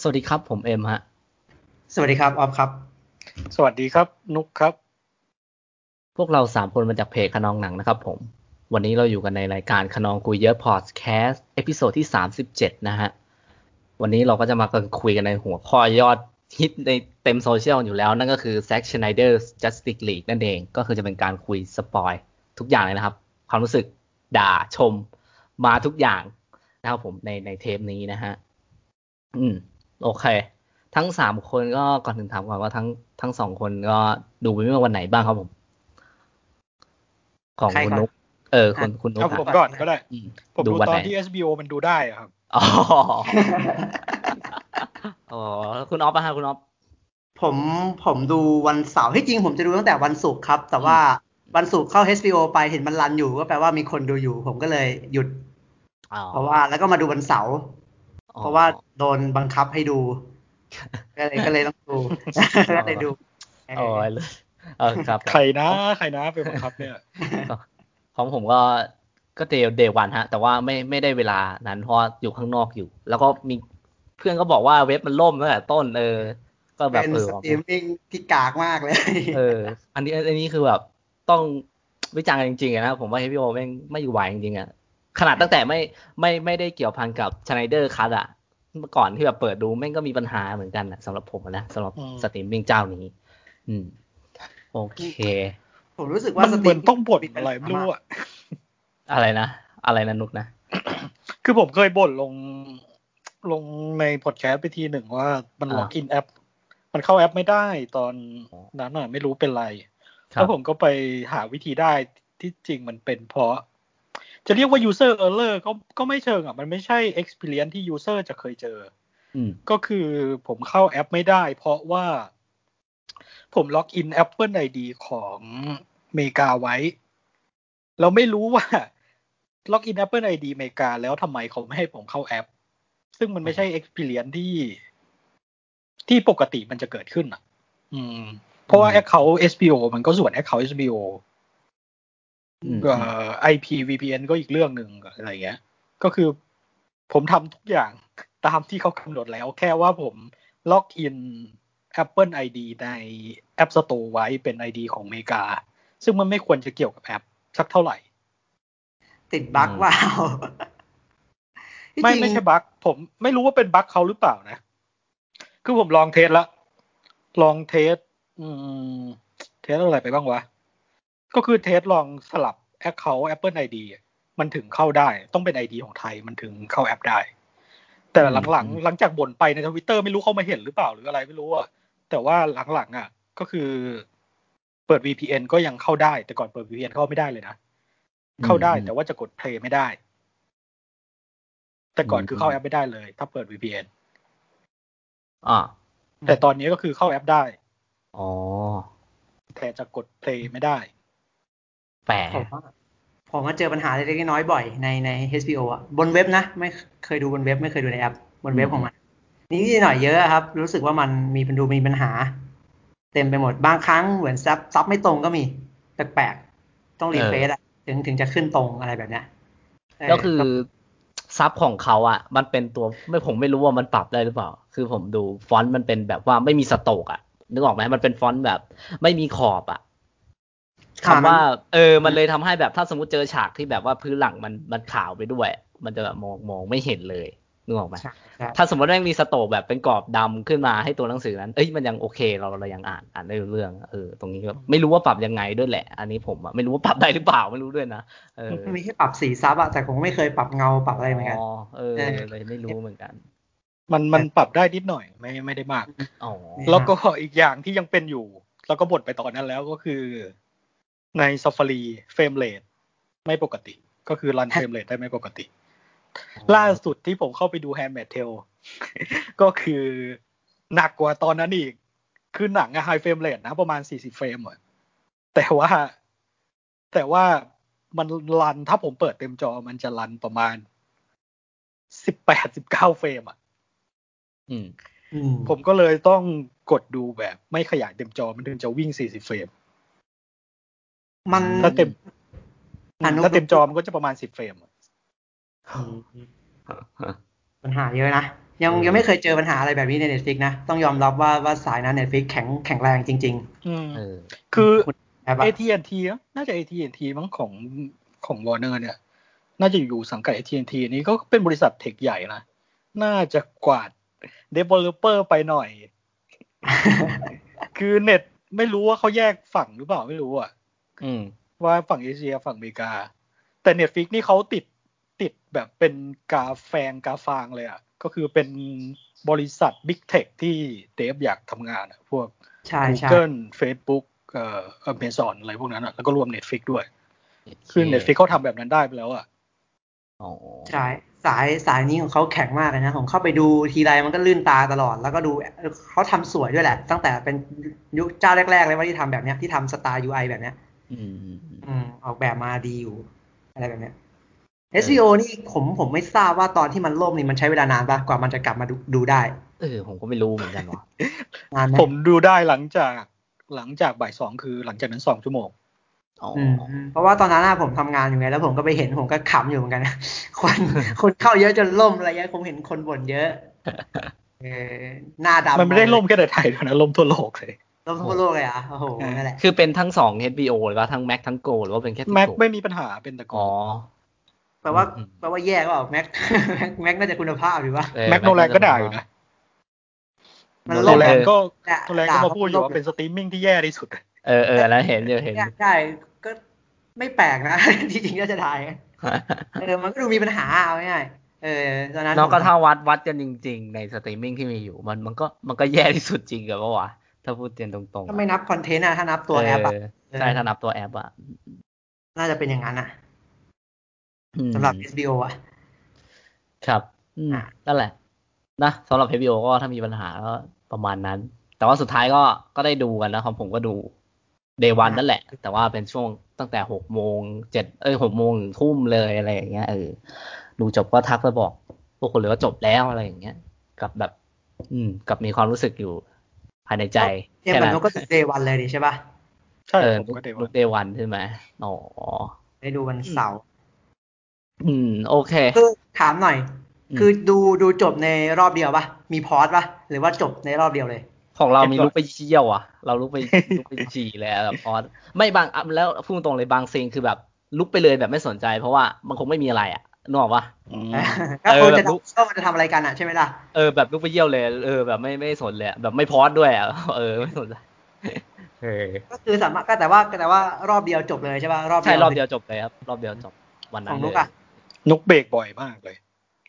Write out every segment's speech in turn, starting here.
สวัสดีครับ ผมเอ็มฮะ สวัสดีครับออฟครับ สวัสดีครับ นุกครับ พวกเราสามคนมาจากเพจขนองหนังนะครับผม วันนี้เราอยู่กันในรายการขนองคุยเยอะพอดแคสต์เอพิโซดที่ 37 นะฮะ วันนี้เราก็จะมากันคุยกันในหัวข้อยอดฮิตในเต็มโซเชียลอยู่แล้ว นั่นก็คือ Zack Snyder's Justice League นั่นเอง ก็คือจะเป็นการคุยสปอยทุกอย่างเลยนะครับ ความรู้สึกด่าชมมาทุกอย่างนะครับผมในในเทปนี้นะฮะ อืม โอเค ทั้งสามคนก็ก่อนถึงถามก่อนว่าทั้งทั้งสองคนก็ดูไปเมื่อวันไหนบ้างครับผม ของ ใคร คุณ ก่อน นุกเออคุณคุณนุก เอา อะ ผมก่อนก็ได้ อืม ผม ดู ดู วัน ตอ ไห น น ที่ HBO มันดูได้อะครับ อ๋ออ๋อคุณออฟอะฮะคุณออฟ ผมผมดูวันเสาร์ที่จริงผมจะดูตั้งแต่วันศุกร์ครับ แต่ว่าวันศุกร์เข้า HBO ไปเห็นมันรันอยู่ก็แปลว่ามีคนดูอยู่ ผมก็เลยหยุด อ๋อ เพราะว่าแล้วก็มาดูวันเสาร์เพราะว่าโดนบังคับให้ ดู ก็เลยก็เลยต้องดูก็เลยดู โอ้ยเลยเออครับ ใครนะใครนะเป็นบังคับเนี่ย ของผมก็ก็เดย์เดวันฮะ แต่ว่าไม่ไม่ได้เวลานั้นเพราะอยู่ข้างนอกอยู่ แล้วก็มีเพื่อนก็บอกว่าเว็บมันล่มตั้งแต่ต้นเออ ก็แบบ เป็น เออ สตรีมมิ่งที่กากมากเลย เออ อันนี้อันนี้คือแบบต้องวิจารณ์กันจริงๆอะนะผมว่าเฮฟวี่โอแม่งไม่ไหวจริงๆอะขนาดตั้งแต่ไม่ไม่ไม่ได้เกี่ยวพันกับชไนเดอร์คัตอะเมื่อก่อนที่แบบเปิดดูแม่งก็มีปัญหาเหมือนกันอะสำหรับผมอะนะสำหรับ อืม สตรีมมิ่งเจ้านี้ อืม โอเค ผมรู้สึก มั ว่าน ส เห ตรี มือน ม ต้องบ่นอะไรไม่รู้อะ อะไรนะอะไรนะนุกนะ คือผมเคยบ่นลง ลงในพอดแคสต์ไปทีหนึ่งว่ามัน อ่า ล็อกอินแอป มันเข้าแอปไม่ได้ตอนนั้นอะไม่รู้เป็นไร ครั แล้ บ วผมก็ไปหาวิธีได้ที่จริงมันเป็นเพราะ จะเรียกว่า user error ก็ก็ไม่เชิงอ่ะ มันไม่ใช่ experience ที่ user จะเคยเจอ อืม ก็คือผมเข้าแอปไม่ได้ เพราะว่าผมล็อกอิน Apple ID ของอเมริกาไว้ เราไม่รู้ว่า ล็อกอิน Apple ID อเมริกาแล้วทำไมเขาไม่ให้ผมเข้าแอป ซึ่งมันไม่ใช่ experience ที่ ที่ปกติมันจะเกิดขึ้นอ่ะ อืม เพราะว่า อืม Account SBO มันก็ส่วน Account SBO อืม เอ่อ IP VPN ก็อีกเรื่องหนึ่งอะไรอย่างเงี้ย ก็คือผมทำทุกอย่าง ตามที่เขากำหนดแล้ว แค่ว่าผมล็อกอิน Apple ID ใน App Store ไว้เป็น ID ของอเมริกา ซึ่งมันไม่ควรจะเกี่ยวกับแอป สักเท่าไหร่ ติดบั๊กว้าว ที่ไม่ จริง ไม่ใช่บั๊กผมไม่รู้ว่าเป็นบั๊กเขาหรือเปล่านะ คือผมลองเทสละลองเทสอืมเทสอะไรไปบ้างวะ ก็คือเทสลองสลับแอคเคา Apple ID อะมันถึงเข้าได้ ต้องเป็น ID ของไทยมันถึงเข้าแอปได้ แต่หลัง อืม ๆ หลังจากบ่นไปในทวิตเตอร์ไม่รู้เขามาเห็นหรือเปล่าหรืออะไรไม่รู้อะแต่ว่าหลังๆอ่ะ ก็คือ เปิด VPN ก็ยังเข้าได้ แต่ก่อนเปิด VPN เข้าไม่ได้เลยนะ เข้าได้แต่ว่าจะกด play ไม่ได้ แต่ก่อนคือเข้าแอปไม่ได้เลย ถ้าเปิด VPN อ่า แต่ตอนนี้ก็คือเข้าแอปได้ อ๋อ แต่จะกด play ไม่ได้ แปล ผมว่าผมมาเจอปัญหาเล็กๆน้อยๆบ่อยในใน HBO อ่ะบนเว็บนะ ไม่เคยดูบนเว็บ ไม่เคยดูในแอป บนเว็บของมันนี่หน่อยเยอะครับ รู้สึกว่ามันมีเป็นดูมีปัญหา เต็มไปหมดบางครั้งเหมือนซับซับไม่ตรงก็มี แปลกๆ ต้องรีเฟรชอ่ะถึงถึงจะขึ้นตรงอะไรแบบเนี้ยเ ก็คือซับของเขาอ่ะ มันเป็นตัวไม่ผมไม่รู้ว่ามันปรับได้หรือเปล่า คือผมดูฟอนต์มันเป็นแบบว่าไม่มีสโตรกอ่ะ นึกออกไหมมันเป็นฟอนต์แบบ ไม่มีขอบอ่ะคำว่า เออ มันเลยทำให้แบบถ้าสมมติเจอฉากที่แบบว่าพื้นหลังมันมันขาวไปด้วย มันจะแบบมองมองไม่เห็นเลยนึกออกไหม ใช่ใช่ ถ้าสมมติแม่งมีสโตกแบบเป็นกรอบดำขึ้นมาให้ตัวหนังสือนั้น เอ้ยมันยังโอเคเราเรายังอ่านอ่านได้รู้เรื่อง เออ ตรงนี้ก็ไม่รู้ว่าปรับยังไงด้วยแหละ อันนี้ผมอะไม่รู้ว่าปรับได้หรือเปล่าไม่รู้ด้วยนะ เออ มันมีให้ปรับสีซับอ่ะแต่ผมไม่เคยปรับเงาปรับอะไรเหมือนกัน อ๋อ เออ เออ เลยไม่รู้เหมือนกัน มันมันปรับได้นิดหน่อย ไม่ไม่ได้มาก อ๋อ แล้วก็ อีกอย่างที่ยังเป็นอยู่ แล้วก็บ่นไปตอนนั้นแล้วก็คือใน Safari frame rate ไม่ปกติ ก็คือ run frame rate ได้ไม่ปกติ ล่าสุดที่ผมเข้าไปดู Handmaid Tale ก็คือหนักกว่าตอนนั้นอีก คือหนังอะไฮเฟรมเรทนะประมาณ 40 เฟรมอะแต่ว่า แต่ว่ามันรันถ้าผมเปิดเต็มจอมันจะรันประมาณ 18 19 เฟรมอะ อืม อืม ผมก็เลยต้องกดดูแบบ ไม่ขยายเต็มจอมันถึงจะวิ่ง 40 เฟรม มัน ถ้าเต็ม อนุ ถ้าเต็มจอมันก็จะประมาณ 10 เฟรมอะ ปัญหาเยอะนะ ยังยังไม่เคยเจอปัญหาอะไรแบบนี้ใน Netflix นะ ต้องยอมรับว่าว่าสายนั้น Netflix แข็งแข็งแรงจริง อืม เออ ๆ คือ แบบอะ AT&T นะน่าจะ AT&T มั้งของของวอร์เนอร์เนี่ย น่าจะอยู่สังกัด AT&T นี้ก็เป็นบริษัทเทคใหญ่นะ น่าจะกวาด developer ไปหน่อย คือเน็ตไม่รู้ว่าเขาแยกฝั่งหรือเปล่าไม่รู้อะ อืม ว่าฝั่งเอเชียฝั่งอเมริกา แต่เน็ตฟิกนี่เขาติดติดแบบเป็นกาแฟงกาฟางเลยอะก็คือเป็นบริษัท Big Tech ที่เดฟอยากทำงานอะพวก ใช่ใช่ Google Facebook เอ่อ Amazon อะไรพวกนั้นอ่ะ แล้วก็รวม Netflix ด้วย คือ Netflix เขาทำแบบนั้นได้ไปแล้วอ่ะ อ๋อ ใช่สายสายนี้ของเขาแข็งมากเลยนะ ผมเข้าไปดูทีไรมันก็ลื่นตาตลอด แล้วก็ดูเขาทำสวยด้วยแหละ ตั้งแต่เป็นยุคเจ้าแรก ๆ เลยว่าที่ทำแบบเนี้ยที่ทำสไตล์ UI แบบเนี้ย อืมอืมอืม อืมออกแบบมาดีอยู่ อะไรแบบเนี้ย SEO นี่ผมผมไม่ทราบว่าตอนที่มันล่มนี่มันใช้เวลานานปะกว่ามันจะกลับมาดูดูได้ เออ ผมก็ไม่รู้เหมือนกันว่ะ นานไหม ผมดูได้หลังจากหลังจากบ่ายสองคือหลังจากนั้นสองชั่วโมง อ๋อ อืมอืมเพราะว่าตอนนั้นน่ะผมทำงานอยู่ไง แล้วผมก็ไปเห็นผมก็ขำอยู่เหมือนกัน คนคนเข้าเยอะจนล่มอะไรเงี้ยผมเห็นคนบ่นเยอะเออหน้าดำ มันไม่ได้ล่มแค่ในไทยเท่านั้นล่มทั่วโลกเลย ล่มทั่วโลกเลยเหรอ่ะโอ้โหนั่นแหละ คือเป็นทั้งสอง HBO หรือว่าทั้ง Mac ทั้ง Go หรือว่าเป็นแค่ แม็ก Go ไม่มีปัญหาเป็นแต่ก่ อ๋ อ อ น แปลว่า อืม แปลว่าแย่ก็ แม็ก แม็กน่าจะคุณภาพอยู่ว่า เออ แม็ก Mac โนแลนก็ด่าอยู่นะ มัน โน ล่ม แล เออ นก็ ด่า โนแลนก็มาพูดอยู่ว่าเป็นสตรีมมิ่งที่แย่ที่สุด เออเออแล้วเห็นอยู่เห็น เนี่ยได้ก็ไม่แปลกนะ ที่จริงก็จะได้เออมันก็ดูมีปัญหาเอาง่ายๆเออตอนนั้น นอกก็ถ้าวัดวัดกันจริง ๆ ในสตรีมมิ่งที่มีอยู่ มันมันก็มันก็แย่ที่สุดจริงกับว่าวะถ้าพูดเตียนตรงๆ ถ้าไม่นับคอนเทนต์อะถ้านับตัว เ แอปอะ ใช่ เออ ถ้านับตัวแอปอะ น่าจะเป็นอย่างนั้นอะ อืม สำหรับ HBO อะ ครับอืม อ่ะ นั่นแหละ นะสำหรับ HBO ก็ถ้ามีปัญหาก็ประมาณนั้น แต่ว่าสุดท้ายก็ก็ได้ดูกันนะของผมก็ดูเดวันนั่นแหละ แต่ว่าเป็นช่วงตั้งแต่หกโมงเจ็ดเอ้ยหกโมงถึงทุ่มเลยอะไรอย่างเงี้ยเออดูจบก็ทักไปบอกพวกคนเลยว่าจบแล้วอะไรอย่างเงี้ยกับแบบ อืม กับมีความรู้สึกอยู่ ภายในใจ เจม แค่ ส์ นั้น มันก็เดวันเลยดิใช่ป่ะ ใช่ เออ ผมก็เด ลู ว่า กเดวันใช่ไหมอ๋อ ได้ดูวันเสาร์ อืม โอเค คือถามหน่อย อืม คือดูดูจบในรอบเดียวป่ะมีพอสป่ะหรือว่าจบในรอบเดียวเลย ของเรา เอ็ด มี วาร์ด ลูกไปเชี่ยวอะเราลูกไป ลูกไปจีเลยอะแบบ ออสไม่บางอ่ะแล้วพูดตรงเลยบางซีนคือแบบลุกไปเลยแบบไม่สนใจ เพราะว่ามันคงไม่มีอะไรอะนึกออกปะ ก็คนจะ แบบรู้ ก็จะทำอะไรกันอะใช่ไหมล่ะ เออแบบลุกไปเยี่ยวเลย เออแบบไม่ไม่สนเลยอะแบบไม่พอดด้วยอะ เออไม่สนใจเออ ก็คือสามารถก็แต่ว่าก็แต่ว่ารอบเดียวจบเลยใช่ป่ะรอบ ใช่ เดียว รอบเดียวจบเลยครับ รอบเดียวจบวันนั้ ขอน ง เล นุก ย อะ นุกเบรกบ่อยมากเลย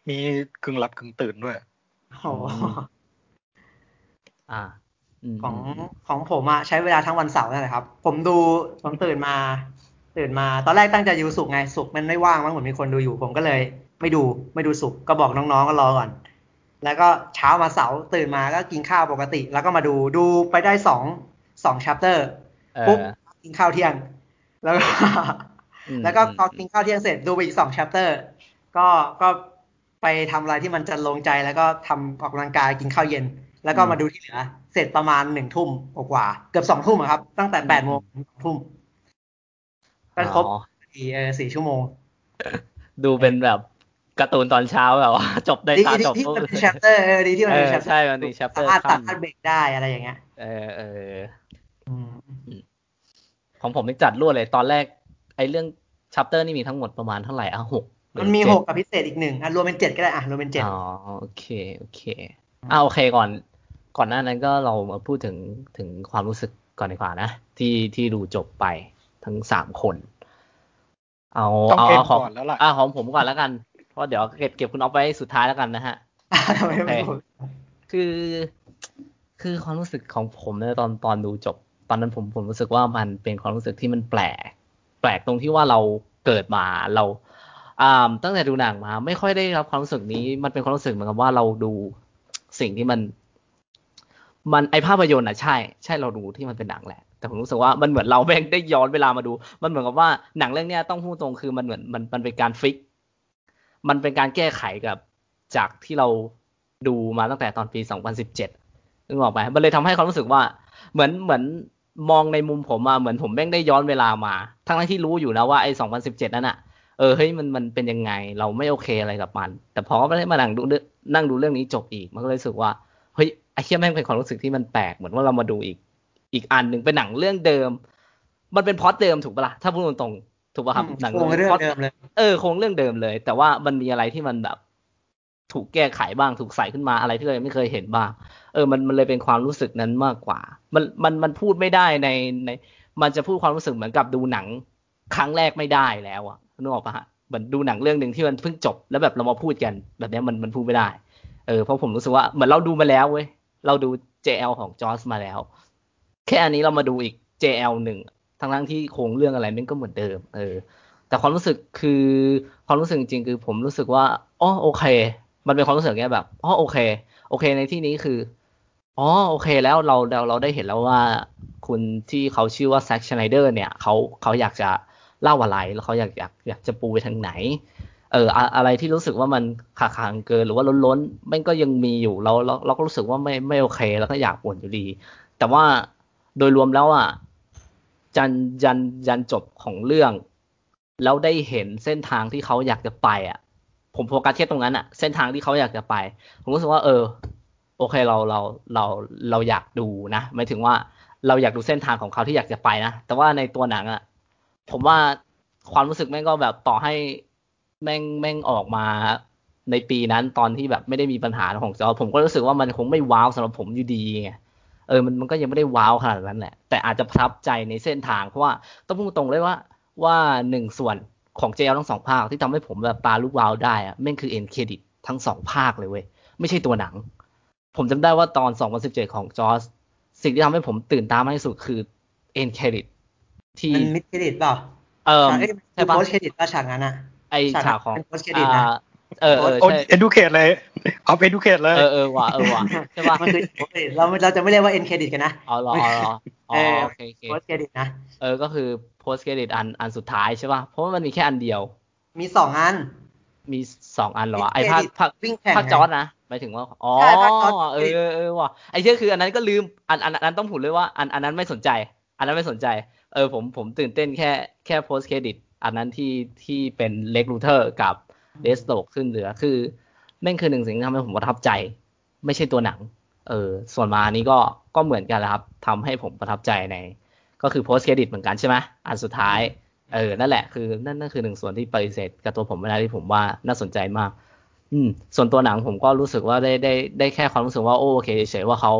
มีกึ่งหลับกึ่งตื่นด้วย โอ้โห อ่าอืม ของของผมอะใช้เวลาทั้งวันเสาร์นั่นแหละครับ ผมดูผมตื่นมา ตื่นมาตอนแรกตั้งใจดูสุกร์ไงสุกร์มันไม่ว่างมั้งผมมีคนดูอยู่ ผมก็เลย ไม่ดูไม่ดูสุกร์ก็บอกน้องๆก็รอก่อน แล้วก็เช้ามาเสาร์ตื่นมาก็กินข้าวปกติ แล้วก็มาดูดูไปได้สองสองชัปเตอร์ เอ ปุ๊บ อ กินข้าวเที่ยง แล้วก็ อืม แล้วก็พอกินข้าวเที่ยงเสร็จดูไปอีกสองชัปเตอร์ก็ก็ไปทำอะไรที่มันจะลงใจแล้วก็ทำออกกำลังกายกินข้าวเย็น แล้วก็มาดูที่เหลือ เสร็จประมาณหนึ่งทุ่มกว่าๆเกือบสองทุ่มอะครับ ตั้งแต่แปดโมงถึงสองทุ่มก็ครบ อ๋อ สี่เออสี่ชั่วโมง ดูเป็นแบบการ์ตูนตอนเช้าแบบว่า จบได้ ดี ตา ที่ จบ ที่ ปุ๊บ มันเป็นชัปเตอร์เออดีที่มันเป็น เออ ชัปเตอร์ ใช่มันมี chapter สามารถ ขั้ ตัด น อัดเบรกได้อะไรอย่างเงี้ย เออเออ อืม ของผมนี่จัดรวดเลยตอนแรก ไอ้เรื่องชัปเตอร์นี่มีทั้งหมดประมาณเท่าไหร่อ่ะหกรื มันมี เจ็ด หกกับพิเศษอีกหนึ่งอ่ะรวมเป็นเจ็ดก็ได้อ่ะรวมเป็นเจ็ด อ๋อโอเคโอเคอ่าโอเคก่อน ก่อนหน้านั้นก็เรามาพูดถึงถึงความรู้สึกก่อนดีกว่านะ ที่ที่ดูจบไปทั้งสามคน เอา ต้อง เอา เอ็น เอาของ ก่อนแล้วล่ะ อ่าของผมก่อนแล้วกัน เพราะเดี๋ยวเก็บเก็บคุณออฟไว้สุดท้ายแล้วกันนะฮะ ทำไมไม่พูด คือ คือความรู้สึกของผมในยตอนตอนดูจบ ตอนนั้นผมผมรู้สึกว่ามันเป็นความรู้สึกที่มันแปลก แปลกตรงที่ว่าเราเกิดมาเราอ่าตั้งแต่ดูหนังมา ไม่ค่อยได้รับความรู้สึกนี้ มันเป็นความรู้สึกเหมือนกับว่าเราดูสิ่งที่มัน มันไอภาพยนตร์อ่ะใช่ ใช่เราดูที่มันเป็นหนังแหละ แต่ผมรู้สึกว่ามันเหมือนเราแม่งได้ย้อนเวลามาดู มันเหมือนกับว่าหนังเรื่องเนี้ยต้องพูดตรงคือมันเหมือนมันมันเป็นการฟิก มันเป็นการแก้ไขกับจากที่เราดูมาตั้งแต่ตอนปี 2017นึกออกไหมมันเลยทำให้ความรู้สึกว่า เหมือนเหมือนมองในมุมผมอะเหมือนผมแม่งได้ย้อนเวลามา ทั้งๆที่รู้อยู่นะว่าไอ้ 2017 นั่นอะเ เออเฮ้ยมันมันเป็นยังไงเราไม่โอเคอะไรกับมัน แต่พอไม่ได้มานั่งดูเรื่องนั่งดูเรื่องนี้จบอีกมันก็เลยรู้สึกว่าเฮ้ยไอ้เชี่ยแม่งเป็นความรู้สึกที่มันแปลกเหมือนว่าเรามาดูอีก อีกอันหนึ่งเป็นหนังเรื่องเดิม มันเป็นพล็อตเดิมถูกปะล่ะถ้าพูดตรงๆถูกปะครับหนั โครงเรื่อง พล็อต เดิมเลย เออโครงเรื่องเดิมเลย แต่ว่ามันมีอะไรที่มันแบบ ถูกแก้ไขบ้างถูกใส่ขึ้นมาอะไรที่เรายังไม่เคยเห็นบ้าง เออมันมันเลยเป็นความรู้สึกนั้นมากกว่า มันมันมันพูดไม่ได้ในใน มันจะพูดความรู้สึกเหมือนกับดูหนังครั้งแรกไม่ได้แล้วอะนึกออกปะฮะเหมือนดูหนังเรื่องหนึ่งที่มันเพิ่งจบ แล้วแบบเรามาพูดกัน แบบเนี้ยมันมันพูดไม่ได้ เออเพราะผมรู้สึกว่าเหมือนเราดูมาแล้วเว้ยเราดู JL ของจอสมาแล้ว แค่อันนี้เรามาดูอีก JL หนึ่งทั้งทั้งๆที่โครงเรื่องอะไรมันก็เหมือนเดิม เออ แต่ความรู้สึกคือความรู้สึกจริงๆคือผมรู้สึกว่าอ๋อโอเค มันเป็นความรู้สึกแค่แบบอ๋อโอเค โอเคในที่นี้คืออ๋อโอเคแล้วเราเราเราได้เห็นแล้วว่าคุณที่เขาชื่อว่าแซคชไนเดอร์เนี่ยเขาเขาอยากจะเล่าอะไรแล้วเขาอยากอยากอยากจะปูไปทางไหน เอออะอะไรที่รู้สึกว่ามันขาดขางเกินหรือว่าล้นล้นๆมันก็ยังมีอยู่เราเราเราก็รู้สึกว่าไม่ไม่โอเค แล้วก็อยากบ่นอยู่ดี แต่ว่าโดยรวมแล้วอ่ะจันยันยันจบของเรื่อง แล้วได้เห็นเส้นทางที่เขาอยากจะไปอ่ะ ผมโฟกัสแค่ตรงนั้นอ่ะ เส้นทางที่เขาอยากจะไป ผมรู้สึกว่า เออ โอเคเราเราเราเราอยากดูนะหมายถึงว่าเราอยากดูเส้นทางของเขาที่อยากจะไปนะแต่ว่าในตัวหนังอ่ะ ผมว่าความรู้สึกแม่งก็แบบต่อให้แม่งแม่งออกมาในปีนั้นตอนที่แบบไม่ได้มีปัญหาของจอผมก็รู้สึกว่ามันคงไม่ว้าวสำหรับผมอยู่ดีไง เออ มันมันก็ยังไม่ได้ว้าวขนาดนั้นแหละ แต่อาจจะประทับใจในเส้นทาง เพราะว่าต้องพูดตรงเลยว่า ว่าหนึ่งส่วนของ JL ทั้งสองภาคที่ทำให้ผมแบบปาลูกวาวได้อะแม่งคือเอ็นเครดิตทั้งสองภาคเลยเว้ย ไม่ใช่ตัวหนัง ผมจำได้ว่าตอน 2017 ของจอสสิ่งที่ทำให้ผมตื่นตามากที่สุดคือเอ็นเครดิตที่ มันมิดเครดิตเปล่า เออ ฉากเอ้ย ใช่ มัน ปะ โพสเครดิตป่ะฉากนั้นอ่ะ ไอฉากของ เป็น post credit นะ อ่าเออเออ โอ้ย ใช่ educate เลย เอา educate เลย เออเออว่ะเออว่ะใช่ปะ มันคือโพ สเครดิตเราเราจะไม่เรียกว่าเอ็นเครดิตกันนะ อ๋อเหรออ๋อเหรออ๋อโอเคโอเค โพสเครดิตนะ เออ ก็คือ post credit อันอันสุดท้ายใช่ป่ะ เพราะว่ามันมีแค่อันเดียว มีสองอัน มีสองอันเหรอวะ Post ไอ้ภาค credit ภาค วิ่งแข่ง ภาค ไง จอร์ดนะหมายถึงว่า อ๋อ ใช่ภาคจอร์จ เออเออเออว่ะ ไอ้เชื่อคืออันนั้นก็ลืม อันอันอันนั้นต้องผูดเลยว่า อันอันนั้นไม่สนใจ อันนั้นไม่สนใจ เออ ผม ผมตื่นเต้นแค่ แค่ post credit อันนั้นที่ ที่เป็นเล็กรูเทอร์กับเดสโตกขึ้นเหลือ คือแม่งคือหนึ่งสิ่งที่ทำให้ผมประทับใจ ไม่ใช่ตัวหนัง เออ ส่วนมาอันนี้ก็ ก็เหมือนกันแหละครับทำให้ผมประทับใจใน ก็คือ post credit เหมือนกันใช่ไหมอันสุดท้าย เออ นั่นแหละ คือ นั่น นั่นคือหนึ่งส่วนที่ปฏิเสธกับตัวผมไม่ได้ที่ผมว่าน่าสนใจมาก อืม ส่วนตัวหนังผมก็รู้สึกว่าได้ได้ได้แค่ความรู้สึกว่าโอเคเฉยๆว่าเขา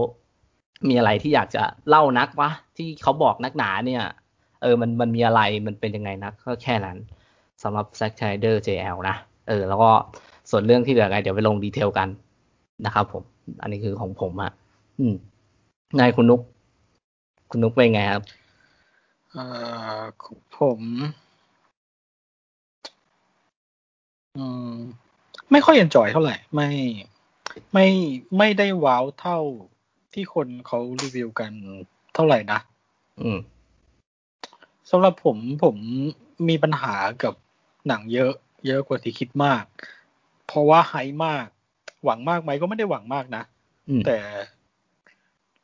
มีอะไรที่อยากจะเล่านักวะที่เขาบอกนักหนาเนี่ย เออ มันมันมีอะไรมันเป็นยังไงนักก็แค่นั้นสำหรับ Zack Snyder JL นะ เออ แล้วก็ส่วนเรื่องที่เหลือไง เดี๋ยวไปลงดีเทลกันนะครับผม อันนี้คือของผมอะ่ะ อืมนายคุณนุก คุณนุกเป็นไงครับ เอ่อผม อืม ไม่ค่อย enjoy เท่าไหร่ ไม่ ไม่ไม่ได้ว้าวเท่าที่คนเขารีวิวกันเท่าไหร่นะ อืม สำหรับผมผมมีปัญหากับหนังเยอะ เยอะกว่าที่คิดมาก เพราะว่าไฮป์มาก หวังมากไหมก็ไม่ได้หวังมากนะ อืม แต่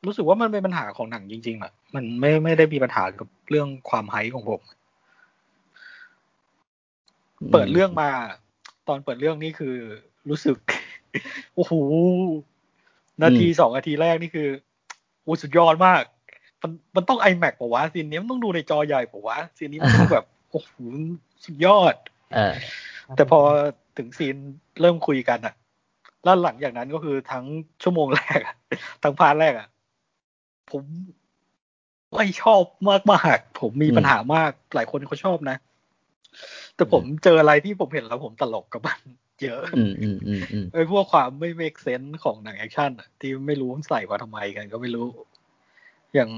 รู้สึกว่ามันเป็นปัญหาของหนังจริงๆอะมันไม่ไม่ได้มีปัญหากับเรื่องความไฮป์ของผม เปิดเรื่องมา ตอนเปิดเรื่องนี่คือ รู้สึก โอ้โหนาทีสองนาทีแรกนี่คืออู้สุดยอดมาก มันมันต้อง iMac ปะวะซีนนี้มันต้องดูในจอใหญ่ปะวะซีนนี้มันต้องแบบ โอ้โหสุดยอด เออ แต่พอถึงซีนเริ่มคุยกันอะแล้วหลังจากนั้นก็คือทั้งชั่วโมงแรกอะ ทั้งพาร์ทแรกอะผมไม่ชอบมากมากๆผมมี อืม ปัญหามากหลายคนเขาชอบนะ แต่ผมเจออะไรที่ผมเห็นแล้วผมตลกกับมัน เยอะ อืมอืมอืมอืม ไอ้พวกความไม่ make sense ของหนังแอคชั่นอะที่ไม่รู้มันใส่มาทำไมกัน ก็ไม่รู้ อย่าง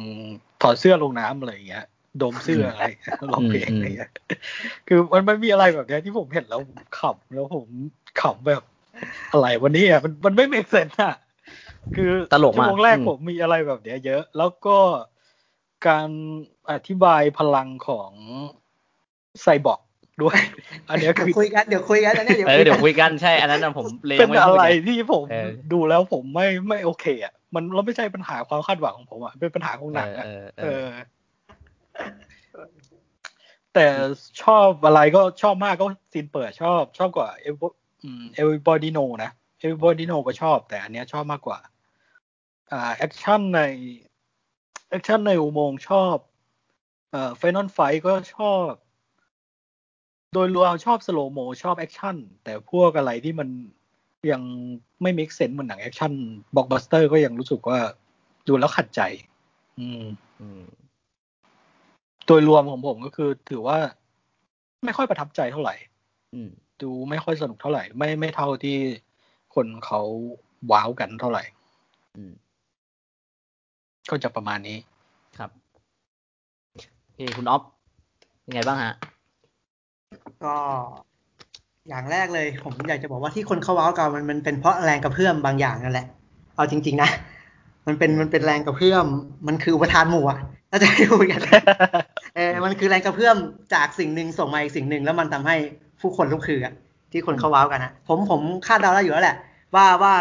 ถอดเสื้อลงน้ำอะไรอย่างเงี้ยดมเสื้อ อะไรอย่างเงี้ยร้องเพลงอะไรอย่างเงี้ย คือมันมันมีอะไรแบบเนี้ยที่ผมเห็นแล้วผมขำแล้วผมขำแบบ อะไรวันนี้อ่ะมันมันไม่เมกเซนอ่ะ คือ ตลก ชั่ มาว ก โมงแรก อืม ผมมีอะไรแบบเนี้ยเยอะ แล้วก็การอธิบายพลังของไซบอร์กด้วย อันเนี้ย เดี๋ย คื ว อ คุยกัน เดี๋ยวคุยกันอันนี้เดี๋ยว เออคุย กั เดี๋ย น วคุยกันใช่ อันนั้นน่ะผมเลย เป็น ม่ด้ อะ คุย ไร กัน ที่ผม เออ ดูแล้วผมไม่ไม่โอเคอ่ะ มันเราไม่ใช่ปัญหาความคาดหวังของผมอ่ะเป็นปัญหาของหนังอ่ะ เออเอ เอ อ อ แต่ แต่ชอบอะไรก็ชอบมากก็ซีนเปิดชอบ ชอบกว่าเอเวอร์บอดิโนนะเอเวอร์บอดิโนก็ชอบ แต่อันเนี้ยชอบมากกว่า อ่าแอคชั่นในแอคชั่นในอุโมงค์ชอบ เอ่อไฟนอลไฟก็ชอบ โดยรวมชอบสโลโมชอบแอคชั่น แต่พวกอะไรที่มันยังไม่มิกเซนเหมือนหนังแอคชั่นบ็อกบัสเตอร์ก็ยังรู้สึกว่าดูแล้วขัดใจ อืม อืม โดยรวมของผมก็คือถือว่าไม่ค่อยประทับใจเท่าไหร่ อืม ดูไม่ค่อยสนุกเท่าไหร่ ไม่ไม่เท่าที่คนเขาว้าวกันเท่าไหร่ อืม ก็จะประมาณนี้ ครับโอเคคุณอ๊อฟยังไงบ้างฮะ ก็อย่างแรกเลย ผมอยากจะบอกว่าที่คนเขาว้าวกันมันมันเป็นเพราะแรงกระเพื่อมบางอย่างนั่นแหละ เอาจริง ๆ นะ มันเป็นมันเป็นแรงกระเพื่อม มันคืออุปทานหมู่อะน่าจะได้ดูกัน เออมันคือแรงกระเพื่อมจากสิ่งหนึ่งส่งมาอีกสิ่งหนึ่งแล้วมันทำให้ผู้คนลุกคืออะที่คนเขาว้าวกันนะผมผมคาดเดาได้อยู่แล้วแหละ ว่าว่า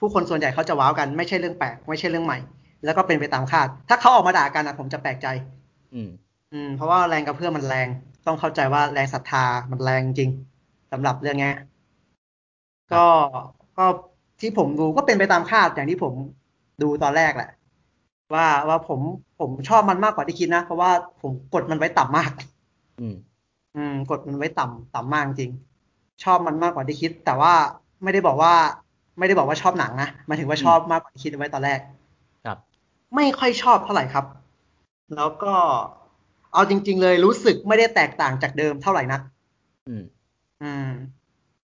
ผู้คนส่วนใหญ่เขาจะว้าวกันไม่ใช่เรื่องแปลกไม่ใช่เรื่องใหม่ แล้วก็เป็นไปตามคาด ถ้าเขาออกมาด่ากันอะผมจะแปลกใจ อืม อืมเพราะว่าแรงกระเพื่อมมันแรง ต้องเข้าใจว่าแรงศรัทธามันแรงจริงสำหรับเรื่องเนี้ยก็ก็ที่ผมดูก็เป็นไปตามคาดอย่างที่ผมดูตอนแรกแหละ ว่าว่าผมผมชอบมันมากกว่าที่คิดนะ เพราะว่าผมกดมันไว้ต่ำมาก อืม อืมกดมันไว้ต่ำต่ำมากจริง ชอบมันมากกว่าที่คิด แต่ว่าไม่ได้บอกว่า ไม่ได้บอกว่าชอบหนังนะหมายถึงว่าชอบมากกว่าที่คิดไว้ตอนแรก ครับ ไม่ค่อยชอบเท่าไหร่ครับ แล้วก็เอาจริง ๆ เลยรู้สึกไม่ได้แตกต่างจากเดิมเท่าไหร่นัก อืม อืม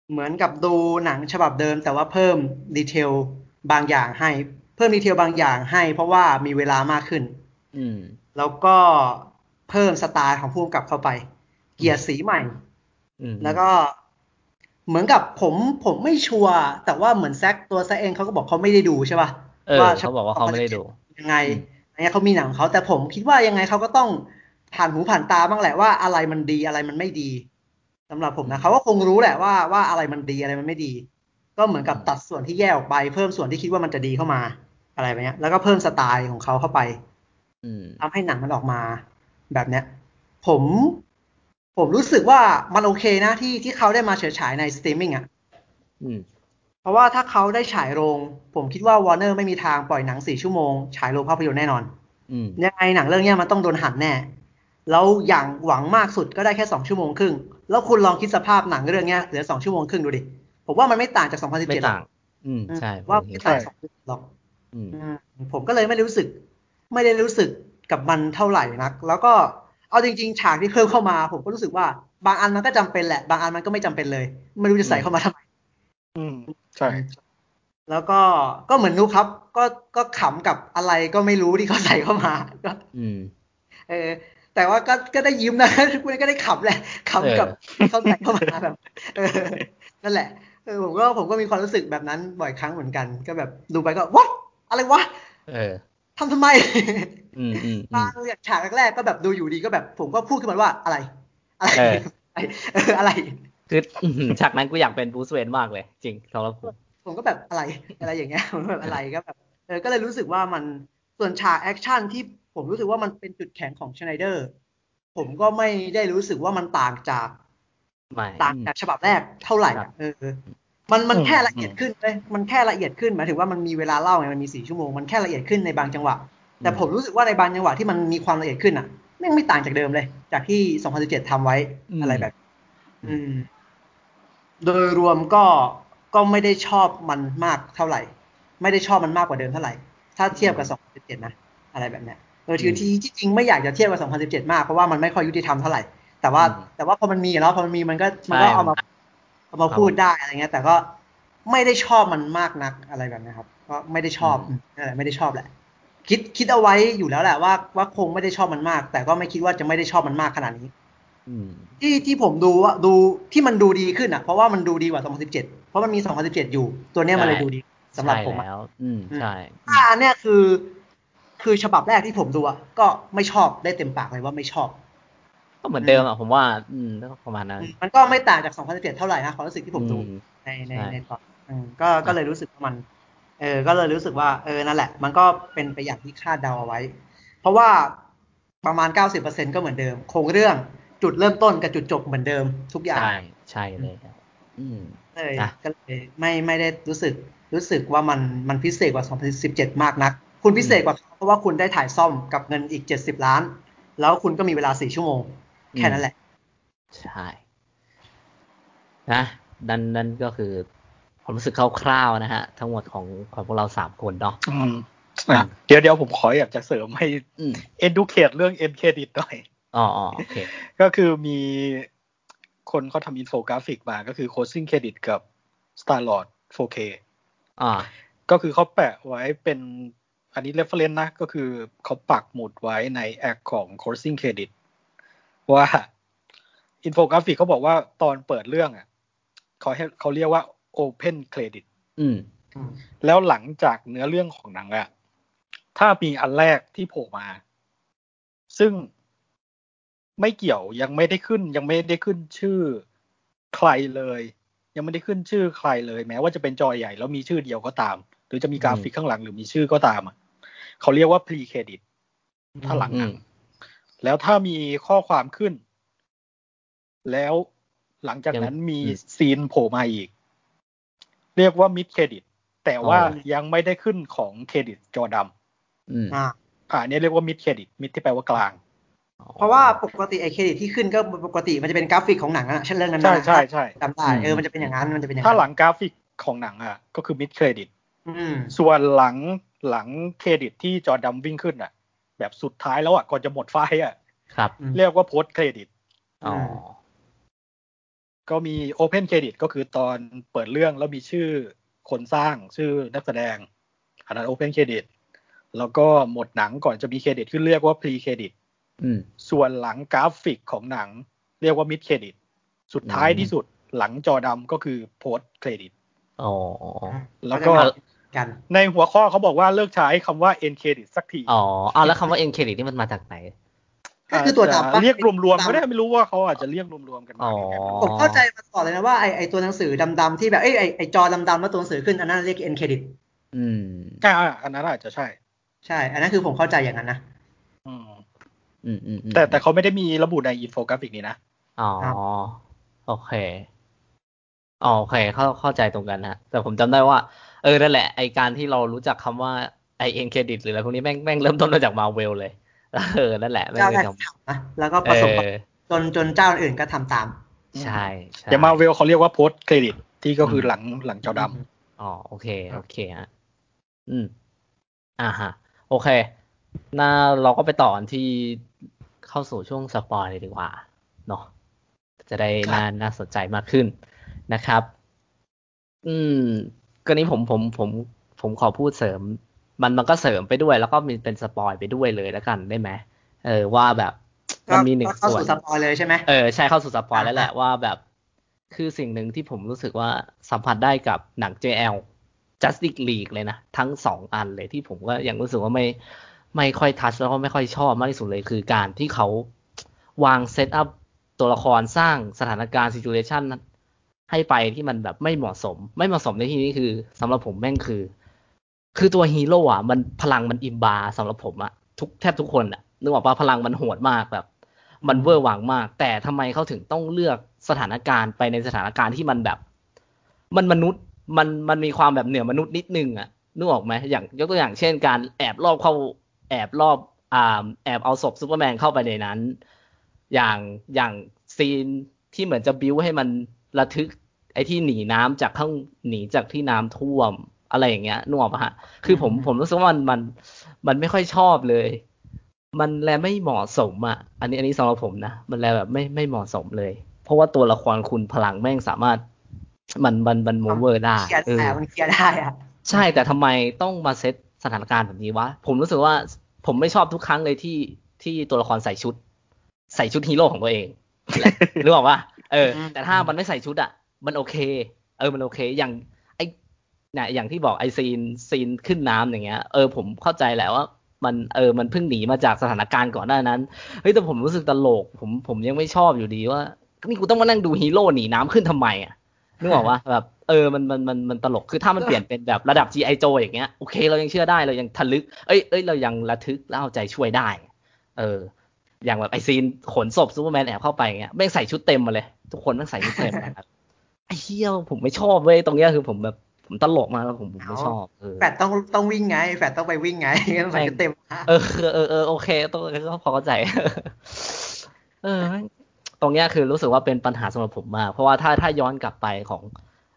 เหมือนกับดูหนังฉบับเดิม แต่ว่าเพิ่มดีเทลบางอย่างให้ เพิ่มดีเทลบางอย่างให้ เพราะว่ามีเวลามากขึ้น อืม แล้วก็เพิ่มสไตล์ของผู้กำกับเข้าไป เกียร์สีใหม่ อืม แล้วก็เหมือนกับผมผมไม่ชัวร์แต่ว่าเหมือนแซกตัวแซกเองเขาก็บอกเขาไม่ได้ดูใช่ป่ะ เออ ว่า เขาบอกว่าเขาไม่ได้ดู ยังไง อืม อันนี้เขามีหนังของเขาแต่ผมคิดว่ายังไงเขาก็ต้องผ่านหูผ่านตาบ้างแหละว่าอะไรมันดีอะไรมันไม่ดีสำหรับผมนะเขาก็คงรู้แหละว่าว่าอะไรมันดีอะไรมันไม่ดี ก็เหมือนกับตัดส่วนที่แย่ออกไปเพิ่มส่วนที่คิดว่ามันจะดีเข้ามาอะไรแบบเนี้ย แล้วก็เพิ่มสไตล์ของเขาเข้าไป อืม ทำให้หนังมันออกมาแบบเนี้ย ผม ผมรู้สึกว่ามันโอเคนะที่ที่เขาได้มาเฉยฉายในสตรีมมิ่งอ่ะ อืม เพราะว่าถ้าเขาได้ฉายโรง ผมคิดว่าวอร์เนอร์ไม่มีทางปล่อยหนังสี่ชั่วโมง ฉายโรงภาพยนตร์แน่นอน อืม ยังไงหนังเรื่องเนี้ยมันต้องโดนหันแน่ แล้วอย่างหวังมากสุดก็ได้แค่สองชั่วโมงครึ่ง แล้วคุณลองคิดสภาพหนังเรื่องเนี้ยเหลือสองชั่วโมงครึ่งดูดิ ผมว่ามันไม่ต่างจาก 2017 ไม่ หรอ ต่าก ง อืม ใช่ผม ว่า เห็ ไม่ น ต่าง ด้วย จาก2017หรอก อืม อืมผมก็เลยไม่ได้รู้สึก ไม่ได้รู้สึกกับมันเท่าไหร่นัก แล้วก็เอาจริง ๆ ฉากที่เพิ่มเข้ามา ผมก็รู้สึกว่าบางอันมันก็จำเป็นแหละ บางอันมันก็ไม่จำเป็นเลย ไม่รู้จะใส่เข้ามาทำไม อืม ใช่ แล้วก็ก็เหมือนนุกครับ ก็ก็ขำกับอะไรก็ไม่รู้ที่เขาใส่เข้า มาก็ อืม เออ แต่ว่าก็ก็ได้ยิ้มนะ ทุกคนก็ได้ขำแหละขำกับเขาใส่เข้ามาแบบ เออนั่นแหละเออผมก็ผมก็มีความรู้สึกแบบนั้นบ่อยครั้งเหมือนกัน ก็แบบดูไปก็วะอะไรวะ เออ ทำทำไม อืม อืม อื บาง ม อย่างฉากแรกๆก็แบบดูอยู่ดีก็แบบผมก็พูดขึ้นมาว่าอะไร อะไร เออ เอออะไร คือ อื้อหือฉากนั้นกูอยากเป็นบรูซเวนมากเลย จริงสำหรับผม ผมก็แบบอะไร อะไรอย่างเงี้ย ผมก็แบบอะไรก็แบบเออก็เลยรู้สึกว่ามันส่วนฉากแอคชั่นที่ผมรู้สึกว่ามันเป็นจุดแข็งของชไนเดอร์ ผมก็ไม่ได้รู้สึกว่ามันต่างจาก ไม่ ต่าง อืม จากฉบับแรกเท่าไหร่ ครั อะ บ เออมันมัน อืม แค่ละเอียดขึ้นเลยมันแค่ละเอียดขึ้นหมายถึงว่ามันมีเวลาเล่าไงมันมีสี่ชั่วโมงมันแค่ละเอียดขึ้นในบางจังหวะ แต่ผมรู้สึกว่าในบางจังหวะที่มันมีความละเอียดขึ้นอ่ะแม่งไม่ต่างจากเดิมเลย จากที่ 2017ทำไว้ อืม อะไรแบบ อืม โดยรวมก็ก็ไม่ได้ชอบมันมากเท่าไหร่ ไม่ได้ชอบมันมากกว่าเดิมเท่าไหร่ ถ้าเทียบกับ 2017 นะ อะไรแบบเนี้ยเออที่ที่ที่จริงไม่อยากจะเทียบกับ 2017 มากเพราะว่ามันไม่ค่อยยุติธรรมเท่าไหร่ แต่ว่า อืม แต่ว่าพอมันมีแล้วพอมันมีมันก็มันก็ ใช่ เอามาเอามา เอามา พูดได้อะไรเงี้ย แต่ก็ไม่ได้ชอบมันมากนักอะไรแบบเนี้ยครับ ก็ไม่ได้ชอบ อืม นั่นแหละไม่ได้ชอบแหละ คิดคิดเอาไว้อยู่แล้วแหละว่าว่าคงไม่ได้ชอบมันมาก แต่ก็ไม่คิดว่าจะไม่ได้ชอบมันมากขนาดนี้ อืม ที่ที่ผมดูว่าดูที่มันดูดีขึ้นอ่ะ เพราะว่ามันดูดีกว่า 2017 เพราะมันมี 2017 อยู่ ตัวเนี้ยมันเลย ใช่ ดูดีสำหรับผม ใช่แล้อ่ะว อืม ใช่ ถ้าอันเนี้ยคือ คือฉบับแรกที่ผมดูอ่ะก็ไม่ชอบได้เต็มปากเลยว่าไม่ชอบ ก็เหมือนเดิมอ่ะผมว่า อืมก็ประมาณนั้น อืมมันก็ไม่ต่างจาก 2017 เท่าไหร่นะความรู้สึกที่ผมดู อื ในใน ใช่ ในตอนอืมก็ก็เลยรู้สึกว่ามัน เออ ก็เลยรู้สึกว่า เออ นั่นแหละ มันก็เป็นไปอย่างที่คาดเดาเอาไว้ เพราะว่าประมาณ 90%ก็เหมือนเดิม โครงเรื่อง จุดเริ่มต้นกับจุดจบเหมือนเดิมทุกอย่าง ใช่ใช่เลยครับอืม เลย นะ ก็เลยไม่ไม่ได้รู้สึกรู้สึกว่ามันมันพิเศษกว่า 2017 มากนัก คุณพิเศษกว่าเขาเพราะว่าคุณได้ถ่ายซ่อมกับเงินอีก 70 ล้าน แล้วคุณก็มีเวลา 4 ชั่วโมง แค่นั้นแหละ ใช่นะนั่นนั่นก็คือความรู้สึกคร่าวๆนะฮะ ทั้งหมดของของพวกเราสามคนเนาะ อืมอ่ะเดี๋ยวเดี๋ยวผมขออยากจะเสริมให้ อืม educate เรื่อง end credit หน่อย อ๋ออ๋อโอเค ก็คือมีคนเขาทำอินโฟกราฟิกมาก็คือ closing credit กับ Starlord 4K อ่า ก็คือเขาแปะไว้เป็นอันนี้ reference นะ ก็คือเขาปักหมุดไว้ในแอคของ closing credit ว่าอินโฟกราฟิกเขาบอกว่าตอนเปิดเรื่องอ่ะเขาให้เขาเรียกว่า open credit อืม แล้วหลังจากเนื้อเรื่องของหนังอะถ้ามีอันแรกที่โผล่มา ซึ่งไม่เกี่ยวยังไม่ได้ขึ้น ยังไม่ได้ขึ้นชื่อใครเลย ยังไม่ได้ขึ้นชื่อใครเลย แม้ว่าจะเป็นจอใหญ่แล้วมีชื่อเดียวก็ตาม หรือจะมีกราฟิกข้างหลังหรือมีชื่อก็ตามอะเขาเรียกว่า pre credit ถ้าหลังหนัง แล้วถ้ามีข้อความขึ้น แล้วหลังจากนั้นมี ยังอืม ซีนโผล่มาอีก เรียกว่ามิดเครดิตแต่ว่า อ๋อ ยังไม่ได้ขึ้นของเครดิตจอด อืม อ่า ำอ่าอันนี้เรียกว่ามิดเครดิตมิดที่แปลว่ากลาง เพราะว่าปกติไอเครดิตที่ขึ้นก็ปกติมันจะเป็นกราฟิกของหนังอะเช่นเรื่องนั้น ใช่ นะ ใช่ใช่ จำได้เออมันจะเป็นอย่างนั้นมันจะเป็นอย่าง ถ้า นั้น หลังกราฟิกของหนังอ่ะ ก็คือมิดเครดิต อืม ส่วนหลังหลังเครดิตที่จอดำวิ่งขึ้นอ่ะ แบบสุดท้ายแล้วอ่ะก่อนจะหมดไฟล์อ่ะ ครับ อืม เรียกว่าโพสเครดิต อ๋อ ก็มี Open Credit ก็คือตอนเปิดเรื่องแล้วมีชื่อคนสร้างชื่อนักแสดง อันนั้น Open Credit แล้วก็หมดหนังก่อนจะมีเครดิตที่เรียกว่า Pre Credit อืม ส่วนหลังกราฟิกของหนัง เรียกว่า Mid Credit สุดท้าย อืม ที่สุดหลังจอดำก็คือ Post Credit อ๋อ แล้วก็ กัน ในหัวข้อเขาบอกว่าเลิกใช้คำว่า End Credit สักที อ๋อเอาแล้วคำว่า end credit นี่มันมาจากไหน ก็คือตัวดับ าจจะเรียกรวมๆก็ได้ไม่รู้ว่าเขาอาจจะเรียกรวมๆกันมาอย่างนั้น อ๋อ ผมเข้าใจมาตลอดเลยนะว่าไอไอตัวหนังสือดำๆที่แบบเอ้ยไอไอจอดำๆแล้วตัวหนังสือขึ้นอันนั้นเรียกเอ็นเครดิต อืม อ่าอันนั้นอาจจะใช่ ใช่ อันนั้นคือผมเข้าใจอย่างนั้นนะ อืม อืมอืมอืม แต่แต่เขาไม่ได้มีระบุในอินโฟกราฟิกนี้นะ อ๋อ โอเคอ๋อโอเคเข้าเข้าใจตรงกันฮะ แต่ผมจำได้ว่า เออนั่นแหละ ไอการที่เรารู้จักคำว่าไอเอ็นเครดิตหรืออะไรพวกนี้แม่งแม่งเริ่มต้นมาจากมาเวลเลย เออ นั่นแหละแม่ง เจ้า เล แรก ยท ทำนะแล้วก็ ำ ป เอ ระสบความ อ จนจนเจ้าอื่นก็ทำตาม ใช่ใช่ แต่มาเวลเขาเรียกว่าโพสเครดิตที่ก็คือหลังหลังจอด อ๋อโอเค โอเคฮะอืม อ่าฮะ โอเค น่าเราก็ไปต่อกันที่เข้าสู่ช่วงสปอยเลยดีกว่า เนาะจะได้น่าน่าสนใจมากขึ้นนะครับ อืมก็นี้ผมผมผม ผมขอพูดเสริม มันมันก็เสริมไปด้วย แล้วก็มีเป็นสปอยไปด้วยเลยแล้วกันได้ไหมเออว่าแบบ ก็ มันมีหนึ่ง ก็เข้า ส่วน สู่สปอยเลยใช่ไหม เออใช่เข้าสู่สปอยแล้วแหละ อ่าฮะ ว่าแบบ คือสิ่งหนึ่งที่ผมรู้สึกว่าสัมผัสได้กับหนัง JL Justice League เลยนะ ทั้งสองอันเลยที่ผมก็ยังรู้สึกว่าไม่ไม่ค่อยทัชแล้วก็ไม่ค่อยชอบมากที่สุดเลยคือการที่เขาวางเซตอัพตัวละครสร้างสถานการณ์ซิจูเ t ชันให้ไปที่มันแบบไม่เหมาะสม ไม่เหมาะสมในที่นี้คือสำหรับผมแม่งคือ คือตัวฮีโร่อะมันพลังมันอิมบาสำหรับผมอะทุกแทบทุกคนอะนึกออกปะพลังมันโหดมากแบบ มันเวอร์หวังมาก แต่ทำไมเขาถึงต้องเลือกสถานการณ์ไปในสถานการณ์ที่มันแบบ มันมนุษย์มันมันมีความแบบเหนือมนุษย์นิดนึงอะนึกออกไหมอย่างยกตัวอย่างเช่น การแอบลอบเข้าแอบลอบอ่าแอบเอาศพซูเปอร์แมนเข้าไปในนั้น อย่างอย่างซีนที่เหมือนจะบิ้วให้มันระทึก ไอ้ที่หนีน้ำจากข้างหนีจากที่น้ำท่วมอะไรอย่างเงี้ยนึกออกปะฮะคือผม อืม ผมรู้สึกว่ามันมันมันไม่ค่อยชอบเลย มันแลไม่เหมาะสมอ่ะ อันนี้อันนี้สำหรับผมนะ มันแลแบบไม่ไม่เหมาะสมเลย เพราะว่าตัวละครคุณพลังแม่งสามารถ มันมันมันโมเวอร์ได้ เคลียร์ เอ ได้ อ อะมันเคลียร์ได้อะ ใช่แต่ทำไมต้องมาเซตสถานการณ์แบบนี้วะ ผมรู้สึกว่าผมไม่ชอบทุกครั้งเลยที่ที่ตัวละครใส่ชุด ใส่ชุดฮีโร่ของตัวเอง และนึกออกว่าเออ แต่ถ้ามันไม่ใส่ชุดอ่ะ มันโอเค เออมันโอเค อย่างไอเนี่ยอย่างที่บอกไอซีนซีนขึ้นน้ำอย่างเงี้ยเออผมเข้าใจแหละว่า มันเออมันเพิ่งหนีมาจากสถานการณ์ก่อนหน้านั้นเฮ้ยแต่ผมรู้สึกตลก ผมผมยังไม่ชอบอยู่ดีว่านี่กูต้องมานั่งดูฮีโร่หนีน้ำขึ้นทำไมอ่ะ นึกออกว่าแบบเออมันมันมันมันตลกคือถ้ามันเปลี่ยนเป็นแบบระดับ G.I. Joe อย่างเงี้ยโอเค เรายังเชื่อได้เรายังทะลึก เอ้ยเอ้ยเรายังระทึกแล้วเอาใจช่วยได้ เออ อย่างแบบไอซีนขนศพซูเปอร์แมนแอบเข้าไปอย่างเงี้ยแม่งใส่ชุดเต็มมาเลย ทุกคนแม่งใส่ชุดเต็มนะครับไอเฮียผมไม่ชอบเว้ยตรงเนี้ยคือผมแบบผมตลกมากแล้วผมผมไม่ชอบเออ แฟดต้องต้องวิ่งไง แฟดต้องไปวิ่งไง ต้องใส่ชุดเต็มมา เออเออเออโอเคตรงนั้นก็พอเข้าใจ เออแม่งตรงเนี้ยคือรู้สึกว่าเป็นปัญหาสำหรับผมมาก เพราะว่าถ้าถ้าย้อนกลับไปของ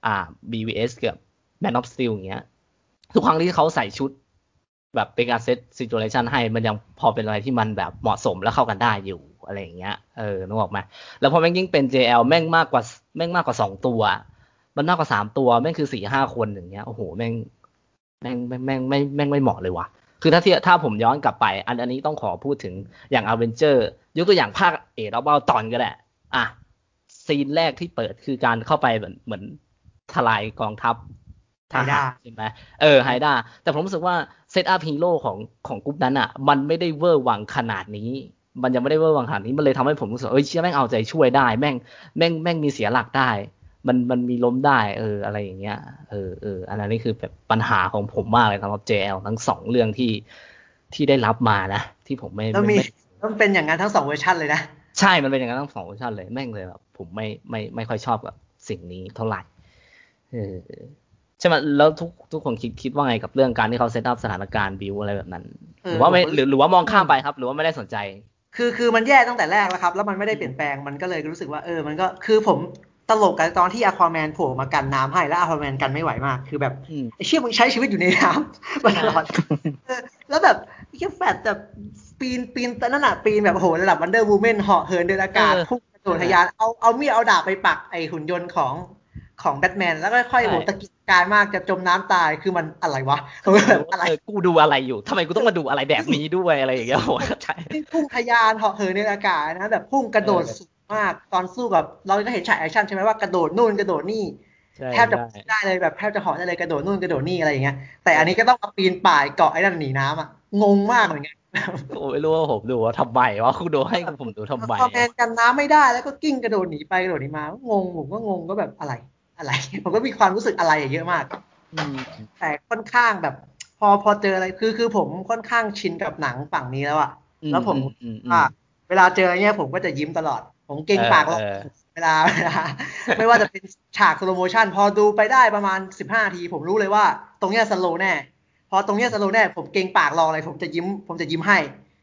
อ่า BVS กับ Man of Steel อย่างเงี้ย ทุกครั้งที่เขาใส่ชุด แบบเป็นการเซตซิจูเอชันให้มันยังพอเป็นอะไรที่มันแบบเหมาะสมและเข้ากันได้อยู่อะไรอย่างเงี้ยเออนึกออกไหมแล้วพอแม่งยิ่งเป็น JL แม่งมากกว่าแม่งมากกว่าสองตัว มันมากกว่าสามตัวแม่งคือสี่ห้าคนอย่างเงี้ยโอ้โหแม่งแม่งแม่งแม่งแม่งแม่งไม่เหมาะเลยว่ะ คือถ้าเทียบถ้าผมย้อนกลับไป อันอันนี้ต้องขอพูดถึงอย่างอเวนเจอร์ยกตัวอย่างภาคเอเดอเบิลตอนก็ได้อ่ะ ซีนแรกที่เปิดคือการเข้าไปเหมือนเหมือนทลายกองทัพทหารใช่ไหมเออไฮด้าแต่ผมรู้สึกว่าเซตอัพฮีโร่ของของกลุ่มนั้นอ่ะ มันไม่ได้เวอร์วังขนาดนี้ มันยังไม่ได้เวอร์วังขนาดนี้มันเลยทำให้ผมรู้สึกเอ้ยเชื่อแม่งเอาใจช่วยได้แม่งแม่งแม่งมีเสียหลักได้ มันมันมีล้มได้ เออ อะไรอย่างเงี้ยเออเอออันนั้นนี่คือแบบปัญหาของผมมากเลยสำหรับ JL ทั้งสองเรื่องที่ที่ได้รับมานะ ที่ผมไม่ แล้ว ไม่ มี ไม่ ต้องเป็นอย่างนั้นทั้งสองเวอร์ชันเลยนะ ใช่ มันเป็นอย่างนั้นทั้งสองเวอร์ชันเลย แม่งเลยแบบผมไม่ไม่ไม่ค่อยชอบกับสิ่งนี้เท่าไหร่เออใช่ไหมแล้วทุกทุกคนคิดคิดว่าไงกับเรื่องการที่เขาเซตอัพสถานการณ์บิวอะไรแบบนั้น เออ หรือว่าไม่ ผม หรือหรือว่ามองข้ามไปครับ หรือว่าไม่ได้สนใจ คือคือมันแย่ตั้งแต่แรกแล้วครับ แล้วมันไม่ได้เปลี่ยนแปลงมันก็เลยรู้สึกว่าเออมันก็คือผมตลกกับตอนที่อควาแมนโผล่มากันน้ำให้แล้วอควาแมนกันไม่ไหวมากคือแบบ อืม ไอ้เชี่ยมึงใช้ชีวิตอยู่ในน้ำ มาต ลอดเออแล้วแบบไอ้เชี่ยแฟดแต่ปีนปีนตอนนั่นน่ะปีนแบบโอ้โหระดับวันเดอร์วูแมนเหาะเหินเดินอากาศ เออ พุ่งกระโดดทะยานเอาเอามีดเอาดาบไปปักไอหุ่นยนต์ของของแบทแมนแล้วก็ค่อยๆ ใช่ โอ้โหตะกิจการมากจะจมน้ำตายคือมันอะไรวะผมแบบอะไร เออกูดูอะไรอยู่ทำไมกูต้องมาดูอะไรแบบนี้ด้วยอะไรอย่างเงี้ ยผมว่าใช่ ที่พุ่งทะยานเหาะเหินในอากาศนะแบบพุ่งกระโดด เออ สูงมาก ตอนสู้กับเราก็เห็นฉากแอคชั่นใช่ไหมว่ากระโดดนู่นกระโดดนี่ ใช่ แทบจะ ใช่ ได้เลยแบบแทบจะเหาะได้เลยกระโดดนู่นกระโดดนี่อะไรอย่างเงี้ยแต่อันนี้ก็ต้องมาปีนป่ายเกาะไอ้นั่นหนีน้ำอ่ะงงมากเหมือนกัน ผมไม่รู้ว่าผมดูว่าทำไมวะคุณดูให้ผมดูทำไม พอแมนกันน้ำไม่ได้แล้วก็กิ้งกระโดดหนีไปกระโดดหนีมางงผมก็งงก็แบบอะไรอะไร ผมก็มีความรู้สึกอะไรเยอะมาก อืม แต่ค่อนข้างแบบ พอพอเจออะไรคือคือผมค่อนข้างชินกับหนังฝั่งนี้แล้วอะแล้วผม อือืม ว่าเวลาเจออย่างเงี้ยผมก็จะยิ้มตลอด ผมเก่งปากหรอก เออเออ เวลา เวลา ไม่ว่าจะเป็นฉากสโลโมชันพอดูไปได้ประมาณสิบห้าที ผมรู้เลยว่า ตรงเนี้ยสโลแน่ พอตรงเนี้ยสโลแน่ ผมเก่งปากรออะไรผมจะยิ้ม ผมจะยิ้มให้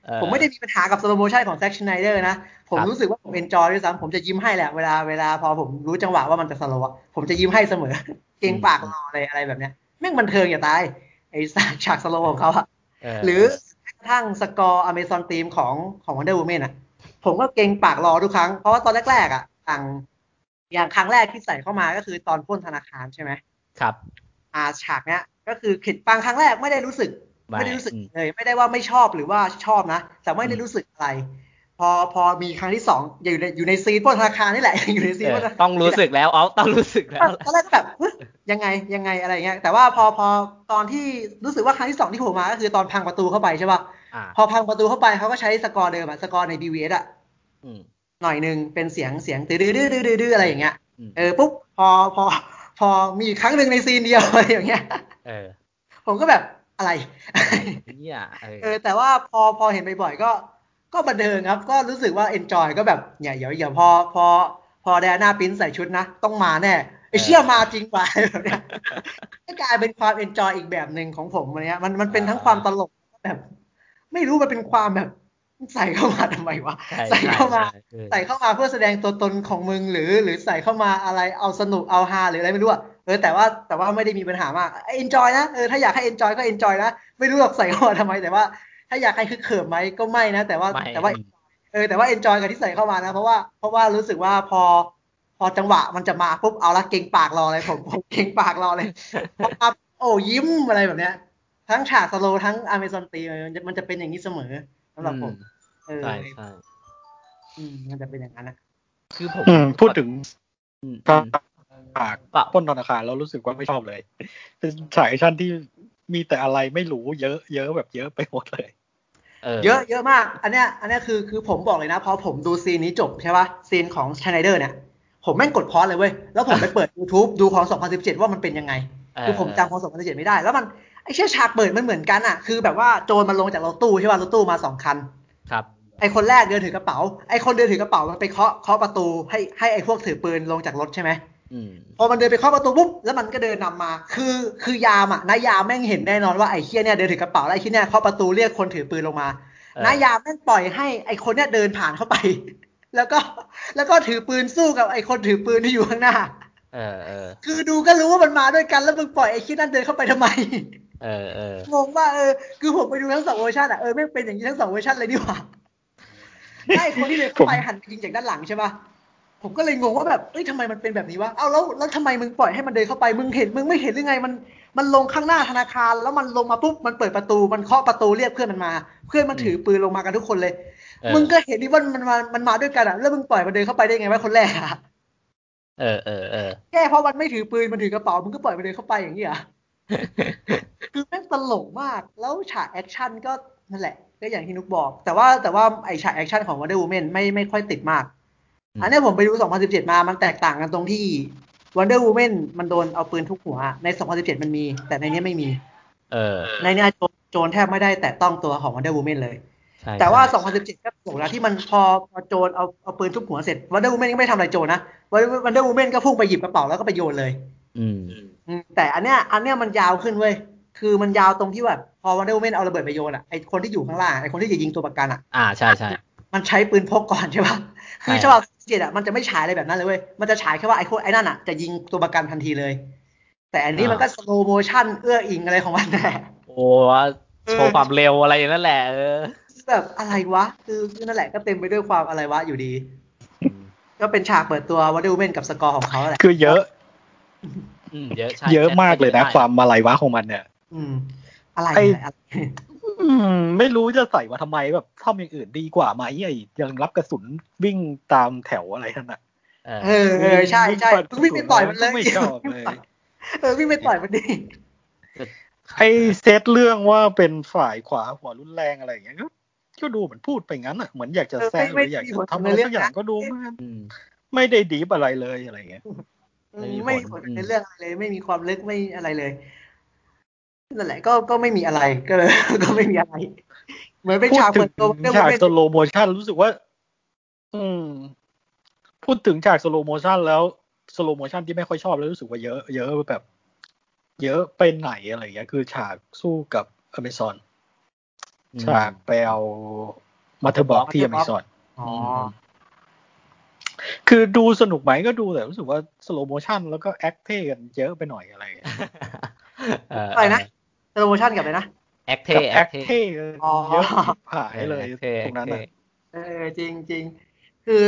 เออ ผมไม่ได้มีปัญหากับสโลโมชันของแซ็กชไนเดอร์นะ ผม ครับ รู้สึกว่าผมเอนจอยด้วยซ้ำผมจะยิ้มให้แหละเวลาเวลาพอผมรู้จังหวะว่ามันจะสโลว์ผมจะยิ้มให้เสมอ เก่งปากรออะไรอะไรแบบเนี้ยแม่งบันเทิงอย่าตายไอ้ ฉากสโลว์ของเขาอะ เห รือแม้กระทั่งสกอร์อเมซอนทีมของของ Wonder Woman อ่ะ ผมก็เกรงปากรอทุกครั้ง เพราะว่าตอนแรก ๆ อ่ะอย่างอย่างครั้งแรกที่ใส่เข้ามาก็คือตอนปล้นธนาคารใช่ไหม ครับ อาฉากเนี้ย ก็คือขิดปังครั้งแรกไม่ได้รู้สึก ไม่ได้รู้สึก อืม เลย ไม่ได้ว่าไม่ชอบหรือว่าชอบนะ แต่ไม่ได้ อืม รู้สึกอะไร พอพอมีครั้งที่สองอยู่ในอยู่ในซีนปล้นธนาคารนี่แหละ อยู่ในซีน เออปล้นธนาคาร ต้องรู้สึกแล้วอ๋อต้องรู้สึกแล้ว ตอนแรกก็แบบเฮ้ยยังไงยังไงอะไรเงี้ย แต่ว่าพอพอตอนที่รู้สึกว่าครั้งที่สองที่โผล่มาก็คือตอนพังประตูเข้าไปใช่ป่ะ อ่า พอพังประตูเข้าไปเขาก็ใช้สกอร์เดิมอะสกอร์ใน BVS อะ อืม หน่อยหนึ่งเป็นเสียงเสียงดื้อดื้อดื้อดื้อดื้ออะไรอย่างเงี้ย อืม เออปุ๊บพอพอพอมีครั้งหนึ่งในซีนเดียว อะไรอย่างเงี้ย เออ ผมก็แบบอะไร เนี่ยเออ เออแต่ว่าพอพอเห็นบ่อยๆก็ก็บันเทิงครับ ก็รู้สึกว่าเอนจอยก็แบบเนี่ยเดี๋ยวเดี๋ยวพอพอพอแดน่าปรินซ์ใส่ชุดนะ ต้องมาแน่ไอเชื่อมาจริงว่ะ แบบเนี้ยก็กลายเป็นความเอนจอยอีกแบบหนึ่งของผมวันเนี้ยมันมันเป็นทั้งความตลกแบบ ไม่รู้มันเป็นความแบบใส่เข้ามาทำไมวะ ใช่ ใส่เข้ามา ใช่เออ ใส่เข้ามาเพื่อแสดงตัวตนของมึงหรือหรือใส่เข้ามาอะไรเอาสนุกเอาฮาหรืออะไรไม่รู้อะเออแต่ว่าแต่ว่าไม่ได้มีปัญหามากเอนจอยนะเออถ้าอยากให้เอนจอยก็เอนจอยนะไม่รู้หรอกใส่เข้ามาทำไมแต่ว่า ถ้าอยากให้คึกเขิมไหมก็ไม่นะ แต่ว่า ไม่ แต่ว่าเออแต่ว่าเอนจอยกับที่ใส่เข้ามานะ เพราะว่าเพราะว่ารู้สึกว่าพอ พอจังหวะมันจะมาปุ๊บเอาละเก่งปากรอเลยผมผมเก่งปากรอเลยพอมาโอ้ยิ้มอะไรแบบเนี้ย ทั้งฉากสโลว์ทั้งอเมซอนตีมันจะมันจะเป็นอย่างนี้เสมอสำหรับผมเออ ใช่ใช่ อืมมันจะเป็นอย่างนั้นนะ คือผม อืมพูดถึง อืม ฉา อืม กปล้นธนาคารแล้วรู้สึกว่าไม่ชอบเลยเป็นฉากแอคชั่นที่มีแต่อะไรไม่รู้ เยอะเยอะแบบเยอะไปหมดเลย เยอะเยอะมาก อันเนี้ย อันเนี้ยคือคือผมบอกเลยนะพอผมดูซีนนี้จบใช่ปะซีนของชไนเดอร์เนี่ย ผมแม่งกดพอสเลยเว้ย แล้วผมไปเปิด YouTube ดูของ 2017 ว่ามันเป็นยังไง เออ คือผมจำของ 2017 ไม่ได้ แล้วมันไอ้เชี่ยฉากเปิดมันเหมือนกันอะคือแบบว่าโจรมันลงจากรถตู้ใช่ป่ะรถตู้มาสองคัน ครับ ไอคนแรกเดินถือกระเป๋า ไอคนเดินถือกระเป๋ามันไปเคาะเคาะประตูให้ให้ไอพวกถือปืนลงจากรถใช่ไหม อืม พอมันเดินไปเคาะประตูปุ๊บแล้วมันก็เดินนำมา คือคือยามอ่ะนายามแม่งเห็นแน่นอนว่าไอเคียเนี่ยเดินถือกระเป๋าแล้วไอเคียเนี่ยเคาะประตูเรียกคนถือปืนลงมา เออ นายามแม่งปล่อยให้ไอคนเนี่ยเดินผ่านเข้าไป แล้วก็แล้วก็ถือปืนสู้กับไอคนถือปืนที่อยู่ข้างหน้า เออเออ คือดูก็รู้ว่ามันมาด้วยกันแล้วมึงปล่อยไอเคียนั่นเดินเข้าไปทำไม เออเออ งงว่าเออคือผมไปดูทั้งสองเวอร์ชันอ่ะเออไม่งเป็นอย่างนี้ทั้งสองเวอร์ชันเลยนี่ หว่าไอ้คนที่เดินเข้าไปหันไปยิงจากด้านหลังใช่ปะผมก็เลยงงว่าแบบเอ้ยทำไมมันเป็นแบบนี้วะเอาแล้วแล้วทำไมมึงปล่อยให้มันเดินเข้าไปมึงเห็นมึงไม่เห็นหรือไงมัน มันลงข้างหน้าธนาคาร แล้วมันลงมาปุ๊บมันเปิดประตูมันเคาะประตูเรียกเพื่อนมันมา เพื่อนมันถือปืนลงมากันทุกคนเลย เออ มึงก็เห็นดิว่ามันมามันมาด้วยกันอ่ะแล้วมึงปล่อยมันเดินเข้าไปได้ไงวะคนแรกอ่ะ เออเออเออ แค่เพราะมันไม่ถือปืนมันถือกระเป๋ามึงก็ปล่อยมันเดินเข้าไปอย่างนี้เหรอ่ะ คือแม่งตลกมาก แล้วฉากแอคชั่นก็นั่นแหละ ก็อย่างที่นุกบอก แต่ว่าแต่ว่าไอฉากแอคชั่นของ Wonder Woman ไม่ไม่ค่อยติดมาก อืม อันเนี้ยผมไปดู 2017 มา มันแตกต่างกันตรงที่ Wonder Woman มันโดนเอาปืนทุกหัว ใน 2017 มันมี แต่ในเนี้ยไม่มี เออ ในเนี้ยโจรโจรแทบไม่ได้แตะต้องตัวของ Wonder Woman เลย ใช่ แต่ว่า ใช่ 2017 ก็ถูกแล้วที่มันพอพอโจรเอาเอาปืนทุบหัวเสร็จ Wonder Woman ก็ไม่ได้ทำอะไรโจรนะ Wonder Woman ก็พุ่งไปหยิบกระเป๋าแล้วก็ไปโยนเลย อืม อืมแต่อันเนี้ยอันเนี้ยมันยาวขึ้นเว้ย คือมันยาวตรงที่แบบพอวันเดอร์ m มนเอาระเบิดไปโยนอ่ะไอคนที่อยู่ข้างล่างไอคนที่จะยิงตัวประกันอ่ะ อ่าใช่ใช่ มันใช้ปืนพกก่อนใช่ปะคือ ใช่ ฉบับเจ็ดอ่ะมันจะไม่ฉายอะไรแบบนั้นเลยเว้ย มันจะฉายแค่ว่าไอคนไอนั่นอ่ะจะยิงตัวประกันทันทีเลย แต่อันนี้มันก็สโลโมชั่นเอื้ออิงอะไรของมันแหละ โอ้โชว์ความเร็วอะไรอย่างนั้นแหละเออ คือแบบอะไรวะ คือคือนั่นแหละก็เต็มไปด้วยความอะไรวะอยู่ดี อืม ก็เป็นฉากเปิดตัววันเดอร์ m มนกับสกอร์ของเขาแหละ คือเยอะ อืมเยอะใช่ เยอะมากเลยนะ ใช่ ความมาลายวะของมันเนี่ย อืม อะไร ไอ้ อะไรอะไร อืมไม่รู้จะใส่มาทำไมแบบทำอย่างอื่นดีกว่าไหมไอ้ยังรับกระสุนวิ่งตามแถวอะไรท่านอ่ะ เอ เอ อ อเออใช่ใช่ วิ่ง วิ่งไปต่อยมันเลย ไม่ชอบเลย เออวิ่งไปต่อยมันดิ ไอ้เซตเรื่องว่าเป็นฝ่ายขวาหัวรุนแรงอะไรอย่างเงี้ยก็ก็ดูเหมือนพูดไปงั้นอ่ะเหมือนอยากจะแซงห ไม่ รือ ไม่ อยาก มี จะ ผล ทำอะไร ในเรื่ สั อก ง อย่าง นะ ก็ดูไม่ อืม ไม่ได้ดีบอะไรเลยอะไรอย่างเงี้ย ไม่มี ไม่ ผล มีผลในเรื่องอะไรเลยไม่มีความลึกไม่อะไรเลยนั่นแหละก็ก็ไม่มีอะไรก็ เลย ก็ไม่มีอะไร เหมือนเป็น พูด ฉาก ถึ เปิ ง ดตัวเรื่อง ฉาก เป็น สโลโมชันรู้สึกว่า อืม พูดถึงฉากสโลโมชันแล้วสโลโมชันที่ไม่ค่อยชอบแล้วรู้สึกว่าเยอะ เยอะแบบ เยอะไปไหนอะไรอย่างเงี้ย คือฉากสู้กับอเมซอน อืม ฉากไปเอามาเธอบอกที่อเมซอน อ๋อ คือดูสนุกไหมก็ดูแต่รู้สึกว่าสโลโมชันแล้วก็แอคเท่กันเยอะไปหน่อยอะไรอย่างเงี้ย เ อะไรนะโปรโมชั่นกับอะไรนะ แอคเท กับ แอ แอ ค ค เท เท่กันเยอะชิบหายเลย ออ ตรงนั้นอ่ะ Act เออจริงจริงคือ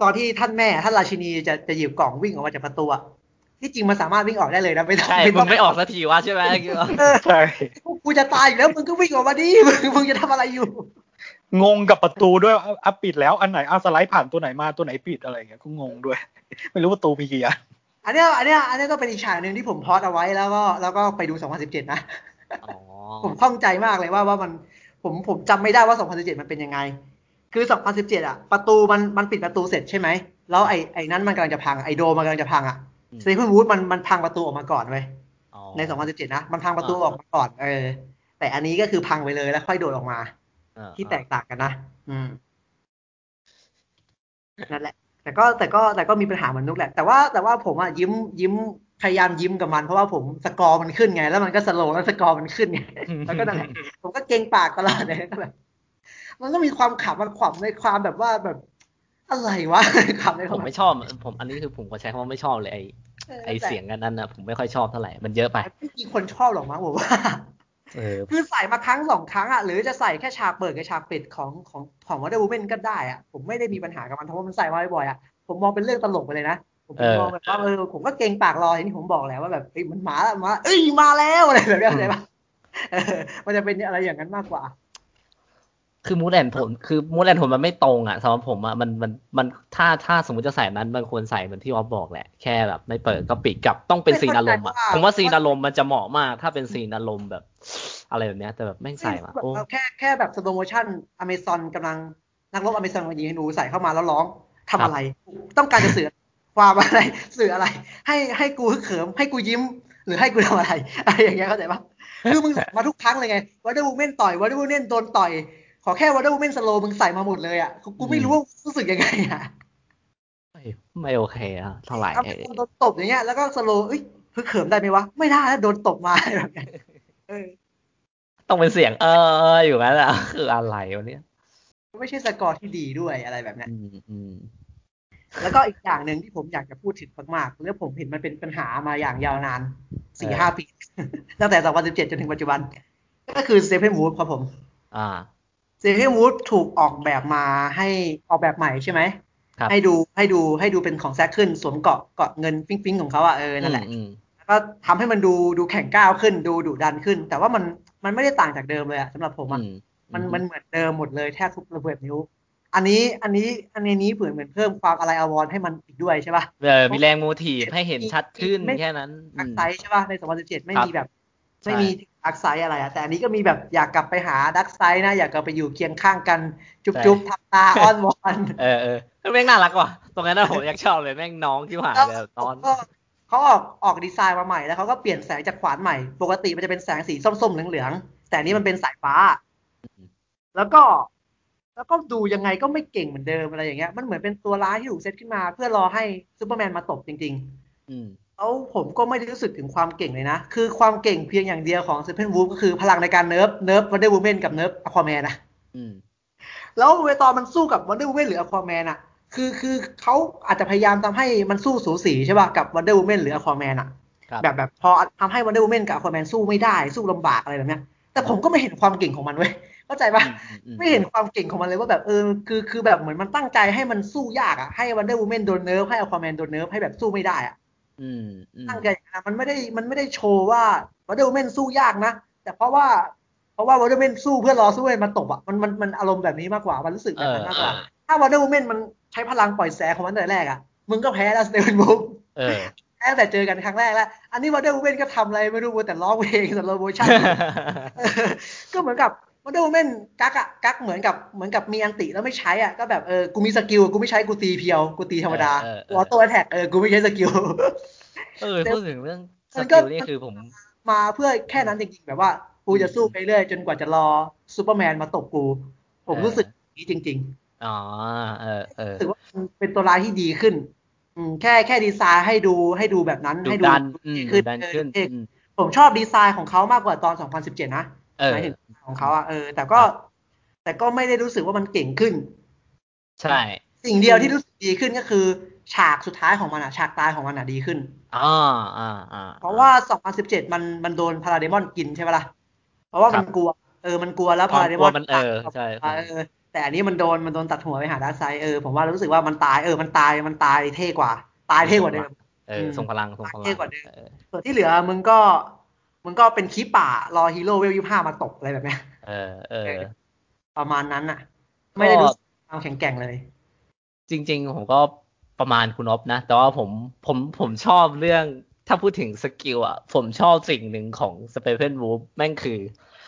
ตอนที่ท่านแม่ท่านราชินีจะจะหยิบกล่องวิ่งออกมาจากประตูอะที่จริงมันสามารถวิ่งออกได้เลยนะไม่ต้อง ใช่ ไม่ มึ ต้อง งไม่ออกสักทีวะใช่ไหมคิดว่า เออ ใช่ กูจะตายอยู่แล้วมึงก็วิ่งออกมาดิ มึงมึงจะทำอะไรอยู่ งงกับประตูด้วยอ่ะอ่ะปิดแล้วอันไหนอ่ะสไลด์ผ่านตัวไหนมาตัวไหนปิดอะไรอย่างเงี้ยก็งงด้วย ไม่รู้ประตูมีกี่อัน อันเนี้ยอันเนี้ยอันเนี้ยก็เป็นอีกฉากหนึ่งที่ผมพอดเอาไว้แล้วก็แล้วก็ไปดู 2017 นะ อ๋อ ผมข้องใจมากเลยว่าว่ามันผมผมจำไม่ได้ว่า 2017 มันเป็นยังไง คือ 2017 อ่ะ ประตูมันมันปิดประตูเสร็จใช่ไหม แล้วไอ้ไอ้นั้นมันกำลังจะพังไอ้โดมมันกำลังจะพังอ่ะ อืม สตีเฟนวูดมันมันพังประตูออกมาก่อนเว้ย อ๋อ ใน 2017 นะ มันพังประตูออกมาก่อนเออ แต่อันนี้ก็คือพังไปเลยแล้วค่อยโดดออกมา เออ ที่แตกต่างกันนะ อืม นั่นแหละ แต่ก็แต่ก็แต่ก็มีปัญหาเหมือนนุกแหละ แต่ว่าแต่ว่าผมอะยิ้มยิ้มพยายามยิ้มกับมัน เพราะว่าผมสกอร์มันขึ้นไง แล้วมันก็สโลว์แล้วสกอร์มันขึ้ นไง แล้วก็นั่นแหละผมก็เกรงปากตลอดเลยก็ แบบมันก็มีความขำมันขำในความแบบว่าแบบ อะไรวะ ขำในผความ ม ไม่ชอบ ผมอันนี้คือผมก็ใช้คำว่าไม่ชอบเลยไอ้ไอ้เสียงกันนั้นนะผมไม่ค่อยชอบเท่าไหร่ มันเยอะไป แต่ไม่มีคนชอบหรอกมั้งผมว่า เออ คือใส่มาครั้งสองครั้งอ่ะหรือจะใส่แค่ฉากเปิดกับฉากปิดของของของ Wonder Woman ก็ได้อ่ะผมไม่ได้มีปัญหากับมันเพราะว่ามันใส่มาบ่อยๆอ่ะผมมองเป็นเรื่องตลกไปเลยนะ ผม เออ มองแบบว่าเออผมก็เกรงปากรออย่างที่ผมบอกแหล้วว่าแบบเอ้ยมันมาแล้วมาเอ้ยมาแล้วอะไรแบบเนี้ยเข้าใจปะ เออมันจะเป็นอะไรอย่างนั้นมากกว่า คือมูดแอนผมคือมูดแอนผมมันไม่ตรงอ่ะสำหรับผมอ่ะมันมันมันถ้าถ้าสมมติจะใส่มันมันควรใส่เหมือนที่ออฟบอกแหละแค่แบบไม่เปิดก็ปิดกับต้องเป็น ไม่ ซีน เข้า อารมณ์อ่ะ ใจว่า ผมว่าซีนอารมณ์มันจะเหมาะมากถ้าเป็นซีนอารมณ์แบบ อะไรแบบเนี้ยแต่แบบแม่งใส่มา แบบ โอ้ เราแค่แค่แบบสโลโมชั่นอเมซอนกำลังนักรบอเมซอนกำลังยิงธนูใส่เข้ามาแล้วร้องทำอะไร ต้องการจะสื่อความอะไรสื่ออะไร ให้ให้กูฮึกเขิมให้กูยิ้ม หรือให้กูทำอะไรอะไรอย่างเงี้ยเข้าใจปะคือมึงมาทุกครั้งเลยไงวัตเดอร์วูแมนต่อยวัตเดอร์วูแมนโดนต่อย ขอแค่ว o เดอร์ m ู n มนสโลมึงใส่มาหมดเลยอ่ะกูกูไม่รู้ว่ารู้สึกยังไงอ่ะ ไม่ไม่โอเคอะเท่าไหร่ ถ้า เออ โดนตบอย่างเงี้ยแล้วก็สโลเอ้ยคือเขิมได้ไหมวะ ไม่ได้แล้วโดนตบมา แบบเนี้ยเออ ต้องเป็นเสียง เอออยู่นั้นอะคืออะไรวะเนี่ย ไม่ใช่สกอร์ที่ดีด้วยอะไรแบบเนี้ย อืมอืม แล้วก็อีกอย่างหนึ่งที่ผมอยากจะพูดถึงมากๆแล้วผมเห็นมันเป็นปัญหามาอย่างยาวนานสี่ห้าปี ตั้งแต่ 2017 จนถึงปัจจุบัน ก็คือเซฟเ n นวูดครับผม อ่า เซฟเ n นวูดถูกออกแบบมาให้ออกแบบใหม่ใช่ไหม ครับ ให้ดูให้ดูให้ดูเป็นของแซคขึ้น สวมเกาะเกาะเงินฟิงฟิงๆของเขาอะเออนั่นแหละ อืม แล้วก็ทำให้มันดูดูแข่งก้าวขึ้นดูดุดันขึ้น แต่ว่ามันมันไม่ได้ต่างจากเดิมเลยอะสำหรับผม อื อะ ม มันมันเหมือนเดิมหมดเลยแทบทุกระเบิดนิ้ว อันนี้อันนี้อันนี้นี้เผื่อเหมือนเพิ่มความอะไรอาวรณ์ให้มันอีกด้วยใช่ป่ะ เออมีแรงโมทีฟให้เห็นชัดขึ้น ไม่ แค่นั้นอื อัก ม ไซด์ใช่ป่ะ ใน 2017 ไม่มีแบบ ใช่ ไม่มีอักไซด์อะไรอะแต่อันนี้ก็มีแบบอยากกลับไปหาดักไซด์นะ อยากกลับไปอยู่เคียงข้างกัน จุ๊บจุ๊บทับตา อ้อนวอน เออเออแม่งน่ารักว่ะตรงนั้นนะผมอยากชอบเลยแม่งน้องที่หายเลยตอน ก็เขาออกออกดีไซน์มาใหม่แล้วเขาก็เปลี่ยนแสงจากขวานใหม่ ปกติมันจะเป็นแสงสีส้มๆเหลืองๆแต่อันนี้มันเป็นสายฟ้า แล้วก็ แล้วก็ดูยังไงก็ไม่เก่งเหมือนเดิมอะไรอย่างเงี้ย มันเหมือนเป็นตัวร้ายที่ถูกเซตขึ้นมา เพื่อรอให้ซูเปอร์แมนมาตบจริง อืม ๆแล้วผมก็ไม่ได้รู้สึกถึงความเก่งเลยนะ คือความเก่งเพียงอย่างเดียวของเซเพนวูฟก็คือพลังในการเนิร์ฟเนิร์ฟวันเดอร์วูแมนกับเนิร์ฟอควาแมนนะ อืม แล้วเวตอนมันสู้กับวันเดอร์วูแมนหรืออควาแมนอะคือคือเขาอาจจะพยายามทำให้มันสู้สูสีใช่ป่ะกับวันเดอร์วูแมนหรืออควาแมนอะ ครับ แบบแบบพอทำให้วันเดอร์วูแมนกับอควาแมนสู้ไม่ได้สู้ลำบากอะไรแบบเนี้ย แต่ผมก็ไม่เห็นความเก่งของมันเว้ยเข้าใจปะ อื ไม่เห็นความเก่งของมันเลยว่าแบบเออคือคือแบบเหมือนมันตั้งใจให้มันสู้ยากอะให้วันเดอร์วูแมนโดนเนิร์ฟให้อควาแมนโดนเนิร์ฟให้แบบสู้ไม่ได้อะ อืมอืม ตั้งใจอย่างนั้นมันไม่ได้มันไม่ได้โชว์ว่าวันเดอร์วูแมนสู้ยากนะ แต่เพราะว่า เพราะว่าวันเดอร์วูแมนสู้เพื่อรอสู้ให้มันตบอะมันมันมันอารมณ์แบบนี้มากกว่ามันรู้สึก เอ แบอบนั้นมาก เอกอว่าถ้าวันเดอร์วูแมนมันใช้พลังปล่อยแสงของมันแต่แรกอะมึงก็แพ้แล้วสเตเวนบุ๊ก เออ แพ้ตั้งแต่เจอกันครั้งแรกแล้ว อันนี้วันเดอร์วูแมนก็ทำอะไรไม่รู้มัวแต่ร้องเพลงสโลโม ชั่น เออก็เหมือนกับมันดูเม่นกักอะกักเหมือนกับเหมือนกับมีอันติแล้วไม่ใช้อะก็แบบเออกูมีสกิลกูไม่ใช้กูตีเพียว กูตีธรรมดา เออเออ วอตัวแท็กเออกูไม่ใช้สกิล เออพูดถึงเรื่องส มันก็ กิลนี่คือผม มาเพื่อแค่นั้นจริงๆแบบว่ากูจะสู้ไปเรื่อยจนกว่าจะรอซูเปอร์แมนมาตบกู ผม เออ รู้สึกอย่างนี้จริง อ๋อเออเออ ๆรู้สึกว่ามันเป็นตัวร้ายที่ดีขึ้นอืมแค่แค่ดีไซน์ให้ดูให้ดูแบบนั้น ดุ ให้ ดันอืม ดี ดุ ขึ้น ดัน เออ ขึ้น เออ อืม ผมชอบดีไซน์ของเขามากกว่าตอน 2017 นะ เออ หมายถึงของเขาอะเออแต่ก็ แต่ก็ไม่ได้รู้สึกว่ามันเก่งขึ้น ใช่ สิ่งเดียวที่รู้สึกดีขึ้นก็คือ ฉากสุดท้ายของมันอะฉากตายของมันอะดีขึ้น อ่าอ่าอ่า เพราะว่า 2017 มันมันโดนพาราเดมอนกินใช่ปะล่ะเพราะว่ามัน ครับ กลัว เออมันกลัวแล้ว ความ พาราเดมกอนลัวมันเออใช่ใช่ เออแต่อันนี้มันโดนมันโดนตัดหัวไปหาดาร์กไซด์เออผมว่ารู้สึกว่ามันตายเออมันตายมันตายเท่กว่า ตายเท่กว่าเดิม เออทรงพลังทรงพลัง เท่กว่าเดิม เออ ส่วนที่เหลือมึงก็มึงก็เป็นขี้ป่ารอฮีโร่เวลยี่ห้ามาตกอะไรแบบเนี้ย เออเออ ประมาณนั้นอะ ก็ ไม่ได้รู้สึกความแข็งแกร่งเลย จริง ๆ ผมก็ประมาณคุณอ๊อฟนะ แต่ว่าผมผมผมชอบเรื่องถ้าพูดถึงสกิลอ่ะ ผมชอบสิ่งหนึ่งของสเปเ n นวูฟแม่งคือ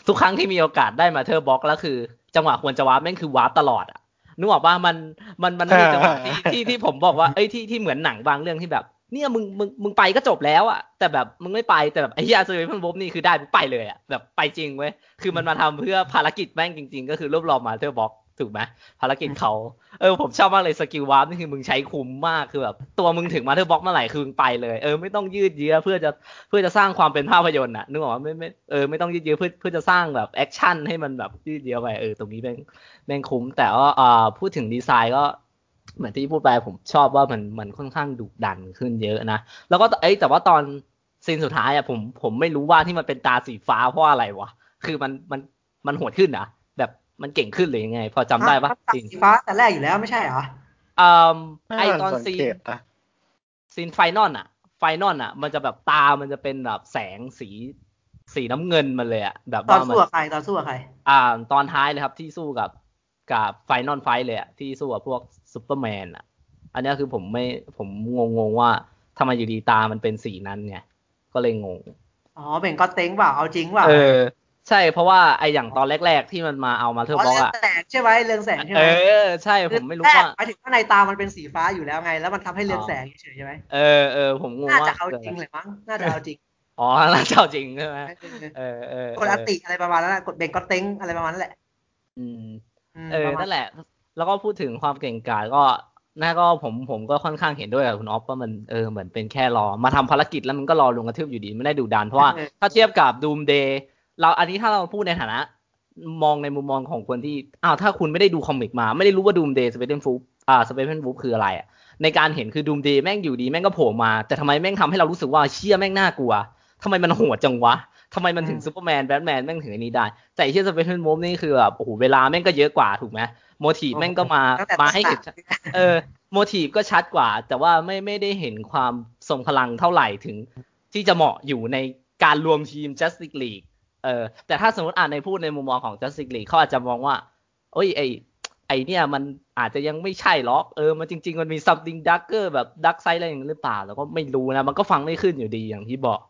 ทุกครั้งที่มีโอกาสได้มาเทอร์บ็อกแล้วคือ จังหวะควรจะวาร์ปแม่งคือวาร์ปตลอดอ่ะนึกออกว่ามันมันมันไม่มีจังหวะที่ที่ที่ผมบอกว่าเอ้ยที่ที่เหมือนหนังบางเรื่องที่แบบ เนี่ยมึงมึงมึงไปก็จบแล้วอ่ะแต่แบบมึงไม่ไปแต่แบบไอ้ยาสเปเ n นวูฟนี่คือได้มึงไปเลยอ่ะแบบไปจริงเว้ยคือมันมาทำเพื่อภารกิจแม่งจริง ๆ ก็คือรวบรวมมาเทอร์บ็อกถูกไหมภารกิจเขา เออผมชอบมากเลยสกิลวาร์ปนี่คือมึงใช้คุ้มมากคือแบบตัวมึงถึงมาเธอบ็อกเมื่อไหร่คือมึงไปเลยเออไม่ต้องยืดเยื้อเพื่อจะเพื่อจะสร้างความเป็นภาพยนตร์น่ะนึกออกว่าไม่ไม่เออไม่ต้องยืดเยื้อเพื่อเพื่อจะสร้างแบบแอคชั่นให้มันแบบยืดเยื้อไปเออตรงนี้แม่งแม่งคุ้ม แต่ว่าอ่าพูดถึงดีไซน์ก็ เหมือนที่พูดไปผมชอบว่ามันมันค่อนข้างดุดันขึ้นเยอะนะแล้วก็เอ้ยแต่ว่าตอนซีนสุดท้ายอ่ะผมผมไม่รู้ว่าที่มันเป็นตาสีฟ้าเพราะอะไรวะคือมันมันมันโหดขึ้นอ่ะแบบมันเก่งขึ้นหรือยังไง พอจำได้ปะ อ่ตัด ซีน สีฟ้าแต่แรกอยู่แล้วไม่ใช่เหรอ อ่า น่า ไอตอน สัง ซีน เกตนะ ซีนไฟนอลอะไฟนอลอะมันจะแบบตามันจะเป็นแบบแสงสีสีน้ำเงินมาเลยอะแบบ ตอน ว่ามั สู้กับใครตอนสู้กับใคร อ่าตอนท้ายเลยครับที่สู้กับกับไฟนอลไฟเลยอะที่สู้กับพวกซูเปอร์แมนอะอันเนี้ยคือผมไม่ผมงงงๆว่าทำไมอยู่ดีตามันเป็นสีนั้นไงก็เลยงง อ๋อเบ่งก็เต็งเปล่าเอาจริงเปล่า เออ ใช่เพราะว่าไออย่างตอนแรก ๆ ที่มันมาเอามาเทอร์ อ๋อ บ็อก เรือง อะ แสงใช่ไหมเรืองแสงใช่ไห เอ ม อ ใช่ผมไม่รู้ว่า หมายถึงว่าในตามันเป็นสีฟ้าอยู่แล้วไง แล้วมันทำให้เรืองแสงเฉยๆใช่ไหม เออเออผมงง น่า ว่า จะเอาจริงเลยมั้งน่าจะเอาจริง อ๋อ น่าจะเอาจริงใช่ไหม เออเออเออก ดอติอะไรประมาณนั้นนะกดเบ่งก็เต็งอะไรประมาณนั้นแหละ อืม ม เออ ประมาณ นั่นแหละ แล้วก็พูดถึงความเก่งกาจก็น่าก็ผมผมก็ค่อนข้างเห็นด้วยกับคุณออฟว่ามันเออเหมือนเป็นแค่รอ มาทำภารกิจแล้วมันก็รอลุงกระทืบอยู่ดีไม่ได้ดุดัน เพราะว่าถ้าเทียบกับดูมเดย์เราอันนี้ถ้าเราพูดในฐานะ มองในมุมมองของคนที่อ้าวถ้าคุณไม่ได้ดูคอมิกมา ไม่ได้รู้ว่าดูมเดย์สเปเดนฟูอ่าสเปเดนฟูคืออะไรอะในการเห็นคือดูมเดย์แม่งอยู่ดีแม่งก็โผล่มา แต่ทำไมแม่งทำให้เรารู้สึกว่าเชี่ยแม่งน่ากลัวทำไมมันโหดจังวะทำไมมันถึงซูเปอร์แมนแบทแมนแม่งถึงไอ้นี้ได้ แต่ไอ้เชี่ยสเปเดนมูฟนี่คือแบบโอ้โหเวลาแม่งก็เยอะกว่าถูกไหมโมทีฟแม่งก็มา ตั้งแต่ มาให้เห็น ตอน เออโมทีฟก็ชัดกว่า แต่ว่าไม่ไม่ได้เห็นความทรงพลังเท่าไหร่ถึง ที่จะเหมาะอยู่ในการรวมทีม Justice League เออแต่ถ้าสมมติอ่านในพูดในมุมมองของ Justice League เขาอาจจะมองว่าโอ้ยไอไอเนี่ยมันอาจจะยังไม่ใช่หรอกเออมันจริง ๆ มันมี something darker แบบ dark side อะไรอย่างนี้หรือเปล่าเราก็ไม่รู้นะ มันก็ฟังไม่ขึ้นอยู่ดีอย่างที่บอก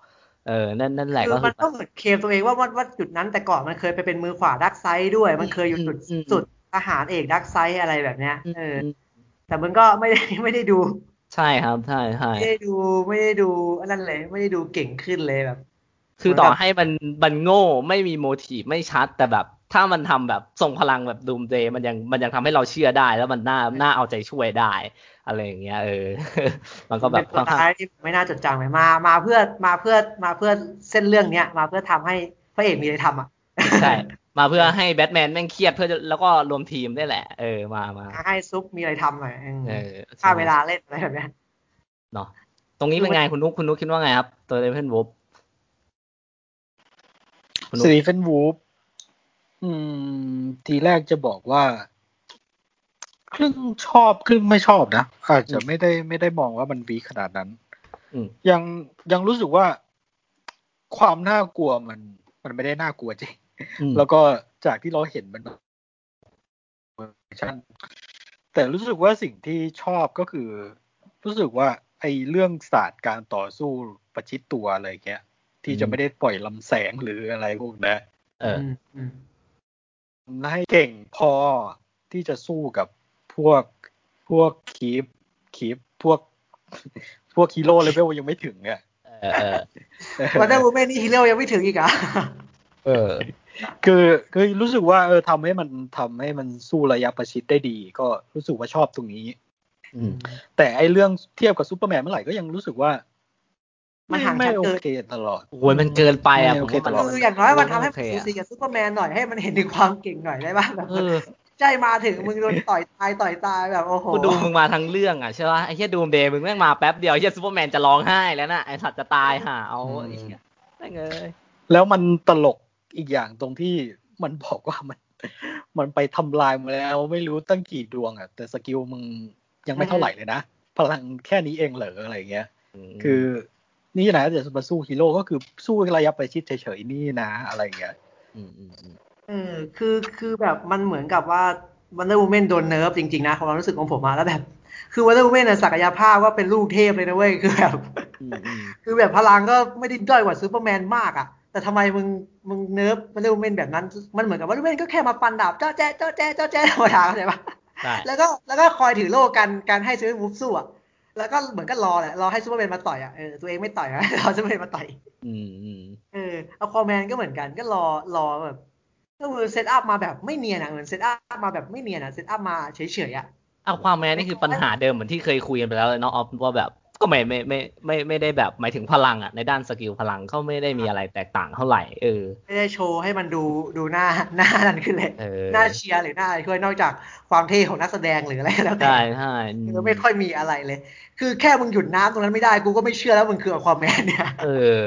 เออนั่นนั่นแหละ คือ ก็ มัน คื ก็ อ เหมือนเคลมตัวเองว่าว่าว่าจุดนั้นแต่ก่อนมันเคยไปเป็นมือขวาดักไซด์ด้วย มันเคยอยู่จุด อืม สุดทหารเอกดักไซด์อะไรแบบเนี้ยเออ ม แต่มันก็ไม่ได้ ไม่ได้ดู ใช่ครับใช่ใช่ ไม่ได้ดูไม่ได้ดูอันนั้นเลยไม่ได้ดูเก่งขึ้นเลยแบบ คือต่อให้มันมันโง่ไม่มีโมทีฟไม่ชัด แต่แบบ ถ้ามันทำแบบทรงพลังแบบดูมเดย์มันยังมันยังทำให้เราเชื่อได้ แล้วมันน่าน่าเอาใจช่วยได้ อะไรอย่างเงี้ยเออ มันก็แบบ เป็นตัวร้ายที่ไม่น่าจดจำเลยมา มาเพื่อมาเพื่อมาเพื่อเส้นเรื่องเนี้ย มาเพื่อทำให้พระเอกมีอะไรทำอ่ะ ใช่มาเพื่อให้แบทแมนแม่งเครียดเพื่อจะแล้วก็รวมทีมได้แหละ เออมามา ให้ซุปมีอะไรทำหน่อยอืม เออ ฆ่าเวลาเล่นอะไรแบบเนี้ย เนาะตรงนี้เป็นไงคุณนุ๊กคุณนุ๊กคิดว่าไงครับ ตัวเลเวนวูฟคุณนุ๊ ส ก ตีเฟนวูฟอืม ทีแรกจะบอกว่า ครึ่งชอบครึ่งไม่ชอบนะอาจจะไม่ได้ไม่ได้มองว่ามันวีคขนาดนั้น อืม ยังยังรู้สึกว่าความน่ากลัวมัน มันไม่ได้น่ากลัวจริง อืม แล้วก็จากที่เราเห็นมันแต่รู้สึกว่าสิ่งที่ชอบก็คือ รู้สึกว่าไอ้เรื่องศาสตร์การต่อสู้ประชิดตัวอะไรเงี้ย ที่จะไม่ได้ปล่อยลำแสงหรืออะไรพวกนั้น เออ มอืม ให้เก่งพอที่จะสู้กับพวกพวกคีปคีปพวก พวกฮีโร่เลเวลยังไม่ถึงอ่ะ เออเออ วันเดอร์วูแมนนี่ฮีโร่ยังไม่ถึงอีกเหรอ่ะ เออ คือคือรู้สึกว่าเออทำให้มันทำให้มันสู้ระยะประชิดได้ดี ก็รู้สึกว่าชอบตรงนี้ อืม แต่ไอเรื่องเทียบกับซูเปอร์แมนเมื่อไหร่ก็ยังรู้สึกว่า มันห่าง ไม่ ชั้น โอ เกิน เคตลอด โอ้ยมันเกินไปอ่ะ ไม่ ผ โอ ม เค ว่ามัน ตลด คืออย่างน้อย มันทำให้ โอเค สู อะ สีกับซูเปอร์แมนหน่อยให้มันเห็นถึงความเก่งหน่อยได้ป่ะแบบ เออ ใจมาถึงมึงโดนต่อยตายต่อยตายแบบโอ้โห กูดูมึงมาทั้งเรื่องอ่ะใช่ป่ะไอ้เหี้ยดูมเดย์มึงแม่งมาแป๊บเดียวไอ้เหี้ยซูเปอร์แมนจะร้องไห้แล้วน่ะไอ้สัตว์จะตายห่าเอา อืม ไอ้เหี้ยแม่งเอ้ย แล้วมันตลกอีกอย่างตรงที่มันบอกว่ามัน มันไปทำลายมาแล้วไม่รู้ตั้งกี่ดวงอ่ะ แต่สกิลมึงยังไม่เท่าไหร่เลยนะ พลังแค่นี้เองเหรออะไรเงี้ย คือ นี่นะแต่มาสู้ฮีโร่ก็คือสู้ระยะประชิดเฉยๆนี่นะอะไรเงี้ย อืมอืมอืม เออคือคือแบบมันเหมือนกับว่าวันเดอร์วูแมนโดนเนิร์ฟจริงๆนะความรู้สึกของผมมาแล้วแบบ คือวันเดอร์วูแมนน่ะศักยภาพว่าเป็นลูกเทพเลยนะเว้ยคือแบบ อืมอืม คือแบบพลังก็ไม่ได้ด้อยกว่าซูเปอร์แมนมากอะ่ะ แต่ทำไมมึงมึงเนิร์ฟมันเรื่องเนแบบนั้น มันเหมือนกับว่าลูกเวนก็แค่มาฟันดาบเจ้าแจ๊ะเจ้าแจ๊ะเจ้าแจ๊ะธรรมดาเข้าใจปะ ใช่ แล้วก็แล้วก็คอยถือโล่กันการให้ซูเปอร์วูฟสู้อะ่ะ แล้วก็เหมือนก็รอแหละรอให้ซูเปอร์แมนมาต่อยอะ่ะเออตัวเองไม่ต่อยนะ รอซูเปอร์แมนมาต่อย อืมอืม เออเอาคอแมนก็เหมือนกันก็รอรอแบบก็คือเซตอัพมาแบบไม่เนียนอะ่ะเหมือนเซตอัพมาแบบไม่เนียนอะ่ะเซตอัพมาเฉยๆอ่ะ เอาความแม้นี่คือปัญหาเดิมเหมือนที่เคยคุยกันไปแล้วเลยเนาะออฟว่าแบบก็ไม่ไม่ไม่ไม่ไม่ได้แบบหมายถึงพลังอ่ะในด้านสกิลพลังเขาไม่ได้มีอะไรแตกต่างเท่าไหร่เออ ไม่ได้โชว์ให้มันดูดูหน้าหน้านั่นขึ้นเลย เออ หน้าเชียร์หรือหน้าอะไรช่วยนอกจากความเท่ของนักแสดงหรืออะไรก็แล้วแต่ ใช่ใช่อืม คือไม่ค่อยมีอะไรเลย คือแค่มึงหยุดน้ำตรงนั้นไม่ได้กูก็ไม่เชื่อแล้วมึงคือความแมนเนี่ย เออ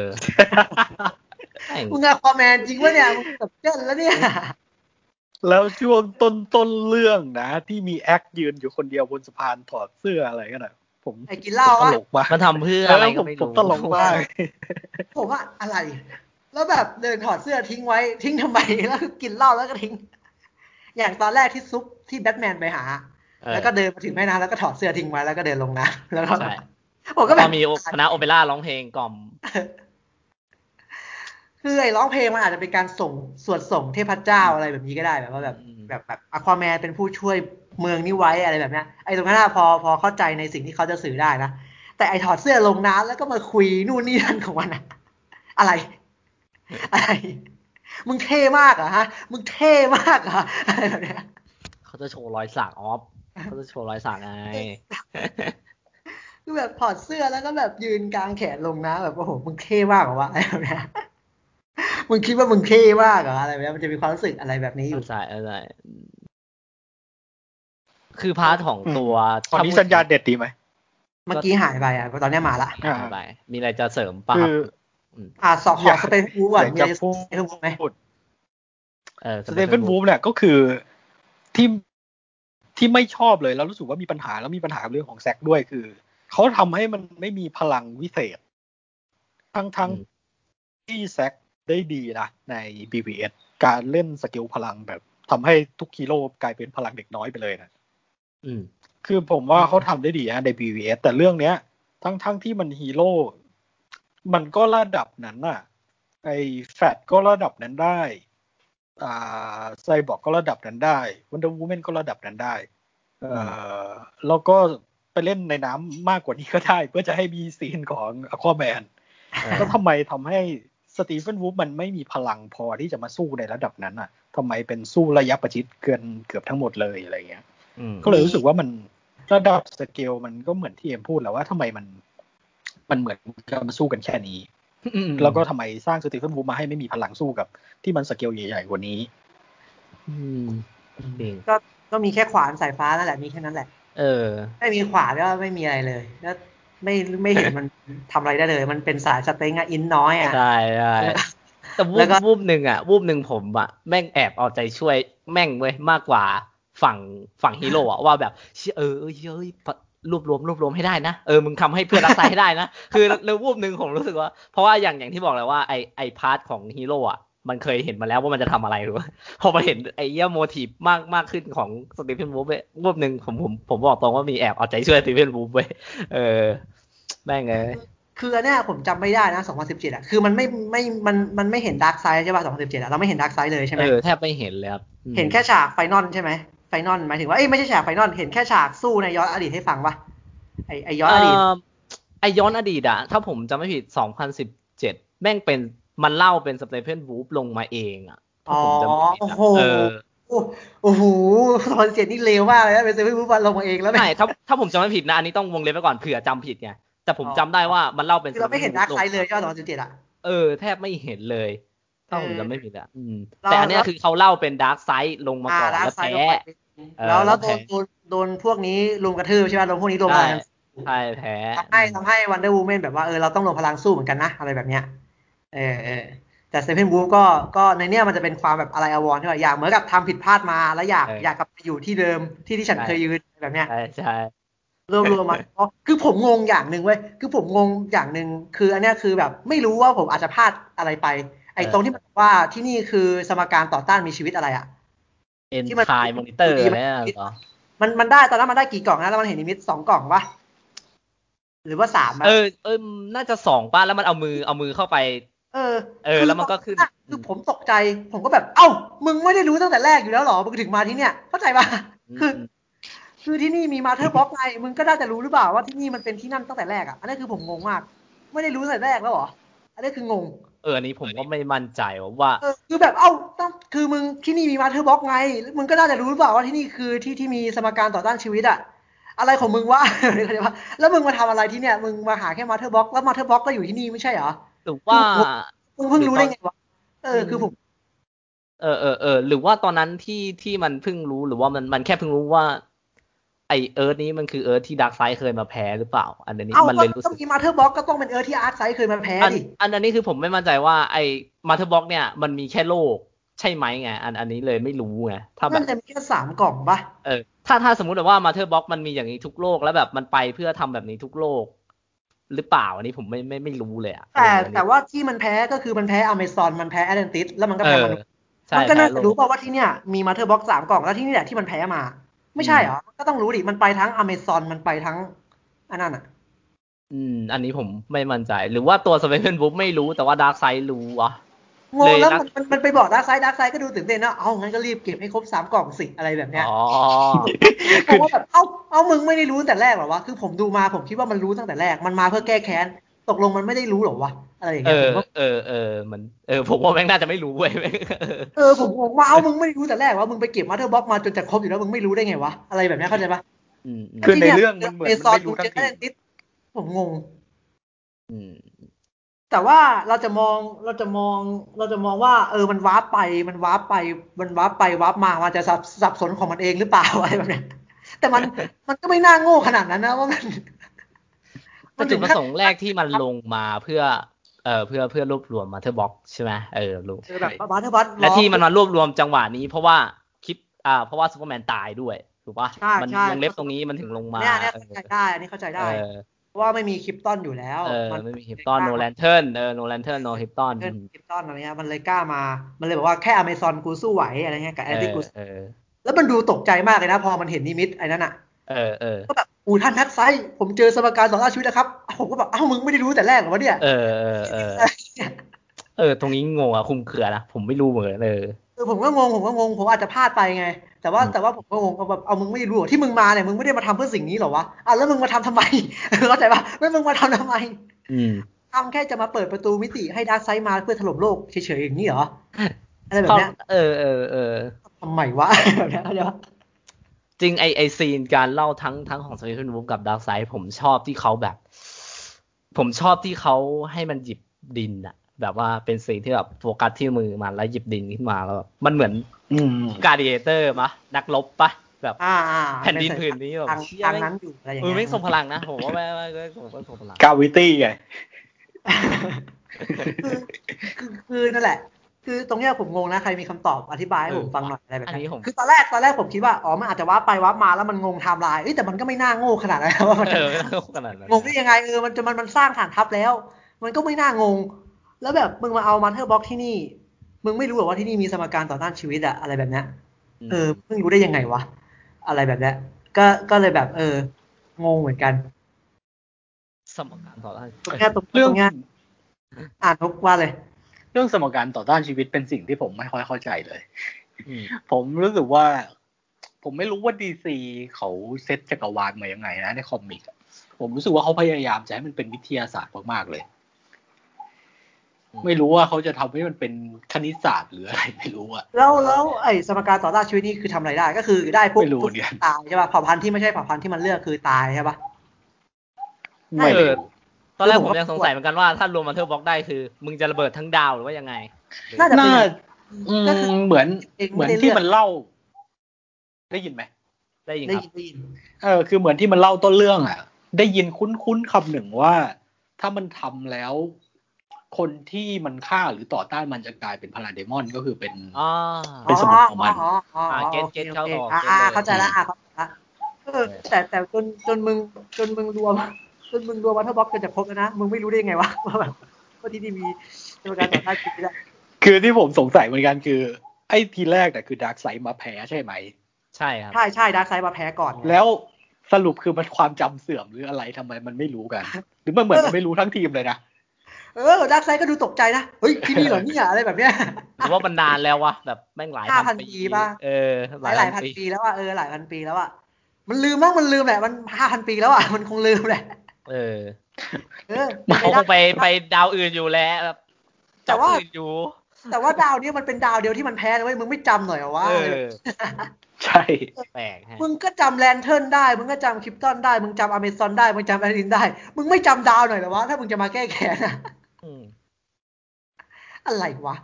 แม่ง มึงอะความแมนจริงวะเนี่ยมึงกับเจ้นแล้วเนี่ย แล้วช่วงต้นต้นเรื่องนะ ที่มีแอคยืนอยู่คนเดียวบนสะพานถอดเสื้ออะไรกันนะผม ไอ้กินเหล้า ผมต อะ ลกมาก มันทำเพื่ออะไร เผ ก็ ม ไม่รู้ ผมตลกมาก ผมว่าอะไร แล้วแบบเดินถอดเสื้อทิ้งไว้ ทิ้งทำไมแล้วคือกินเหล้าแล้วก็ทิ้ง อย่างตอนแรกที่ซุปที่แบทแมนไปหา เออ แล้วก็เดินมาถึงแม่น้ำแล้วก็ถอดเสื้อทิ้งไว้แล้วก็เดินลงน้ำแล้วก็ ใช่ ผมก็ แล้ว แบ ก็ บ มีคณะโอเปร่าร้องเพลงกล่อม คือไอ้ร้องเพลงมันอาจจะเป็นการส่งสวดส่งเทพเจ้าอะไรแบบนี้ก็ได้แบบว่าแบบ อืม แบบแบบอควาแมนเป็นผู้ช่วยเมืองนี้ไว้อะไรแบบเนี้ยไอ้ตรงนั้นอะพอพอเข้าใจในสิ่งที่เขาจะสื่อได้นะแต่ไอ้ถอดเสื้อล งน้ำแล้วก็มาคุยนู่นนี่นั่นของมันอะอะไร อะไร มึงเท่มากอะฮะ มึงเท่มากอะ อะไรแบบเนี้ย เขาจะโชว์รอยสักออฟเขาจะโชว์รอยสักไง คือแบบถอดเสื้อแล้วก็แบบยืนกลางแขนลงนะแบบโอ้โหมึงเท่มากเหรอวะอะไร แบบเนี้ยมึงคิดว่ามึงเท่มากเหรออะไรแบบเนี้ยมันจะมีความรู้สึกอะไรแบบนี้อยู่ เข้าใจเข้าใจคือพาร์ทของตัว ตอนนี้สัญญาณเด็ดดีไหม เมื่อกี้หายไปอ่ะตอนเนี้ยมาละ หายไป มีอะไรจะเสริมป่ะคคืรับ อ อ่ะสองขอยอาก สเปนวูก่อน อยากจะมีอะไรจะ พูด เพิ่มไหม เออ สเตเฟนวูฟเนี่ยก็คือที่ที่ไม่ชอบเลย แล้วรู้สึกว่ามีปัญหาแล้วมีปัญหาเรื่องของแซกด้วยคือ เขาทำให้มันไม่มีพลังวิเศษ ทั้งทั้ง อืม ที่แซกได้ดีนะใน BBS การเล่นสกิลพลังแบบทำให้ทุกฮีโร่กลายเป็นพลังเด็กน้อยไปเลยนะ อืม คือผมว่าเขาทำได้ดีนะใน BVS แต่เรื่องเนี้ย ทั้งทั้งที่มันฮีโร่มันก็ระดับนั้นน่ะ ไอแฟตก็ระดับนั้นได้ อ่าไซบอร์กก็ระดับนั้นได้วันเดอร์วูแมนก็ระดับนั้นได้ เอ่อแล้วก็ไปเล่นในน้ำมากกว่านี้ก็ได้ เพื่อจะให้มีซีนของอควาแมน เออ แล้วทำไมทำให้สตีเฟนวูฟมันไม่มีพลังพอที่จะมาสู้ในระดับนั้นอ่ะทำไมเป็นสู้ระยะประชิดเกินเกือบทั้งหมดเลยอะไรอย่างเงี้ย อืม ก็เลยรู้สึกว่ามันระดับสเกลมันก็เหมือนที่เอ็มพูดแหล้วว่าทำไมมัน มันเหมือนกับมาสู้กันแค่นี้ อืม แล้วก็ทำไมสร้างสตีเฟนวูฟมาให้ไม่มีพลังสู้กับ ที่มันสเกลใหญ่ๆกว่านี้ อืมจริง ก็ก็มีแค่ขวานสายฟ้านั่นแหละมีแค่นั้นแหละ เออ ไม่มีขวานก็ไม่มีอะไรเลยแล้วไม่ไม่เห็นมัน ทำอะไรได้เลย มันเป็นสายสเต็งอะอินน้อยอะ ใช่ใช่แต่วู แล้ บ วก็ วูบหนึ่งอ่ะ วูบหนึ่งผมอ่ะ แม่งแอบเอาใจช่วยแม่งเว้ยมากกว่าฝั่งฝั่งฮีโร่อ่ะ ว่าแบบเชี่ยเออเออเชี่ยเอ้ยรวบรวมรวบรวมให้ได้นะ เออ มึงทำให้เพื่อนรักใจให้ได้นะ คือแล้ววูบหนึ่งผมรู้สึกว่า เพราะว่าอย่างอย่างที่บอกแหล้วว่าไอไอพาร์ทของฮีโร่อ่ะ มันเคยเห็นมาแล้วว่ามันจะทำอะไร หรือว่าพอมาเห็นไอเยี่ยโมทีฟมากมากขึ้นของสตีเฟนวูฟเว้ยวูบหนึ่งผมผมผมบอกตรงว่ามีแอบเอาใจช่วยสตีเฟนวูฟเว้ยเออ แม่งเลย คืออันเนี้ยผมจำไม่ได้นะ 2017อะคือมันไม่ไม่มันมันไม่เห็นดาร์กไซด์ใช่ป่ะ 2017อะเราไม่เห็นดาร์กไซด์เลยใช่ไหม เออแทบไม่เห็นเลยครับอืม เห็นแค่ฉากไฟนอลใช่ไหมไฟนอลหมายถึงว่าเอ้ยไม่ใช่ฉากไฟนอลเห็นแค่ฉากสู้ในย้อนอดีตให้ฟังปะไอไอย้อนอดีต เไอย้อนอดีตอะถ้าผมจำไม่ผิด 2017 แม่งเป็นมันเล่าเป็นสเตเ n นวูฟลงมาเองอะถ้าผมจำไม่ผิด อ๋อ อะ โอ้โห เออ โอ้โหตอนเสียนี่เลวมากเลยนะเป็นเซเว่นบูฟวันลงมาเองแล้วแม่ง ใช่ถ้าถ้าผมจำไม่ผิดนะ อันนี้ต้องวงเล็บไว้ก่อนเผื่อจำผิดไง แต่ผม อ๋อ จำได้ว่ามันเล่าเป็น คือเราไม่เห็น Stephen ดาร์ Wolf กไซด์เลยใช่ป่ะ2017อะ เออ แทบไม่เห็นเลย ถ้าผมจำไม่ผิดอะอืม เรา แต่อันเนี้ยคือเขาเล่าเป็นดาร์กไซ d ์ลงมาก่อน อ่ แล้ว ซ้าย แพ้ ลงไป เออ แล้วแล้ว แล้ โด วน แพ้ โดนโดนพวกนี้รุมกระทืบใช่ไหมโดนพวกนี้รุม ใช่ อะไรกัน ใช่แพ้ ทำให้ทำให้วันเดอร์วูแมนแบบว่าเออเราต้องลงพลังสู้เหมือนกันนะ อะไรแบบเนี้ยเออเออแต่เซเว่นวูก็ก็ในเนี้ยมันจะเป็นความแบบอะไรอาวรณ์ใช่ป่ะอยากเหมือนกับทำผิดพลาดมาแล้วอยากอยากกลับไปอยู่ที่เดิมที่ที่ฉันเคยยืนแบบเนี้ย ใช่ใช่ รวมร วมมาอ๋อคือผมงงอย่างหนึ่งเว้ย คือผมงงอย่างหนึ่ง คืออันเนี้ยคือแบบไม่รู้ว่าผมอาจจะพลาดอะไรไป ไอ้ตรงที่มันบอกว่าที่นี่คือสมการต่อต้านมีชีวิตอะไรอะ เอ็น ที่มัน คายมอนิเตอร์เนี่ยเหรอ มันมันได้ตอนนั้นมันได้กี่กล่องนะ แล้วมันเห็นนิมิตสองกล่องปะหรือว่าสามอะ เออเออน่าจะสองป้าแล้วมันเอามือเอามือเข้าไป เออ เออแล้วมันก็ขึ้น คือผมตกใจ ผมก็แบบ เอ้า มึงไม่ได้รู้ตั้งแต่แรกอยู่แล้วเหรอ มึงถึงมาที่เนี่ย เข้าใจปะคือ ม คือที่นี่มีมาเธอร์บ็อกไง มึงก็น่าจะรู้หรือเปล่าว่าที่นี่มันเป็นที่นั่นตั้งแต่แรกอะอันนี้คือผมงงมาก ไม่ได้รู้ตั้งแต่แรกแล้วเหรอ อันนี้คืองง เอออันนี้ผมก็ไม่มั่นใจว่าว่า เออคือแบบเอ้าต้องคือมึงที่นี่มีมาเธอร์บ็อกไง มึงก็น่าจะรู้หรือเปล่าว่าที่นี่คือที่ที่มีสมการต่อต้านชีวิตอะอะไรของมึงวะ เข้าใจปะแล้วมึงมาทำอะไรที่เนี่ยมึงมาหาแค่มาเธอร์บ็อกแล้วมาเธอร์บ็อกก็อยู่ที่นี่ไม่ใช่เหรอ หรือว่า มึงเพิ่งรู้ได้ไงวะเออคือผม เออเออเออหรือว่าตอนนั้นที่ที่มันเพิ่งรู้หรือว่ามันมันแค่เพิ่งรู้ว่า ไอเอิร์ธนี้มันคือเอิร์ธที่ดาร์กไซด์เคยมาแพ้หรือเปล่า อันนี้ เอ้า มันเลยรู้ ก็ สึก มีมาเธอร์บ็อกก็ต้องเป็นเออที่อาร์ตไซด์เคยมาแพ้ อัน ดิ อันอันนี้คือผมไม่มั่นใจว่าไอมาเธอร์บ็อกเนี่ย มันมีแค่โลกใช่ไหมไงอันอันนี้เลยไม่รู้ไงถ้าแบ นั่ บ นจะมีแค่สามกล่องปะ เออถ้าถ้าสมมติว่ามาเธอร์บ็อกมันมีอย่างนี้ทุกโลกแล้วแบบมันไปเพื่อทำแบบนี้ทุกโลก หรือเปล่าอันนี้ผมไม่ไม่ไม่รู้เลยอะ แต่ เอออันนี้ แต่ว่าที่มันแพ้ก็คือมันแพ้อเมซอนมันแพ้แอตแลนติสแล้วมันก็ เอ แพ้ อ มนุษย์ ใช่ มันก็น่า แพ้ จะ โล รู้ป่าว่าที่เนี่ยมีมาเธอร์บ็อกสามกล่องแล้วที่นี่แหละที่มันแพ้มา ไม่ใช่เหรอมันก็ต้องรู้ดิมันไปทั้งอเมซอนมันไปทั้งอันนั้นอ่ะ อืม อันนี้ผมไม่มั่นใจ หรือว่าตัวสเปเ n นบุ๊ k ไม่รู้แต่ว่าดาร์ s ไซ d ์รู้วะ งง เลย แล้ว นะ มันมันมันไปบอกดาร์กไซด์ดาร์กไซด์ก็ดูตื่นเต้นนะเอางั้นก็รีบเก็บให้ครบสามกล่องสิอะไรแบบเนี้ย อ๋อ เพราะว่าแบบเอ้าเอ้ามึงไม่ได้รู้ตั้งแต่แรกเหรอวะคือผมดูมาผมคิดว่ามันรู้ตั้งแต่แรกมันมาเพื่อแก้แค้นตกลงมันไม่ได้รู้เหรอวะ อะไรอย่าง เอ เงี้ย อ ผมก็ เออเออมันเออผมว่าแม่งน่าจะไม่รู้เว้ย แม่งเออ เออผมงงว่าเอ้ามึงไม่รู้แต่แรกว่ามึงไปเก็บมาเตอร์บ็อกมาจนจะครบอยู่แล้วมึงไม่รู้ได้ไงวะอะไรแบบเนี้ยเข้าใจปะ อืมอืม คือในเรื่องมันเหมือนมันไม่รู้ทั้งที ผมงง อืม แต่ว่าเราจะมองเราจะมองเราจะมองว่า เออมันว้าร์ปไปมันว้าร์ปไปมันว้าร์ปไปว้าร์ปมามันจะสับสับสนของมันเองหรือเปล่า อะไรแบบเนี้ยแต่มันมันก็ไม่น่าโง่ขนาดนั้นนะว่ามัน แต่จุดประ ขั้ สงค์แรกที่มันลงมาเพื่อ เออเพื่อเพื่อรวบรวมมาเธอบ็อกใช่ไหมเออรู้ เจอแบบบัตเทอร์บัต และที่มันมารวบรวมจังหวะนี้เพราะว่าคลิปอ่าเพราะว่าซูเปอร์แมนตายด้วยถูกปะ ใช่ มัน ใช่ วงเล็บตรงนี้มันถึงลงมา เนี่ยเนี่ยเข้าใจได้อันนี้เข้าใจ เอ ได้ อ เพราะว่าไม่มีคลิปต้นอยู่แล้ว เออไม่มีฮิปตอนโนแลนเทิร์นเออโนแลนเทิร์นโนฮิปตอน เทิร์นคลิปต้นอะไรเงี้ยมันเลยกล้ามา มันเลยบอกว่าแค่อเมซอนกูสู้ไหวอะไรเงี้ยกับแอ เอ ตติ อ กู เออ แล้วมันดูตกใจมากเลยนะพอมันเห็นนิมิตไอ้นั่นอะ เออเออ ก็แบบอูท่านทักไซด์ผมเจอสมการสองล่าชีวิตนะครับ ผมก็แบบเอ้ามึงไม่ได้รู้แต่แรกเหรอวะเนี่ย เออเออเออเออ ตรงนี้งงอะคุมเครือนะผมไม่รู้เหมือนกันเออ เออผมก็งงผมก็งงผมอาจจะพลาดไปไง แต่ว่า อืม แต่ว่าผมก็งงเอาแบบเอามึงไม่ได้รู้เหรอที่มึงมาเนี่ยมึงไม่ได้มาทำเพื่อสิ่งนี้เหรอวะอ่ะแล้วมึงมาทำทำไม เข้าใจปะแล้วมึงมาทำทำไม อืม ทำแค่จะมาเปิดประตูมิติให้ดาร์กไซด์มาเพื่อถล่มโลกเฉยๆอย่างนี้เหรออะไรแบบ เขา เนี้ย เออเออเออ ทำไมวะ แบบเนี้ยเข้าใจปะ จริงไอไอซีนการเล่าทั้งทั้งของสวิตช์วูฟกับดาร์กไซด์ผมชอบที่เขาแบบ ผมชอบที่เขาให้มันหยิบดินอะแบบว่าเป็นซีนที่แบบโฟกัสที่มือมันแล้วหยิบดินขึ้นมาแล้วแบบมันเหมือน อืม กา d เ a เตอร์มะนักลบปะแบบ อ่าอ่า แผ่นดินผืนนี้แบบ ทาง เชี่ย ทาง แม่ง นั้นอยู่อะไรอย่าง เออ เงี้ย ไม่งทรงพลังนะ ผมว่าแม่งแม่งผมว่าทรงพลัง กาวิตี้ไง คือคือคือนั่นแหละ คือตรงเนี้ยผมงงนะใครมีคำตอบอธิบายให้ เออ ผมฟังหน่อยอะไรแบบ อันนี้ผม คือตอนแรกตอนแรกผมคิดว่าอ๋อมันอาจจะว้าไปว้ามาแล้วมันงงไทม์ไลน์เอ้ยแต่มันก็ไม่น่าโง่ขนาดนั้น นะว่ามัน เออไม่ต้องขนาดนั้น งงได้ยังไงเออมันจะมันมันสร้างฐานทัพแล้ว มันก็ไม่น่างง แล้วแบบมึงมาเอามันเทอร์บ็อกที่นี่ มึงไม่รู้เหรอว่าที่นี่มีสมการต่อต้านชีวิตอะอะไรแบบเนี้ย เออเพิ่งรู้ได้ยังไงวะอะไรแบบเนี้ยก็ก็เลยแบบ เอองงเหมือนกัน สมการต่อต้าน ตรงเนี้ยตรง เรื่อง ตรงเนี้ยอ่านทุกว่าเลย เรื่องสมการต่อต้านชีวิตเป็นสิ่งที่ผมไม่ค่อยเข้าใจเลย อืม ผมรู้สึกว่า ผมไม่รู้ว่าดีซีเขาเซตจักรวาลมายังไงนะในคอมิกอะผมรู้สึกว่าเขาพยายามจะให้มันเป็นวิทยาศาสตร์มากๆเลย ไม่รู้ว่าเขาจะทำให้มันเป็นคณิตศาสตร์หรืออะไรไม่รู้อะ แล้วแล้วไอ้สมการต่อต้านชีวิตนี่คือทำอะไรได้ก็คือได้พวก ไม่รู้ พวก เนี่ย ตายใช่ป่ะเผ่าพันธุ์ที่ไม่ใช่เผ่าพันธุ์ที่มันเลือกคือตายใช่ป่ะ ไม่รู้ ตอนแรก คือ ผ ผม ม ยังสงสัยเหมือนกันว่าถ้ารวมมาเทอร์บ็อกได้คือ มึงจะระเบิดทั้งดาวหรือว่ายังไง น่าจะเป็ น่าน อืม ก็คือ เหมือน เอง เหมืไม่อน ได้ ที่ เลือก มันเล่า ได้ยินไหม ได้ยิน ได้ ครับ ยินได้ยิน เออคือเหมือนที่มันเล่าต้นเรื่องอะได้ยินคุ้นๆคำหนึ่งว่า ถ้ามันทำแล้ว คนที่มันฆ่าหรือต่อต้านมันจะกลายเป็นพาราเดมอนก็คือเป็น อ๋อ เป็นสมมุติของมัน อ๋ออ๋ออ๋อ เก็ต โอค เก็ต โอค เข้าออก อ่า เก็ตเลย อ่าเข้าใจละอ่าเข้าใจละเออแต่แต่จนจนมึงจนมึงรวม จนมึงรวมวัตเทอร์บ็อกกันจะครบแล้วนะมึงไม่รู้ได้ยังไงวะ ว่าแบบว่าที่นี่มีสมการต่อต้านชีวิตอะ คือที่ผมสงสัยเหมือนกันคือ ไอ้ทีแรกน่ะคือดาร์กไซด์มาแพ้ใช่ไหม ใช่ครับ ใช่ใช่ดาร์กไซด์มาแพ้ก่อนไง แล้วสรุปคือมันความจำเสื่อมหรืออะไรทำไมมันไม่รู้กัน หรือมันเหมือนมันไม่รู้ทั้งทีมเลยนะ เออดาร์กไซด์ก็ดูตกใจนะเฮ้ยที่นี่เหรอเนี่ยอะไรแบบเนี้ย หรือว่ามันนานแล้ววะแบบแม่งหลาย ห้าพั พั น น ปี ปี ป่ะ เออ หลายหลายพันปีแล้วอะเออหลายพันปีแล้วอะมันลืมมั้งมันลืมแหละมันห้าพันปีแล้วอะ มันคงลืมแหละ เออ เออ เขาคงไปไปดาวอื่นอยู่แล้วแบบ แต่ว่า จับอื่นอยู่ แต่ว่าดาวเนี้ยมันเป็นดาวเดียวที่มันแพ้นะเว้ยมึงไม่จำหน่อยเหรอวะ เออ ใช่ แปลกฮะ มึงก็จำแลนเทิร์นได้มึงก็จำคลิปตันได้มึงจำอเมซอนได้มึงจำแอลินได้ มึงไม่จำดาวหน่อยเหรอวะถ้ามึงจะมาแก้แค้นอะ อืม อะไรวะ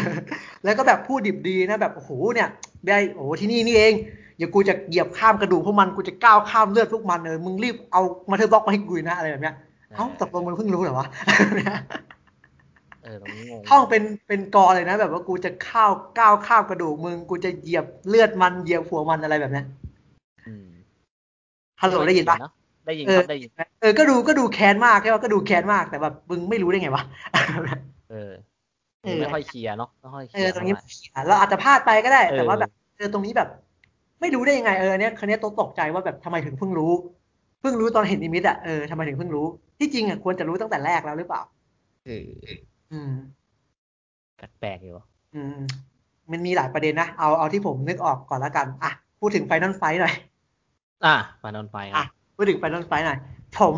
แล้วก็แบบพูดดิบดีนะแบบโอ้โหเนี่ยได้โอ้โหที่นี่นี่เองอย่ากูจะเหยียบข้ามกระดูกพวกมันกูจะก้าวข้ามเลือดพวกมันเลยมึงรีบเอามาเธอบล็อกมาให้กูนะอะไรแบบเนี้ยเอ้าตกลงมึงเพิ่งรู้เหรอวะ เออตรงนี้งง ท่องเป็นเป็นกอเลยนะ แบบว่ากูจะข้าวก้าวข้าวกระดูกมึง กูจะเหยียบเลือดมันเหยียบหัวมันอะไรแบบเนี้ย อืม ฮัลโหลได้ยินปะ เอะได้ยิน เอ ค อ รับได้ยิน เออก็ดูก็ดูแค้นมากใช่ป่ะก็ดูแค้นมากแต่แบบมึงไม่รู้ได้ไงวะ เออ เออ ไม่ค่อยเคลียร์เนาะไม่ค่อยเค เอ ลี อย ตร ร์าง นี้เราอาจจะพลาดไปก็ได้ แต่ว่าแบบเออตรงนี้แบบ ไม่รู้ได้ยังไงเออเนี่ยคันนี้ยตกใจว่าแบบทำไมถึงเพิ่งรู้ เพิ่งรู้ตอนเห็นนิมิตอ่ะเออทำไมถึงเพิ่งรู้ที่จริงอ่ะควรจะรู้ตั้งแต่แรกแล้วหรือเปล่า คือ อืม แปลกๆอยู่ อืม มันมีหลายประเด็นนะเอาเอาที่ผมนึกออกก่อนละกันอ่ะพูดถึงไฟนอลไฟหน่อย อ่ะมานอนไปครั อ่ะ บ พูดถึงไฟนอลไฟหน่อยผม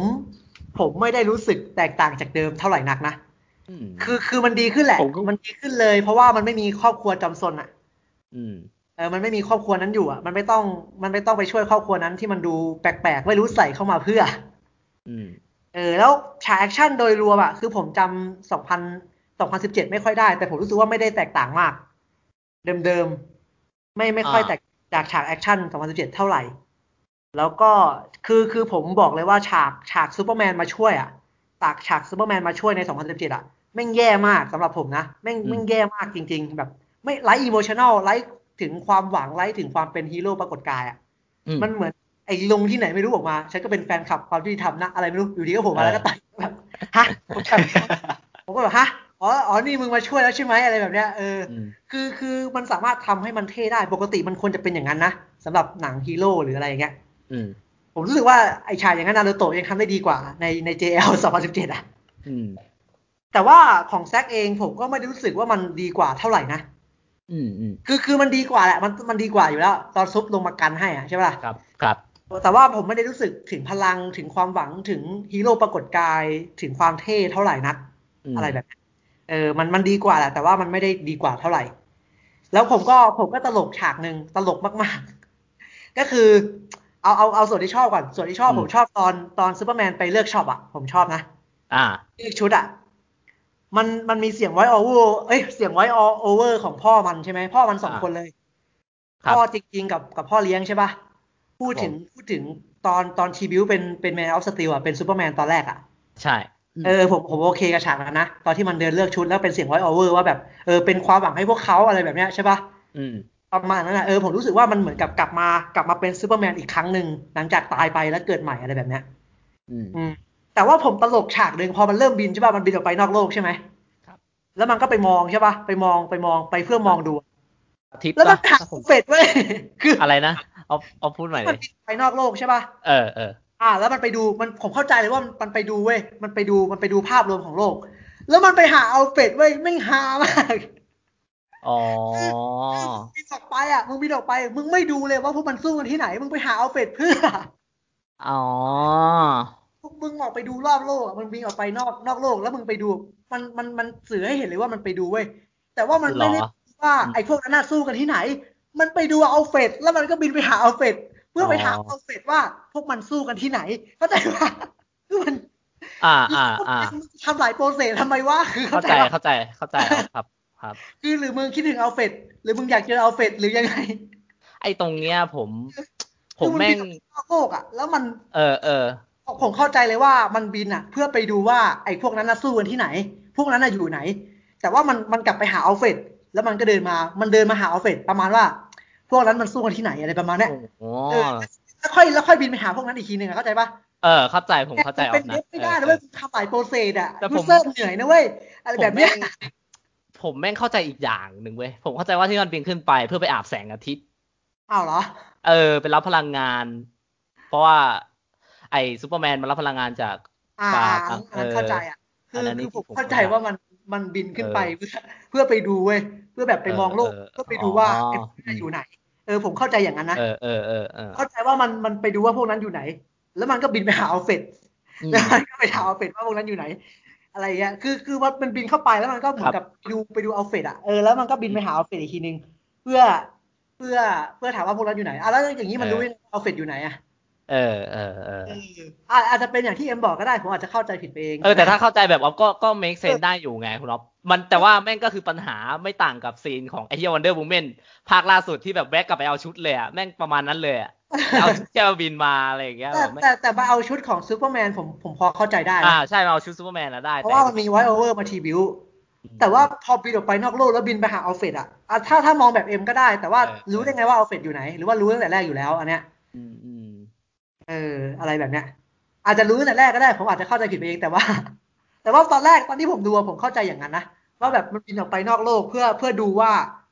ผมไม่ได้รู้สึกแตกต่างจากเดิมเท่าไหร่นักนะ อืม คือคือมันดีขึ้นแหละ ผมก็ มันดีขึ้นเลย เพราะว่ามันไม่มีครอบครัวจำซนอะ อืม เออมันไม่มีครอบครัวนั้นอยู่อะมันไม่ต้องมันไม่ต้องไปช่วยครอบครัวนั้นที่มันดูแปลกๆไม่รู้ใส่เข้ามาเพื่อ อืม เออแล้วฉากแอคชั่นโดยรวมอะคือผมจำ2000 2017 ไม่ค่อยได้ แต่ผมรู้สึกว่าไม่ได้แตกต่างมาก เดิมๆ ไม่ไม่ค่อย อ่า แตกจากฉากแอคชั่น 2017 เท่าไหร่ แล้วก็คือคือผมบอกเลยว่าฉากฉากซูเปอร์แมนมาช่วยอะฉากฉากซูเปอร์แมนมาช่วยใน 2017อะแม่งแย่มากสำหรับผมนะแม่งแม่งแย่มากจริง ๆ แบบ ไม่ไร้อีโมชันอลไร้ถึงความหวังไร้ถึงความเป็นฮีโร่ปรากฏกายอะ อื มันเหมือนไอ้ลงที่ไหนไม่รู้ออกมา ฉันก็เป็นแฟนคลับความยุติธรรมนะ อะไรไม่รู้ อยู่ดีก็โผมมาแล้วก็ตัดแบบฮะผมแบบผมก็แบบฮะอ๋ออ๋อนี่มึงมาช่วยแล้วใช่ไหมอะไรแบบเนี้ยเออ อืม คือคือมันสามารถทำให้มันเท่ได้ปกติมันควรจะเป็นอย่างนั้นนะสำหรับหนังฮีโร่หรืออะไรอย่างเงี้ย อืม ผมรู้สึกว่าไอ้ชายอย่างนั้นนารูโตะยังทำได้ดีกว่าในใน JL 2017อ่ะ อืม แต่ว่าของแซกเองผมก็ไม่ได้รู้สึกว่ามันดีกว่าเท่าไหร่นะ อืมอืม คือคือมันดีกว่าแหละมันมันดีกว่าอยู่แล้ว ตอนซุปลงมากันให้อะใช่ปะล่ะ ครับครับ แต่ว่าผมไม่ได้รู้สึกถึงพลังถึงความหวังถึงฮีโร่ปรากฏกายถึงความเท่เท่าไหร่นัก ม อะไรแบบนั้นเออมันมันดีกว่าแหละแต่ว่ามันไม่ได้ดีกว่าเท่าไหร่ แล้วผมก็ผมก็ตลกฉากหนึ่งตลกมากๆ ก็คือเอาเอาเอาส่วนที่ชอบก่อนส่วนที่ชอบผมชอบตอนตอนซูเปอร์แมนไปเลือกช็อปอ่ะ ผมชอบนะ อ่า เลือกชุดอ่ะมันมันมีเสียงไวโอเวอร์เอ้ยเสียงไวโอเวอร์ของพ่อมันใช่ไหมพ่อมันสอง อ่า คนเลย ครับ พ่อจริงๆกับกับพ่อเลี้ยงใช่ปะพูดถึงพูดถึงตอนตอนทีบิวเป็นเป็นแมนออฟสตีลอะเป็นซูเปอร์แมนตอนแรกอะ ใช่ เออผมผมโอเคกับฉากนั้นนะ ตอนที่มันเดินเลือกชุดแล้วเป็นเสียงไวโอเวอร์ว่าแบบเออเป็นความหวังให้พวกเขาอะไรแบบเนี้ยใช่ปะ อืม ประมาณนั้นนะเออผมรู้สึกว่ามันเหมือนกับกลับมากลับมาเป็นซูเปอร์แมนอีกครั้งหนึ่งหลังจากตายไปแล้วเกิดใหม่อะไรแบบเนี้ย อืม อืมแต่ว่าผมตลกฉากหนึ่งพอมันเริ่มบินใช่ปะมันบินออกไปนอกโลกใช่ไหม ครับ แล้วมันก็ไปมองใช่ปะไปมองไปมองไปเพื่อมองดู ทิป แล้วมั ป่ะ นหักเป็ดเว้ย คือ อะไรนะเอาเอาพูดใหม่เล มัน ย บินไปนอกโลกใช่ปะ เออเออ อ่าแล้วมันไปดูมันผมเข้าใจเลยว่ามันมันไปดูเว้ยมันไปดูมันไปดูภาพรวมของโลก แล้วมันไปหาเอาเป็ดเว้ยไม่งหามาก อ๋อ มึงบินออกไปอ่ะมึงบินออกไป มึงไม่ดูเลยว่าพวกมันสู้กันที่ไหน มึงไปหาเอาเป็ดเพื่อ อ๋อ พวกมึงออกไปดูรอบโลกอ่ะมันบินออกไปนอกนอกโลก แล้วมึงไปดู มันมันมันสื่อให้เห็นเลยว่ามันไปดูเว้ยแต่ว่ามันไม่ได้ หรอ ว่าไอ้พวกนั้นน่าสู้กันที่ไหน มันไปดูเอาเป็ดแล้วมันก็บินไปหาเอาเป็ดเพื่อไปถามเอาเป็ดว่า พวกมันสู้กันที่ไหนเข้าใจปะคือมัน อ่าอ่าอ่า ทำหลายโปรเซสทำไมวะคือ เข้า เข้า ใจ ใจว่า เข้าใจเข้าใจครับครับ คือหรือมึงคิดถึงเอาเฟดหรือมึงอยากเจอเอาเฟดหรือยังไง ไอ้ตรงเนี้ยผม ผม คือ แม่ง นบินออกนอกโลกอ่ะแล้วมัน เออเออ ผมเข้าใจเลยว่ามันบินอ่ะ เพื่อไปดูว่าไอ้พวกนั้นน่ะสู้กันที่ไหน พวกนั้นน่ะอยู่ไหน แต่ว่ามันมันกลับไปหาเอาเฟดแล้วมันก็เดินมามันเดินมาหาเอาเฟดประมาณว่า พวกนั้นมันสู้กันที่ไหนอะไรประมาณเนี้ย โอ้โห เออแล้วค่อยแล้วค่อยบินไปหาพวกนั้นอีกทีหนึ่งอะเข้าใจปะ เออ เข้าใจผมเข้าใจอ เป็ อน กนะ เว็บไม่ได้ เออ นะ เอ เว้ย อ ทำหลายโปรเซสอ่ะ แต่ผม ยูเซอร์เหนื่อยนะเว้ยอะไรแบบเนี้ย ผมม่งผมแม่งเข้าใจอีกอย่างหนึ่งเว้ย ผมเข้าใจว่าที่มันบินขึ้นไปเพื่อไปอาบแสงอาทิตย์ อ้าวเหรอ เออไปรับพลังงาน เพราะว่า ไอ้ซูเปอร์แมนมันรับพลังงานจาก อ่า ปาก อั อ่ะ นนั้เอนอ เข้าใจอ่ะ คื น อ นั้น คือ นี่ ผม ผม เข้าใจ เข้าใจ ว่ามันมันบินขึ้น เออ ไปเพื่อเพื่อไปดูเว้ย เพื่อแบบไป เออ มองโลก เออ เพื่อไปดูว่า อ๋อ ไอ้พวกนั้นอยู่ไหน เออผมเข้าใจอย่างนั้นนะ เออเออเออเออ เข้าใจว่ามันมันไปดูว่าพวกนั้นอยู่ไหน แล้วมันก็บินไปหาเอาเฟด อืม แล้วมันก็ไปถามเอาเฟดว่าพวกนั้นอยู่ไหน อะไรอย่างเงี้ย คือคือว่ามันบินเข้าไปแล้วมันก็เหมือนกับไปดูไปดูเอาเฟดอ่ะ เออแล้วมันก็บินไปหาเอาเฟดอีกทีนึง เพื่อเพื่อเพื่อถามว่าพวกนั้นอยู่ไหนอ่ะแล้วอย่างนี้มัน เออ รู้ยังไงเอาเฟดอยู่ไหนอ่ะ เออเออเออ เอออ่ะอาจจะเป็นอย่างที่เอ็มบอกก็ได้ผมอาจจะเข้าใจผิดไปเอง เออแต่ถ้าเข้าใจแบบออฟก็ก็ make sense ได้อยู่ไงคุณอ๊อฟมันแต่ว่าแม่งก็คือปัญหาไม่ต่างกับซีนของไอเทียวันเดอร์บูเมนภาคล่าสุดที่แบบแวะกลับไปเอาชุดเลยอะแม่งประมาณนั้น เลยอะเอาชุดแค่บินมาอะไรอย่างเงี้ย แต่ แบบไม่ แต่แต่มาเอาชุดของซูเปอร์แมนผมผมพอเข้าใจได้นะ อ่าใช่มาเอาชุดซูเปอร์แมนนะได้ เพราะว่ามันมีไวโอเวอร์มาทีบิวแต่ว่าพอบินออกไปนอกโลกแล้วบินไปหาเอาเฟดอะอ่ะถ้าถ้ามองแบบเอ็มก็ได้ แต่ว่ารู้ได้ไงว่าเอาเฟดอยู่ไหน หรือว่ารู้ตั้งแต่แรกอยู่แล้วอันเนี้ย อืมอืม เอออะไรแบบเนี้ยอาจจะรู้ตั้งแต่แรกก็ได้ ผมอาจจะเข้าใจผิดไปเองแต่ว่า แต่ว่าตอนแรกตอนที่ผมดูอะผมเข้าใจอย่างนั้นนะว่าแบบมันบินออกไปนอกโลกเพื่อเพื่อดูว่า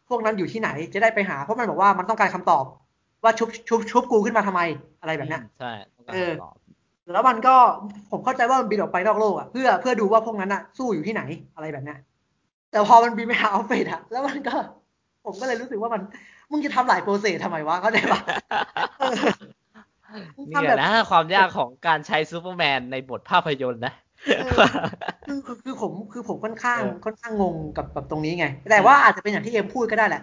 พวกนั้นอยู่ที่ไหน จะได้ไปหาเพราะมันบอกว่ามันต้องการคำตอบ ว่าชุบชุบชุบกูขึ้นมาทำไมอะไรแบบเนี้ย ใช่ต้องการ เออ คำตอบ แล้วมันก็ผมเข้าใจว่ามันบินออกไปนอกโลกอะเพื่อเพื่อดูว่าพวกนั้นอะสู้อยู่ที่ไหนอะไรแบบเนี้ยแต่พอมันบินไปหาออฟเฟศอะแล้วมันก็ ผมก็เลยรู้สึกว่ามันมึงจะทำหลายโปรเซสทำไมวะเข้าใจปะเออมึง นี่ ทำ แห แบ ละ บ นะความยากของการใช้ซูเปอร์แมนในบทภาพยนตร์นะ คือคือคือผมคือผมค่อนข้างค่อนข้างงงกับกับตรงนี้ไง แต่ว่าอาจจะเป็นอย่างที่เอ็มพูดก็ได้แหละ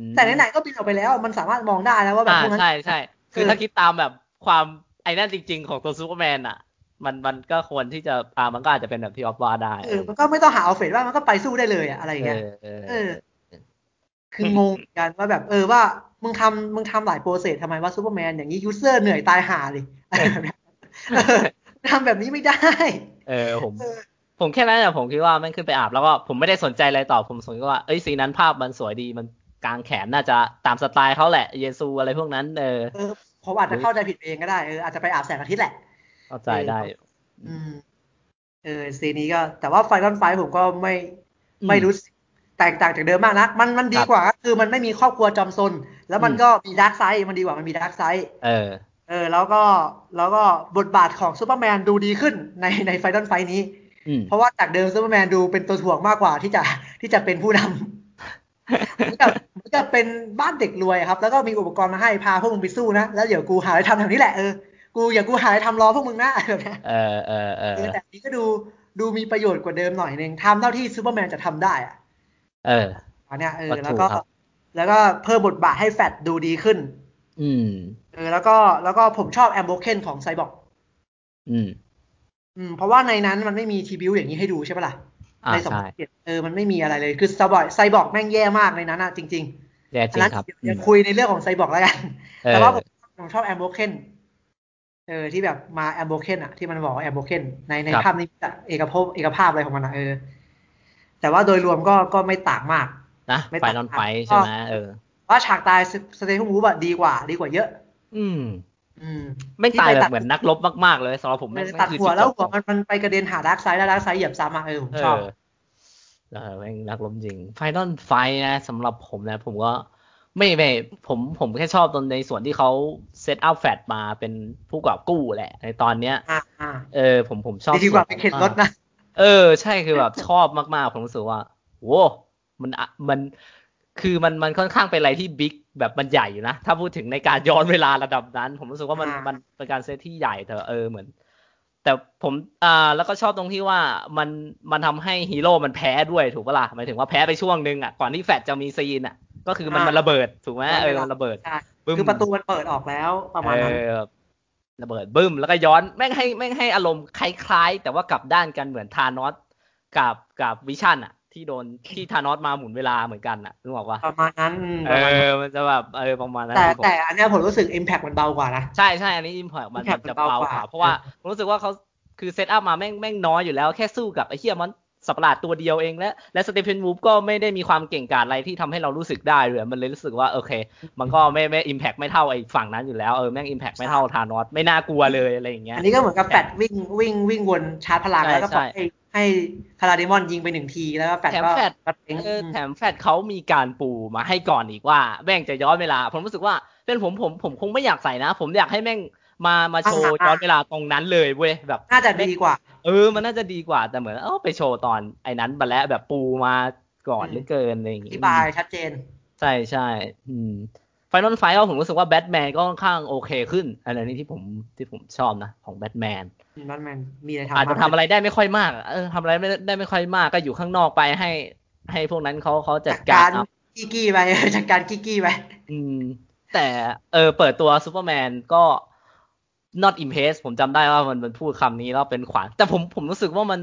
แต่ไหนๆก็บินออกไปแล้ว มันสามารถมองได้นะว่าแบบ อ่า พวกนั้น ใช่ใช่คือ เออ ถ้าคิดตามแบบความไอ้นั่นจริง ๆ ของตัวซูเปอร์แมนอ่ะ มันมันก็ควรที่จะอ่ามันก็อาจจะเป็นแบบที่ออฟว่าได้ เออมันก็ไม่ต้องหาเอาเฟสว่ามันก็ไปสู้ได้เลยอะอะไรอย่าง เอ เงี้อยเออ เออ คืองงเหมือนกันว่าแบบเออว่ามึงทำมึงทำหลายโปรเซสทำไมว่าซูเปอร์แมนอย่างนี้ยูเซอร์เหนื่อยตายห่าเลยอะไรแบบนั้นเออทำแบบนี้ไม่ได้ เออผม เออ ผมแค่นั้นอะผมคิดว่ามันขึ้นไปอาบแล้วก็ผมไม่ได้สนใจอะไรต่อผมสนใจว่าเอ้ยสีนั้นภาพมันสวยดีมันกลางแขนน่าจะตามสไตล์เขาแหละ เยซูอะไรพวกนั้น เออ เออผมอาจจะเข้าใจผิดเองก็ได้เอออาจจะไปอาบแสงอาทิตย์แหละ เข้าใจได้ อืม เออซีนนี้ก็ แต่ว่าไฟนอลไฟผมก็ไม่ไม่รู้สึกแตกต่างจากเดิมมากนะมันมันดี ครับ กว่าก็คือมันไม่มีครอบครัวจอมซน แล้วมัน อืม ก็มีดาร์กไซด์มันดีกว่ามันมีดาร์กไซด์ เออ เออ แล้วก็แล้วก็บทบาทของซูเปอร์แมนดูดีขึ้นในในไฟนอลไฟนี้ อืม เพราะว่าจากเดิมซูเปอร์แมนดูเป็นตัวถ่วงมากกว่าที่จะ ที่จะเป็นผู้นำ เหมือนกับเหมือนกับเป็นบ้านเด็กรวยครับ แล้วก็มีอุปกรณ์มาให้พาพวกมึงไปสู้นะแล้วเดี๋ยวกูหาอะไรทำแถวนี้แหละเออกูอย่ากูหาอะไรทำรอพวกมึงนะ แบบเนี้ย เออเออเออ เออแต่อันนี้ก็ดูดูมีประโยชน์กว่าเดิมหน่อยนึงทำเท่าที่ซูเปอร์แมนจะทำได้อะ เออ อันเนี้ยเออ ก็ถูก แล้วก็ ครับ แล้วก็เพิ่มบทบาทให้แฟตดูดีขึ้น อืม เออแล้วก็แล้วก็ผมชอบแอมโบเคนของไซบอร์ก อืม อืมเพราะว่าในนั้นมันไม่มีทีบิวอย่างนี้ให้ดูใช่ปะล่ะ อ่า ในสอง ใช่ เจ็ดเออมันไม่มีอะไรเลยคือไซบอร์กไซบอร์กแม่งแย่มากในนั้นอะจริง แย่ ๆ จ อั ริงนนั้น ครับ เดี๋ยวคุยในเรื่องของไซบอร์กแล้วกัน เออ แต่ว่าผมผมชอบแอมโบเคนเออที่แบบมาแอมโบเคนอะที่มันบอกว่าแอมโบเคนในในภาพนี้อะเอกภพเอกภาพอะไรของมันอะเออ แต่ว่าโดยรวมก็ก็ไม่ต่างมาก นะ ไม่ ไฟ ต่าง นอน กัน ไฟใช่ไหม ก็ เออ ว่าฉากตายสเตทฮูบอะดีกว่า ดีกว่าเยอะ อืม อืม ไม่ง ที่ ตาย ไป แบ ตั บ ด เหมือนนักรบมากๆเลยสำหรับผม ไป แม่ง ตัด คือ หัว จุด แล้ว จบ หัวมันมันไปกระเด็นหาดาร์กไซด์แล้วดาร์กไซด์เหยียบซ้ำอะเออผม เอ ชอบ อเออแม่งนักรบจริงไฟนอนไฟนะสำหรับผมนะ ผมก็ไม่ไม่ผมผมแค่ชอบตอนในส่วนที่เขาเซตอัพแฟลตมาเป็นผู้กอบกู้แหละ ในตอนเนี้ย อ่าอ่า เออผมผมชอบ ดีกว่าไปเข็นรถนะ เออ ใช่คือแบบชอบมากๆ ผมรู้สึกว่าโว้มันอะมันคือมันมันค่อนข้างเป็นอะไรที่บิ๊กแบบมันใหญ่อยู่นะ ถ้าพูดถึงในการย้อนเวลาระดับนั้น ผมรู้สึกว่ามัน อ่ามั มันเป็นการเซตที่ใหญ่แต่เออเหมือน แต่ผมอ่าแล้วก็ชอบตรงที่ว่ามันมันทำให้ฮีโร่มันแพ้ด้วยถูกปะล่ะหมายถึงว่าแพ้ไปช่วงนึงอ่ะก่อนที่แฟลชจะมีซีนอ่ะ ก็คือมันมันระเบิดถูกไหมเออมันระเบิด ใช่ บึ้ม คือประตูมันเปิดออกแล้วประมาณนั้น เออระเบิดบึ้ม แล้วก็ย้อนแม่งให้แม่งให้อารมณ์คล้ายๆ แต่ว่ากลับด้านกันเหมือนธานอสกับกับวิชั่นอะที่โดนที่ธานอสมาหมุนเวลาเหมือนกันอะรู้บอกว่า ประมาณนั้นอืม เอ ประอมาณนั้นมันจะแบบเออประมาณนั้น แต่ คือผม แต่อันเนี้ยผมรู้สึก Impact มันเบากว่านะ ใช่ใช่อันนี้อิมพอร์ตมัน impact มันจะ มันเบา เบาก ว่า ว่าเพราะว่าผมรู้สึกว่าเขาคือเซตอัพมาแม่งแม่งน้อยอยู่แล้วแค่สู้กับไอ้เฮียมันสัตว์ประหลาดตัวเดียวเองและและสเตเฟนวูฟก็ไม่ได้มีความเก่งกาจอะไรที่ทำให้เรารู้สึกได้เลยมันเลยรู้สึกว่าโอเค มันก็ไม่ไม่อิมแพกไม่เท่าไอ้ฝั่งนั้นอยู่แล้วเออแม่งอิมแพกไม่เท่าธานอสไม่น่ากลัวเลยอะไรอย่างเงี้ย อันนี้ก็เหมือนกับแฟดวิ่งวิ่งวิ่งวนชาร์จพลัง ใช่ แล้วก็ปล่อย ใช่ ให้ให้คาราเดมอนยิงไปหนึ่งทีแล้วก็แฟด แถม ก็ แฟด ก็เต็ง เออแถมแฟดเขามีการปูมาให้ก่อนอีกว่าแม่งจะย้อนเวลา ผมรู้สึกว่าเป็นผมผมผมคงไม่อยากใส่นะ ผมอยากให้แม่งมามาโชว์ย้อนเวลาตรงนั้นเลยเว้ยแบบ น่าจะดีกว่า เออมันน่าจะดีกว่าแต่เหมือนเออไปโชว์ตอนไอ้นั้นไปแล้วแบบปูมาก่อน อืม เหรือเกินอะไรอย่าง อ งี้ ธิบายชัดเจน ใช่ใช่อืมไฟนอลไฟก็ผมรู้สึกว่าแบทแมนก็ค่อนข้างโอเคขึ้นอันนี้ที่ผมที่ผมชอบนะของแบทแมน มันมันมีอะไรทำ อาจจะทำ บ้ง อะไรได้ไม่ค่อยมากอะเออทำอะไรไม่ได้ไม่ค่อยมากก็อยู่ข้างนอกไปให้ ให้พวกนั้นเขาเขาจัดการเอา กี้กี้ไป จัดการกี้กี้ไป อืม แต่เออเปิดตัวซูเปอร์แมนก็ not impressed ผมจำได้ว่ามันมันพูดคำนี้แล้วเป็นขวาน แต่ผมผมรู้สึกว่ามัน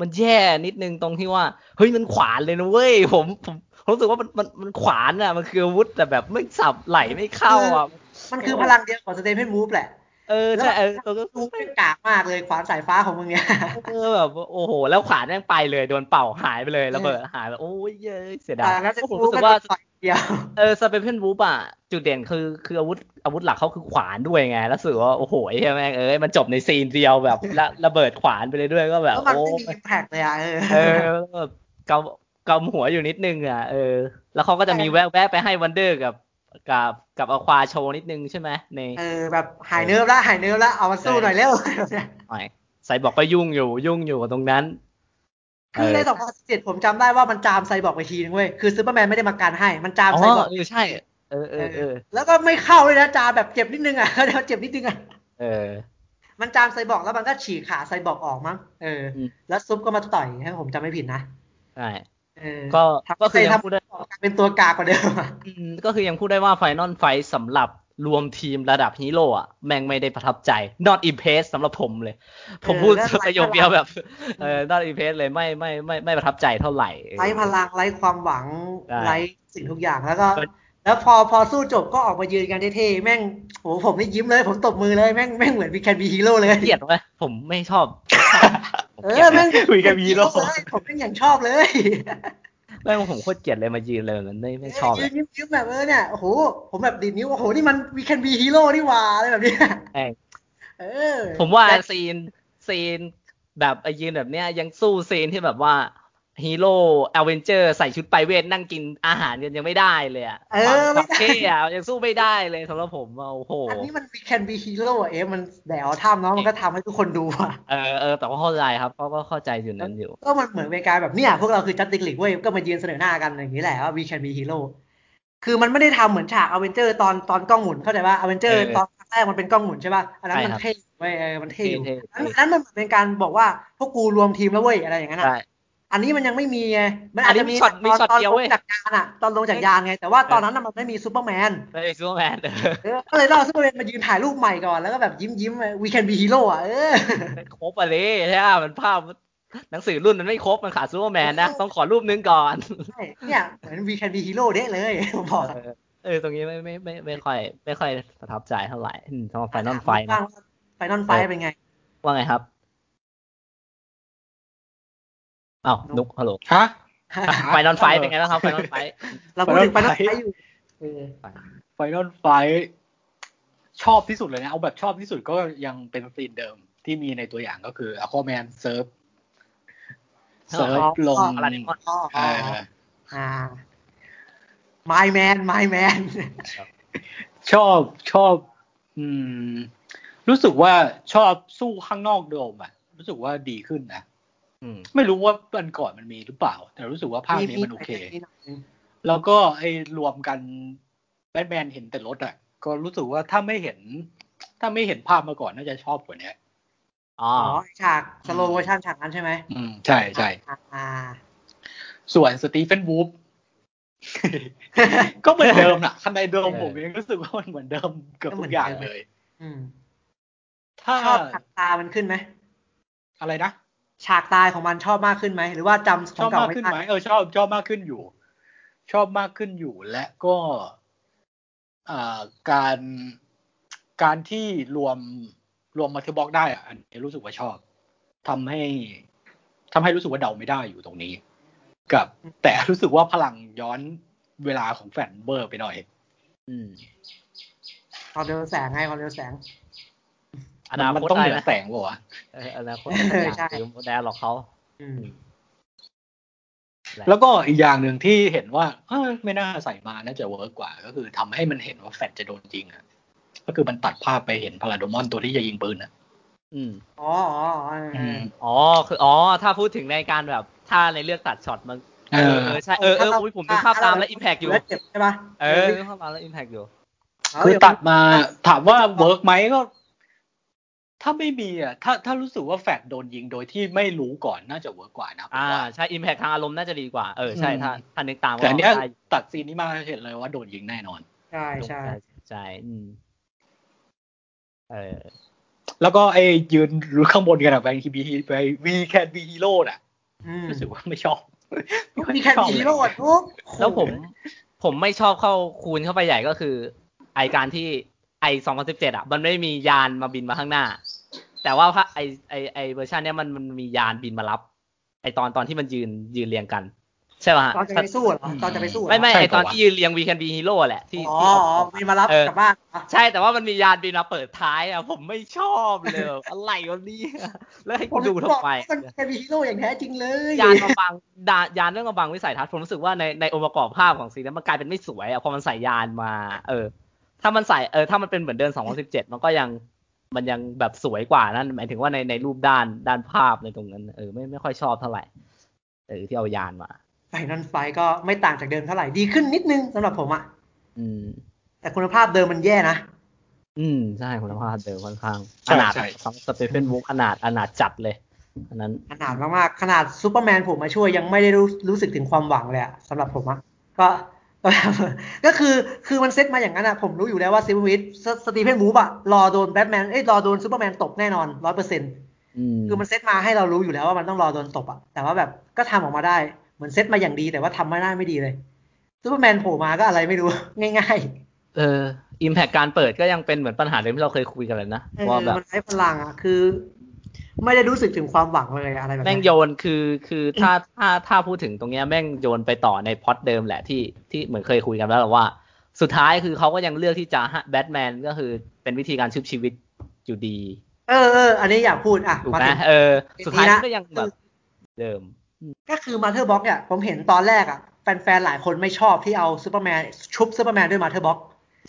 มันแย่นิดนึงตรงที่ว่า เฮ้ยมันขวานเลยนะเว้ยผมผมผมรู้สึกว่ามันมันมันขวานอ่ะ มันคืออาวุธแต่แบบไม่สับไหลไม่เข้าอ่ะ มันคือพลังเดียวของสเตเ e นวูฟแหละ เออใช่เออตัวก็ ดูเป็นกากมากเลยขวานสายฟ้าของมึงเนี่ย เออแบบโอ้โห แล้วขวานแม่งไปเลยโดนเป่าหายไปเลยระเบิดหายไปโอ้ยเย้ยเสียดาย แต่แล้วจะ ผม รู้ รู้สึกว่า ต่อยเดียว เออสเปเชียลวูปอ่ะ จุดเด่นคือคืออาวุธอาวุธหลักเขาคือขวานด้วยไง แล้วรู้สึกว่าโอ้โหใช่ไหมงเอ้ยมันจบในซีนเดียวแบบ ระระเบิดขวานไปเลยด้วยก็แบบ แล้วมัน โอ้ ไม่มี impact เลยอ่ะเออ เออแบบเกาเกาหัวอยู่นิดนึงอ่ะเออ แล้วเขาก็จะมีแวะแวะไปให้วันเดอร์กับกับกับอควาโชว์นิดนึงใช่ไหมใน เออแบบหายเนิร์ฟแล้วหายเนิร์ฟแล้วเอามาสู้หน่อยเร็ว หน่อยไซบอกก็ยุ่งอยู่ยุ่งอยู่ตรงนั้น คือในสองพันสิบเจ็ดผมจำได้ว่ามันจามไซบอร์กไปทีนึงเว้ย คือซูเปอร์แมนไม่ได้มาการให้ มันจาม อ๋อ ไซบอร์ก เออใช่ เออเออเออ แล้วก็ไม่เข้าเลยนะจามแบบเจ็บนิดนึงอ่ะ เดี๋ยวเจ็บนิดนึงอ่ะ เออ มันจามไซบอร์กแล้วมันก็ฉีกขาไซบอร์กออกมั้งเอออ ม แล้วซุปก็มาต่อยถ้าผมจำไม่ผิดนะ ใช่ เออ ก็ ทำ ก็คือ ให้ ยัง ทำ พูดได้ เป็นตัวกากกว่าเดิมอะ อืมก็คือยังพูดได้ว่าไฟนอลไฟสำหรับรวมทีมระดับฮีโร่อะแม่งไม่ได้ประทับใจ not impressed สำหรับผมเลย ผมพูดประโยคเดียวแบบเออ not impressed เลยไม่ไม่ไม่ไม่ประทับใจเท่าไหร่เออ ไร้พลังไร้ความหวัง ใช่ ไร้สิ่งทุกอย่างแล้วก็ ก็ แล้วพอพอสู้จบก็ออกมายืนกันเท่ๆแม่งโหผมนี่ยิ้มเลยผมตบมือเลยแม่งแม่งเหมือนวีแคนบีฮีโร่เลย เกลียดไหมผมไม่ชอบผม เอ เกลีย อ ด แม่ง คุยกับฮีโร่ เลยผมแม่งอย่างชอบเลย แม่งผมโคตรเกลียดเลยมายืนเลยมันไม่ไม่ชอบเล ยื ย นยิ้มๆแบบเออเนี่ยโอ้โหผมแบบดีดนิ้วโอ้โหนี่มัน we can be hero นี่หว่าอะไรแบบเนี้ย แม่ง เออ ผมว่า แต่ ซีนซีนแบบไอ้ยืนแบบเนี้ยยังสู้ซีนที่แบบว่าฮีโร่เอเวนเจอร์ใส่ชุดไปเวทนั่งกินอาหารกันยังไม่ได้เลยอะ เอ ความ อ ความไม่ได้ เท่อะยังสู้ไม่ได้เลยสำหรับผมอะโอ้โห อันนี้มัน we can be hero อะเอ๊ะมันแดวท่ามเนาะมันก็ทำให้ทุกคนดูอะ เออเออแต่ว่าเข้าใจครับเขาก็เข้าใจอยู่นั้นอยู่ ก็มันเหมือนเป็นการแบบเนี่ยพวกเราคือจัสติกลิกเว้ยก็มายืนเสนอหน้ากันอย่างนี้แหละว่า we can be hero คือมันไม่ได้ทำเหมือนฉากอเวนเจอร์ตอนตอนกล้องหมุนเข้าใจว่าอเวนเจอร์ เออ ตอนแรกมันเป็นกล้องหมุนใช่ป่ะอันนั้นมัน ใช่ครับ เท่เว้ยเออมันเท่อยู่ เท่ๆ อันนั้นอันนั้นมันเหมือนเป็นการบอกว่าพวกกูรวมทีมแล้วเว้ยอะไรอย่างนั้นอะ ใช่ อันนี้มันยังไม่มีไง มัน อั อาจ นนี้มีจะมีช็อตมีช็อต ตอน เดียว ล เว้ ง ย จากยานอะตอนลงจากยานไง แต่ว่าตอนนั้นน่ะมันไม่มีซูเปอร์แมน ไม่ใช่ซูเปอร์แมนเออ เออก็เลยต้องเอาซูเปอร์แมนมายืนถ่ายรูปใหม่ก่อน แล้วก็แบบยิ้มยิ้มๆ we can be hero อ่ะ เอ อ ไม่ครบอะไรใช่ไหมมันภาพหนังสือรุ่นมันไม่ครบมันขาดซูเปอร์แมนนะ ต้องขอรูปนึงก่อน ใช่เนี่ยเหมือน we can be hero เด้เลย ผมบอก เออเออตรงนี้ไม่ไม่ไม่ไม่ค่อย ไม่ค่อยประทับใจเท่าไหร่อืมสำหรับไฟนอลไฟนะ ไฟนอลไฟเป็นไง ว่าไงครับอ้าวนุกฮัลโหล ฮะ ไฟนอลไฟเป็นไงบ้างครับไฟนอลไฟ เราพูดถึงไฟนอลไฟ Final Fight อยู่เออ ไฟนอลไฟชอบที่สุดเลยนะ เอาแบบชอบที่สุดก็ยังเป็นซีนเดิมที่มีในตัวอย่างก็คืออควาแมนเซิร์ฟเซิร์ฟลง อะไรเนี่ย อ๋อ เอ่อ อ่า my man my man ชอบชอบ อืม รู้สึกว่าชอบสู้ข้างนอกโดมอ่ะ รู้สึกว่าดีขึ้นนะ อืม ไม่รู้ว่าวันก่อนมันมีหรือเปล่า แต่รู้สึก ว่าภาคนี้มันโอเค แล้วก็ไอ้รวมกันแบทแมนเห็นแต่รถอ่ะ ก็รู้สึกว่าถ้าไม่เห็น ถ้าไม่เห็นภาพมาก่อนน่าจะชอบกว่าเนี้ย อ๋อ อ๋อฉากสโลว์เวอร์ชันฉากนั้นใช่ไหม อืม ใช่ใช่ อ่า ส่วนสตีเฟนวูฟ ก็เหมือนเดิมน่ะข้างในเดิมผมเองรู้สึกว่ามันเหมือนเดิมเกือบทุกอย่างเลย อืม ถ้า ชอบฉากตามันขึ้นไหม อะไรนะ ฉากตายของมันชอบมากขึ้นไหม หรือว่าจำข ช อ องเก่าบากมไม่ ขึ้น ได้ ไหมเออชอบชอบมากขึ้นอยู่ ชอบมากขึ้นอยู่และก็อ่าการการที่รวมรวมมาเทอร์บ็อกได้อะอันนี้รู้สึกว่าชอบทำให้ทำให้รู้สึกว่าเดาไม่ได้อยู่ตรงนี้ กับ แต่รู้สึกว่าพลังย้อนเวลาของแฟนเบอร์ไปหน่อย อืม ความเร็วแสงไงความเร็วแสง อนา มัน คต ต้อง อะ เห ไร นือ นะ แสงวะวะ เอออนาคต เออใช่ ใช่แดนหรอกเขา อืม แหละ แล้วก็อีกอย่างหนึ่งที่เห็นว่าเอยไม่น่าใส่มาน่าจะเวิร์กกว่า ก็คือทำให้มันเห็นว่าแฟนจะโดนจริงอ่ะก็คือมันตัดภาพไปเห็นพาราโดมอนตัวที่จะยิงปืนอ่ะ อืม อ๋ออ๋ออ๋อเออ อ๋อ คือ อ๋อ ถ้าพูดถึงในการแบบ ถ้าในเรื่องตัดช็อตมัน เอ เอ อ อ ใช่ เออ เอออุ้ยผมดูภาพตามและอิมแพกอยู่ แล้วเจ็บใช่ปะ เออดูภาพตามและอิมแพกอยู่ เา คือ เยว ตัดมาถามว่าเวิร์กไหมก็ ถ้าไม่มีอ่ะถ้าถ้ารู้สึกว่าแฟนโดนยิงโดยที่ไม่รู้ก่อนน่าจะเวิร์กกว่านะผม อ่า ว่า ใช่อิมแพกทางอารมณ์น่าจะดีกว่า เออ ใช่ อืม ถ้าถ้านึกตามก็ แต่อันเนี้ย ได้ ตัดซีนนี้มาเห็นเลยว่าโดนยิงแน่นอน ใช่ ใช่ ใช่ ใช่อืมเออ แล้วก็ไอ้ยืนรู้ข้างบนกันอะแบงค์ทีบีไปวีแคนบีฮีโร่น่ะ อืม รู้สึกว่าไม่ชอบ ทุก มีแค่มีฮีโร่อะทุก แล้วผม ผมไม่ชอบเข้าคูณเข้าไปใหญ่ก็คือ ไอการที่ไอสองพันสิบเจ็ดอ่ะ มันไม่มียานมาบินมาข้างหน้า แต่ว่าพระไอไอไอเวอร์ชันเนี้ยมันมันมียานบินมารับ ไอตอนตอนที่มันยืนยืนเรียงกัน ใช่ป่ะฮะ ตอนจะไปสู้เหรอตอนจะไปสู้เหรอ ไม่ไม่ไอตอนที่ยืนเรียงวีแคนบีฮีโร่แหละที่ อ๋อ ที่ อ๋ เอา อมีมารับ เออก ลับบ้านเหรอ ใช่แต่ว่ามันมียานบินมาเปิดท้ายอ่ะ ผมไม่ชอบเลยแบบอะไรวะเนี่ยแล้วให้กูดูทำไม ผมถึงบอกว่ามันแค่มีฮีโร่อย่างแท้จริงเลย ยานมาบังดายานเรื่องมาบังวิสัยทัศน์ผมรู้สึกว่าในในองค์ประกอบภาพของซีนนั้นมันกลายเป็นไม่สวยอะพอมันใส่ยานมา เออ ถ้ามันใส่เออถ้ามันเป็นเหมือนเดิน2017 มันก็ยังมันยังแบบสวยกว่านั่นหมายถึงว่าในในรูปด้านด้านภาพในตรงนั้น เออไม่ไม่ค่อยชอบเท่าไหร่เออที่เอายานมา ไฟนอลไฟก็ไม่ต่างจากเดิมเท่าไหร่ดีขึ้นนิดนึงสำหรับผมอะ อืม แต่คุณภาพเดิมมันแย่นะ อืมใช่คุณภาพเดิมค่อนข้าง ใช่ อนาถ ใช่ ของสเตเฟนบุ๊กอนาถอนาถจัดเลยอันนั้น ขนาดมากๆ ขนาดซูเปอร์แมนผมมาช่วยยังไม่ได้รู้รู้สึกถึงความหวังเลยอะสำหรับผมอะก็ก็แบบ ก็คือคือมันเซตมาอย่างนั้นอะผมรู้อยู่แล้วว่าซิวิทสตีเฟนบูฟอะรอโดนแบทแมนเอ้ยรอโดนซูเปอร์แมนตบแน่นอนร้อยเปอร์เซ็นต์ อืม คือมันเซตมาให้เรารู้อยู่แล้วว่ามันต้องรอโดนตบอะแต่ว่าแบบก็ทำออกมาได้เหมือนเซตมาอย่างดีแต่ว่าทำไม่ได้ไม่ดีเลยซูเปอร์แมนโผล่มาก็อะไรไม่รู้ ง่าย เอออิมแพกการเปิดก็ยังเป็นเหมือนปัญหาเดิมที่เราเคยคุยกันเลยนะ ๆเออ ว่าแบบ มันไร้พลังอะคือ ไม่ได้รู้สึกถึงความหวังเลยอะไรแบบ แม่ เนี้ ง ย โยนคือคือถ้าถ้าถ้าพูดถึงตรงเนี้ยแม่งโยนไปต่อในพล็อดเดิมแหละที่ที่เหมือนเคยคุยกันแล้วแหละว่า สุดท้ายคือเขาก็ยังเลือกที่จะให้แบทแมนก็คือเป็นวิธีการชุบชีวิตอยู่ดี เออเออ อันนี้อยากพูดอ่ะ ถูก มา ไหม ถึง เออ สุดท้าย ทีนี้นะ มันก็ยังแบบเดิม ก็คือมาเธอร์บ็อกเนี่ยผมเห็นตอนแรกอ่ะ แฟนๆ หลายคนไม่ชอบที่เอาซูเปอร์แมนชุบซูเปอร์แมนด้วยมาเธอร์บ็อก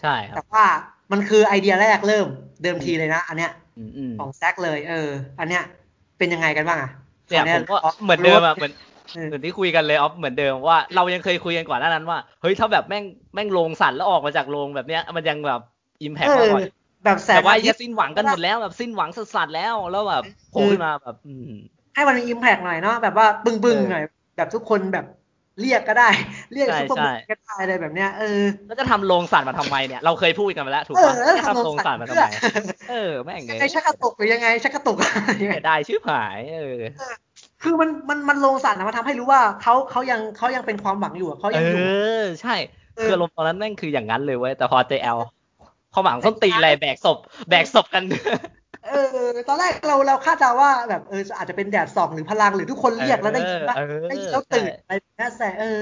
ใช่ครั แต่ บ ว่ามันคือไอเดียแรกเริ่มเดิมทีเลยนะ อันเนี้ย อืมอืม ของแซกเลย เออ อันเนี้ยเป็นยังไงกันบ้างอ่ะ เนี่ย อั ผมก็เหมือนเดิมอะเหมือน เออ เหมือนที่คุยกันเลยออฟเหมือนเดิมว่าเรายังเคยคุยกันก่อนหน้านั้นว่าเฮ้ยถ้าแบบแม่งแม่งลงสั่นแล้วออกมาจากโรงแบบเนี้ยมันยังแบบอิมแพก เอ มาก อก ว่า แบบแสง แต่ว่า อาทิ จะ ตย์ สิ้นหวังกันหมดแล้วแบบสิ้นหวังสัสๆแล้วแล้วแบบโผล่ขึ้นมาแบบ อืม ให้มันมีอิมแพกหน่อยเนาะแบบว่าบึ้ง เออ ๆหน่อย แบบทุกคนแบบเรียกก็ได้ เรียก ใช่ ซูเปอร์แมน ใช่ ก็ได้อะไรแบบเนี้ยเออ แล้วจะทำโรงสั่นมาทำไมเนี่ยเราเคยพูดกันไปแล้วถูก เอ ปะ อแล้ว จะทำทำโร โรง ง สั สั่นตว์ มาทำ เพื่อ ไมเออแม่ง ยั เล ง ย ไงชักกระตุกหรือ ยังไงชักกระตุก เสียดายชิบหายเออ คือมันมันมันลงสารนะมันทำให้รู้ว่าเขาเขายังเขายังเป็นความหวังอยู่อะเขา เอ ยังอยู่ อ ใช่ เออ คืออารมณ์ตอนนั้นแม่งคืออย่างนั้นเลยเว้ยแต่พอ JL พอหมังส้นตีนอะไรแบกศพแบกศพกัน เออ ตอนแรกเราเราคาดเดาว่าแบบเอออาจจะเป็นแดดส่องหรือพลังหรือทุกคนเรียกแล้วได้ยินว่า เออเออ ได้ยินแล้วตื่นอะไรแบบเนี้ยแต่เออ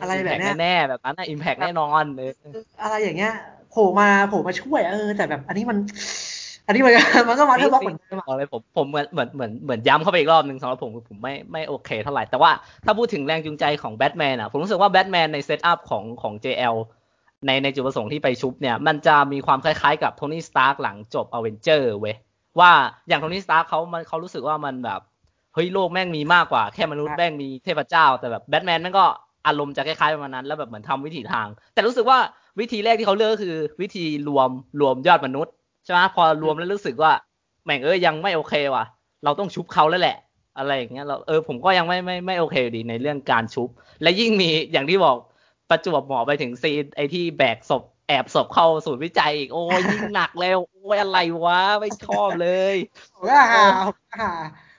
อะไรแบบเนี้ย แน่ๆแบบนั้นนะอิมแพกแน่นอนเออ เอออะไรอย่างเงี้ยโผล่มาโผล่มาช่วยอะเออ แต่แบบอันนี้มัน อันนี้มัน ก็มันก็มาเทอร์บ็อกเหมือนเดิมอะ บอกเลยผมผมเหมือนเหมือนเหมือนเหมือนย้ำเข้าไปอีกรอบหนึ่งสำหรับผมคือผมไม่ไม่โอเคเท่าไหร่ แต่ว่าถ้าพูดถึงแรงจูงใจของแบทแมนอ่ะ ผมรู้สึกว่าแบทแมนในเซตอัพของของ JL ในในจุดประสงค์ที่ไปชุบเนี่ย มันจะมีความคล้ายๆกับโทนี่สตาร์กหลังจบอเวนเจอร์เว้ย ว่าอย่างโทนี่สตาร์กเขามันเขารู้สึกว่ามันแบบ เฮ้ยโลกแม่งมีมากกว่าแค่มนุษย์แม่งมีเทพเจ้า แต่แบบแบทแมนแม่งก็อารมณ์จะคล้ายๆประมาณนั้น แล้วแบบเหมือนทำวิถีทาง แต่รู้สึกว่าวิธีแรกที่เขาเลือกก็คือ วิธีรวมรวมยอดมนุษย์ใช่ไหมพอรวมแล้วรู้สึกว่า แม่งเอ้ยยังไม่โอเคว่ะ เราต้องชุบเขาแล้วแหละ อะไรอย่างเงี้ยเราเออผมก็ยังไม่ไม่ไม่โอเคอยู่ดีในเรื่องการชุบ และยิ่งมีอย่างที่บอกประจวบเหมอไปถึงซีนไอที่แบกศพแอบศพเข้าศูนย์วิจัยอีกโอ้ยยิ่งหนักเลยโอ้ยอะไรวะไม่ชอบเลย ผมก็หา ผมก็หา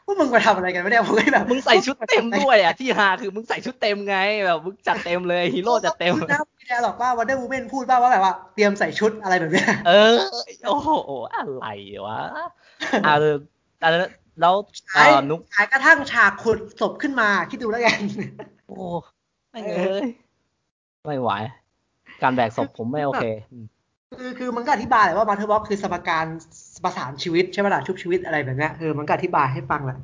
ว่ามึงมาทำอะไรกันไม่ได้ผมก็แบบ มึงใส่ชุดเต็ม ด้วยอ่ะที่ฮาคือมึงใส่ชุดเต็มไงแบบมึงจัดเต็มเลยฮีโร่จัดเต็ม นะมีแดร์หรอกว่าวันเดอร์วูแมนพูดบ้างว่าแบบว่าเตรียมใส่ชุดอะไรแบบเนี้ย เออโอ้โหอะไรวะอ่าแล้วเอ่อนุก ขายกระทั่งฉากขุดศพขึ้นมา คิดดูแล้วกัน โอ้ไม่งเอ้ยไม่ไหว การแบกศพผมไม่โอเค คือคือมันก็อธิบายแหละว่ามาเทอร์บ็อกคือสมการประสานชีวิตใช่ไหมล่ะชุบชีวิตอะไรแบบเนี้ยเออมันก็อธิบายให้ฟังแหละ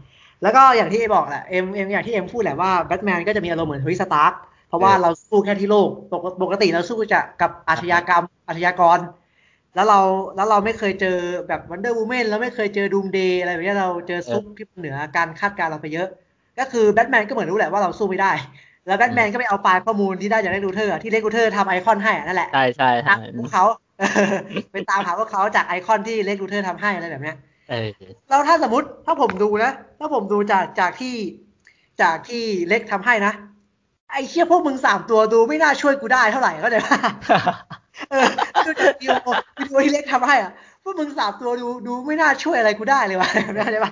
แล้วก็อย่างที่เอบอกแหละเอ็มเอ็มอย่างที่เอ็มพูดแหละว่าแบทแมนก็จะมีอารมณ์เหมือนโทนี่สตาร์คเพราะว่า เออ เราสู้แค่ที่โลกปกปกติเราสู้จะกับอาชญากรรมอาชญากร แล้วเราแล้วเราไม่เคยเจอแบบวันเดอร์วูแมนเราไม่เคยเจอดูมเดย์อะไรแบบเนี้ยเราเจอซุปที่เหนือการคาดการณ์เราไปเยอะ ก็คือแบทแมนก็เหมือนรู้แหละว่าเราสู้ไม่ได้ แล้วแบทแมนก็ไปเอาไฟล์ข้อมูลที่ได้จากเลกูเทอร์ที่เลกูเทอร์ทำไอคอนให้อะนั่นแหละ ใช่ใช่ ตา ใช่ มพวกเขา เออไปตามหาพวกเขาจากไอคอนที่เล็กรูเทอร์ทำให้อะไรแบบเนี้ย เออ แล้วถ้าสมมติถ้าผมดูนะ ถ้าผมดูจากจากที่จากที่เล็กทำให้นะ ไอเชี่ยพวกมึงสามตัวดูไม่น่าช่วยกูได้เท่าไหร่ก็ได้ป่ะเออดูจากวิดีโอวิดีโอที่เล็กทำให้อ่ะพวกมึงสามตัวดูดูไม่น่าช่วยอะไรกูได้เลยว่ะแบบเนี้ยได้ป่ะ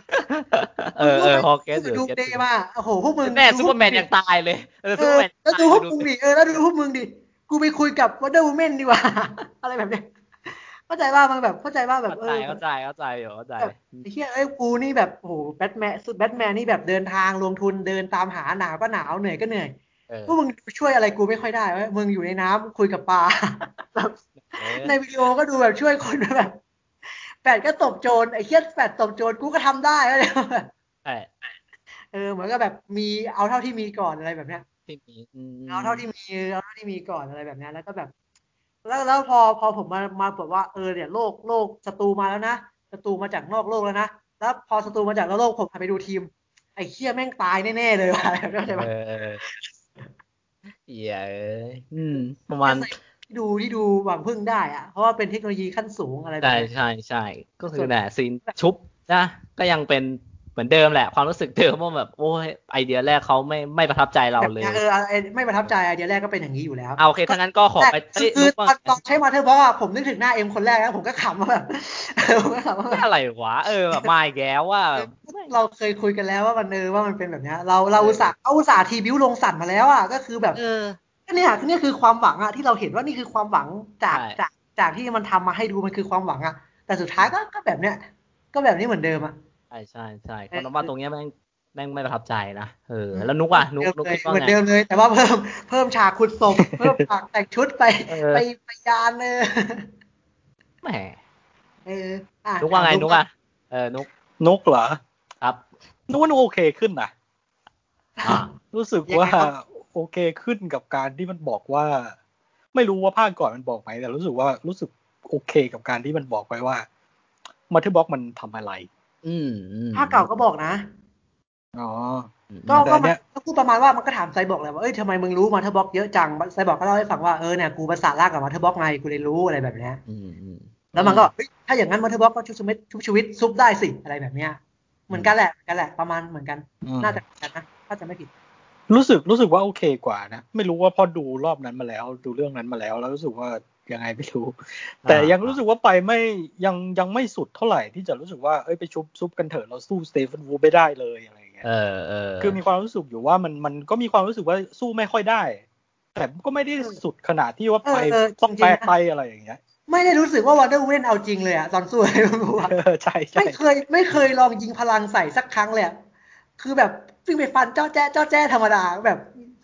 เออเออพอเกส มึงดูเด มา มาโอ้โหพวกมึง แม่ซูเปอร์แมนยังตายเลยเออ เอ ซูเปอ อ ร์แมน แล้วดูพวกมึงดิเออแล้วดูพวกมึงดิกูไปคุยกับวันเดอร์วูแมนดีกว่า อะไรแบบเนี้ย เข้าใจว่ามันแบบเข้าใจว่าแบบ เข้า เอ ใจ อ เข้าใจเข้าใจอยู่เข้าใจ แบบไอ้เหี้ยเอ้ยกูนี่แบบโอ้โหแบทแมนสุดแบทแมนนี่แบบเดินทางลงทุนเดินตามหาหนาวก็หนาวเหนื่อยก็เหนื่อย เออ พวกมึงช่วยอะไรกูไม่ค่อยได้เว้ยมึงอยู่ในน้ำคุยกับปลา แบบ เออ ในวิดีโอก็ดูแบบช่วยคนแบบแปดก็ตบโจรไอ้เหี้ยแปดตบโจรกูก็ทำได้เว้ย ใช่ เออเหมือนกับแบบมีเอาเท่าที่มีก่อนอะไรแบบเนี้ย ที่มีอืม เอาเท่าที่มีเอาเท่าที่มีก่อนอะไรแบบเนี้ยแล้วก็แบบ แล้วแล้วพอพอผมมามาบอกว่าเออเนี่ยโลกโลกศัตรูมาแล้วนะศัตรูมาจากนอกโลกแล้วนะแล้วพอศัตรูมาจากนอกโลกผมหันไปดูทีม ไอ้เคี้ยแม่งตายแน่ ๆเลยว่ะเข้าใจปะ เออเหี้ยเอ้ยอืม ประมาณ ที่ดูที่ดูหวังพึ่งได้อะเพราะว่าเป็นเทคโนโลยีขั้นสูงอะไรแบบ ใช่ นี้ ใช่ใช่ก็คื ส่ อ วน แหละซีนชุบนะก็ยังเป็นเหมือนเดิมแหละ ความรู้สึกเดิมว่าแบบโอ้ยไอเดียแรกเขาไม่ไม่ประทับใจเราเลย เออเออไม่ประทับใจไอเดียแรกก็เป็นอย่างนี้อยู่แล้ว เอาโอเคถ้างั้นก็ขอไป แต่คือคือตอนตอนใช้มาเธอเพราะว่าผมนึกถึงหน้าเอ็มคนแรกแล้วผมก็ขำว่าแบบ ผมก็ขำว่า ไม่อะไรวะเออแบบมาอีกแล้วว่า เราเคยคุยกันแล้วว่ามันเออว่ามันเป็นแบบเนี้ยเราเราอุตส่าห์เอาอุตส่าห์ทีบิวลงสั่นมาแล้วอ่ะก็คือแบบ เออ ก็เนี่ยเนี่ยคือความหวังอะที่เราเห็นว่านี่คือความหวังจาก ใช่ จากจากที่มันทำมาให้ดูมันคือความหวังอะแต่สุดท้ายก็ก็แบบเนี้ย ก็แบบนี้เหมือนเดิมอะ ใช่ใช่ใช่ เอ ค อ นว่าตรงเนี้ยแม่งแม่งไม่ประทับใจนะเออแล้วนุกอ่ะนุกนุกคิดว่า เหมือน ไง เดิมเลย แต่ว่าเพิ่มเพิ่มฉากขุดศพเพิ่มฉาก แต่งชุดไป เออ ไปพยานเลย แหม เอออ่ะ นุกว่าไงนุกอ่ะเออนุก นกเหรอ ครับ นุกว่านุกโอเคขึ้นนะ อ่ะ รู้สึกว่าโอเคขึ้นกับการที่มันบอกว่า ไม่รู้ว่าภาคก่อนมันบอกไหมแต่รู้สึกว่ารู้สึกโอเคกับการที่มันบอกไว้ว่ามัทเทอร์บ็อกมันทำอะไร อืมอืม ภาคเก่าก็บอกนะ อ๋อ อืม ก็ แต่ ก็ เนี่ยมันก็พูดประมาณว่ามันก็ถามไซบอร์กแหละว่าเอ้ยทำไมมึงรู้มาเธอร์บอกเยอะจังไซบอร์กก็เล่าให้ฟังว่าเออเนี่ยกูประสานร่างกับมาเธอร์บอกไงกูเลยรู้อะไรแบบเนี้ย อืมอืม แล้วมันก็แบบเฮ้ยถ้าอย่างนั้นมอเตอร์บ็อกก็ชุบชีวิตชุบชีวิตซุปได้สิ อะไรแบบเนี้ย เหมือนกันแหละเหมือนกันแหละ ประมาณเหมือนกัน อืม น่าจะเหมือนกันนะถ้าจะไม่ผิด รู้สึกรู้สึกว่าโอเคกว่านะ ไม่รู้ว่าพอดูรอบนั้นมาแล้ว ดูเรื่องนั้นมาแล้ว แล้วรู้สึกว่ายังไงไม่รู้ อ่า แต่ยังรู้สึกว่าไปไม่ยังยังไม่สุดเท่าไหร่ที่จะรู้สึกว่าเอ้ยไปชุบซุบกันเถอะเราสู้สเตฟานวูไม่ได้เลยอะไรอย่างเงี้ย เออเออ คือมีความรู้สึกอยู่ว่ามันมันก็มีความรู้สึกว่าสู้ไม่ค่อยได้ แต่ก็ไม่ได้สุดขนาดที่ว่าไป เออเออ ต้อง จริ แป ง ล ๆนะ ไปอะไรอย่างเงี้ย ไม่ได้รู้สึกว่าวันเดอร์วูแมนเอาจริงเลยอะตอนสู้อะไรไม่รู้อะ เออใช่ ใช่ ไม่เคยไม่เคยลองยิงพลังใส่สักครั้งเลยอะคือแบบวิ่งไปฟันเจ้าแจ้เจ้าแจ้ธรรมดาแบบ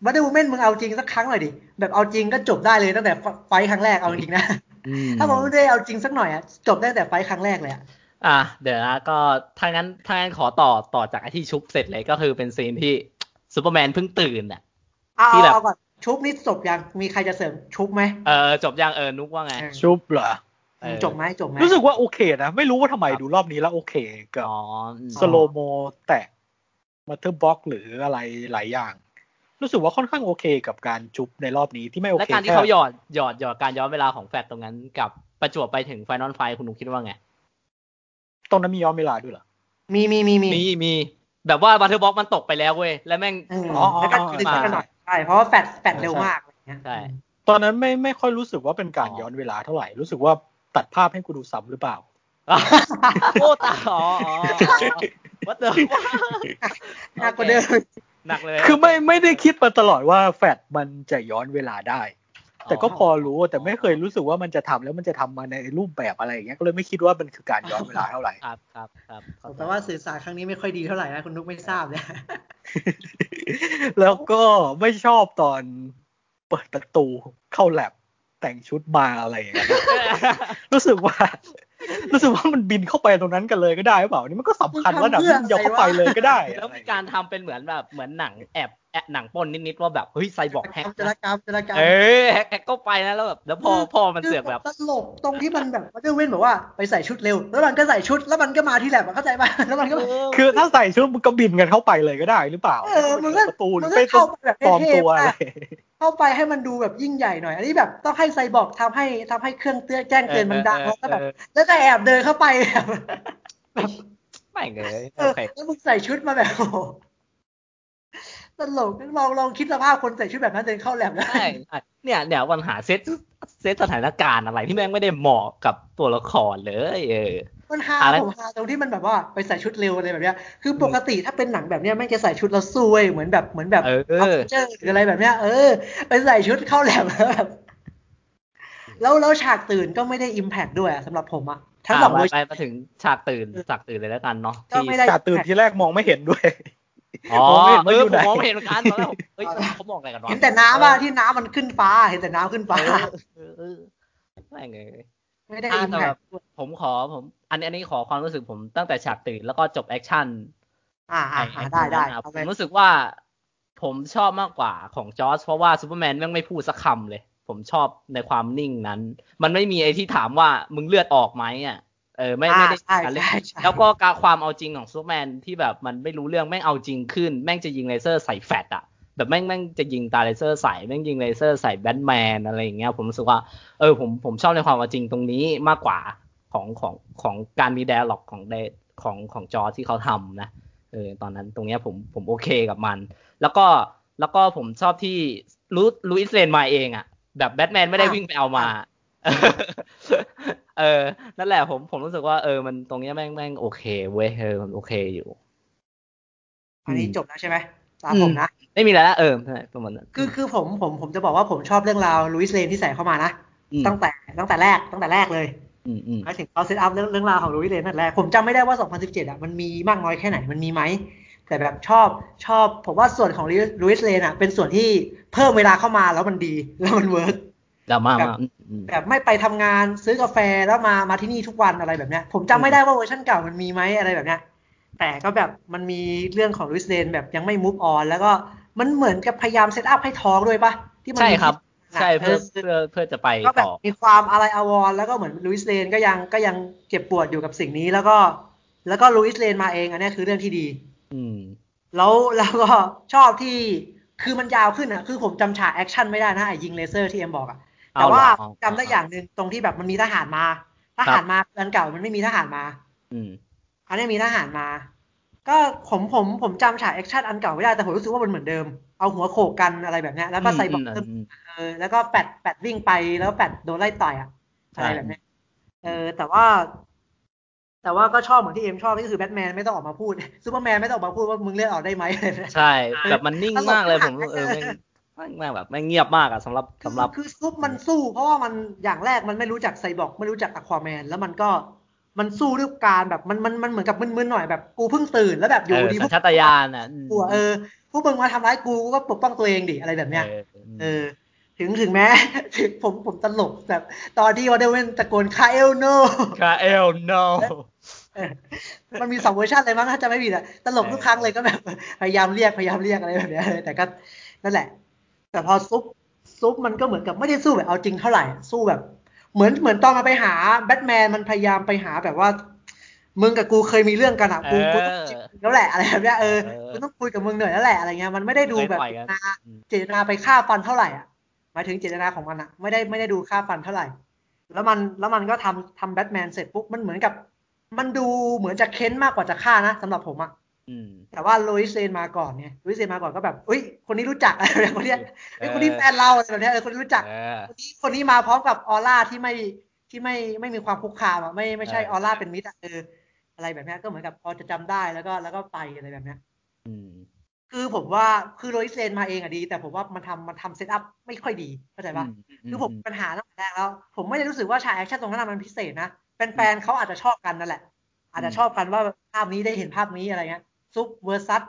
วันเดอร์วูแมนมึงเอาจริงสักครั้งหน่อยดิแบบเอาจริงก็จบได้เลยตั้งแต่ไฟท์ครั้งแรกเอาจริงๆนะ ม ถ้ามันไม่ได้เอาจริงสักหน่อยอะจบได้ตั้งแต่ไฟท์ครั้งแรกเลยอะ อ่ะเดี๋ยวนะก็ถ้างั้นถ้างั้นขอต่อต่อจากไอที่ชุบเสร็จเลยก็คือเป็นซีนที่ซูเปอร์แมนเพิ่งตื่นอ่ะ เอา ที่แบบ เอาก่อนชุบนี่จบยังมีใครจะเสริมชุบไหม เออจบยังเออนุกว่าไง เออ ชุบเหรอ เออ จบไหมจบไหม รู้สึกว่าโอเคนะ ไม่รู้ว่าทำไมดูรอบนี้แล้วโอเคกับ อ๋ออืม สโลโมแตะมัทเทอร์บ็อกหรืออะไรหลายอย่าง รู้สึกว่าค่อนข้างโอเคกับการชุบในรอบนี้ที่ไม่โอ และ เค การที่ แค่ เขาหยอดหยอดหยอดการย้อนเวลาของแฟลชตรงนั้นกับประจวบไปถึงไฟนอลไฟคุณนุกคิดว่าไง ตอนนั้นมีย้อนเวลาด้วยเหรอ มีมีมีมี มีมีแบบว่าบัตเทอร์บ็อกมันตกไปแล้วเว้ย แล้วแม่ง เออ อ๋ออ๋อ แล้วก็ดึงกันหน่อยใช่เพราะว่าแฟดแฟดเร็วมากอะไรเงี้ย ใช่ ตอนนั้นไม่ไม่ค่อยรู้สึกว่าเป็นการ อ๋อ ย้อนเวลาเท่าไหร่รู้สึกว่าตัดภาพให้กูดูซ้ำหรือเปล่า โอ้ตาอ๋ออ๋อวั ดเดิม หนักกว่าเดิม หนักเลย คือไม่ไม่ได้คิดมาตลอดว่าแฟดมันจะย้อนเวลาได้ แต่ก็พอรู้แต่ไม่เคยรู้สึกว่ามันจะทำแล้วมันจะทำมาในรูปแบบอะไรอย่างเงี้ยก็เลยไม่คิดว่ามันคือการย้อนเวลาเท่า ไหร่ ครับครับครับเข้ใจ แปลว่าสื่อสารครั้งนี้ไม่ค่อยดีเท่าไหร่นะคุณนุกไม่ทราบเนี่ย แล้วก็ไม่ชอบตอนเปิดประตูเข้าแลบแต่งชุดมาอะไรอย่างเงี้ยรู้สึกว่า รู้สึกว่ามันบินเข้าไปตรงนั้นกันเลยก็ได้หรือเปล่านี่มันก็สำคัญว่าแบบมึงอย่าเข้าไปเลยก็ได้ แล้วมีการทำเป็นเหมือนแบบเหมือนหนังแอบแอบหนังปล้นนิดๆว่าแบบเฮ้ยไซบอร์กแฮก จ นะ รกรรมจรกรรม เออแฮกแฮกเข้าไปนะแล้วแบบแล้วพอพอมันเสือกแบบ ตลกตรงที่มันแบบมันจะเว้นแบบว่าไปใส่ชุดเร็ว แล้วมันก็ใส่ชุดแล้วมันก็มาที่แลบอะเข้าใจป่ะ แล้วมันก็ คือถ้าใส่ชุดมึงก็บินกันเข้าไปเลยก็ได้หรือเปล่า เออมันก็ เปิดประตูหรืมัน อ ก็ ไป เข้าไปแบบ ปลอม เท่ ตัว ๆ อะไร ป่ะ เข้าไปให้มันดูแบบยิ่งใหญ่หน่อย อันนี้แบบต้องให้ไซบอร์กทำให้ทำให้เครื่องเตือนแจ้งเตือนมันดัง เออเออแล้วก็แบบ เออ แล้วก็แอบเดินเข้าไปแบบ ไม่งเลย เอ โอ อ เค แล้วมึงใส่ชุดมาแบบโอ้ โหตลกลองลองคิดสภาพคนใส่ชุดแบบนั้นเดินเข้าแลบได้ ใช่ใช่เนี่ยเนี่ยปัญหาเซตเซตสถานการณ์อะไรที่แม่งไม่ได้เหมาะกับตัวละครเลยเออ มันฮา อะไร ผมฮาตรงที่มันแบบว่าไปใส่ชุดเร็วอะไรแบบเนี้ย คือปกติถ้าเป็นหนังแบบเนี้ยแม่งจะใส่ชุดแล้วสู้เว้ยเหมือนแบบเหมือนแบบ เออ เจอหรืออะไรแบบเนี้ยเออไปใส่ชุดเข้าแลบ แล้วแบบแล้วแล้วฉากตื่นก็ไม่ได้อิมแพคด้วยอะสำหรับผมอะทั้งสองเวอร์ชัน ไปไปถึงฉากตื่นฉากตื่นเลยแล้วกันเนาะ ก็ไม่ได้ กาตื่นทีแรกมองไม่เห็นด้วย อ๋อ ผมไม่เห็น เอ ว่า อผมอยู่ไหน มองไม่เห็นเหมือนกันตอนแรกผมเฮ้ยเขามองอะไรกันวะ เห็นแต่น้ำอะที่น้ำมันขึ้นฟ้า เห็นแต่น้ำขึ้น เอ ฟ้า อเออเออไม่งเลย ไม่ได้ อ่า อิม แต่ แพ แบ ค บผมขอผมอันนี้อันนี้ขอความรู้สึกผมตั้งแต่ฉากตื่นแล้วก็จบแอคชั่น อ่าอ่าอ่า อ้ ได้ได้ อ้ เอา ผ ไป มรู้สึกว่าผมชอบมากกว่าของจอร์จเพราะว่าซูเปอร์แมนแม่งไม่พูดสักคำเลย ผมชอบในความนิ่งนั้น มันไม่มีไอ้ที่ถามว่ามึงเลือดออกไหมอ่ะเออไม่ อ่า ไม่ได้ ใช่ อะไร ใช่ใช่ แล้วก็การความเอาจริงของซูเปอร์แมนที่แบบมันไม่รู้เรื่องแม่งเอาจริงขึ้น แม่งจะยิงเลเซอร์ใส่แฟตอ่ะ แบบแม่งแม่งจะยิงตาเลเซอร์ใส่แม่งยิงเลเซอร์ใส่แบทแมนอะไรอย่างเงี้ยผมรู้สึกว่าเออผมผมชอบในความเอาจริงตรงนี้มากกว่าของของของการมีแดร์ล็อกของเดของของจอที่เขาทำนะเออตอนนั้นตรงเนี้ยผมผมโอเคกับมัน แล้วก็แล้วก็ผมชอบที่ลูลูอิสเลนมาเองอะแบบแบทแมนไม่ได้ อ่ะ วิ่งไปเอามา เออ นั่นแหละผมผมรู้สึกว่าเออมันตรงเนี้ยแม่งแม่งโอเคเว้ยเออมันโอเคอยู่ อันนี้จบแล้วใช่ไหมตาม อืม ผมนะ ไม่มีแล้วนะเออใช่ประมาณนั้น คือคือผมผมผมจะบอกว่าผมชอบเรื่องราวลุยส์เลนที่ใส่เข้ามานะ อืม ตั้งแต่ตั้งแต่แรกตั้งแต่แรกเลย อืมอืม หมายถึงเขาเซตอัพเรื่องเรื่องราวของลุยส์เลนตั้งแต่แรกผมจำไม่ได้ว่า 2017 อ่ะมันมีมากน้อยแค่ไหนมันมีไหม แต่แบบชอบชอบผมว่าส่วนของลุยส์เลนอ่ะเป็นส่วนที่เพิ่มเวลาเข้ามาแล้วมันดีแล้วมันเวิร์ก ดราม่า แบบ มากอืมอืม แบบไม่ไปทำงานซื้อกาแฟแล้วมามาที่นี่ทุกวันอะไรแบบเนี้ย ผมจำไม่ได้ว่าเวอร์ชันเก่ามันมีไหมอะไรแบบเนี้ย แต่ก็แบบมันมีเรื่องของลุยส์เลนแบบยังไม่มูฟออนแล้วก็มันเหมือนกับพยายามเซตอัพให้ท้องด้วยปะที่มั ใช่ครับ มีที่ ใช่เพื่อ เออ เพื่อเพื่อจะไป ก็แบ ต่ บ อ มีความอะไรอาวรณ์แล้วก็เหมือนลุยส์เลนก็ยังก็ยังเจ็บปวดอยู่กับสิ่งนี้แล้วก็แล้วก็ลุยส์เลนมาเองอันเนี้ยคือเรื่องที่ดี อืม แล้วแล้วก็ชอบที่คือมันยาวขึ้นอ่ะคือผมจำฉากแอคชั่นไม่ได้นะไอ้ยิงเลเซอร์ที่เอ็มบอกอ่ะแต่ว่า เอาเหรอ จำได้อย่างหนึ่งตรงที่แบบมันมีทหารมาคทรั หาร บ มาอันเก่ามันไม่มีทหารมา อืม อันเนี้ยมีทหารมา ก็ผมผมผมจำฉากแอคชั่นอันเก่าไม่ได้แต่ผมรู้สึกว่ามันเหมือนเดิมเอาหัวโขกกันอะไรแบบเนี้ยแล้วก็ใส่บอ ม ก ม เพิ่ม ม เออแล้วก็แปดแปดวิ่งไปแล้วแปดโดนไล่ต่อยอะ ใช่ อะไรแบบเนี้ยเออ แต่ว่า แต่ว่าก็ชอบเหมือนที่เอ็มชอบก็คือแบทแมนไม่ต้องออกมาพูด ซูเปอร์แมนไม่ต้องออกมาพูดว่ามึงเลือกออกได้ไหม ใช่แบบมันนิ่งมากเลย ต ผ ลก ม มาก เออแม่งแม่งแม่งแบบแม่งเงียบมากอะสำหรับสำหรับ คือซุปมันสู้เพราะว่ามันอย่างแรกมันไม่รู้จักไซบอร์กไม่รู้จักอะควาแมน แล้วมันก็มันสู้ด้วยการแบบมันมันมันเหมือนกับมึนๆหน่อยแบบกูเพิ่งตื่นแล้วแบบอ เอยู่อ ดี สัญชาตญาณอ่ะม กลัวเออพวกมึงมาทำร้ายกูกูก็ปกป้องตัวเองดิอะไรแบบเนี้ย เออ เออถึงถึงแม้ ถึงผมผมตลกแบบ ตอนที่วอเดเวนตะโกนคาเอลโน คาเอล no มันมีสองเวอร์ชันเลยมั้งถ้าจะไม่ผิดอะตลก เออ ทุกครั้งเลยก็แบบ พยายามเรียกพยายามเรียกอะไรแบบเนี้ยเออแต่ก็นั่นแหละ แต่พอซุปซุปมันก็เหมือนกับไม่ได้สู้แบบเอาจริงเท่าไหร่ สู้แบบ เหมือนเหมือนตอนมาไปหาแบทแมนมันพยายามไปหาแบบว่ามึงกับกูเคยมีเรื่องกันอะกูกูต้องจริงแล้วแหละอะไรแบบเนี้ยเออกูต้องคุยกับมึงหน่อยแล้วแหละอะไรเงี้ยมันไม่ได้ดูแบบ เคยต่อยกัน เจตนาไปฆ่าฟันเท่าไหร่อ่ะหมายถึงเจตนาของมันอ่ะ ไม่ได้ไม่ได้ดูฆ่าฟันเท่าไหร่ แล้วมันแล้วมันก็ทำทำแบทแมนเสร็จปุ๊บมันเหมือนกับ มันดูเหมือนจะเค้นมากกว่าจะฆ่านะสำหรับผมอ่ะ อืม แต่ว่าโรยเซนมาก่อนเนี่ยโรยเซนมาก่อนก็แบบอุ้ยคนนี้รู้จัก อะไรแบบคนเนี้ยไอ้ยคนนี้แฟนเราอะไรแบบเนี้ยเออคนนี้รู้จัก เออ คนนี้คนนี้มาพร้อมกับออร่าที่ไม่ที่ไม่ไม่มีความคุกคามอ่ะไม่ไม่ใช่ ใช่ ออร่าเป็นมิตรอะเอออะไรแบบเนี้ยก็เหมือนกับพอจะจำได้แล้วก็แล้วก็ไปอะไรแบบเนี้ย อืม คือผมว่าคือโรยเซนมาเองอะดี แต่ผมว่ามันทำมันทำเซตอัพไม่ค่อยดีเข้าใจปะคือผมปัญหาตั้งแต่แรกแล้ว ผมไม่ได้รู้สึกว่าฉากแอคชั่นตรงนั้นนะมันพิเศษนะแฟนๆเขาอาจจะชอบกันนั่นแหละ อาจจะชอบกันว่าภาพนี้ได้เห็นภาพนี้อะไรเงี้ยซุปเวอร์ซัส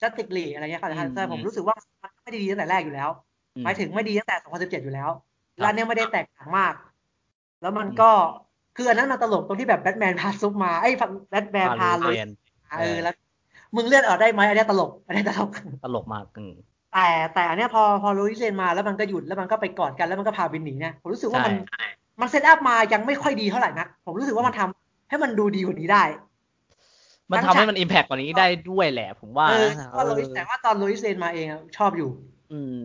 จัสติกลีอะไรเงี้ยเขาอาจจะทำแต่ผมรู้สึกว่ามันไม่ได้ดีตั้งแต่แรกอยู่แล้ว อื หมายถึงไม่ดีตั้งแต่ 2017 อยู่แล้ว ครับ ร้านเนี้ยไม่ได้แตกต่างมาก แล้วมันก็ คืออันนั้นมันตลกตรงที่แบบแบทแมนพาซุปมา ไอ้ยแบทแมนพาเลย เรียน มาเอ เอ อ อ แล้ว มึงเลื่อนออกได้ไหมอันเนี้ยตลก อันเนี้ยตลก ตลกมากอืม แต่แต่อันเนี้ยพอพอลุยเซนมาแล้วมันก็หยุดแล้วมันก็ไปกอดกันแล้วมันก็พาบินหนีเนี่ยผมรู้สึกว่ามันมันเซตอัพมายังไม่ค่อยดีเท่าไหร่นะผมรู้สึกว่ามันทำให้มันดูดีกว่านี้ได้ มันทำให้มันอิมแพกกว่านี้ได้ด้วยแหละ ผมว่า เออ นะ ก็ Lois แต่ว่าตอนลุยเซนมาเองอะชอบอยู่ อืม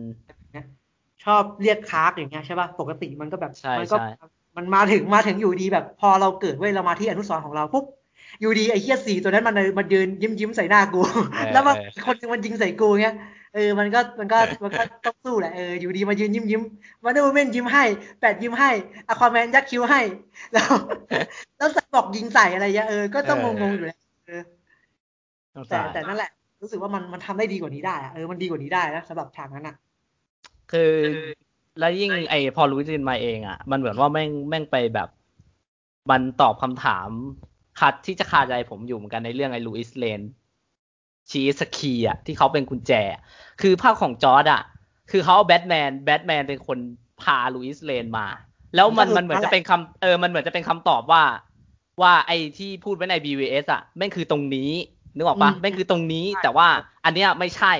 ชอบเรียกคาร์กอย่างเงี้ยใช่ป่ะปกติมันก็แบบ ใช่ มันก็ ใช่ มันมาถึงมาถึงอยู่ดีแบบ พอเราเกิดเว้ยเรามาที่อนุสรณ์ของเราปุ๊บอยู่ดีไอ้เฮียสีตัวนั้นมันเลยมันยืนยิ้มยิ้มใส่หน้ากู แล้วมันอีกคนนึงมันยิงใส่กูเงี้ยเออมันก็มันก็มันก็ต้องสู้แหละเอออยู่ดีมายืนยิ้มยิ้มมาดูเมนยิ้มให้แปดยิ้มให้อควาแมนยักคิ้วให้ แล้ว แล้วบอกยิงใส่อะไรเงี้ยเออก็ต้องงงๆอยู่แหละเออ ต้อง แต่ จ่าย แต่นั่นแหละ รู้สึกว่ามันมันทำได้ดีกว่านี้ได้อะเออมันดีกว่านี้ได้นะสำหรับฉากนั้นอะ คือแล้วยิ่งไอพอรู้จินมาเองอ่ะ มันเหมือนว่าแม่งแม่งไปแบบ มันตอบคำถามคัดที่จะคาใจผมอยู่เหมือนกันในเรื่องไอ้ลูอิสเลน ชีสคีอ่ะที่เขาเป็นกุญแจ คือภาคของจอร์ดอ่ะ คือเขาเอาแบทแมนแบทแมนเป็นคนพาลูอิสเลนมา แล้วมัน ก็คือ มันเหมือน นั่จะนแหละ เป็นคำเออมันเหมือนจะเป็นคำตอบว่า ว่าไอ้ที่พูดไว้ใน BVS อ่ะแม่งคือตรงนี้นึกออกปะ อืม แม่งคือตรงนี้ ใช่ แต่ว่าอันเนี้ยไม่ใช่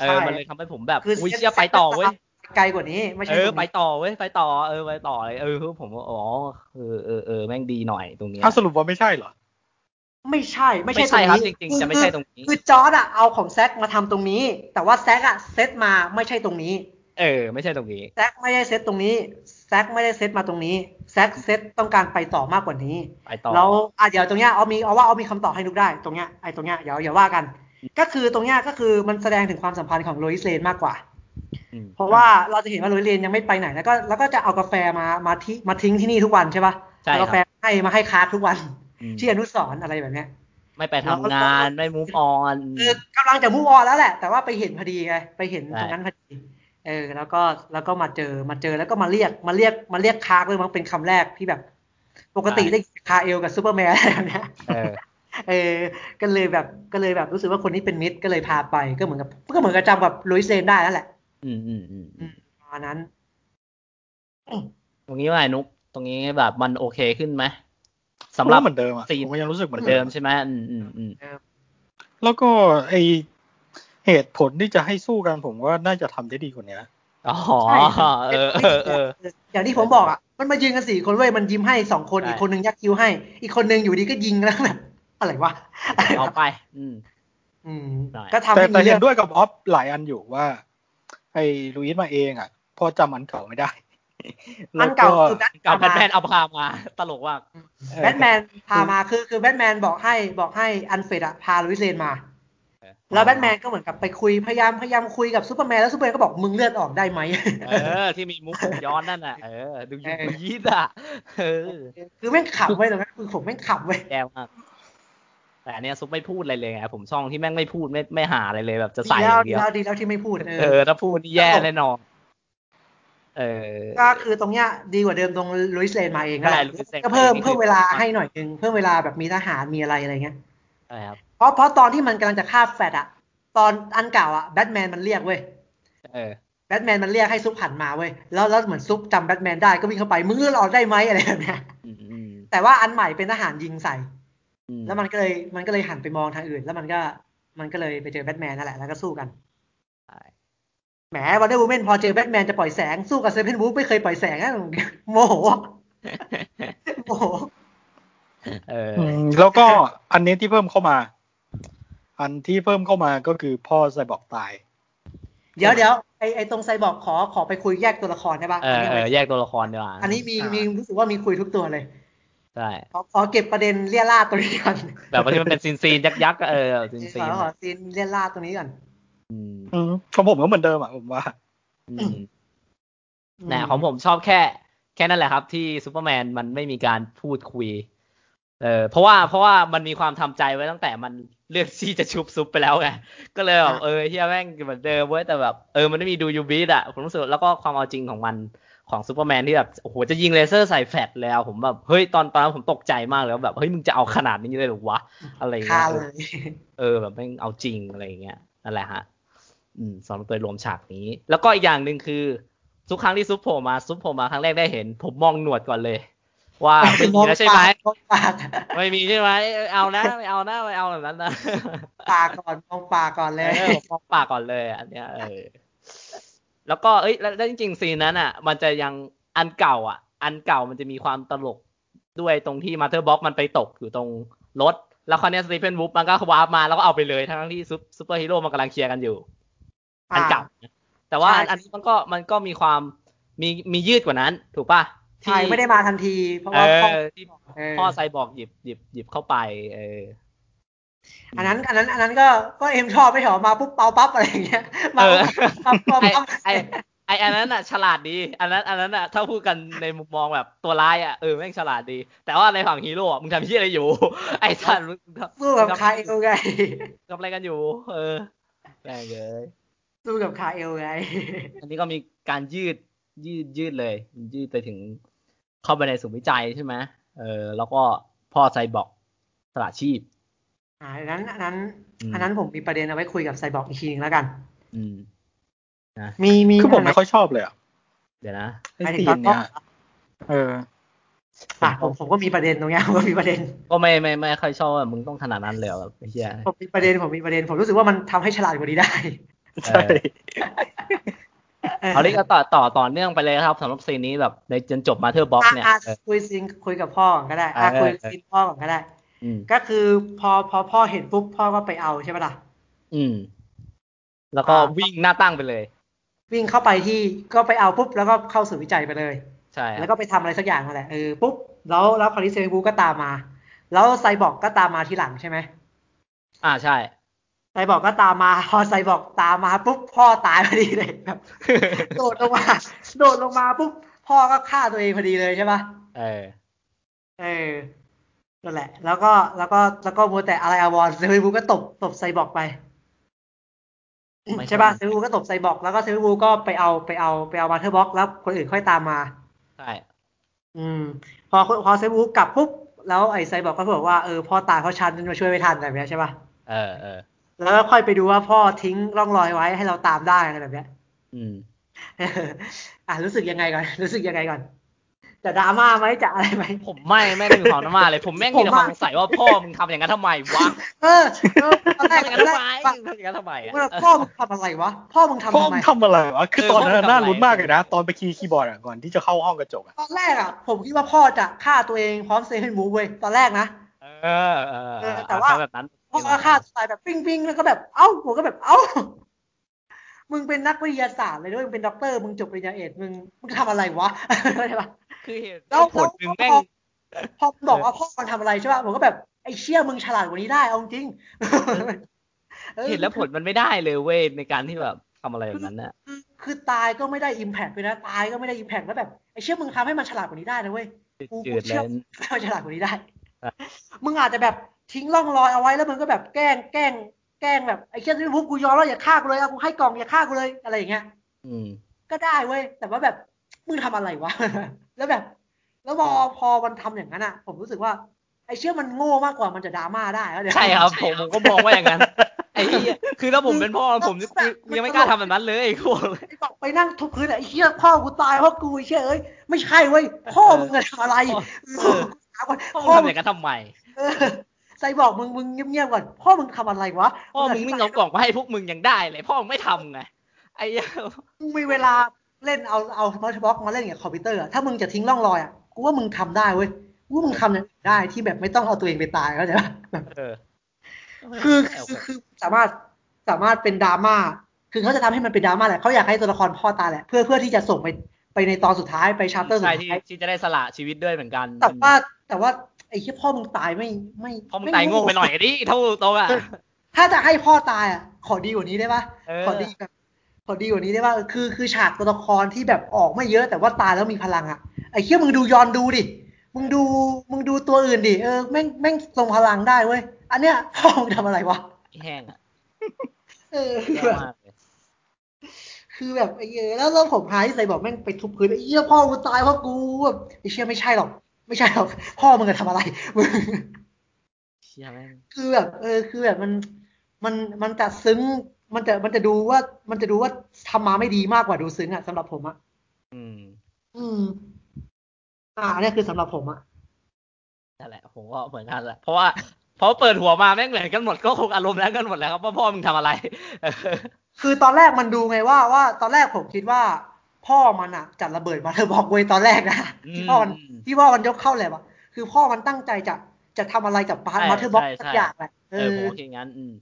เอ ใช่ อมันเลยทำให้ผมแบบ คือ อุ้ย ซ็ต เชี่ยไปต่อเว้ย ไกลกว่านี้ ไม่ใช่ เออ ตรง ไป นี้ ต่อเว้ยไปต่อเออไปต่อเลยเออผมว่าอ๋อเออเออเออแม่งดีหน่อยตรงเนี้ย ถ้าสรุปว่าไม่ใช่เหรอ ไม่ใช่ไม่ ไม่ ใช่ ใช่ครับตงนี้ จริงๆจะไม่ใช่ตรงนี้ คือจอร์ดอะเอาของแซกมาทำตรงนี้ แต่ว่าแซกอะเซตมาไม่ใช่ตรงนี้ เออ ไม่ใช่ตรงนี้ แซกไม่ได้เซตตรงนี้ แซกไม่ได้เซตมาตรงนี้แซกเซตต้องการไปต่อมากกว่านี้ ไปต่อ แล้วอ่ะเดี๋ยวตรงเนี้ยเอามีเอาว่าเอามีคำตอบให้นุกได้ตรงเนี้ยไอ้ตรงเนี้ยเดี๋ยวอย่าว่ากัน ก็คือตรงเนี้ยก็คือมันแสดงถึงความสัมพันธ์ของโรอิสเลนมากกว่า อืม เพราะว่าเราจะเห็นว่าโรอิสเลนยังไม่ไปไหนแล้วก็แล้วก็จะเอากาแฟมามาที่มาทิ้งที่นี่ทุกวันใช่ปะ ใช่ครับ เอากาแฟให้มาให้คาร์ททุกวัน อืม ที่อนุสรณ์อะไรแบบเนี้ย ไม่ไปทำงานไม่ move on คือกำลังจะมูฟออนแล้วแหละ แต่ว่าไปเห็นพอดีไงไปเห็นตรงนั้นพอดีเออแล้วก็แล้วก็มาเจอมาเจอแล้วก็มาเรียกมาเรียกมาเรียกคาร์กเลยมั้งเป็นคำแรกที่แบบ ปกติ ใช่ ได้ยินคาเอลกับซูเปอร์แมน อะไรแบบเนี้ย เออ เออก็เลยแบบก็เลยแบบรู้สึกว่าคนนี้เป็นมิตรก็เลยพาไปก็เหมือนกับก็เหมือนกับจำแบบลุยเซนได้แล้วแหละ อืมอืมอืมอืม ประมาณนั้น ตรงนี้ว่าไงนุกตรงนี้แบบมันโอเคขึ้นไหมสำหสำห รั รับ บเหมือนเดิมอะ ซีน ผมก็ยังรู้สึกเหมือน เดิ เดิ ม ม ใช่ไหมอืมอืมอืม แล้วก็ไอเหตุผลที่จะให้สู้กันผมว่าน่าจะทำได้ดีกว่านี้ อ๋อ ใช่ เออเออเออ อย่างที่ผมบอกอ่ะมันมายืนกันสี่คนเว้ยมันยิ้มให้สองคน ใช่ อีกคนนึงยักคิ้วให้ อีกคนนึงอยู่ดีก็ยิงแล้วแบบอะไรวะอะไร เอา วะ ไป อืม อืม ได้ ก็ทำ แต่ ให้ แต่ มี เห็ เรื่อน ง ด้วยกับออฟหลายอันอยู่ว่า ไอลูอิสมาเองอ่ะเพอจำอันเก่าไม่ได้ อันเก่าคือแบท กับแบท แม แม น นเอาพามาตลกว่าก แบทแมนพามาคือคือแบทแมนบอกให้บอกให้อันเฟรดอะพาลุยเลนมา แล้วแบทแมนก็เหมือนกับไปคุยพยายามพยายามคุยกับซูเปอร์แมนแล้วซูเปอร์แมนก็บอกมึงเลือดออกได้ไหม เออ ที่มีมุกย้อนนั่นน่ะ เออ ดู เอ ยู อ ยีดอ่ะเออ คือแม่งขำไว้ยตรงนั้นคือผมแม่งขำไว้ย แย่มากแต่อันเนี้ยซุปไม่พูดอะไรเลยไงผมช่องที่แม่งไม่พูดไม่ไม่หาอะไรเลยแบบจะใส่ ดี อ แล้ว ย่างเดียวดีแล้วดีแล้วที่ไม่พูดเอ เอ อ อ ถ้าพูดนี่แย่แน่นอนเออ ก็คือตรงเนี้ยดีกว่าเดิมตรงลุยเลนมาเองนั่นแหละ ใช่ Louis Lane ก็เพิ่ม มาเอง เพิ่มเวลาให้หน่อยนึงเพิ่มเวลาแบบมีทหารมีอะไรอะไรเงี้ย อะไรครับ เพราะเพราะตอนที่มันกำลังจะฆ่าแฟดอะตอนอันเก่าอะแบทแมนมันเรียกเว้ย เออ แบทแมนมันเรียกให้ซุปหันมาเว้ย แล้วแล้วเหมือนซุปจำแบทแมนได้ก็วิ่งเข้าไป มึงเลือดออกได้ไหมอะไรแบบเนี้ย อืมอืม แต่ว่าอันใหม่เป็นทหารยิงใส่ อืม แล้วมันก็เลยมันก็เลยหันไปมองทางอื่น แล้วมันก็มันก็เลยไปเจอแบทแมนนั่นแหละแล้วก็สู้กัน ใช่ แหมวันเดอร์วูแมนพอเจอแบทแมนจะปล่อยแสงสู้กับเซเว่นวูฟไม่เคยปล่อยแสงนะ โมโหโมโห เออ อืมแล้วก็อันนี้ที่เพิ่มเข้ามา อันที่เพิ่มเข้ามาก็คือพ่อไซบอร์กตาย เดี๋ยวเดี๋ยวไอไอตรงไซบอร์กขอขอไปคุยแยกตัวละครได้ปะ เออเออแยกตัวละครดีกว่า อันนี้มี อ่ามี มีรู้สึกว่ามีคุยทุกตัวเลย ใช่ ขอขอเก็บประเด็นเลี่ยราดตัวนี้ก่อน แบบว่าที่มันเป็นซีนซีนๆยักยักเออซีน ข ซี อน ขอซีนเลี่ยราดตัวนี้ก่อน อืม อืมของผมก็เหมือนเดิมอ่ะผมว่า อืมนะของผมชอบแค่ แค่นั่นแหละครับ ที่ซูเปอร์แมนมันไม่มีการพูดคุย เออเพราะว่าเพราะว่ามันมีความทำใจไว้ตั้งแต่มันเลือกที่จะชุบซุปไปแล้วไงก็เลยแบบเออเฮียแม่งเหมือนเดิมเว้ยแต่แบบเออมันไม่มีดูยูบีดอะผมรู้สึกแล้วก็ความเอาจริงของมันของซูเปอร์แมนที่แบบโอ้โหจะยิงเลเซอร์ใส่แฟลชแล้ว ผมแบบเฮ้ยตอนตอนนั้นผมตกใจมากแล้วแบบเฮ้ยมึงจะเอาขนาดนี้เลยเหรอวะอะไรอย่างเงี้ คาย เลย เออแบบไม่งเอาจริงอะไรอย่างเงี้ยนั่นแหละฮะ อืมสำหรับตัวรวมฉากนี้ แล้วก็อีกอย่างหนึ่งคือ ทุกครั้งที่ซุปโผล่มาซุปโผล่มาครั้งแรกได้เห็น ผมมองหนวดก่อนเลย ว่าไม่มีแล้วใช่ไหม มองปากมองปาก ไม่มีใช่ไหมเออเอานะไม่เอานะไม่เอาแบบนั้นนะ ปากก่อนมองปากก่อนเล เอย อผมมองปากก่อนเลย อันเนี้ยเออแล้วก็เอ้ยแล้วแล้วจริงๆซีนนั้นอ่ะ มันจะยังอันเก่าอ่ะ อันเก่ามันจะมีความตลกด้วยตรงที่มาเธอร์บ็อกมันไปตกอยู่ตรงรถ แล้วคราวเนี้สตีเฟนวูฟมันก็วาร์ปมาแล้วก็เอาไปเลยทั้งๆที่ซุปซูเปอร์ฮีโร่มันกำลังเคลียร์กันอยู่ อันเก่านะแต่ว่า ใช่ อันนี้มันก็มันก็มีความมีมียืดกว่านั้น ถูกป่ะ ใช่ ที่ ไม่ได้มาทันที เพราะ เอ ว่าพ่อ อที่ เออ พ่อไซบอร์กหยิบหยิบหยิบเข้าไป เออ อันนั้น อันนั้น อันนั้นก็ก็เอ็มชอบไม่เหรอมาปุ๊บเปาปั๊บอะไรอย่างเงี้ยมา เออ ปั๊บปั๊บ ไอ ปั๊บ ไอไออันนั้นอ่ะ ฉลาดดี อันนั้น อันนั้นอ่ะถ้าพูดกันในมุมมองแบบตัวร้ายอ่ะเออแม่งฉลาดดี แต่ว่าในฝั่งฮีโร่อะมึงทำเหี้ยอะไรอยู่ ไอ้สัตว์มึงทำ สู้กับ มึงทำ คาเอลไง ทำอะไรกันอยู่ เออแม่งเลย สู้กับคาเอลไง อันนี้ก็มีการยืดยืดยืดเลย ยืดไปถึงเข้าไปในศูนย์วิจัยใช่ไหมเออ แล้วก็พ่อไซบอร์กสละชีพ อ่าอันนั้น อันนั้น อืม อันนั้นผมมีประเด็นเอาไว้คุยกับไซบอร์กอีกทีนึงแล้วกัน อืม มีมี คือผม นไหน ไม่ค่อยชอบเลยอ่ะ เดี๋ยวนะ ไอ้ หมายถึ ซี งตอน นเนี่ย ต้น เออ อ่ะผมผมก็มีประเด็นตรงเนี้ยผมก็มีประเด็น ก็ไม่ไม่ไม่ค่อยชอบว่ามึงต้องขนาดนั้นเลยเหรอแบบไอ้เฮีย ผมมีประเด็นผมมีประเด็น ผมรู้สึกว่ามันทำให้ฉลาดกว่านี้ได้ ใช่ เอาเรื่องต่อต่อต่อเนื่องไปเลยครับสำหรับซีนนี้แบบในจนจบมาเธอร์บ็อกเนี่ย อ่ะอ่ะคุยซิงคุยกับพ่อก่อนก็ได้อ่ะ เออ คุยซิงพ่อก่อนก็ได้ อืม ก็คือพอพอพ่อเห็นปุ๊บพ่อก็ไปเอาใช่ปะล่ะ อืม แล้วก็ อ่า วิ่งหน้าตั้งไปเลย วิ่งเข้าไปที่ก็ไปเอาปุ๊บแล้วก็เข้าสู่วิจัยไปเลย ใช่ครับ แล้วก็ไปทำอะไรสักอย่างมาแหละเออปุ๊บแล้วแล้วคราวนี้เซเวนบูก็ตามมา แล้วไซบอร์กก็ตามมาทีหลังใช่ไหม อ่าใช่ ไซบอร์กก็ตามมาพอไซบอร์กตามมาปุ๊บพ่อตายพอดีเลยแบบ โดดลงมาโดดลงมาปุ๊บพ่อก็ฆ่าตัวเองพอดีเลยใช่ปะ เออ เออนั่นแหละ แล้วก็แล้วก็แล้วก็มัวแต่อะไรอาวรเซเวนบูก็ตบตบไซบอร์กไป ไม่ ใช่ปะเซเวนบูก็ตบไซบอร์กแล้วก็เซเวนบูก็ไปเอาไปเอาไปเอามาเทอร์บ็อกแล้วคนอื่นค่อยตามมา ใช่ อืมพอพอเซฟวูฟกลับปุ๊บแล้วไอ้ไซบอร์กก็บอกว่าเออพ่อตายเพราะฉันมาช่วยไม่ทันอะไรแบบเนี้ยใช่ป่ะ เออเออ แล้วก็ค่อยไปดูว่าพ่อทิ้งร่องรอยไว้ให้เราตามได้อะไรแบบเนี้ย อืม เอออ่ะรู้สึกยังไงก่อน รู้สึกยังไงก่อน จะดราม่าไหมจะอะไรไหม ผมไม่แม่งมีความน่ามาเลย ผมแม่งมีแต่ ผม ค ว่า วามสงสัยว่าพ่อมึงทำอย่างนั้นทำไมวะ เออเออตอนแรก ทำอย่าง ต นั้ อนนแร ทำไมกฟัง ทำอย่างนั้นทำไมอะ ว่าพ่อมึงทำอะไรวะพ่อมึงทำ พ่อ ทำไม มึงทำอะไรวะ คือ เออ ตอนนั้น พ่อมึงทำอะไร น่าลุ้นมากเลยนะ ตอนไปคีย์คีย์บอร์ดอะก่อนที่จะเข้าห้องกระจกอะ ตอนแรกอ่ะ ผมคิดว่าพ่อจะฆ่าตัวเองพร้อมเซฟวูฟเว้ยตอนแรกนะ เออเออเออ แต่ว่า เอแบบนั้น พ่อก็ฆ่าตายแบบปิ้งปิ้งแล้วก็แบบเอ้าผมก็แบบเอ้า มึงเป็นนักวิทยาศาสตร์เลยด้วยมึงเป็นด็อกเตอร์มึงจบปริญญาเอกมึงมึงทำอะไรวะ ใช่ปะ คือเหตุ แล้ว ผลหนึ่ง แล้ แม่ ว ง พอพอบอกว่าพ่อมันทำอะไรใช่ปะผมก็แบบไอ้เชี่ยมึงฉลาดกว่านี้ได้เอาจริงออ เห็นแล้วผลมันไม่ได้เลยเว้ยในการที่แบบทำอะไรแบบนั้นน่ะ คือคือตายก็ไม่ได้อิมแพกเลยนะตายก็ไม่ได้อิมแพกแล้วแบบไอ้เชี่ยมึงทำให้มันฉลาดกว่านี้ได้นะเว้ยกู จื กู ดๆ เชื่อ เลย มันฉลาดกว่านี้ได้ อ่ะ มึงอาจจะแบบทิ้งร่องรอยเอาไว้แล้วมึงก็แบบแกล้งแกล้งแกล้งแบบไอ้เชี่ยนี่พวกกูยอมแล้วอย่าฆ่ากูเลยเอากูให้กล่องอย่าฆ่ากูเลยอะไรอย่างเงี้ย อืม ก็ได้เว้ย แต่ว่าแบบมึงทำอะไรวะ แล้วแบบ แล้วพอพอมันทำอย่างนั้นอ่ะ ผมรู้สึกว่า ไอ้เชื่อมันโง่มากกว่ามันจะดราม่าได้แล้วเดี๋ยว ใช่ครับผมผมก็มองว่าอย่างนั้นไอ้เหี้ยคือถ้าผมเป็นพ่อผมกูกูยังไม่กล้าทำแบบนั้นเลยกูบอกเลย ไอ้บอกไปนั่งทุบพื้นอะไอ้เชี่ยพ่อกูตายเพราะกูไอ้เชี่ยเอ้ยไม่ใช่เว้ยพ่อมึงจะทำอะไรถามก่อน พ่อ พ่อ ทำ มึ อง ย่างนั้นทำไม เออใส่บอกมึงมึงเงียบๆก่อนพ่อมึงทำอะไรวะ พ่อมึงไม่เอากล่องมาให้พวกมึงยังได้เลย พ่อมึงไม่ทำไงไอ้เหี้ย มึงมีเวลาเล่นเอาเอาโน้ตบล็อกมาเล่นกับคอมพิวเตอร์อะถ้ามึงจะทิ้งร่องรอยอ่ะกูว่ามึงทำได้เว้ยกูว่ามึงทำอย่างอื่นได้ที่แบบไม่ต้องเอาตัวเองไปตายเข้าใจปะ เออ คือคือคือสามารถสามารถเป็นดราม่า คือเขาจะทำให้มันเป็นดราม่าแหละเขาอยากให้ตัวละครพ่อตายแหละ เพื่อเพื่อที่จะส่งไปไปในตอนสุดท้ายไปชาร์เตอร์สุด ใช่ที่ ท้าย ที่จะได้สละชีวิตด้วยเหมือนกัน แต่ว่าแต่ว่าไอ้ที่พ่อมึงตายไม่ไม่ พ่อมึงตายโง่ไปหน่อยดิเท่าโตอ่ะ ถ้าจะให้พ่อตายอ่ะ ขอดีกว่านี้ได้ปะ เออ ขอดีแบบขอดีกว่านี้ได้ปะคือคือฉากตัวละครที่แบบออกไม่เยอะแต่ว่าตายแล้วมีพลังอ่ะไอ้เที่ยมึงดูยอนดูดิมึงดูมึงดูตัวอื่นดิเออแม่งแม่งทรงพลังได้เว้ยอันเนี้ยพ่อมึงทำอะไรวะ แห้งอ่ะ เออ เยอะมากเลย คือแบบไอ้เออแล้วแล้วผมหายใส่บอกแม่งไปทุบพื้นไอ้เหี้ยพ่อกูตายเพราะกูแบบไอ้เชี่ยไม่ใช่หรอก ไม่ใช่หรอก พ่อมึงจะทำอะไร มึง เชี่ยแม่ง คือแบบ เออ คือแบบมันมันมันจะซึ้ง มันจะมันจะดูว่า มันจะดูว่าทำมาไม่ดีมากกว่าดูซึ้งอ่ะสำหรับผมอ่ะ อืม อืม อ่าเนี่ยคือสำหรับผมอ่ะ นั่นแหละผมก็เหมือนกันแหละเพราะว่าเพราะเปิดหัวมาแม่งเหมือนกันหมดก็คงอารมณ์แล้วกันหมดแล้วครับว่าพ่อมึงทำอะไรเออ คือตอนแรกมันดูไงว่าว่า ตอนแรกผมคิดว่า พ่อมันอ่ะจัดระเบิดมาเธอบอกเว้ยตอนแรกนะที่พ่อมัน ม ที่ว่ามันยกเข้าแหละวะคือพ่อมันตั้งใจจะจะทำอะไรกับพาร์ท ใช่ มาเธอร์บ็อก ใช่ สัก ใช่ อย่างแหละ เออผมก็คิดงั้น อืม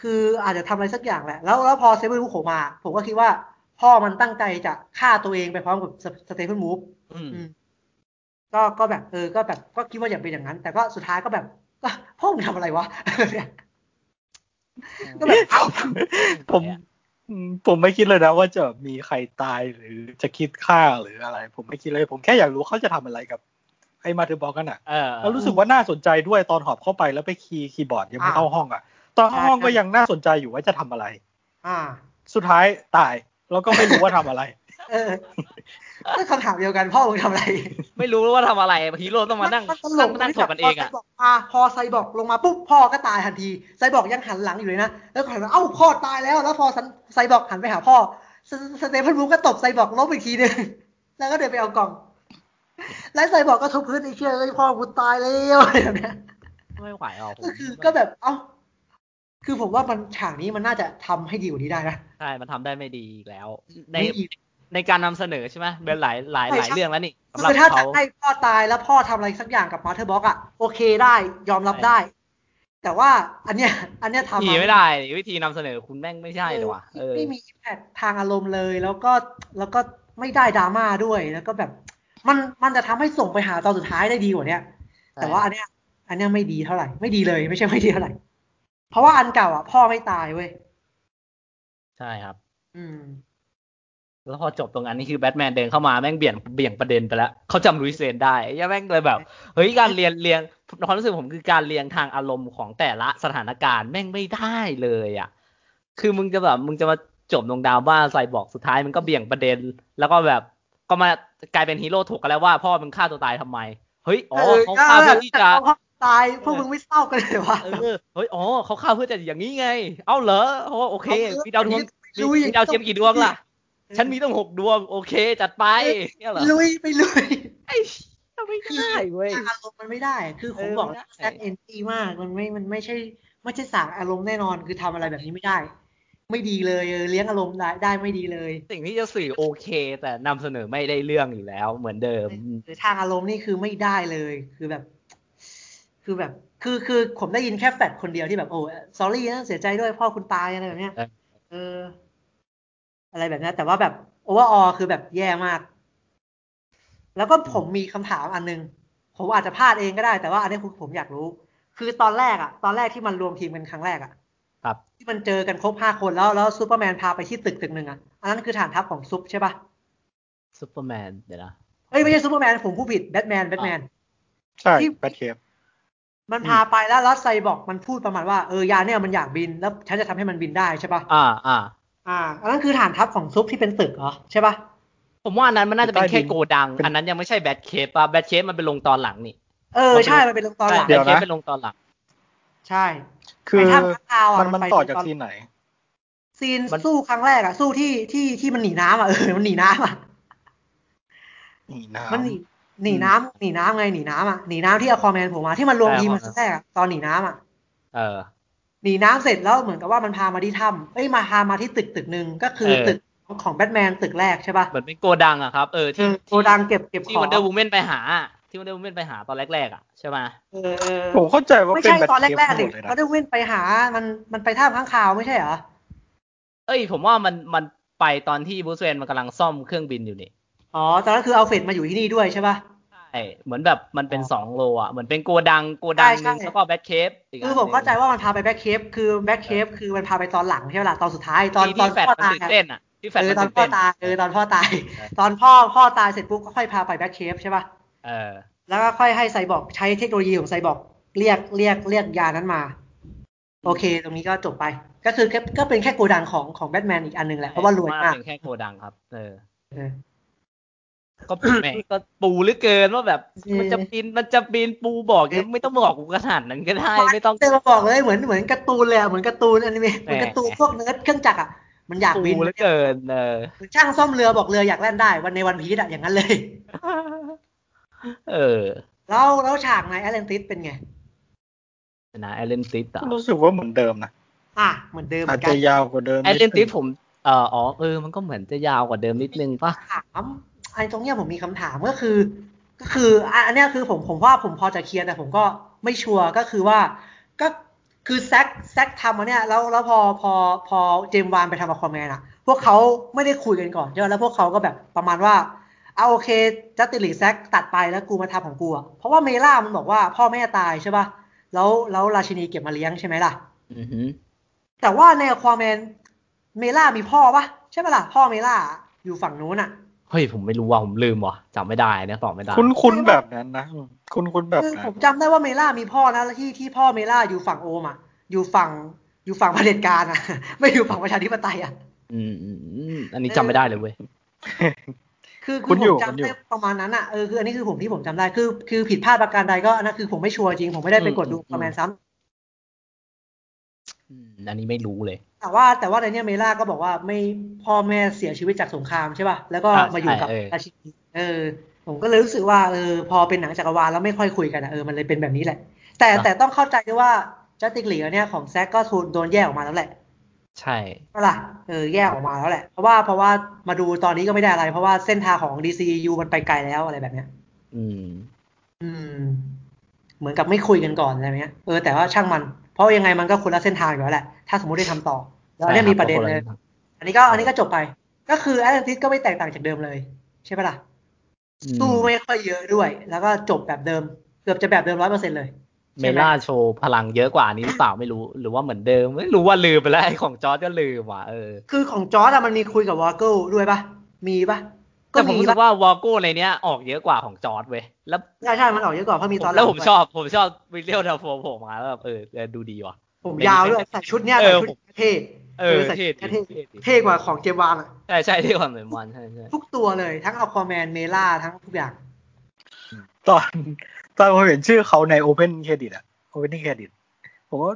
คืออาจจะทำอะไรสักอย่างแหละ แล้วแล้วพอเซเว่นมูฟโผล่มา ผมก็คิดว่า พ่อมันตั้งใจจะฆ่าตัวเองไปพร้อมกับสเตเฟนมูฟ อืม ก็ก็แบบเออ ก็แบบก็คิดว่าอย่าเป็นอย่างนั้น แต่ก็สุดท้ายก็แบบ ก็พ่อมึงทำอะไรวะ ก็แบบเอ้า ผมอืมผมไม่คิดเลยนะว่าจะมีใครตายหรือจะคิดฆ่าหรืออะไร ผมไม่คิดเลย ผมแค่อยากรู้เขาจะทำอะไรกับไอ้มาเธอบอกกันอะ เออ แล้วรู้สึกว่าน่าสนใจด้วยตอนหอบเข้าไปแล้วไปคีย์คีย์บอร์ดยังไม่เข้าห้องอ่ะ ตอนเข้าห้องก็ยังน่าสนใจอยู่ว่าจะทำอะไร อ่า สุดท้ายตายแล้วก็ไม่รู้ว่าทำอะไร เออก็คำถามเดียวกันพ่อมึงทำอะไร ไม่รู้ว่าทำอะไรฮีโร่ต้องมานั่ง ตล นั่ง ก นั่งถกกันเองอ่ะ พไซบร์กมาพอไซบอร์กลงมาปุ๊บพ่อก็ตายทันทีไซบอร์กยังหันหลังอยู่เลยนะแล้วก็หันมาเอ้าพ่อตายแล้วแล้วพอไซบอร์กหันไปหาพ่อสสเตเฟนบูมก็ตบไซบอร์กล้มอีกทีหนึงแล้วก็เดินไปเอากล่อง แล้วไซบอร์กก็ทุบพื้นไอ้เชี่ยเอ้ยพ่อกูตายแล้วอะไรแบบเนี้ย ไม่ไหวอ่ะผม ก็คือก็แบบเอ้าคือผมว่ามันฉากนี้มันน่าจะทำให้ดีกว่านี้ได้นะ ใช่มันทำได้ไม่ดีอีกแล้ว ใน ไม่ดี ในการนำเสนอใช่ไหมเป็นหลายหลายหใช่ค ลา รั ย บ เรื่องแล้วนี่สำหรับ คือถ้า เขา จะให้พ่อตายแล้วพ่อทำอะไรสักอย่างกับมาเธอร์บ็อกอะโอเคได้ยอมรับได้ แต่ว่าอันเนี้ยอันเนี้ยทำ หนีไม่ได้ดิวิธีนำเสนอคุณแม่งไม่ใช่เลยว่ะเออ ไม่มีแพททางอารมณ์เลย แล้วก็แล้วก็ไม่ได้ดราม่าด้วยแล้วก็แบบ มันมันจะทำให้ส่งไปหาตอนสุดท้ายได้ดีกว่าเนี้ย แต่ว่าอันเนี้ย อันเนี้ยไม่ดีเท่าไหร่ไม่ดีเลยไม่ใช่ไม่ดีเท่าไหร่ เพราะว่าอันเก่าอ่ะ พ่อไม่ตายเว้ย ใช่ครับ อืม แล้วพอจบตรงนั้นนี่คือแบทแมนเดินเข้ามาแม่งเบี่ยงเบี่ยงประเด็นไปแล้วเขาจำลุยเซนได้ไอ้เหี้ยแม่ง เลยแบบ เฮ้ยการเรียนเรียงความรู้สึกผมคือการเรียงทางอารมณ์ของแต่ละสถานการณ์แม่งไม่ได้เลยอ่ะ คือมึงจะแบบมึงจะมาจบลงดาวว่าไซบอร์กสุดท้ายมันก็เบี่ยงประเด็น แล้วก็แบบก็มากลายเป็นฮีโร่ถกกันแล้วว่าพ่อมึงฆ่าตัวตายทำไม เฮ้ยอ๋อเขาฆ่าเพื่อที่จะ เขาตายพวกมึงไม่เศร้ากันเลยวะ เออเฮ้ย อ๋อ เขาฆ่าเพื่อจะอย่างนี้ไง เอาเหรอโอ้โอเค มีดาวดวงมีมีดาวเทียมกี่ดวงล่ะ ฉันมีต้องหกดวง โอเค จัดไปเนี่ยเหรอ ลุยไปลุย ไอ้เหี้ยไม่ได้เว้ย สร้างอารมณ์มันไม่ได้ คือผม เออ บอก ไม่ได้ แซดเอนจีมากมันไม่มันไม่ใช่ไม่ใช่สั่งอารมณ์แน่นอนคือทำอะไรแบบนี้ไม่ได้ ไม่ดีเลยเออเลี้ยงอารมณ์ได้ได้ไม่ดีเลย สิ่งที่จะสื่อโอเค แต่นำเสนอไม่ได้เรื่องอยู่แล้ว เหมือนเดิม หรือทางอารมณ์นี่คือไม่ได้เลย คือแบบ คือแบบ คือคือผมได้ยินแค่แฟดคนเดียวที่แบบโอ้สอรี่นะเสียใจด้วยพ่อคุณตายอะไรแบบเนี้ย เออ อะไรแบบนั้นแต่ว่าแบบโอเวอร์อคือแบบแย่มาก แล้วก็ผมมีคำถามอันนึง ผมอาจจะพลาดเองก็ได้ แต่ว่าอันนี้คุณผมอยากรู้ คือตอนแรกอะตอนแรกที่มันรวมทีมกันครั้งแรกอะ ครับ ที่มันเจอกันครบห้าคนแล้วแล้วซูเปอร์แมนพาไปที่ตึกตึกหนึ่งอะอันนั้นคือฐานทัพของซุปใช่ปะ ซูเปอร์แมน เดี๋ยวนะ เอ้ยไม่ใช่ซูเปอร์แมนผมผู้ผิดแบทแมนแบทแมน ใช่ ที่ แบทเคป มันพาไปแล้วแล้วไซบอร์กมันพูดประมาณว่าเออยาเนี่ยมันอยากบินแล้วฉันจะทำให้มันบินได้ใช่ปะ อ่า อ่า อ่า อันนั้นคือฐานทัพของซุปที่เป็นตึกเหรอใช่ปะ ผมว่าอันนั้นมันน่าจะเป็นแค่โกดัง อันนั้นยังไม่ใช่แบทเคปป่ะ แบทเคปมันเป็นลงตอนหลังนี่ เออ ใช่ มันเป็นตอนหลัง แบทเคปเป็นลงตอนหลัง ใช่ คือ ไถ้ำค้างคาวอะ มันมัน ไป ต่อจาก ตน ซีนไหน ซีน มัน สู้ครั้งแรกอะสู้ที่ที่ที่มันหนีน้ำอะเออมันหนีน้ำอะ หนีน้ มันหนีหนีน้ำหนีน้ำไงหนีน้ำอะหนีน้ำที่อควาแมนผมมาที่มันรวมทีมมาครั้งแรกอะตอนหนีน้ำอะ เออ หนีน้ำเสร็จแล้วเหมือนกับว่ามันพามาที่ถ้ำเอ้ยมาพามาที่ตึกตึกหนึ่งก็คือ เออ ตึกของแบทแมนตึกแรกใช่ป่ะ เหมือนเป็นโกดังอะครับ เออ ที่ โกดังเก็บเก็บข ที่ อง วันเดอร์วูแมนไปหา ที่วันเดอร์วูแมนไปหาตอนแรกๆอะใช่ไหม เออเออ ำผมเข้าใจว่า ไม่ เป็น ใช่ แบท ตอน เคป แรกๆ ห ดิ มดเลยนะ เขาได้เว้นไปหามันมันไปท่ามข้างคาวไม่ใช่เหรอ เอ้ยผมว่ามันมันไปตอนที่บูสเวนมันกำลังซ่อมเครื่องบินอยู่นี่ อ๋อตอนนั้นคือเอาเฟดมาอยู่ที่นี่ด้วยใช่ป่ะ ใช่เหมือนแบบมันเป็น อ๋อ สองโลอ่ะเหมือนเป็นโกดังโกดังหนึง ใช่ใช่ แล้วก็แบทเคฟอีกน คือผมเข้าใจ หนึ่ ว่ามันพาไปแบ็คเคฟคือแบ็คเคฟคือมันพาไปตอนหลังใช่ไหมล่ะตอนสุดท้าย ง ตอน ที่ ตอน ที่แฟด พ่อ มัน ตาย ตื่นเต้นอ่ะที่แฟด เออ มัน ตอน ตื่นเต้นพ่อตายเออตอนพ่อตาย ตอนพ่อพ่อตายเสร็จปุ๊บก็ค่อยพาไปแบ็คเคฟใช่ป่ะ เออ แล้วก็ค่อยให้ไซบอร์กใช้เทคโนโลยีของไซบอร์กเรียกเรียกเรียกยานั้นมา โอเค ตรงนี้ก็จบไป ก็คือก็ก็เป็นแค่โกดังของของแบทแมนอีกอันหนึงแหละเพราะว่ารวยมาก เป็นแค่โกดังครับเออ เออ ก็แหมก็ปูเหลือเกินว่าแบบ เออ มันจะบินมันจะบินปูบอกยังไม่ต้องบอกกูขนาดนั้นก็ได้ไม่ต้อง เจอมาบอกเลยเหมือนเหมือนการ์ตูนเลยอะเหมือนการ์ตูนอนิเมะเห แหม่ มือนการ์ตูนพวกเนื้อเครื่องจักรอ่ะมันอยากบิน ปูเหลือเกินเออ ช่างซ่อมเรือบอกเรืออยากแล่นได้วันในวันพีชอะอย่างนั้นเลย เออ แล้วแล้วฉากในแอตแลนติสเป็นไง นะเอเลนติสอ่ะ รู้สึกว่าเหมือนเดิมนะ อ่ะ เหมือนเดิมเห อาจมือนกั จะ น ยาวกว่าเดิม แอตเลนติส ดง ผมเอออ๋อเออ มันก็เหมือนจะยาวกว่าเดิมนิดนึงป่ะ ถามไอ้ตรงเนี้ยผมมีคำถามก็คือ ก็คืออ่ะอันเนี้ยคือผมผมว่าผมพอจะเคลียร์แต่ผมก็ไม่ชัวร์ก็คือว่า ก็คือแซกแซกทำอันเนี้ยแล้วแล้วพอพอพอเจมส์วานไปทำอะคอมแมนอะพวกเขาไม่ได้คุยกันก่อนใช่ไหมแล้วพวกเขาก็แบบประมาณว่าเอาโอเคจัสติลีแซกตัดไปแล้วกูมาทำของกูอะเพราะว่าเมล่ามันบอกว่าพ่อแม่ตายใช่ป่ะแล้วแล้วราชินีเก็บมาเลี้ยงใช่ไหมล่ะ อือฮึ แต่ว่าในควาแมนเมล่ามีพ่อปะใช่ปะล่ะพ่อเมล่าอยู่ฝั่งนู้นอ่ะ เฮ้ย ผมไม่รู้ว่าผมลืมว่ะจำไม่ได้เนี่ยตอบไม่ได้ คุ้นคุ้นๆแบบนั้นนะคุ้นคุ้นๆแบบ คือ นั้ ผ น มจำได้ว่าเมล่ามีพ่อนะแล้วที่ที่พ่อเมล่าอยู่ฝั่งโอมอ่ะ อยู่ฝั่งอยู่ฝั่งเผด็จการอ่ะ ไม่อยู่ฝั่งประชาธิปไตยอ่ะ อืมอืมอืมอันนี้จำไม่ได้เลยเว้ย คือคื คุ้ อน ผ อยู่ ม คุ้น จำ อยู่ ได้ประมาณนั้นอ่ะเออคืออันนี้คือผมที่ผมจำได้คือ คือผิดพลาดประการใดก็อันนั้นคือผมไม่ชัวร์จริง ผมไม่ได้ไปกดดู อืม ควาแมนซ้ำ อืมอันนี้ไม่รู้เลย แต่ว่าแต่ว่าในเนี้ยเมล่าก็บอกว่าไม่พ่อแม่เสียชีวิตจากสงครามใช่ป่ะแล้วก็ อ่ะ มาอยู่กับ ใช่เออ ราชินีเออ ผมก็เลยรู้สึกว่าเออพอเป็นหนังจักรวาลแล้วไม่ค่อยคุยกันอะเออมันเลยเป็นแบบนี้แหละ แต่แต่ต้องเข้าใจด้วยว่าจัสติกลีเนี่ยของแซกก็ถูกโดนแยกออกมาแล้วแหละ ใช่ ก็ล่ะเออแยกออกมาแล้วแหละ เพราะว่าเพราะว่ามาดูตอนนี้ก็ไม่ได้อะไร เพราะว่าเส้นทางของ DCU มันไปไกลแล้วอะไรแบบเนี้ย อืม อืม เหมือนกับไม่คุยกันก่อนอะไรเงี้ยเออแต่ว่าช่างมัน เพราะยังไงมันก็คนละเส้นทางอยู่แล้วแหละ ถ้าสมมติได้ทำต่อแล้วเนี่ยมีประเด็นเลย อันนี้ก็อันนี้ก็จบไป ก็คือแอตแลนติสก็ไม่แตกต่างจากเดิมเลย ใช่ปะล่ะสู้ไม่ค่อยเยอะด้วย แล้วก็จบแบบเดิม เกือบจะแบบเดิมร้อยเปอร์เซ็นเลย เมล่าโชว์พลังเยอะกว่านี้หรือเปล่าไม่รู้ หรือว่าเหมือนเดิมไม่รู้ว่าลืมไปแล้วไอ้ของจอร์จก็ลืมว่ะเออ คือของจอร์ดอะมันมีคุยกับวอลเกิลด้วยปะมีปะก็ แต่ผม มี รู้สึ ปะ กว่าวอลโก้ในเนี้ยออกเยอะกว่าของจอร์จเว้ยแล้ว ใช่ใช่มันออกเยอะกว่าเพราะมีตอนหง แล้วผมชอบผมชอบวิลเลียมดาโฟโผมมาแล้วแบบเออเออดูดีว่ะ ผมยาวด้วยใส่ชุดเนี้ย เอ ใส่ อ ชุดเท่ เออ ใส่ชุด เท่ เท่ ดีเท่ดี เท่กว่าของเจมส์วานอะ ใช่ใช่ที่ความเหมือนมันใช่ใช่ ทุกตัวเลยทั้งอควาแมนเมล่าทั้งทุกอย่าง ตอนตอนผมเห็นชื่อเขาใน Open Credit อะ Open Credit ผมว่า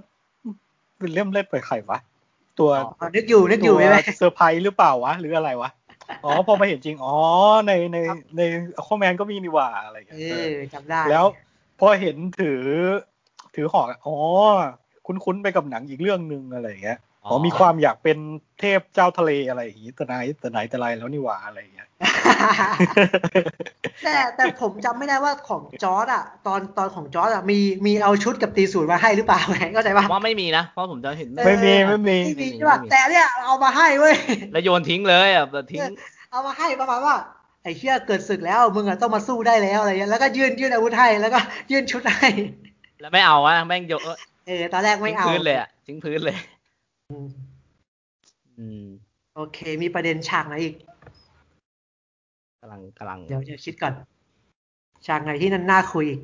เป็นเล่มเล่นเปิดไข่วะ ตัว อ๋อนึกอยู่นึกอ ตั ยู่ ว ใช่ไหม เซอร์ไพรส์หรือเปล่าวะ หรืออะไรวะ อ๋อ พอมาเห็นจริง อ๋อ ในในในคอมแมนก็มีนี่หว่าอะไรอย่าง เอ เงี้ยเอ อ อ จำได้ แล้วพอเห็นถือ ถือหอกอะอ๋อ คุ้นๆไปกับหนังอีกเรื่องหนึ่งอะไรอย่างเงี้ย อ๋อมีความอยากเป็นเทพเจ้าทะเลอะไรอย่างงี้แต่ไหนแต่ไหนแต่ไรแล้วนี่หว่าอะไรอย่างเงี้ย แต่แต่ผมจำไม่ได้ว่าของจอร์ดอะตอนตอนของจอร์ดอะมีมีเอาชุดกับตีสูตรมาให้หรือเปล่า เข้าใจ ผ ปะ มว่าไม่มีนะ เพราะผมจะเห็น เออ ไม่มีไม่มี ไม่มี ไม่มี ใช่ปะ ไม่มี แต่เนี่ยเอามาให้เว้ย แล้วโยนทิ้งเลยอ่ะแบบทิ้ง เอามาให้ประมาณว่าไอ้เชี่ยเกิดศึกแล้วมึงอะต้องมาสู้ได้แล้วอะไรเงี้ยแล้วก็ยื่นยื่นอาวุธให้แล้วก็ยื่นชุดให้ แล้วไม่เอาอะแม่งโยนเออ เออตอนแรกไม่ ทิ้ง เอา พื้นเลยอ่ะทิ้งพื้นเลย อืม อืม โอเค มีประเด็นฉากไหนอีก กำลังกำลัง เดี๋ยวจะคิดก่อนฉากไหนที่นั่นน่าคุยอีก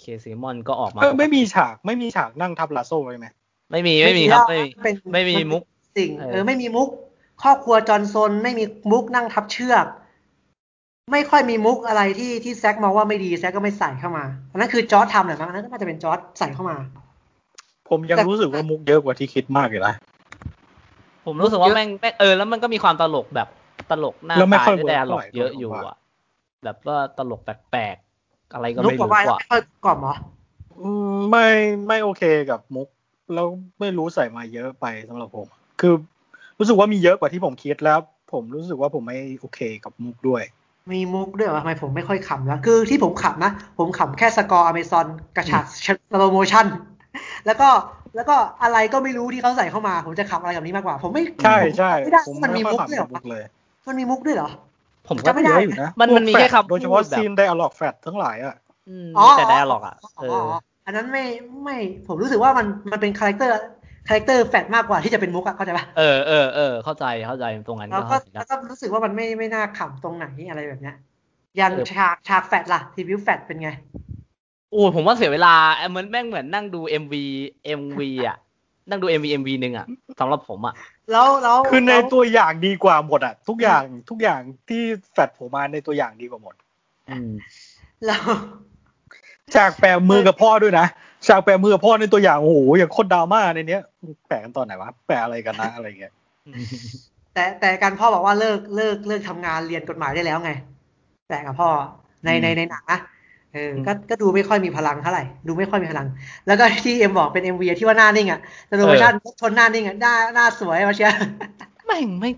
เคซีมอนก็ออกมา เออไม่มีฉากไม่มีฉากนั่งทับลาโซ่ไว้ไหม ไม่มีไม่มีครับไม่มี เป็น ไม่มีมุก สิ่ง เออ เออไม่มีมุก ครอบครัวจอห์นซนไม่มีมุกนั่งทับเชือก ไม่ค่อยมีมุกอะไรที่ที่แซกมองว่าไม่ดีแซกก็ไม่ใส่เข้ามาอันนั้นคือจอร์ดทำแหละมั้งอันนั้นก็น่าจะเป็นจอร์ดใส่เข้ามา ผมยัง แต่ รู้สึกว่ามุกเยอะกว่าที่คิดมากเลยนะ ผมรู้สึกว่าแม่งแม่งเออแล้วมันก็มีความตลกแบบตลกหน้า แล้วไม่ ตา ค่อย ด้วยแดร์หลอก เวิร์กเยอะเท่าไหร่อยู่อ่ะแบบว่าตลกแปลกๆอะไรก็ นุก ไม่ บอก รู้ ว่า อ่ะ ไม่ค่อยกล่อมเหรอ อืมไม่ไม่โอเคกับมุก แล้วไม่รู้ใส่มาเยอะไปสำหรับผม คือรู้สึกว่ามีเยอะกว่าที่ผมคิดแล้ว ผมรู้สึกว่าผมไม่โอเคกับมุกด้วย มีมุกด้วยวะทำไมผมไม่ค่อยขำละคือที่ผมขำนะ ผมขำแค่สกอร์อเมซอนกระฉากสโลโมชั่นแล้วก็แล้วก็อะไรก็ไม่รู้ที่เขาใส่เข้ามา ผมจะขำอะไรแบบนี้มากกว่า ผมไม่ ใช่ใช่ ไม่ได้ ผม มันมี ไค่อ มุ ยขำกด้วยเหรอ มุกเลย มันมีมุกด้วยเหรอ ผมก็ จำไม่ได้ เยอะอยู่นะ มันมันมี พวก แค่ ฟลต คำ โดยเฉพาะ พูดแบบ ซีนไดอะล็อกแฟลตทั้งหลายอ่ะ อืม อ๋อ แต่แดร์หลอกอ่ะเออ อันนั้นไม่ไม่ผมรู้สึกว่ามันมันเป็นคาแรคเตอร์คาแรคเตอร์แฟดมากกว่าที่จะเป็นมุกอะเข้าใจปะ เออเออเออเข้าใจเข้าใจตรงนั้น เรา ก็ ก็ เข้าใจได้ เราก็รู้สึกว่ามันไม่ไม่น่าขำตรงไหนอะไรแบบเนี้ยยัน เออ ฉากฉากแฟดล่ะทีวิวแฟดเป็นไง โอ้ยผมว่าเสียเวลาเหมือนแม่งเหมือนนั่งดู MV MV อ่ะ นั่งดู MV MV หนึ่งอ่ะสำหรับผมอ่ะ แล้วแล้ว คือใน แล้ว ตัวอย่างดีกว่าหมดอ่ะ ทุกอย่างทุกอย่างที่แฟลตผมมาในตัวอย่างดีกว่าหมด อืม แล้ว ฉากแปะมือกับพ่อด้วยนะฉากแปะมือกับพ่อในตัวอย่างโอ้โหอย่างโคตรดราม่าในเนี้ยแปะกันตอนไหนวะแปะอะไรกันนะอะไรเงี้ย แต่แต่การพ่อบอกว่าเลิกเลิกเลิกทำงานเรียนกฎหมายได้แล้วไง แต่กับพ่อในในในหนังนะเออก็ก็ดูไม่ค่อยมีพลังเท่าไหร่ดูไม่ค่อยมีพลัง แล้วก็ที่เอ็มบอกเป็นเอ็มวีที่ว่าหน้านิ่งอะสโลโมชั่นชนหน้านิ่งอะหน้าหน้าสวยมาเชียร์ แม่งไม่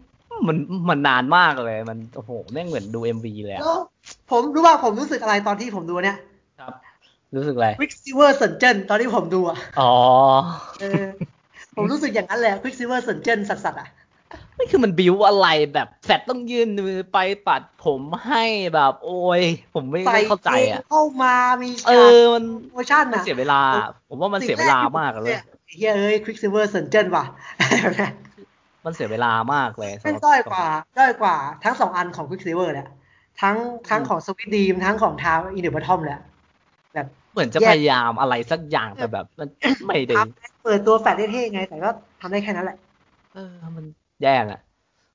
มันมันนานมากเลยมันโอ้โหแม่งเหมือนดู MV เลยอะ แล้วผมรู้ว่าผมรู้สึกอะไรตอนที่ผมดูเนี่ย ครับ รู้สึกอะไร ควิกซิเวอร์สันเจนตอนที่ผมดูอ่ะ อ๋อ เออ ผมรู้สึกอย่างนั้นแหละควิกซิเวอร์สันเจนสัสๆอ่ะ นี่คือมันบิวอะไรแบบแฟดต้องยื่นมือไปปัดผมให้แบบโอ้ย ผมไม่ ใส่ ไม่เข้าใจ เพลง อ่ะ เข้ามามี เอ ฉาก อมัน โมชั่น มัน อ่ะ เสียเวลา ผมว่ามันเสียเวลามากเลย เฮียเอ้ยควิกซิเวอร์สันเจนว่ะ มันเสียเวลามากเลย เป็นด้อยกว่าด้อยกว่า ทั้งสองอันของควิกซิเวอร์แหละทั้งทั้งของสวิตดีมทั้งของทาวอินเดอร์บัตทอมแหละแบบ เหมือนจะ แย่ พยายามอะไรสักอย่างแต่แบบ มัน ไม่ได้ ทำเปิดตัวแฟลตได้เท่ไง แต่ก็ทำได้แค่นั้นแหละ เออมันแย่อะ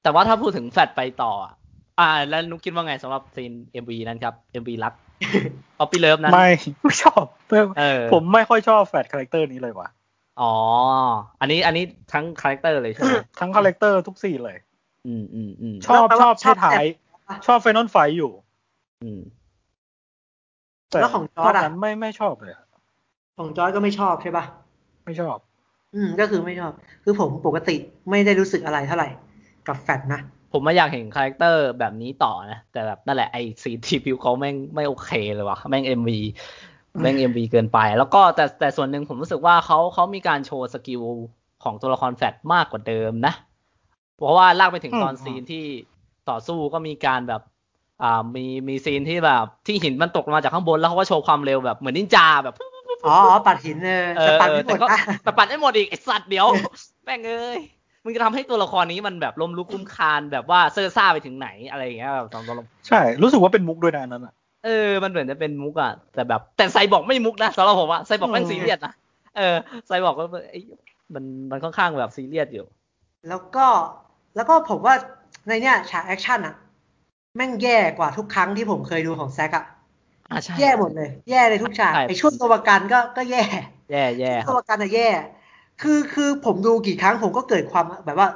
แต่ว่าถ้าพูดถึงแฟดไปต่ออะอ่า แล้วนุกคิดว่าไงสำหรับซีน MV นั้นครับ MV รัก p ๊อปปี้เลิฟนั้น ไม่ ชอบ เออ ผมไม่ค่อยชอบแฟลตคาแรคเตอร์นี้เลยว่ะ อ๋ออันนี้อันนี้ทั้งคาแรคเตอร์เลยใช่ไหม ทั้งคาแรคเตอร์ทุกซีนเลย อืมอืมอืม ชอบ แล้ว ชอบ ชอ ที่ บ ถ่าย แบบ ชอบไฟนอลไฟอยู่ อืม แต่ แล้วของจอร์จนออะกนั้นไม่ไม่ชอบเลยอะ ของจอยก็ไม่ชอบใช่ปะ ไม่ชอบ อืมก็คือไม่ชอบ คือผมปกติไม่ได้รู้สึกอะไรเท่าไหร่ กับแฟตนะ ผมไม่อยากเห็นคาแรคเตอร์แบบนี้ต่อนะ แต่แบบนั่นแหละไอ้สีทีพิวเขาแม่งไม่โอเคเลยว่ะแม่งเอ็มวีแม่งเอ็มวีเกินไป แล้วก็แต่แต่ส่วนหนึ่งผมรู้สึกว่าเขาเขามีการโชว์สกิลของตัวละครแฟตมากกว่าเดิมนะ เพราะว่าลากไปถึงตอน อืม ซีนที่ต่อสู้ก็มีการแบบ อ่ามีมีซีนที่แบบที่หินมันตกลงมาจากข้างบนแล้วเขาก็โชว์ความเร็วแบบเหมือนนินจาแบบ อ๋ออ๋อปัดหินเออ เออแต่ปัดไม่หม แต่ ด ก็ นะ แต่ปัดไม่หมดอีกไอสัตว์เดี๋ยว แม่งเอ้ยมึงจะทำให้ตัวละครนี้มันแบบล้มลุกคลุ้มคลานแบบว่าเซอร์ซ่าไปถึงไหนอะไรอย่างเงี้ยแบบตอนตอน ใช่ รู้สึกว่าเป็นมุกด้วยนะอันนั้นอ่ะ เออมันเหมือนจะเป็นมุกอะแต่แบบแต่ไซบอกไม่มุกนะสำหรับผมอะไซบอกแม่ง อืม ซีเรียสนะเออไซบอกก็เอ้ยมันมันค่อนข้างแบบซีเรียสอยู่ แล้วก็แล้วก็ผมว่าในเนี้ยฉากแอคชั่นอะแม่งแย่กว่าทุกครั้งที่ผมเคยดูของแซกอะ อ่ะใช่ แย่หมดเลย แย่ในทุกฉาก ใช่ ไอช่วงตัวประกันก็ก็แย่ แย่แย่ค ตั รั ว บ ประกันอะแย่ คือคือผมดูกี่ครั้งผมก็เกิดความแบบว่า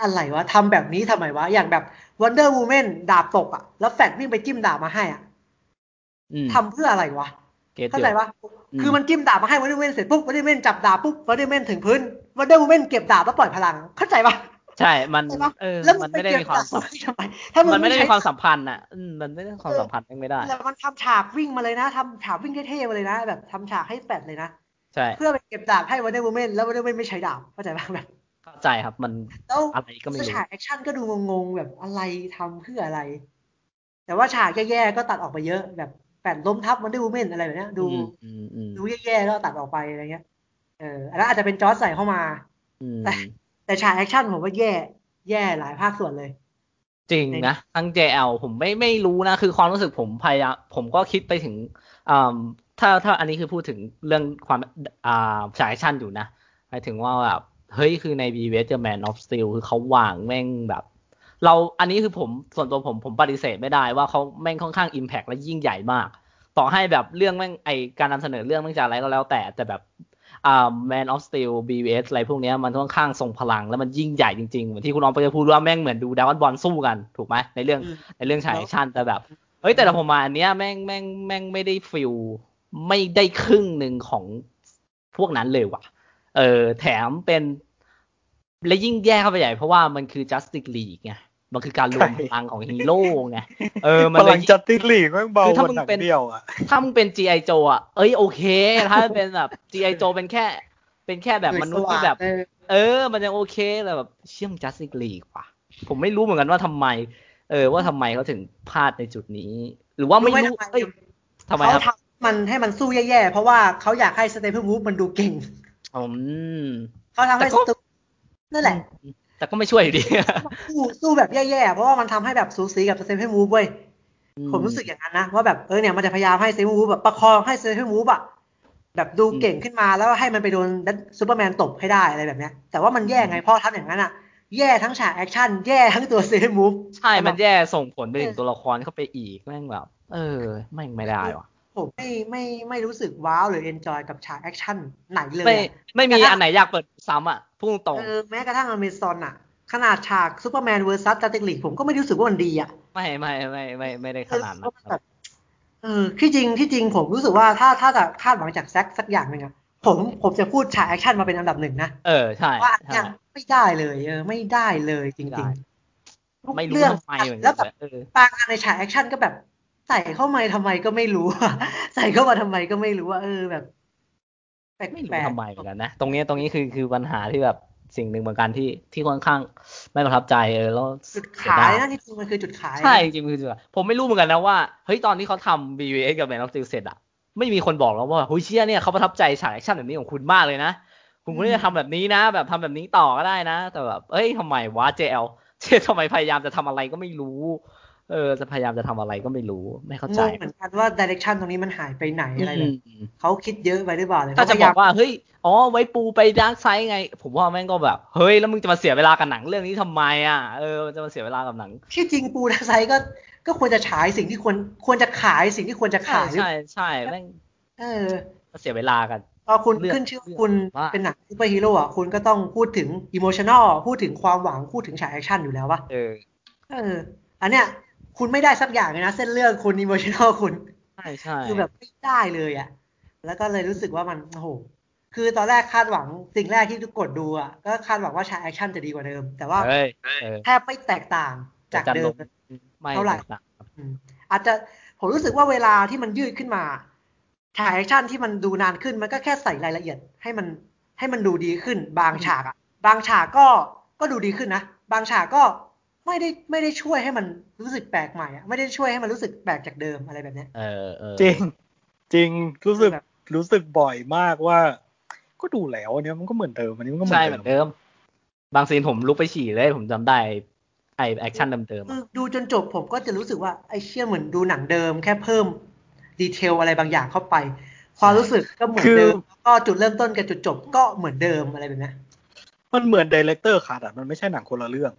อะไรวะทำแบบนี้ทำไมวะ อย่างแบบ Wonder Woman ดาบตกอะแล้วแฟดวิ่งไปจิ้มดาบมาให้อะ อืม ทำเพื่ออะไรวะ เกต เข้า อยู่ ใจปะ อืม คือมันจิ้มดาบมาให้วันเดอร์เวนเสร็จปุ๊บวันเดอร์เวนจับดาบปุ๊บวันเดอร์เวนถึงพื้นวันเดอร์เวนเก็บดาบแล้วปล่อยพลัง เข้าใจปะ ใช่มัน เข้าใจปะ เออ แล้ว มันไม่ได้มีความสัมพันธ์ ทำไมถ้า มันไม่ได้มี ใช้ ความสัมพันธ์อะอืมมันไม่ได้มีความสัมพันธ์ยังไม่ได้ แล้วมันทำฉากวิ่งมาเลยนะทำฉากวิ่งเท่ๆมาเลยนะ แบบทำฉากให้แปดเลยนะ ใช่ เพื่อไปเก็บดาบให้วันเดอร์เวนแล้ววันเดอร์เวนไม่ใช้ดาบเข้าใจปะแบบ เข้าใจครับมัน แล้ว อะไรก็ไม่รู้ ฉากแอคชั่นก็ดูงงๆแบบอะไรทำเพื่ออะไร แต่ว่าฉากแย่ๆก็ตัดออกไปเยอะ แบบแปดล้มทับวันเดอร์เวนอะไรแบบเนี้ยดู อืมอืมอืม ดูแย่ๆแล้วตัดออกไปอะไรเงี้ย เอออันนั้นอาจจะเป็นจอร์จใส่เข้ามา อืม แต่ฉากแอคชั่นผมว่าแย่ แย่หลายภาคส่วนเลย จริงนะทั้ง JL ผมไม่ไม่รู้นะ คือความรู้สึกผมพยายามผมก็คิดไปถึงอ่าถ้าถ้าอันนี้คือพูดถึงเรื่องความอ่าฉายชั่นอยู่นะหมายถึงว่าแบบเฮ้ยคือใน b v s The Man of Steel คือเขาวางแม่งแบบ เราอันนี้คือผมส่วนตัวผมผมปฏิเสธไม่ได้ว่าเขาแม่งค่อนข้าง Impact และยิ่งใหญ่มาก ต่อให้แบบเรื่องแม่งไอการนำเสนอเรื่องแม่งจะอะไรก็แล้วแต่แต่แบบอ่า Man of Steel BVS อะไรพวกเนี้ยมันค่อนข้างทรงพลังแล้วมันยิ่งใหญ่จริงๆ เหมือนที่คุณน้องไปจะพูดว่าแม่งเหมือนดูดาวน์บอลสู้กัน ถูกไหมในเรื่อง อืม ในเรื่องฉายแอคชั่นแต่แบบ เฮ้ยแต่ละผมมาอันเนี้ยแม่งแม่งแม่งไม่ได้ฟิลไม่ได้ครึ่งหนึ่งของพวกนั้นเลยว่ะ เออแถมเป็น และยิ่งแย่เข้าไปใหญ่เพราะว่ามันคือ Justice League ไงมันคือการรวมพลังของฮีโร่ไงเอ อมัน พ เล ลั ย ง ยิ่ง จัดติสลีกแม่งเบา คือถ้าก มึ ว่างหนัง เป็น เดียวอ่ะ ถ้ามันเป็น G.I. Joe อ่ะ เอ้ยโอเค ถ้าเป็นแบบ G.I. Joe เป็นแค่ เป็นแค่แบบมนุษย์ที่แบบ เออ เออ มันยังโอเคแต่แบบเชื่อม Justice League ว่ะ ผมไม่รู้เหมือนกันว่าทำไม เออ ว่าทำไมเขาถึงพลาดในจุดนี้ หรือว่าไม่รู้เอ้ยทำไมค เขา รับ ทำมันให้มันสู้แย่ๆ เพราะว่าเขาอยากให้สเต p ป e ร์วูฟมันดูเก่ง อืม เขาทำให้ แต่ก็ สตูนั่นแหละ แต่ก็ไม่ช่วยอยู่ดี สู้สู้แบบแย่ๆ เพราะว่ามันทำให้แบบสูสีกับสเต p ป e ร์วูฟเว้ย ผมรู้สึกอย่างนั้นนะว่าแบบเออเนี่ยมันจะพยายามให้สเต p ป e ร์วูฟแบบประคองให้สเต p ป e ร์วูฟอะแบบดูเก่งขึ้นมาแล้วให้มันไปโดนซูเปอร์แมนตบให้ได้อะไรแบบเนี้ย แต่ว่ามันแย่ไงเพอทำอย่างนั้นอะแย่ทั้งฉากแอคชั่นแย่ทั้งตัวสเต p ป e ร์วูฟ ใช่ มันแย่ส่งผลไปถึงตัวละครเข้าไปอีก แม่งแบบ เออ แม่งไม่ได้ว่ะ ผมไม่ไม่ไม่รู้สึกว้าวหรือเอนจอยกับฉากแอคชั่นไหนเลย ไม่ อะ ไม่มีอันไหนอยากเปิดซ้ำอ่ะพุ่งตรง เออแม้กระทั่งอเมซอนอะขนาดฉากซูเปอร์แมนเวอร์ซัสจัสติกลีกผมก็ไม่รู้สึกว่ามันดีอะ ๆไม่ไม่ไม่ไม่ไม่ได้ขนาดนั้นครับ แบบเออที่จริงที่จริงผมรู้สึกว่าถ้าถ้าจะคาดหวังจากแซกสักอย่างหนึ่งอะผมผมจะพูดฉากแอคชั่นมาเป็นอันดับหนึ่งนะ เออ ใช่ ว่าอัน ใช่ เนี้ยไม่ได้เลยเออไม่ได้เลยจ ไม่ ริง ได้ ๆทุก ไม่รู้ เรื่อง ทำไมเหมือนกั แล้ น วแบบ เออ บางอันในฉากแอคชั่นก็แบบ ใส่เข้ามาทำไมก็ไม่รู้อะ ใส่เข้ามาทำไมก็ไม่รู้ว่าเออแบบแปลกๆ ไม่รู้ทำไมเหมือนกันนะตรงเนี้ยตรงนี้คือคือปัญหาที่แบบสิ่งหนึ่งเหมือนกันที่ที่ค่อนข้างไม่ประทับใจเออแล้ว จุด เสี ขาย ด นะที่จริงมันคือจุดขาย ใช่จริงๆคือจุดอะผมไม่รู้เหมือนกันนะว่าเฮ้ยตอนที่เขาทำ BVS กับ Man of Steel เสร็จอะไม่มีคนบอกแล้วว่าเฮ้ยเชี่ยเนี่ยเขาประทับใจฉากแอคชั่นแบบนี้ของคุณมากเลยนะ คุณควรที่จะทำแบบนี้นะ แบบทำแบบนี้ต่อก็ได้นะ แต่แบบเอ้ยทำไมวะ JL เจทำไมพยายามจะทำอะไรก็ไม่รู้ เออจะพยายามจะทำอะไรก็ไม่รู้ไม่เข้าง ใจ งเหมือนกันว่าดิเรกชันตรงนี้มันหายไปไหนอะไรแบบ อืม เขาคิดเยอะไปหรือเปล่าเลย ถ้าจะ เขพบยย อ ม กว่าเฮ้ย อ๋อ ไว้ปูไปดาร์กไซด์ไง ผมว่าแม่งก็แบบ เฮ้ย แล้วมึงจะมาเสียเวลากับหนังเรื่องนี้ทำไมอ่ะ เออจะมาเสียเวลากับหนัง ที่จริงปูดาไซก็ก็ควรจะฉายสิ่งที่ควรควรจะขายสิ่งที่ควรจะ ใช่ ขาย ใช่ใช่แม่ง เออ มาเสียเวลากัน พอคุณ เลือก ขึ้นชื่อคุณ ว่า เป็นหนังซูเปอร์ฮีโร่อะคุณก็ต้องพูดถึงอิโมชันอลพูดถึงความหวังพูดถึงฉากแอคชั่นอยู่แล้ววะ เออ เออ อันเนี้ยคุณไม่ได้สักอย่างเลยนะ เส้นเรื่องคุณอิโมชันอลคุณ ใช่ใช่ คือแบบไม่ได้เลยอะแล้วก็เลยรู้สึกว่ามันโอ้โห คือตอนแรกคาดหวังสิ่งแรกที่ทุกกดดูอ่ะก็คาดหวังว่าฉากแอคชั่นจะดีกว่าเดิม แต่ว่า เฮ้ยเออ แทบไม่แตกต่างจากเดิม ไม่ เท่าไหร่ แตกต่างครับ อืมอาจจะผมรู้สึกว่าเวลาที่มันยืดขึ้นมาฉากแอคชั่นที่มันดูนานขึ้นมันก็แค่ใส่รายละเอียดให้มันให้มันดูดีขึ้น บางฉากอะบางฉากก็ก็ดูดีขึ้นนะ บางฉากก็ไม่ได้ไม่ได้ช่วยให้มันรู้สึกแปลกใหม่อะไม่ได้ช่วยให้มันรู้สึกแปลกจากเดิมอะไรแบบเนี้ย เออเออ จริง จริงรู้สึก แบบ รู้สึกบ่อยมากว่า ก็ดูแล้วอันเนี้ยมันก็เหมือนเดิมอันนี้มันก็เหมือ ใช่ น เหมื เดิ อ ม นเดิม บางซีนผมลุกไปฉี่เลยผมจำได้ ไอแอคชั่นเดิมๆ คื อะ อดูจนจบผมก็จะรู้สึกว่าไอ้เชี่ยเหมือนดูหนังเดิม แค่เพิ่มดีเทลอะไรบางอย่างเข้าไปความรู้สึกก็เหมือนเดิมแล้วก็จุดเริ่มต้นกับจุดจบก็เหมือนเดิมอะไรแบบเนี้ย มันเหมือนดีเลกเตอร์ขาดอะมันไม่ใช่หนังคนละเรื่อง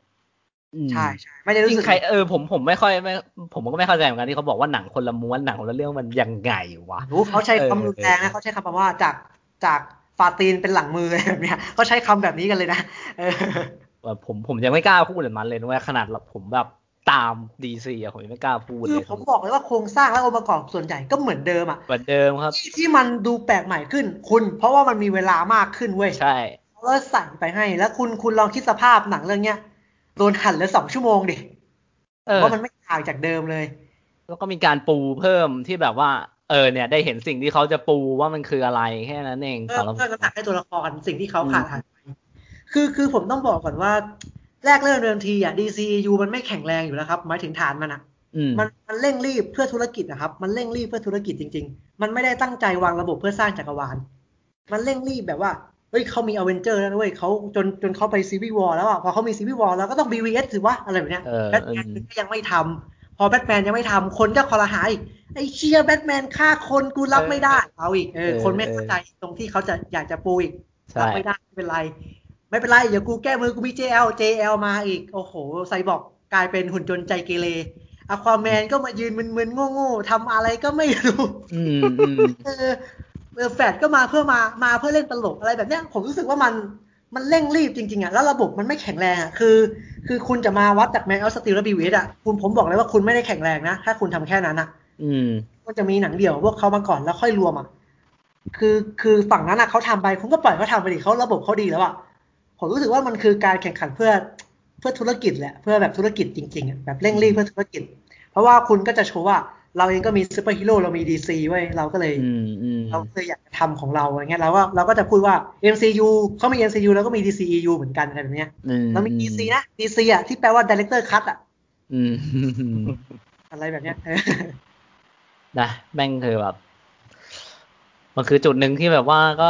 อืม ใช่ใช่ไม่ได้รู้ จริง สึก ใครเออผมผมไม่ค่อยไม่ผมก็ไม่เข้าใจเหมือนกันที่เขาบอกว่าหนังคนละม้วนหนังคนละเรื่องมันยังไงวะ รู้เขาใช้คำรุนแรง เออ นะเขาใช้คำว่าจากจากฟาตีนเป็นหลังมืออะไร แบบเนี้ยเขาใช้คำแบบนี้กันเลยนะเออ แบบผมผมยังไม่กล้าพูดแบบนั้นเลยนะเว่าขนาดผมแบบตามดีซีอะผมยังไม่กล้าพูด คื เล อย ผมบอกเลยว่าโครงสร้างและองค์ประกอบส่วนใหญ่ก็เหมือนเดิมอ่ะ เหมือนเดิมครับ ที่ที่มันดูแปลกใหม่ขึ้น คุณ เพราะว่ามันมีเวลามากขึ้นเว้ย ใช่ เขาก็ใส่ไปให้แล้วคุณคุณลองคิดสภาพหนังเรื่องเนี้ยโดนหั่นเหลือสองชั่วโมงดิ เออ ว่ามันไม่ต่างจากเดิมเลย แล้วก็มีการปูเพิ่มที่แบบว่า เออเนี่ย ได้เห็นสิ่งที่เขาจะปูว่ามันคืออะไรแค่นั้นเอง เพิ่ สำ ม หรับผ เพิ่มน้ำหนัก ม ให้ตัวละครสิ่งที่เขา อืม ขาดหายไปคือคือผมต้องบอกก่อนว่า แรกเริ่มเดิมทีอ่ะ DCU มันไม่แข็งแรงอยู่แล้วครับหมายถึงฐานมันอ่ะ อืม มันมันเร่งรีบเพื่อธุรกิจนะครับ มันเร่งรีบเพื่อธุรกิจจริง ๆ มันไม่ได้ตั้งใจวางระบบเพื่อสร้างจักรวาล มันเร่งรีบแบบว่า เฮ้ยเขามีอเวนเจอร์แล้วนะเว้ยเขาจนจนเขาไปซีวีวอลแล้วอ่ะ พอเขามีซีวีวอลแล้วก็ต้อง BVS สิวะอะไรแบบเนี้ย เออ แบท เอ แม อน ก็ยังไม่ทำ พอแบทแมนยังไม่ทำ คนก็คอรหาอีก ไอ้เชียแบทแมนฆ่าคนกูรับไม่ได้ เอาอีก เออ คนไม่เข้าใจตรงที่เขาจะอยากจะปูอีก รั ใช่ บไม่ได้ไม่เป็นไร ไม่เป็นไร เดี๋ยวกูแก้มือกูมี JL JL มาอีก โอ้โห ไซบอร์กกลายเป็นหุ่นยนต์ใจเกเรอควาแมนก็มายืนมึนๆโง่ๆทำอะไรก็ไม่รู้ อืมอืม เออเออแฟดก็มาเพื่อมามาเพื่อเล่นตลกอะไรแบบเนี้ย ผมรู้สึกว่ามันมันเร่งรีบจริงๆอ่ะแล้วระบบมันไม่แข็งแรงอ่ะคือ คือคุณจะมาวัดจากแมนเอาสติลและบีวีดอ่ะคุณผมบอกเลยว่าคุณไม่ได้แข็งแรงนะ ถ้าคุณทำแค่นั้นอ่ะ อืม ก็จะมีหนังเดี่ยวพวกเขามาก่อนแล้วค่อยรวมอ่ะ คือคือฝั่งนั้นอ่ะเขาทำไปคุณก็ปล่อยเขาทำไปดิเขาระบบเขาดีแล้วอ่ะ ผมรู้สึกว่ามันคือการแข่งขันเพื่อเพื่อธุรกิจแหละ เพื่อแบบธุรกิจจริงๆอะแบบเร่งรีบเพื่อธุรกิจ เพราะว่าคุณก็จะโชว์ว่าเราเองก็มีซูเปอร์ฮีโร่เรามีดีซีไว้ยเราก็เลย อืมอืม เราเคยอยากจะทำของเราอะไรเงี้ยเราก็เราก็จะพูดว่า MCU เขามี MCU แล้วก็มี DCEU เหมือนกันอะไรแบบเนี้ย อื แล้วมี DC นะ DC อ่ะที่แปลว่า Director Cut อ่ะ อืม อะไรแบบเนี้ย นะแม่งคือแบบ มันคือจุดหนึ่งที่แบบว่าก็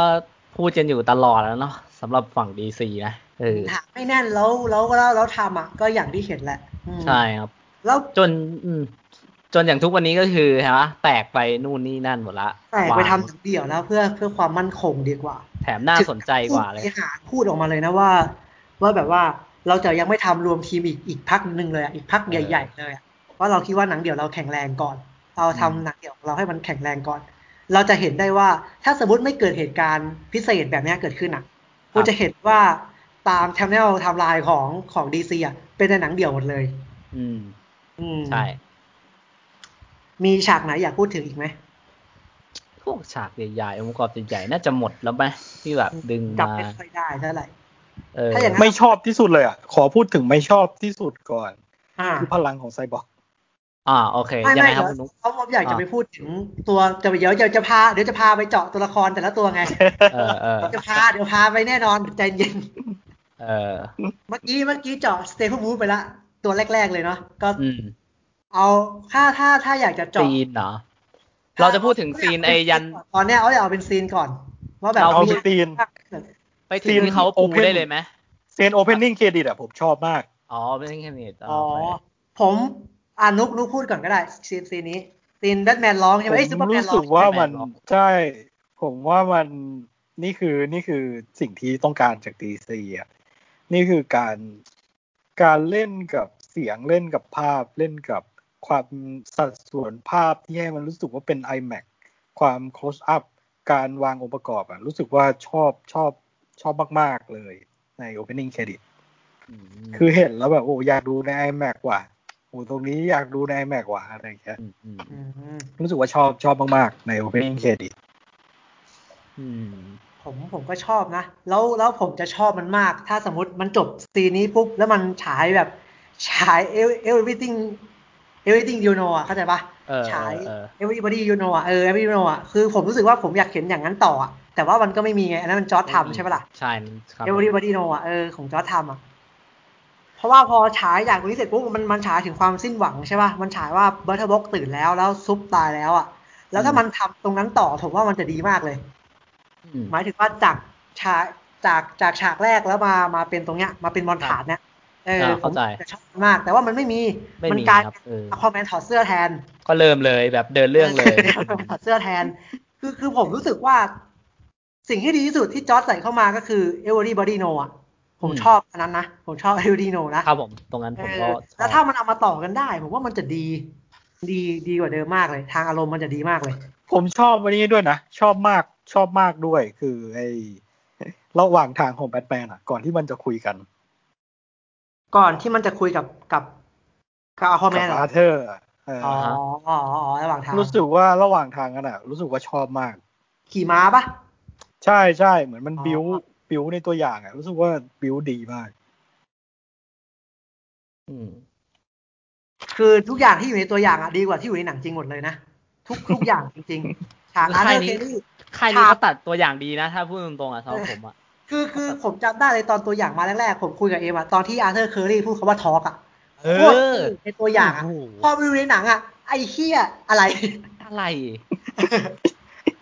พูดกันอยู่ตลอดแล้วเนาะสำหรับฝั่งดีซีนะเออ ถามไม่แน่นแล้วแล้วแล้วแล้วทำอ่ะก็อย่างที่เห็นแหละอืม ใช่ครับ แล้ว จนอืมจนอย่างทุกวันนี้ก็คือฮะแตกไปนู่นนี่นั่นหมดละ แต่ไปทำ วาง หนังเดี่ยวแล้วเพื่อเพื่อความมั่นคงดีกว่า แถมน่าสนใจกว่าเลย ผู้บริหารพูดออกมาเลยนะว่า ว่าแบบว่าเราจะยังไม่ทำรวมทีมอีกอีกพักหนึ่งเลยอ่ะอีกพัก เออ ใหญ่ ๆ เลยอ่ะว่าเราคิดว่าหนังเดี่ยวเราแข็งแรงก่อน เราทำหนังเดี่ยวของเราให้มันแข็งแรงก่อน เราจะเห็นได้ว่าถ้าสมมติไม่เกิดเหตุการณ์พิเศษแบบเนี้ยเกิดขึ้นอ่ะคุณจะเห็นว่าตามแชนแนลไทม์ไลน์ของของดีซีอ่ะเป็นแต่หนังเดี่ยวหมดเลย อืม อืม ใช่ มีฉากไหนอยากพูดถึงอีกไหม พวกฉากใหญ่ๆองค์ประกอบใหญ่ๆน่าจะหมดแล้วไหมที่แบบดึง จับ มา ไม่ค่อยได้เท่าไหร่ เออ ถ้าอย่างนั้น ไม่ชอบที่สุดเลยอ่ะ ขอพูดถึงไม่ชอบที่สุดก่อน อ่า คือพลังของไซบอร์ก อ่าโอเค ไม่ ยัง ไม่ ไงค เดี๋ รับคุยวณนุ๊ก เขาผมอยาก อ่า จะไปพูดถึงตัวจะเดี๋ยวเดี๋ยวจะพาเดี๋ยวจะพาไปเจาะตัวละครแต่ละตัวไง เออเออ จะพาเดี๋ยวพาไปแน่นอนใจเย็น เออ เมื่อกี้เมื่อกี้เจาะสเต p ู e ไปละตัวแรก ๆ เลยเนาะก็ อืม เอาถ้าถ้าถ้าอยากจะเจาะ ซีนเหรอเราจะพูดถึงซีนไอยัน ตอนเนี้ยเอาเอาเป็นซีนก่อน ว่าแบบ เรา เอาไปตีน ไปถึงที่เขาปูได้เลยไหม เซนโอเพนนิ่งเครดิตอ่ะผมชอบมาก อ๋อไม่ใช่แค่นี้ อ๋อผมอ่านุกนุกพูดก่อนก็ได้ซีนซีนนี้ซีนแบทแมนร้องใช่ไหมเอ้ยซู ผ เปมอร์แมน รู้ ร้ สึ อง กว่ามันใช่ ผมว่ามันนี่คือนี่คือสิ่งที่ต้องการจากดีซีอ่ะนี่คือการการเล่นกับเสียงเล่นกับภาพเล่นกับความสัดส่วนภาพที่ให้มันรู้สึกว่าเป็น iMac ความ close up การวางองค์ประกอบอ่ะรู้สึกว่าชอบชอบชอบมาก ๆ เลยใน opening credit อืม คือเห็นแล้วแบบโอ้อยากดูใน iMac ว่ะโอ้ตรงนี้อยากดูใน iMac ว่ะอะไรอย่างเงี้ย มอืม อืม รู้สึกว่าชอบชอบมากๆใน opening credit อืม ผ ผมผมก็ชอบนะ แล้วแล้วผมจะชอบมันมาก ถ้าสมมติมันจบซีนนี้ปุ๊บ แล้วมันฉายแบบฉาย ev- everything everything you know อ่ะเข้าใจปะ เออ ฉาย เออ everybody you know อ่ะเออ everybody you know อ่ะคือผมรู้สึกว่าผมอยากเห็นอย่างนั้นต่ออะแต่ว่ามันก็ไม่มีไง อันนั้นมันจอร์ดทำใช่ปะล่ะ ใช่ครับ everybody know อ่ะเออของจอร์ดทำอ่ะ เพราะว่าพอฉายอย่างนี้เสร็จปุ๊บมันมันฉายถึงความสิ้นหวังใช่ปะมันฉายว่าเบอร์ทบ็อกตื่นแล้วแล้วซุปตายแล้วอ่ะ แล้วถ้ามันทำตรงนั้นต่อผมว่ามันจะดีมากเลย อืม หมายถึงว่าจากฉากจากจากฉากแรกแล้วมามาเป็นตรงเนี้ย มาเป็นมอนขาดเนี่ยเออ อ่า ผม เข้าใจ จะชอบมาก แต่ว่ามันไม่มี ไม่มี กลาย ครับเออ คอมแมนถอดเสื้อแทน ก็เริ่มเลยแบบเดินเรื่อง เลย ถอดเสื้อแทน คือคือผมรู้สึกว่า สิ่งที่ดีที่สุดที่จอร์ดใส่เข้ามาก็คือ everybody know อ่ะ ผม อืม ชอบอันนั้นนะ ผมชอบ everybody know นะครับ ผมตรงนั้นผมก็ เอชอบอแล้วถ้ามันเอามาต่อกันได้ ผมว่ามันจะดี ดีดีกว่าเดิมมากเลย ทางอารมณ์มันจะดีมากเลย ผมชอบวันนี้ด้วยนะ ชอบมากชอบมากด้วย คือไอ้ระหว่างทางของแบทแมนอ่ะ ก่อนที่มันจะคุยกัน ก่อนที่มันจะคุยกับกับกับคอมแม กัน บ เหรอ อาร์เธอร์อะเอออ อ๋ออ๋ออ๋อระหว่างทาง รู้สึกว่าระหว่างทางกันอ่ะ รู้สึกว่าชอบมาก ขี่ม้าปะ ใช่ใช่เหมือนมัน อ๋อ บิวบิวในตัวอย่างอ่ะ รู้สึกว่าบิวดีมาก อืม คือทุกอย่างที่อยู่ในตัวอย่างอะดีกว่าที่อยู่ในหนังจริงหมดเลยนะ ทุกทุกอย่างจริงๆ ฉากอาร์เธอร์ ใช่ เค นี่ นี่ ค่ายนี้ ครับ เขาตัดตัวอย่างดีนะ ถ้าพูดตรงๆอ่ะสำหรับผมอ่ะ คือคือผมจำได้เลยตอนตัวอย่างมาแรกๆ ผมคุยกับเอมอะตอนที่อาร์เธอร์เคอรี่พูดคำว่าทอกอะ เอ โคตร อ ในตัวอย่างอะ โอ้โห พอไปดูในหนังอะไอ้เคียอะไร อะไร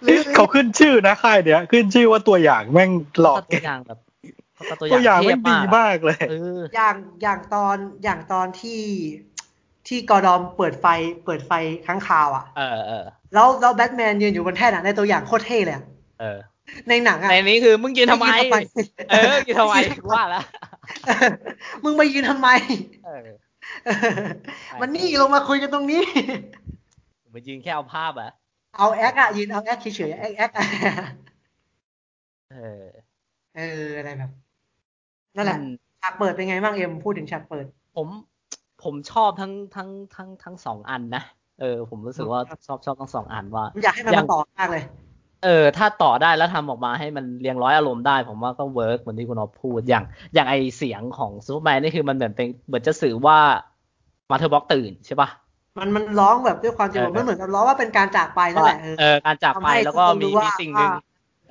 หรือหรือ เขาขึ้นชื่อนะค่ายเนี้ยขึ้นชื่อว่าตัวอย่างแม่งหลอก ตัวอย่างแบบตัว ตัวอย่ย่าอาง งเท แม่ พ งดี มาก มากเลย เออ อย่างอย่างตอนอย่างตอนที่ที่กอร์ดอมเปิดไฟเปิดไฟค้างคาวอะ เออเออ แล้วแล้วแบทแมนยืนอยู่บนแท่นอะในตัวอย่างโคตรเท่เลยอะ เออ ในหนังอะ ในนี้คือมึงยืนทำไม เออยืนทำไม ยืนทำไม ว่าละ เออ มึงมายืนทำไม เออ เออมันนี่ลงมาคุยกันตรงนี้ มันยืนแค่เอาภาพอ่ะ เอาแอคอะยืนเอาแอคเฉยๆแอคแอคอะ เออ เอออะไรแบบนั่นแหละ อืม ฉากเปิดเป็นไงบ้างเอ็มพูดถึงฉากเปิด ผมผมชอบทั้งทั้งทั้งทั้งสองอันนะเออ ผมรู้สึกว่า ครับ ชอบชอบทั้งสองอันว่า ผมอยากให้มัน ยั มาง ต่อมากเลย เออถ้าต่อได้แล้วทำออกมาให้มันเรียงร้อยอารมณ์ได้ ผมว่าก็เวิร์กเหมือนที่คุณอ๊อฟพูดอย่าง อย่างไอเสียงของซูเปอร์แมนนี่คือมันเหมือนเป็นเหมือนจะสื่อว่ามาเธอบ็อกตื่นใช่ปะ มันมันร้องแบบด้วยความจริง เออ มันเหมือนกับร้องว่าเป็นการจากไปนั่นแหละ เออการจากไป ทำให้ แล้วก็ ทุคน มี รู้ว่า มีสิ่งหนึ่ง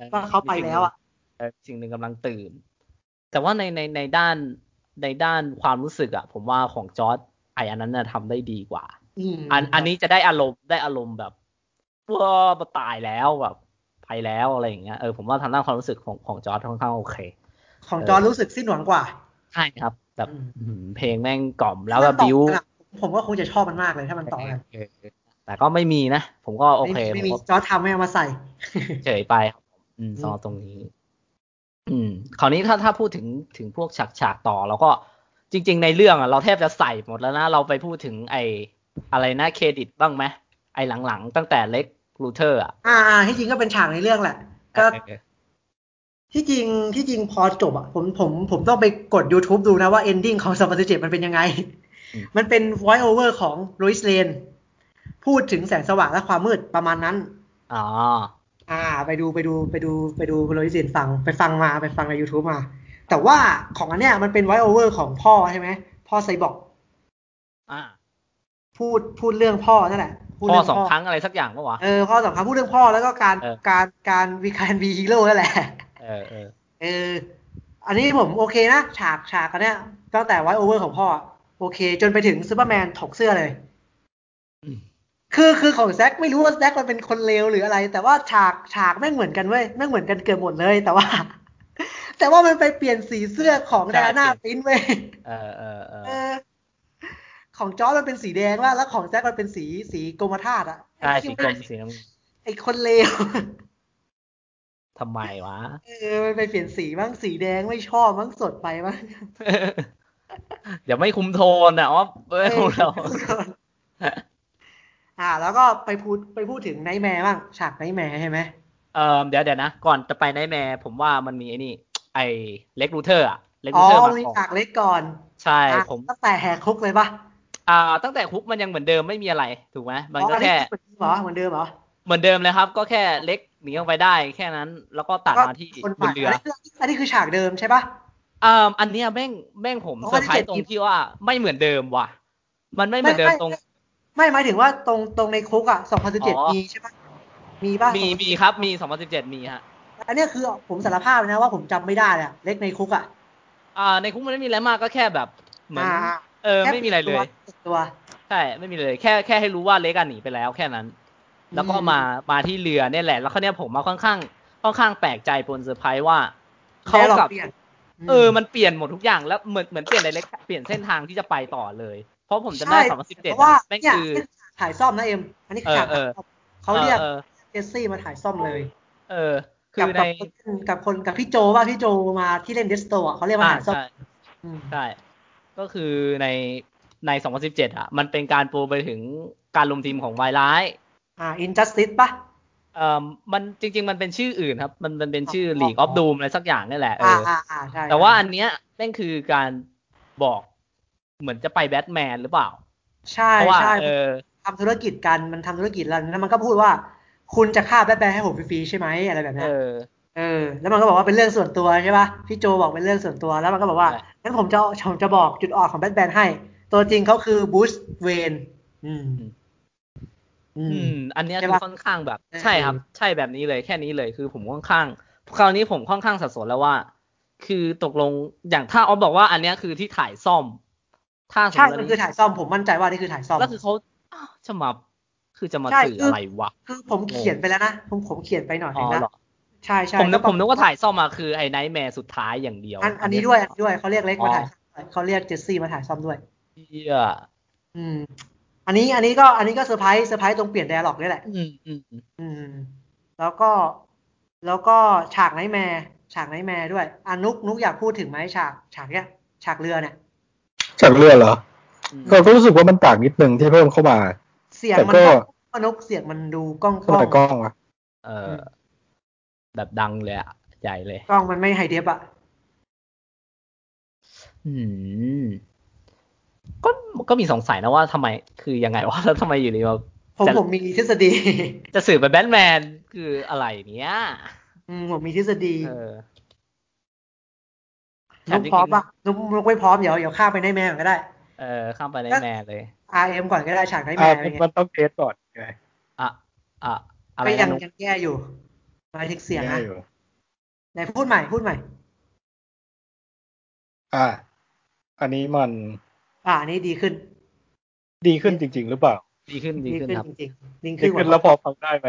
ออ ว่าเขาไปแล้วอะ เออสิ่งหนึ่งกำลังตื่น แต่ว่าในในในด้านในด้านความรู้สึกอะผมว่าของจอร์ดไออันนั้นน่ะทำได้ดีกว่า ม อันอันนี้จะได้อารมณ์ได้อารมณ์แบบว้าวตายแล้วแบบไปแล้วอะไรอย่างเงี้ยเออผมว่าทางด้านความรู้สึกของของจอร์ดค่อนข้างโอเค ของจอรู้สึกสิ้นหวังกว่า ใช่ครับ แบบ อืม อื้อหือเพลงแม่งกล่อมแล้วก็ ถ้ามันต่อ บิว กันอะผมว่าคงจะชอบมันมากเลยถ้ามันต่อกัน เออแต่ก็ไม่มีนะ ผมก็โอเคผ ไม่ ม มี ก็ จอทำไม่เอามาใส่ เฉยไปครับอืมสำหรับตรงนี้ อืม คราวนี้ถ้าถ้าพูดถึงถึงพวกฉากฉากต่อเราก็จริง ๆ ในเรื่องอะเราแทบจะใส่หมดแล้วนะ เราไปพูดถึงไออะไรนะเครดิตบ้างไหมไอหลังๆ ตั้งแต่เล็กลูเทอร์อะ อ่าๆที่จริงก็เป็นฉากในเรื่องแหละ ก็ เออ ที่จริงที่จริงพอจบอ่ะผมผมผมต้องไปกด YouTube ดูนะว่า ending ของ2017มันเป็นยังไง อืม มันเป็น voice over ของ Lois Lane พูดถึงแสงสว่างและความมืดประมาณนั้น อ๋อ อ่า ไปดูไปดูไปดูไปดู Lois Lane ฟังไปฟังมาไปฟังใน YouTube มา แต่ว่าของอันเนี้ยมันเป็น voice over ของพ่อใช่ไหม พ่อไซบอร์ก อ่า พูดพูดเรื่องพ่อนั่นแหละพูด พ่อ เรื่ สองครั้งอะไรสักอย่างปะวะ เออพ่อสองครั้งพูดเรื่องพ่อแล้วก็การ เออ การการวีการวีฮีโร่นั่นแหละ เออเออ เออ อันนี้ผมโอเคนะ ฉากฉากอันเนี้ยตั้งแต่ไวโอเวอร์ของพ่อ โอเค จนไปถึงซูเปอร์แมนถกเสื้อเลย อืม คือคือของแซกไม่รู้ว่าแซกมันเป็นคนเลวหรืออะไร แต่ว่าฉากฉากแม่งเหมือนกันเว้ยแม่งเหมือนกันเกือบหมดเลย แต่ว่า แต่ว่ามันไปเปลี่ยนสีเสื้อของไดอาน่าฟินเว้ย เออเออเออ เออ ของจอร์จมันเป็นสีแดงว่าแล้วของแซกมันเป็นสีสีกรมธาตุอะ ใช่สีกรมสีน้ำ ไอคนเลว ทำไมวะ เออมันไปเปลี่ยนสีบ้างสีแดงไม่ชอบบ้างสดไปบ้าง เดี๋ยวไม่คุมโทนอ่ะอ๋อฟเอ้ยของเรา อ่า แล้วก็ไปพูดไปพูดถึงไนแมร์บ้างฉากไนแมร์ใช่ไหม เออเดี๋ยวเดี๋ยวนะ ก่อนจะไปไนท์แมร์ผมว่ามันมีไอ้นี่ ไอเล็กรูเทอร์อะเล็ก อ๋ รู อ เทอร์มา มี ก่อ ฉาน กเล็กก่อน ใช่ อ่ะ ผม ตั้งแต่แหกคุกเลยปะ อ่าตั้งแต่คุกมันยังเหมือนเดิมไม่มีอะไร ถูกไหมมันก็ อ๋ออั แค่ เหมือนเดิมเหรอเหมือนเดิมเหมือนเดิมเหรอเลยครับ ก็แค่เล็ก หนีออกไปได้แค่นั้น แล้วก็ตัดมาที่ คน บ ปั่ น น เรือ นนี้อันนี้คือฉากเดิมใช่ปะ อ่าอันเนี้ยแม่งแม่งผม เพราะ เซอ ว่า ร์ไพรส์ตที่เจ็ดร อี ง พี ที่ว่าไม่เหมือนเดิมว่ะ มันไม่เหมือนเดิมตรง ไม่หมายถึงว่าตรงตรงในคุกอ่ะ อ๋อ 2017 มีใช่ปะมีป่ะ มีมีครับมี 2017 มีฮะ อันเนี้ยคือผมสารภาพเลยนะว่าผมจำไม่ได้อะเล็กในคุกอ่ะ อ่าในคุกมันไม่มีอะไรมากก็แค่แบบเหมือน อ่า เออไม่มีอะไรเลย แค่ปิดตัว ใช่ไม่มีเลยแค่แค่ให้รู้ว่าเลกาหนีไปแล้วแค่นั้น แล้วก็ อืม มามาที่เรือเนี่ยแหละ แล้วเขาวเนี้ยผมมาค่อนข้างค่อนข้างแปลกใจปนเซอร์ไพรส์ว่าเขา แค่หลอ กับ ปลี่ยน เออ มันเปลี่ยนหมดทุกอย่างแล้วเหมือนเหมือนเปลี่ยนไดเรกเปลี่ยนเส้นทางที่จะไปต่อเลย เพราะผมจำได้ ใช่ สองพันสิบเจ็ด เพราะว่า แม่ง เนี่ย คือ นี่คือฉากถ่ายซ่อมนะเอ็ม อันนี้คือฉาก เออเออ เขาเรียก ออ เจสซี่มาถ่ายซ่อมเลย เออ คื กับ อใน กับคนกับคนกับพี่โจว่าพี่โจมาที่เล่นเดสโตอ่ะเขาเรียกมา อ่า ถ่ายซ่อม ใช่ อืม ใช่ก็คือในในสองพันสิบเจ็ดอ่ะ มันเป็นการปูไปถึงการรวมทีมของวายร้าย อ่า injustice ปะ เอ่อมันจริง ๆ มันเป็นชื่ออื่นครับ มันมันเป็นชื่อ อ๋อ League of Doom อะไรสักอย่างนี่แหละเอ อ่า ออ อ่าอ่าใช่ แต่ว่าอันเนี้ยแม่งคือการบอกเหมือนจะไปแบทแมนหรือเปล่า ใช่ เพราะว่า ใช่ เออ ทำธุรกิจกันมันทำธุรกิจแล้วแล้วมันก็พูดว่า คุณจะฆ่าแบทแมนให้ผมฟรีๆใช่ไหมอะไรแบบเนี้ เอย อ เออ แล้วมันก็บอกว่าเป็นเรื่องส่วนตัวใช่ปะพี่โจบอกเป็นเรื่องส่วนตัวแล้วมันก็บอกว่า ใช่ งั้นผมจะผมจะบอกจุดอ่อนของแบทแมนให้ ตัวจริงเขาคือบูชเวนอืม อื อื ม ม อันเนี้ย ใช่ คือ ปะ ค่อนข้างแบบ เออ ใช่ครับ ใช่แบบนี้เลยแค่นี้เลยคือผมค่อนข้าง คราวนี้ผมค่อนข้างสับสนแล้วว่า คือตกลงอย่างถ้าออฟบอกว่าอันเนี้ยคือที่ถ่ายซ่อม ถ้าสม ใช่ มติ มัน น คือถ่ายซ่อมผมมั่นใจว่านี่คือถ่ายซ่อม แล้วคือเขาอ้าวจะมาคือจะมา ใช่ สื่อ คืออ อะไรวะ คือผมเขียนไปแล้วนะผมผมเขียนไปหน่อย อ๋ เห็ อน นะ เหรอ ใช่ใช่ ผมนึก แล้วก็ ผมนึกว่าถ่ายซ่อมมาคือไอ้ไนท์แมร์สุดท้ายอย่างเดียว อันอันนี้ด้วยอันนี้ด้วยเขาเรียกเล็กมา อ๋อ ถ่ายซ่อมด้วยเขาเรียกเจสซี่มาถ่ายซ่อมด้วย เหี้ย อืม อันนี้อันนี้ก็อันนี้ก็เซอร์ไพรส์เซอร์ไพรส์ตรงเปลี่ยนไดอะล็อกนี่แหละ อืมอืมอืม อืม แล้วก็แล้วก็ฉากไนท์แมร์ฉากไนท์แมร์ด้วยอ่ะนุกนุกอยากพูดถึงไหมฉาก ฉากเนี้ย ฉากเรือเนี่ย จากเรือเหรอ อืม เราก็รู้สึกว่ามันต่างนิดนึงที่เพิ่มเข้ามา เสียงมัน แต่ก็ ก็นุกเสียงมันดูก้อง ส ก้อง มัยกล้องอะ เออแบบดังเลยอะใหญ่เลย กล้องมันไม่ไฮเดฟอะ อืมก็ก็มีสงสัยนะว่าทำไมคือยังไงวะ แล้วทำไมอยู่ดีมา ผม จะ ผมมีทฤษฎี จะสื่อเป็นแบทแมนคืออะไรเนี้ย อืมผมมีทฤษฎี เออ นุกพร้อมปะนุกนุกไม่พร้อมเดี๋ยวเดี๋ยวข้ามไปไนท์แมร์ก่อนก็ได้ เออข้ามไปในแมนเลย RM ก่อนก็ได้ฉากไนท์แม อ่ะ ร์ มัน เป็นไง มันต้องเทสก่อนไง อ่ะอ่ะอะไร ก็ กั ยั น งยังแย่อยู่หมายถึงเสียงนะ ได้อยู่ ไหนพูดใหม่พูดใหม่ อ่ะอันนี้มัน อ่าอันนี้ดีขึ้น ดีขึ้นจริง ๆ หรือเปล่า ดีขึ้นดี ดี ขึ้น ขึ้น ครับ จริงๆดี ดี ขึ้นก ขึ้น ว่า แล้วพอฟังได้ไหม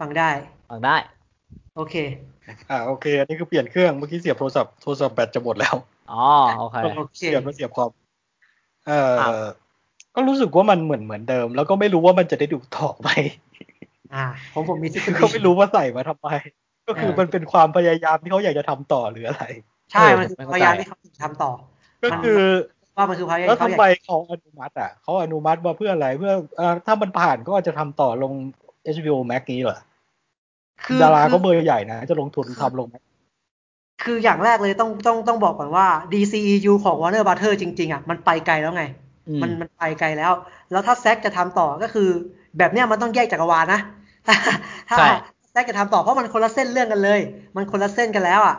ฟังได้ ฟังได้ โอเค อ่าโอเค อันนี้คือเปลี่ยนเครื่องเมื่อกี้เสียบโทรศัพท์โทรศัพท์แบตจะหมดแล้ว อ๋อโอเค โอเค เสียบมาเสียบคอมเอ่ ครั อ ก็รู้สึกว่ามันเหมือนเหมือนเดิม แล้วก็ไม่รู้ว่ามันจะได้ดูต่อ ไหม อ่า ผมผมมีทฤษ คือ ฎี ก็ไม่รู้ว่าใส่มาทำไม ก็คือมันเป็นความพยายามที่เขาอยากจะทำต่อหรืออะไร ใช่ เออ มันคือ ไม่ พ เข้าใจ ยายามที่เขาถึงทำต่อ ก็คือ ว่ามันคือพยายาม แล้ว ที่เขา ทำ อยาก ไมเขาอนุมัติอ่ะเขาอนุมัติมาเพื่ออะไรเพื่อเอ่อถ้ามันผ่านก็อาจจะทำต่อลง HBO Max นี้เหรอ คือ ดาราก็เบ คือ อร์ใหญ่นะ จะลงทุนทำลง Max คืออย่างแรกเลยต้องต้องต้องบอกก่อนว่า DCEU ของ Warner Brother จริง ๆ อ่ะ มันไปไกลแล้วไง อืม มันมันไปไกลแล้ว แล้วถ้าแซกจะทำต่อก็คือ แบบเนี้ยมันต้องแยกจักรวาลนะ ถ้าถ้า ใช่ แซกจะทำต่อเพราะมันคนละเส้นเรื่องกันเลย มันคนละเส้นกันแล้วอ่ะ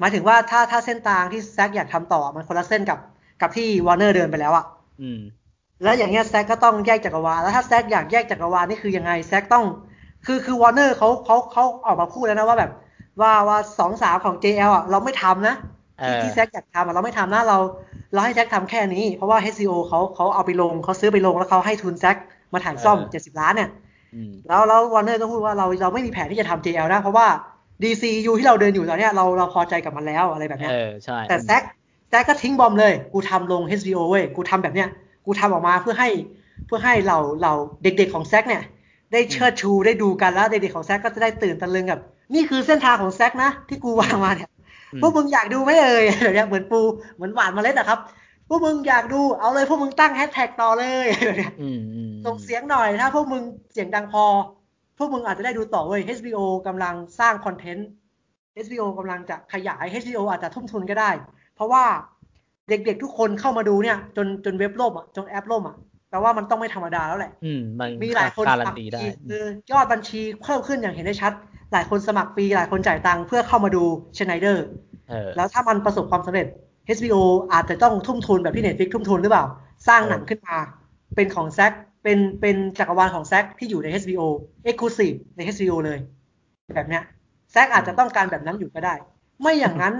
หมายถึงว่าถ้าถ้าเส้นทางที่แซกอยากทำต่อมันคนละเส้นกับกับที่วอร์เนอร์เดินไปแล้วอ่ะ อืม แล้วอย่างเงี้ยแซกก็ต้องแยกจักรวาลแล้วถ้าแซกอยากแยกจักรวาลนี่คือยังไงแซกต้อง คือคือวอร์เนอร์เขาเขาเขาออกมาพูดแล้วนะว่าแบบ ว่าว่าสองสาวของ JL อ่ะเราไม่ทำนะ เอ ที่ อ ที่แซกอยากทำอ่ะเราไม่ทำนะเรา เราให้แซกทำแค่นี้ เพราะว่า HCO เขาเขาเอาไปลงเขาซื้อไปลงแล้วเขาให้ทุนแซกมาถ่ายซ่อม เออ 70 ล้านเนี่ย อืม แล้วแล้ววอร์เนอร์ก็พูดว่าเราเราไม่มีแผนที่จะทำ JL นะเพราะว่า DCU ที่เราเดินอยู่ตอนเนี้ยเราเราพอใจกับมันแล้วอะไรแบบเนี้ย เออใช่ แต่แซกแซกก็ทิ้งบอมเลย กูทำลง HBO เว้ย กูทำแบบเนี้ย กูทำออกมาเพื่อให้เพื่อให้เราเราเด็กๆของแซกเนี่ย ได้เชิดชูได้ดูกันแล้วเด็กๆของแซกก็จะได้ตื่นตะลึงกับ นี่คือเส้นทางของแซกนะที่กูวางมาเนี่ย พวกมึงอยากดูไหมเอ่ย เดี๋ยวเนี้ยเหมือนปูเหมือนหวานเมาเล็ดอะครับ พวกมึงอยากดูเอาเลยพวกมึงตั้งแฮชแท็กต่อเลยเดี๋ยวเนี้ย อืมอืม ส่งเสียงหน่อยถ้าพวกมึงเสียงดังพอ พวกมึงอาจจะได้ดูต่อเว้ย HBO กำลังสร้างคอนเทนต์ HBO กำลังจะขยาย HBO อาจจะทุ่มทุนก็ได้ เพราะว่าเด็กๆทุกคนเข้ามาดูเนี่ย จนจนเว็บล่มอ่ะ จนแอปล่มอ่ะแปลว่ามันต้องไม่ธรรมดาแล้วแหละ อืมมัน มีหลายคน การันตีได้ คือยอดบัญชีเพิ่มขึ้นอย่างเห็นได้ชัด หลายคนสมัครฟรีหลายคนจ่ายตังค์เพื่อเข้ามาดูชไนเดอร์ เออ แล้วถ้ามันประสบความสำเร็จ HBO อาจจะต้องทุ่มทุนแบบที่ Netflix ทุ่มทุนหรือเปล่า สร้างหนังขึ้นมา เป็นของแซกเป็นเป็นจักรวาลของแซกที่อยู่ใน HBO Exclusive ใน HBO เลย แบบเนี้ยแซกอาจจะต้องการแบบนั้นอยู่ก็ได้ ไม่อย่างนั้น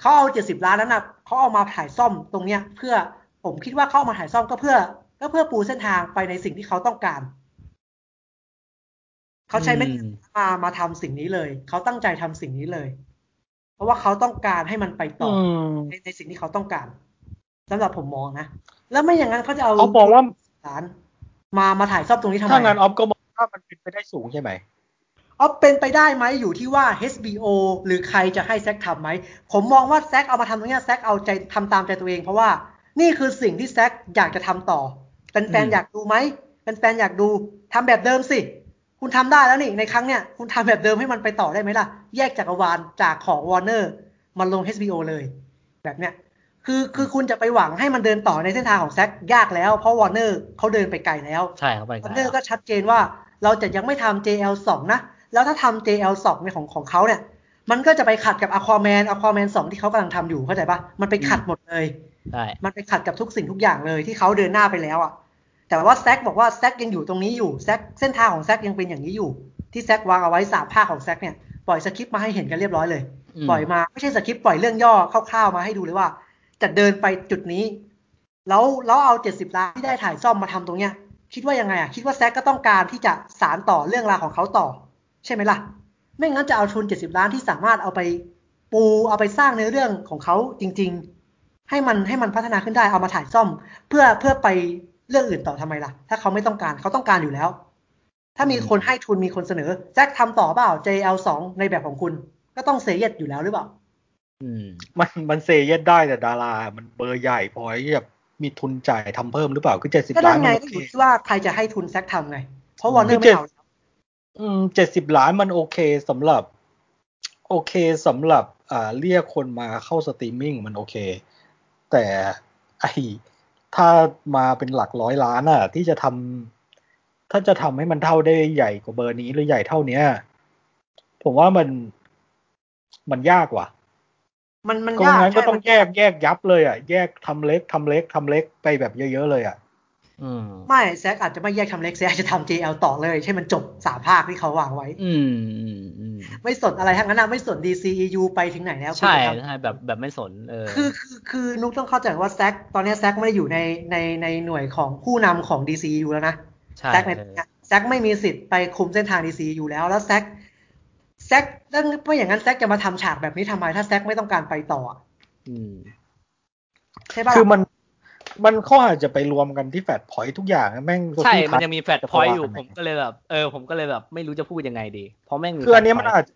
เขาเอา 70 ล้านนั้นนะเขาเอามาถ่ายซ่อมตรงเนี้ย เพื่อผมคิดว่าเขาเอามาถ่ายซ่อมก็เพื่อ ก็เพื่อปูเส้นทางไปในสิ่งที่เขาต้องการ เขาใช้เม็ดเงิน อืม มามาทำสิ่งนี้เลย เขาตั้งใจทำสิ่งนี้เลย เพราะว่าเขาต้องการให้มันไปต่ออ ในในสิ่งที่เขาต้องการสำหรับผมมองนะ แล้วไม่อย่างนั้นเขาจะเอา เขามองว่า สารมามาถ่ายซอบตรงนี้ทำไม ถ้างั้นออฟก็มองว่ามันเป็นไปได้สูงใช่ไหม เอาเป็นไปได้ไหมอยู่ที่ว่า HBO หรือใครจะให้แซกทำไหม ผมมองว่าแซกเอามาทำตรงเนี้ยแซกเอาใจทำตามใจตัวเอง เพราะว่านี่คือสิ่งที่แซกอยากจะทำต่อแฟนๆอยากดูไหมแฟนๆอยากดูทำแบบเดิมสิ คุณทำได้แล้วนี่ในครั้งเนี้ยคุณทำแบบเดิมให้มันไปต่อได้ไหมล่ะ แยกจักรวาลจากของวอร์เนอร์มันลง HBO เลย แบบเนี้ย คือคือคุณจะไปหวังให้มันเดินต่อในเส้นทางของแซกยากแล้ว เพราะวอร์เนอร์เขาเดินไปไกลแล้ว ใช่เข้าไป วอร์เนอร์ก็ชัดเจนว่าเราจะยังไม่ทำ JL 2นะ แล้วถ้าทำ JL 2ในยของของเขาเนี่ย มันก็จะไปขัดกับ Aquaman Aquaman 2 ที่เขากำลังทำอยู่เข้าใจปะมันไปขัดหมดเลย ใช่ มันไปขัดกับทุกสิ่งทุกอย่างเลยที่เขาเดินหน้าไปแล้วอ่ะ แต่ว่าแซกบอกว่าแซกยังอยู่ตรงนี้อยู่แซกเส้นทางของแซกยังเป็นอย่างนี้อยู่ ที่แซกวางเอาไว้สามภาคของแซกเนี่ยปล่อยสคริปต์มาให้เห็นกันเรียบร้อยเลย ม ปล่อยมาไม่ใช่สคริปต์ปล่อยเรื่องย่อคร่าวๆมาให้ดูเลยว่า จะเดินไปจุดนี้ แล้วแล้วเอาเจ็ดสิบล้านที่ได้ถ่ายซ่อมมาทำตรงเนี้ย คิดว่ายังไงอ่ะคิดว่าแซกก็ต้องการที่จะสารต่อเรื่องราวของเขาต่อ ใช่ไหมล่ะ ไม่งั้นจะเอาทุนเจ็ดสิบล้านที่สามารถเอาไปปูเอาไปสร้างในอเรื่องของเขาจริง ๆ ให้มันให้มันพัฒนาขึ้นได้เอามาถ่ายซ่อม เพื่อเพื่อไปเรื่องอื่นต่อทำไมล่ะ ถ้าเขาไม่ต้องการเขาต้องการอยู่แล้ว ถ้ามีคนให้ทุนมีคนเสนอแจ็คทำต่อเปล่า JL สองในแบบของคุณ ก็ต้องเสียเย็ดอยู่แล้วหรือเปล่า อืม มันมันเซเยสได้แต่ดารา มันเบอร์ใหญ่พอที่จะมีทุนจ่ายทำเพิ่มหรือเปล่า คือเจ็ดสิบ ก็ได้ ล้าน ไง มันโอก็อ เค ยู่ที่ว่าใครจะให้ทุนแซกทำไง เพราะวอร์เนอ คือ ร์ไม่ เจ็ด เอาแล้ว อืมเจ็ดสิบล้านมันโอเคสำหรับ โอเคสำหรับ อ่าเรียกคนมาเข้าสตรีมมิ่งมันโอเค แต่ไอถ้ามาเป็นหลักร้อยล้านอ่ะ ที่จะทำถ้าจะทำให้มันเท่าได้ใหญ่กว่าเบอร์นี้หรือใหญ่เท่าเนี้ย ผมว่ามันมันยากว่ะ มันมัน กอง ยาก นั้นก็ ใช่ ต้อง มัน แยกแยกยับเลยอ่ะ แยกทำเล็กทำเล็กทำเล็กไปแบบเยอะๆเลยอ่ะ อืม ไม่แซกอาจจะไม่แยกทำเล็กแซกอาจจะทำ JL ต่อเลยให้มันจบสามภาคที่เขาวางไว้ อืมอืมอืม ไม่สนอะไรทั้งนั้นนะไม่สน DCEU ไปถึงไหนแล้วคุณ ใช่ จะทำ ใช่แบบแบบไม่สน เออ คือคือคือนุกต้องเข้าใจว่าแซกตอนเนี้ยแซกไม่ได้อยู่ในในในหน่วยของผู้นำของ DCU แล้วนะ ใช่ แซกใน เออ แซกไม่มีสิทธิ์ไปคุมเส้นทาง DCU แล้วแล้วแซกแซกเรื่องเพราะอย่างนั้นแซกจะมาทำฉากแบบนี้ทำไม ถ้าแซกไม่ต้องการไปต่ออะ อืม ใช่ป่ะ คือมันมันข้ออาจจะไปรวมกันที่แฟดพอยทุกอย่างแม่ง ใช่ ที่ มัน คัด ยังมีแฟดพอยต์อยู่ จะพอผวางมก็เลยแบบ เออ ผมก็เลยแบบ ไม่รู้จะพูดยังไงดี เพราะแม่งมี คืออันเนี้ยมัน fat point อาจ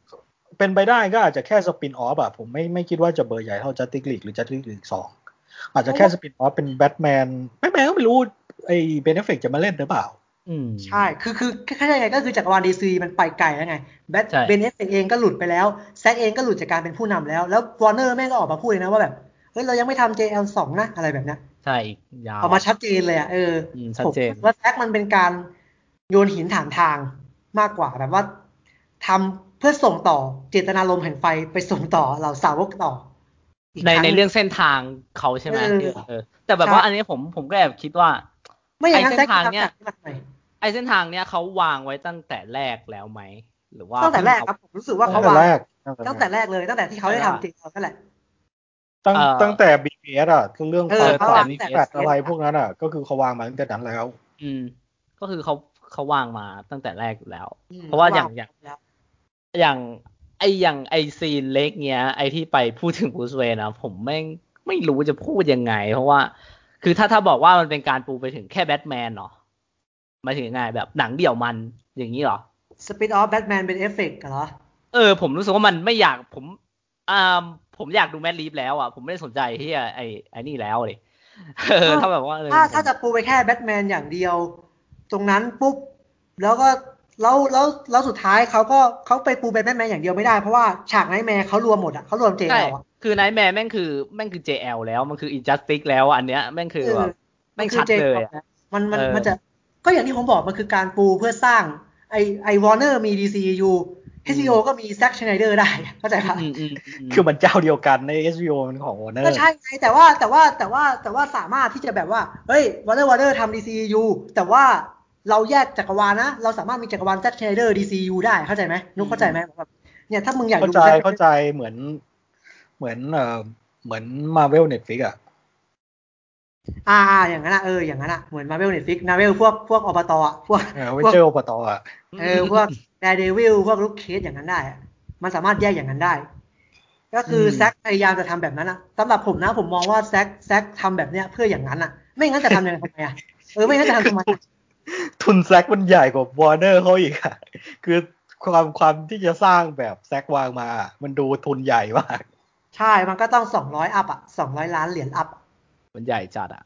เป็นไปได้ก็อาจจะแค่สปินออฟอ่ะ ผมไม่ไม่คิดว่าจะเบอร์ใหญ่เท่าจัตติกลีกหรือจัตติกลีกสองอาจจะแค่สปินออฟเป็นแบทแมนแบทแมนก็ไม่รู้ไอ้เบนเอฟเฟกจะมาเล่นหรือเปล่า อืม ใช่คือคือคือเข้าใจไงก็คือจักรวาล DC มันไปไกลแล้วไงแบท ใช่ เบนเอฟเองก็หลุดไปแล้วแซกเองก็หลุดจากการเป็นผู้นำแล้ว แล้ววอร์เนอร์แม่งก็ออกมาพูดเลยนะว่าแบบเฮ้ยเรายังไม่ทำ JL2 นะอะไรแบบเนี้ย ใช่อีกยาว ออกมาชัดเจนเลยอ่ะเออ อืมชัดเจน ผมว่าแซกมันเป็นการโยนหินถามทางมากกว่าแบบว่าทำเพื่อส่งต่อเจตนารมณ์แห่งไฟไปส่งต่อเหล่าสาวกต่ออีก ใน ค ใน ห เรื่องเส้นทางเขาใช่ไหม เออ เออ แต่แบบ ใช่ ว่าอันเนี้ยผมผมก็แอบคิดว่า ไม่อย่างนั้น ไอ้ แซ เส้นกทาง ทำ เนี่ย จากที่มันใหม่ ไอเส้นทางเนี้ยเขาวางไว้ตั้งแต่แรกแล้วไหม หรือว่า ตั้งแต่แรกครับผมรู้สึกว่า ตั้ เขา งแต่ วาง แรก ตั้งแต่แรกเลยตั้งแต่ที่เขาได้ทำจริงนั่นแหละ ตั้งตั้งแต่บีเอสอ่ะเรื่อง เอ ความอเขาวางแต่ แฟดอะไรพวกนั้นอ่ะ ก็คือเขาวางมาตั้งแต่นั้นแล้ว อืม ก็คือเขาเขาวางมาตั้งแต่แรกอยู่แล้ว อืม เพราะว่าอย่างอย่าง แล้ว อย่างไออย่างไอซีนเล็กเนี้ย ไอที่ไปพูดถึงบรูซเวย์นะผมแม่งไม่รู้จะพูดยังไง เพราะว่า คือถ้าถ้าบอกว่ามันเป็นการปูไปถึงแค่แบทแมนเนาะหมายถึงยังไงแบบหนังเดี่ยวมันอย่างนี้เหรอ สปินออฟแบทแมนเป็นเอฟเฟกต์เหรอ เออ ผมรู้สึกว่ามันไม่อยากผมอ่าผมอยากดูแมดลีฟแล้วอ่ะ ผมไม่ได้สนใจที่ไอไอนี่แล้วเลย เออถ้าแบบว่าเออ ถ้าถ้าจะปูไปแค่แบทแมนอย่างเดียว ตรงนั้นปุ๊บแล้วก็แล้วแล้วแล้วสุดท้ายเขาก็เขาไปปูเป็นแบทแมนอย่างเดียวไม่ได้เพราะว่าฉากไนท์แมร์เขารวมหมดอ่ะเขารวมเจ ใช่ เราอ่ะ คือไนท์แมนแม่งคือแม่งคือ JL แล้วมันคือ Injustice แล้วอะอันเนี้ยแม่งคือแบบแม่งชัดเลยอะ มันมัน เออ มันจะก็อย่างที่ผมบอกมันคือการปูเพื่อสร้างไอไอวอร์เนอร์มี DCU HBO ก็มีแซ็กชไนเดอร์ได้เข้าใจปะ อืมอืมอืม คือมันเจ้าเดียวกันใน HBO มันของ Warner ก็ใช่ไงแต่ว่าแต่ว่าแต่ว่าแต่ว่าสามารถที่จะแบบว่า เฮ้ยวอเตอร์วอเตอร์ทำ DCU แต่ว่าเราแยกจักรวาลนะ เราสามารถมีจักรวาลแซ็กชไนเดอร์ DCU ได้เข้าใจไหมนุ๊กเข้าใจไหมแบบเนี่ยถ้ามึงอยาก เข้า ดู ใจ Zack Snyder เข้าใจเหมือน เหมือนเอ่อเหมือน Marvel Netflix อ่ะ อ่าอย่างนั้นอะเอออย่างนั้นอะเหมือนมาเวลเน็ตฟิกนาเวลพวกพวกอบตอะพวก เออเว พวก เจอร์อปตอ่ะ เออพวกแดเดวิลพวกลูกเคสอย่างนั้นได้อะมันสามารถแยกอย่างนั้นได้ ก็คืออ ม แซกพยายามจะทำแบบนั้นอะสำหรับผมนะผมมองว่าแซกแซกทำแบบเนี้ยเพื่ออย่างนั้นอะไม่งั้นจะทำยังไงทำไมอะเออไม่งั้นจะทำทำไมอะ ทุนแซกมันใหญ่กว่าวอร์เนอร์เขาอีกอ่ะ คือความความที่จะสร้างแบบแซกวางมา มันดูทุนใหญ่มาก ใช่มันก็ต้องสองร้อยอัพอะสองร้อยล้านเหรียญอัพ มันใหญ่จัดอ่ะ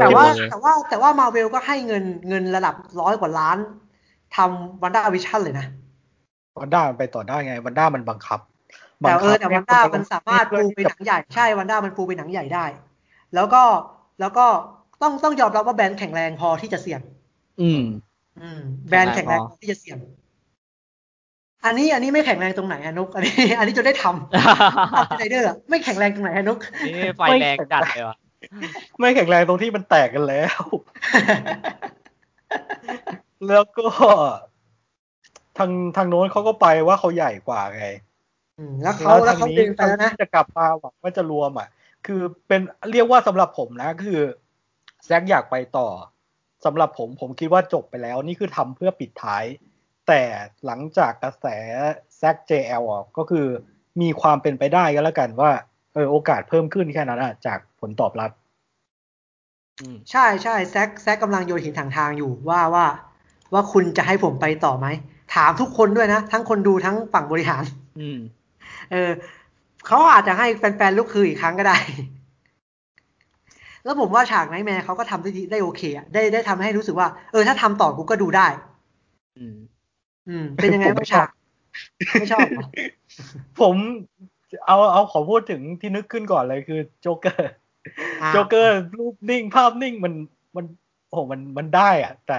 แต่ว่า เออ แต่ว่าแต่ว่ามาเวลก็ให้เงินเงินระดับร้อยกว่าล้านทำวันด้าวิชั่นเลยนะ วันด้ามันไปต่อได้ไงวันด้ามันบังคับ แต่เออแต่ บั วั ง น คั ด้า บ มันสามารถปูเป็นหนังใหญ่ใช่วันด้ามันปูเป็นหนังใหญ่ได้ แล้วก็แล้วก็ต้องต้องยอมรับว่าแบรนด์แข็งแรงพอที่จะเสี่ยง อืม อืมแบรนด์แข็งแรงพอที่จะเสี่ยง อันนี้อันนี้ไม่แข็งแรงตรงไหนอะนุกอันนี้ อันนี้จนได้ทำอัพไซเดอร์ไม่แข็งแรงตรงไหนอะนุก นี่ไฟแรงจัดเลยว่ะ ไม่แข็งแรงตรงที่มันแตกกันแล้ว แล้วก็ทางทางโน้นเขาก็ไปว่าเขาใหญ่กว่าไง อืมแล้วเขาแล้วเขาดึงไปแล้วนะ ทางจะกลับมาหวังว่าจะรวมอ่ะ คือเป็นเรียกว่าสำหรับผมนะ คือแซกอยากไปต่อสำหรับผมผมคิดว่าจบไปแล้ว นี่คือทำเพื่อปิดท้าย แต่หลังจากกระแสแซก JL ออกก็คือมีความเป็นไปได้ก็แล้วกันว่าเออโอกาสเพิ่มขึ้นแค่นั้นอะจากผลตอบรับ อืม ใช่ใช่แซกแซกกำลังโยนหินถางทางอยู่ว่าว่า ว่าคุณจะให้ผมไปต่อไหมถามทุกคนด้วยนะ ทั้งคนดูทั้งฝั่งบริหาร อืม เออเขาอาจจะให้แฟนๆ ลุกคืออีกครั้งก็ได้ แล้วผมว่าฉากไนแมร์เขาก็ทำได้ดีได้โอเคอะได้ได้ทำให้รู้สึกว่า เออ ถ้าทำต่อกูก็ดูได้ อืม อืม เป็นยังไง ผมไม่ บ้าง ชอ ฉา บ ก ไม่ชอบเหรอ ผมเอาเอาขอพูดถึงที่นึกขึ้นก่อนเลยคือโจ๊กเกอร์ อ่า โจ๊กเกอร์รูปนิ่งภาพนิ่งมันมันโอ้โหมันมันได้อะแต่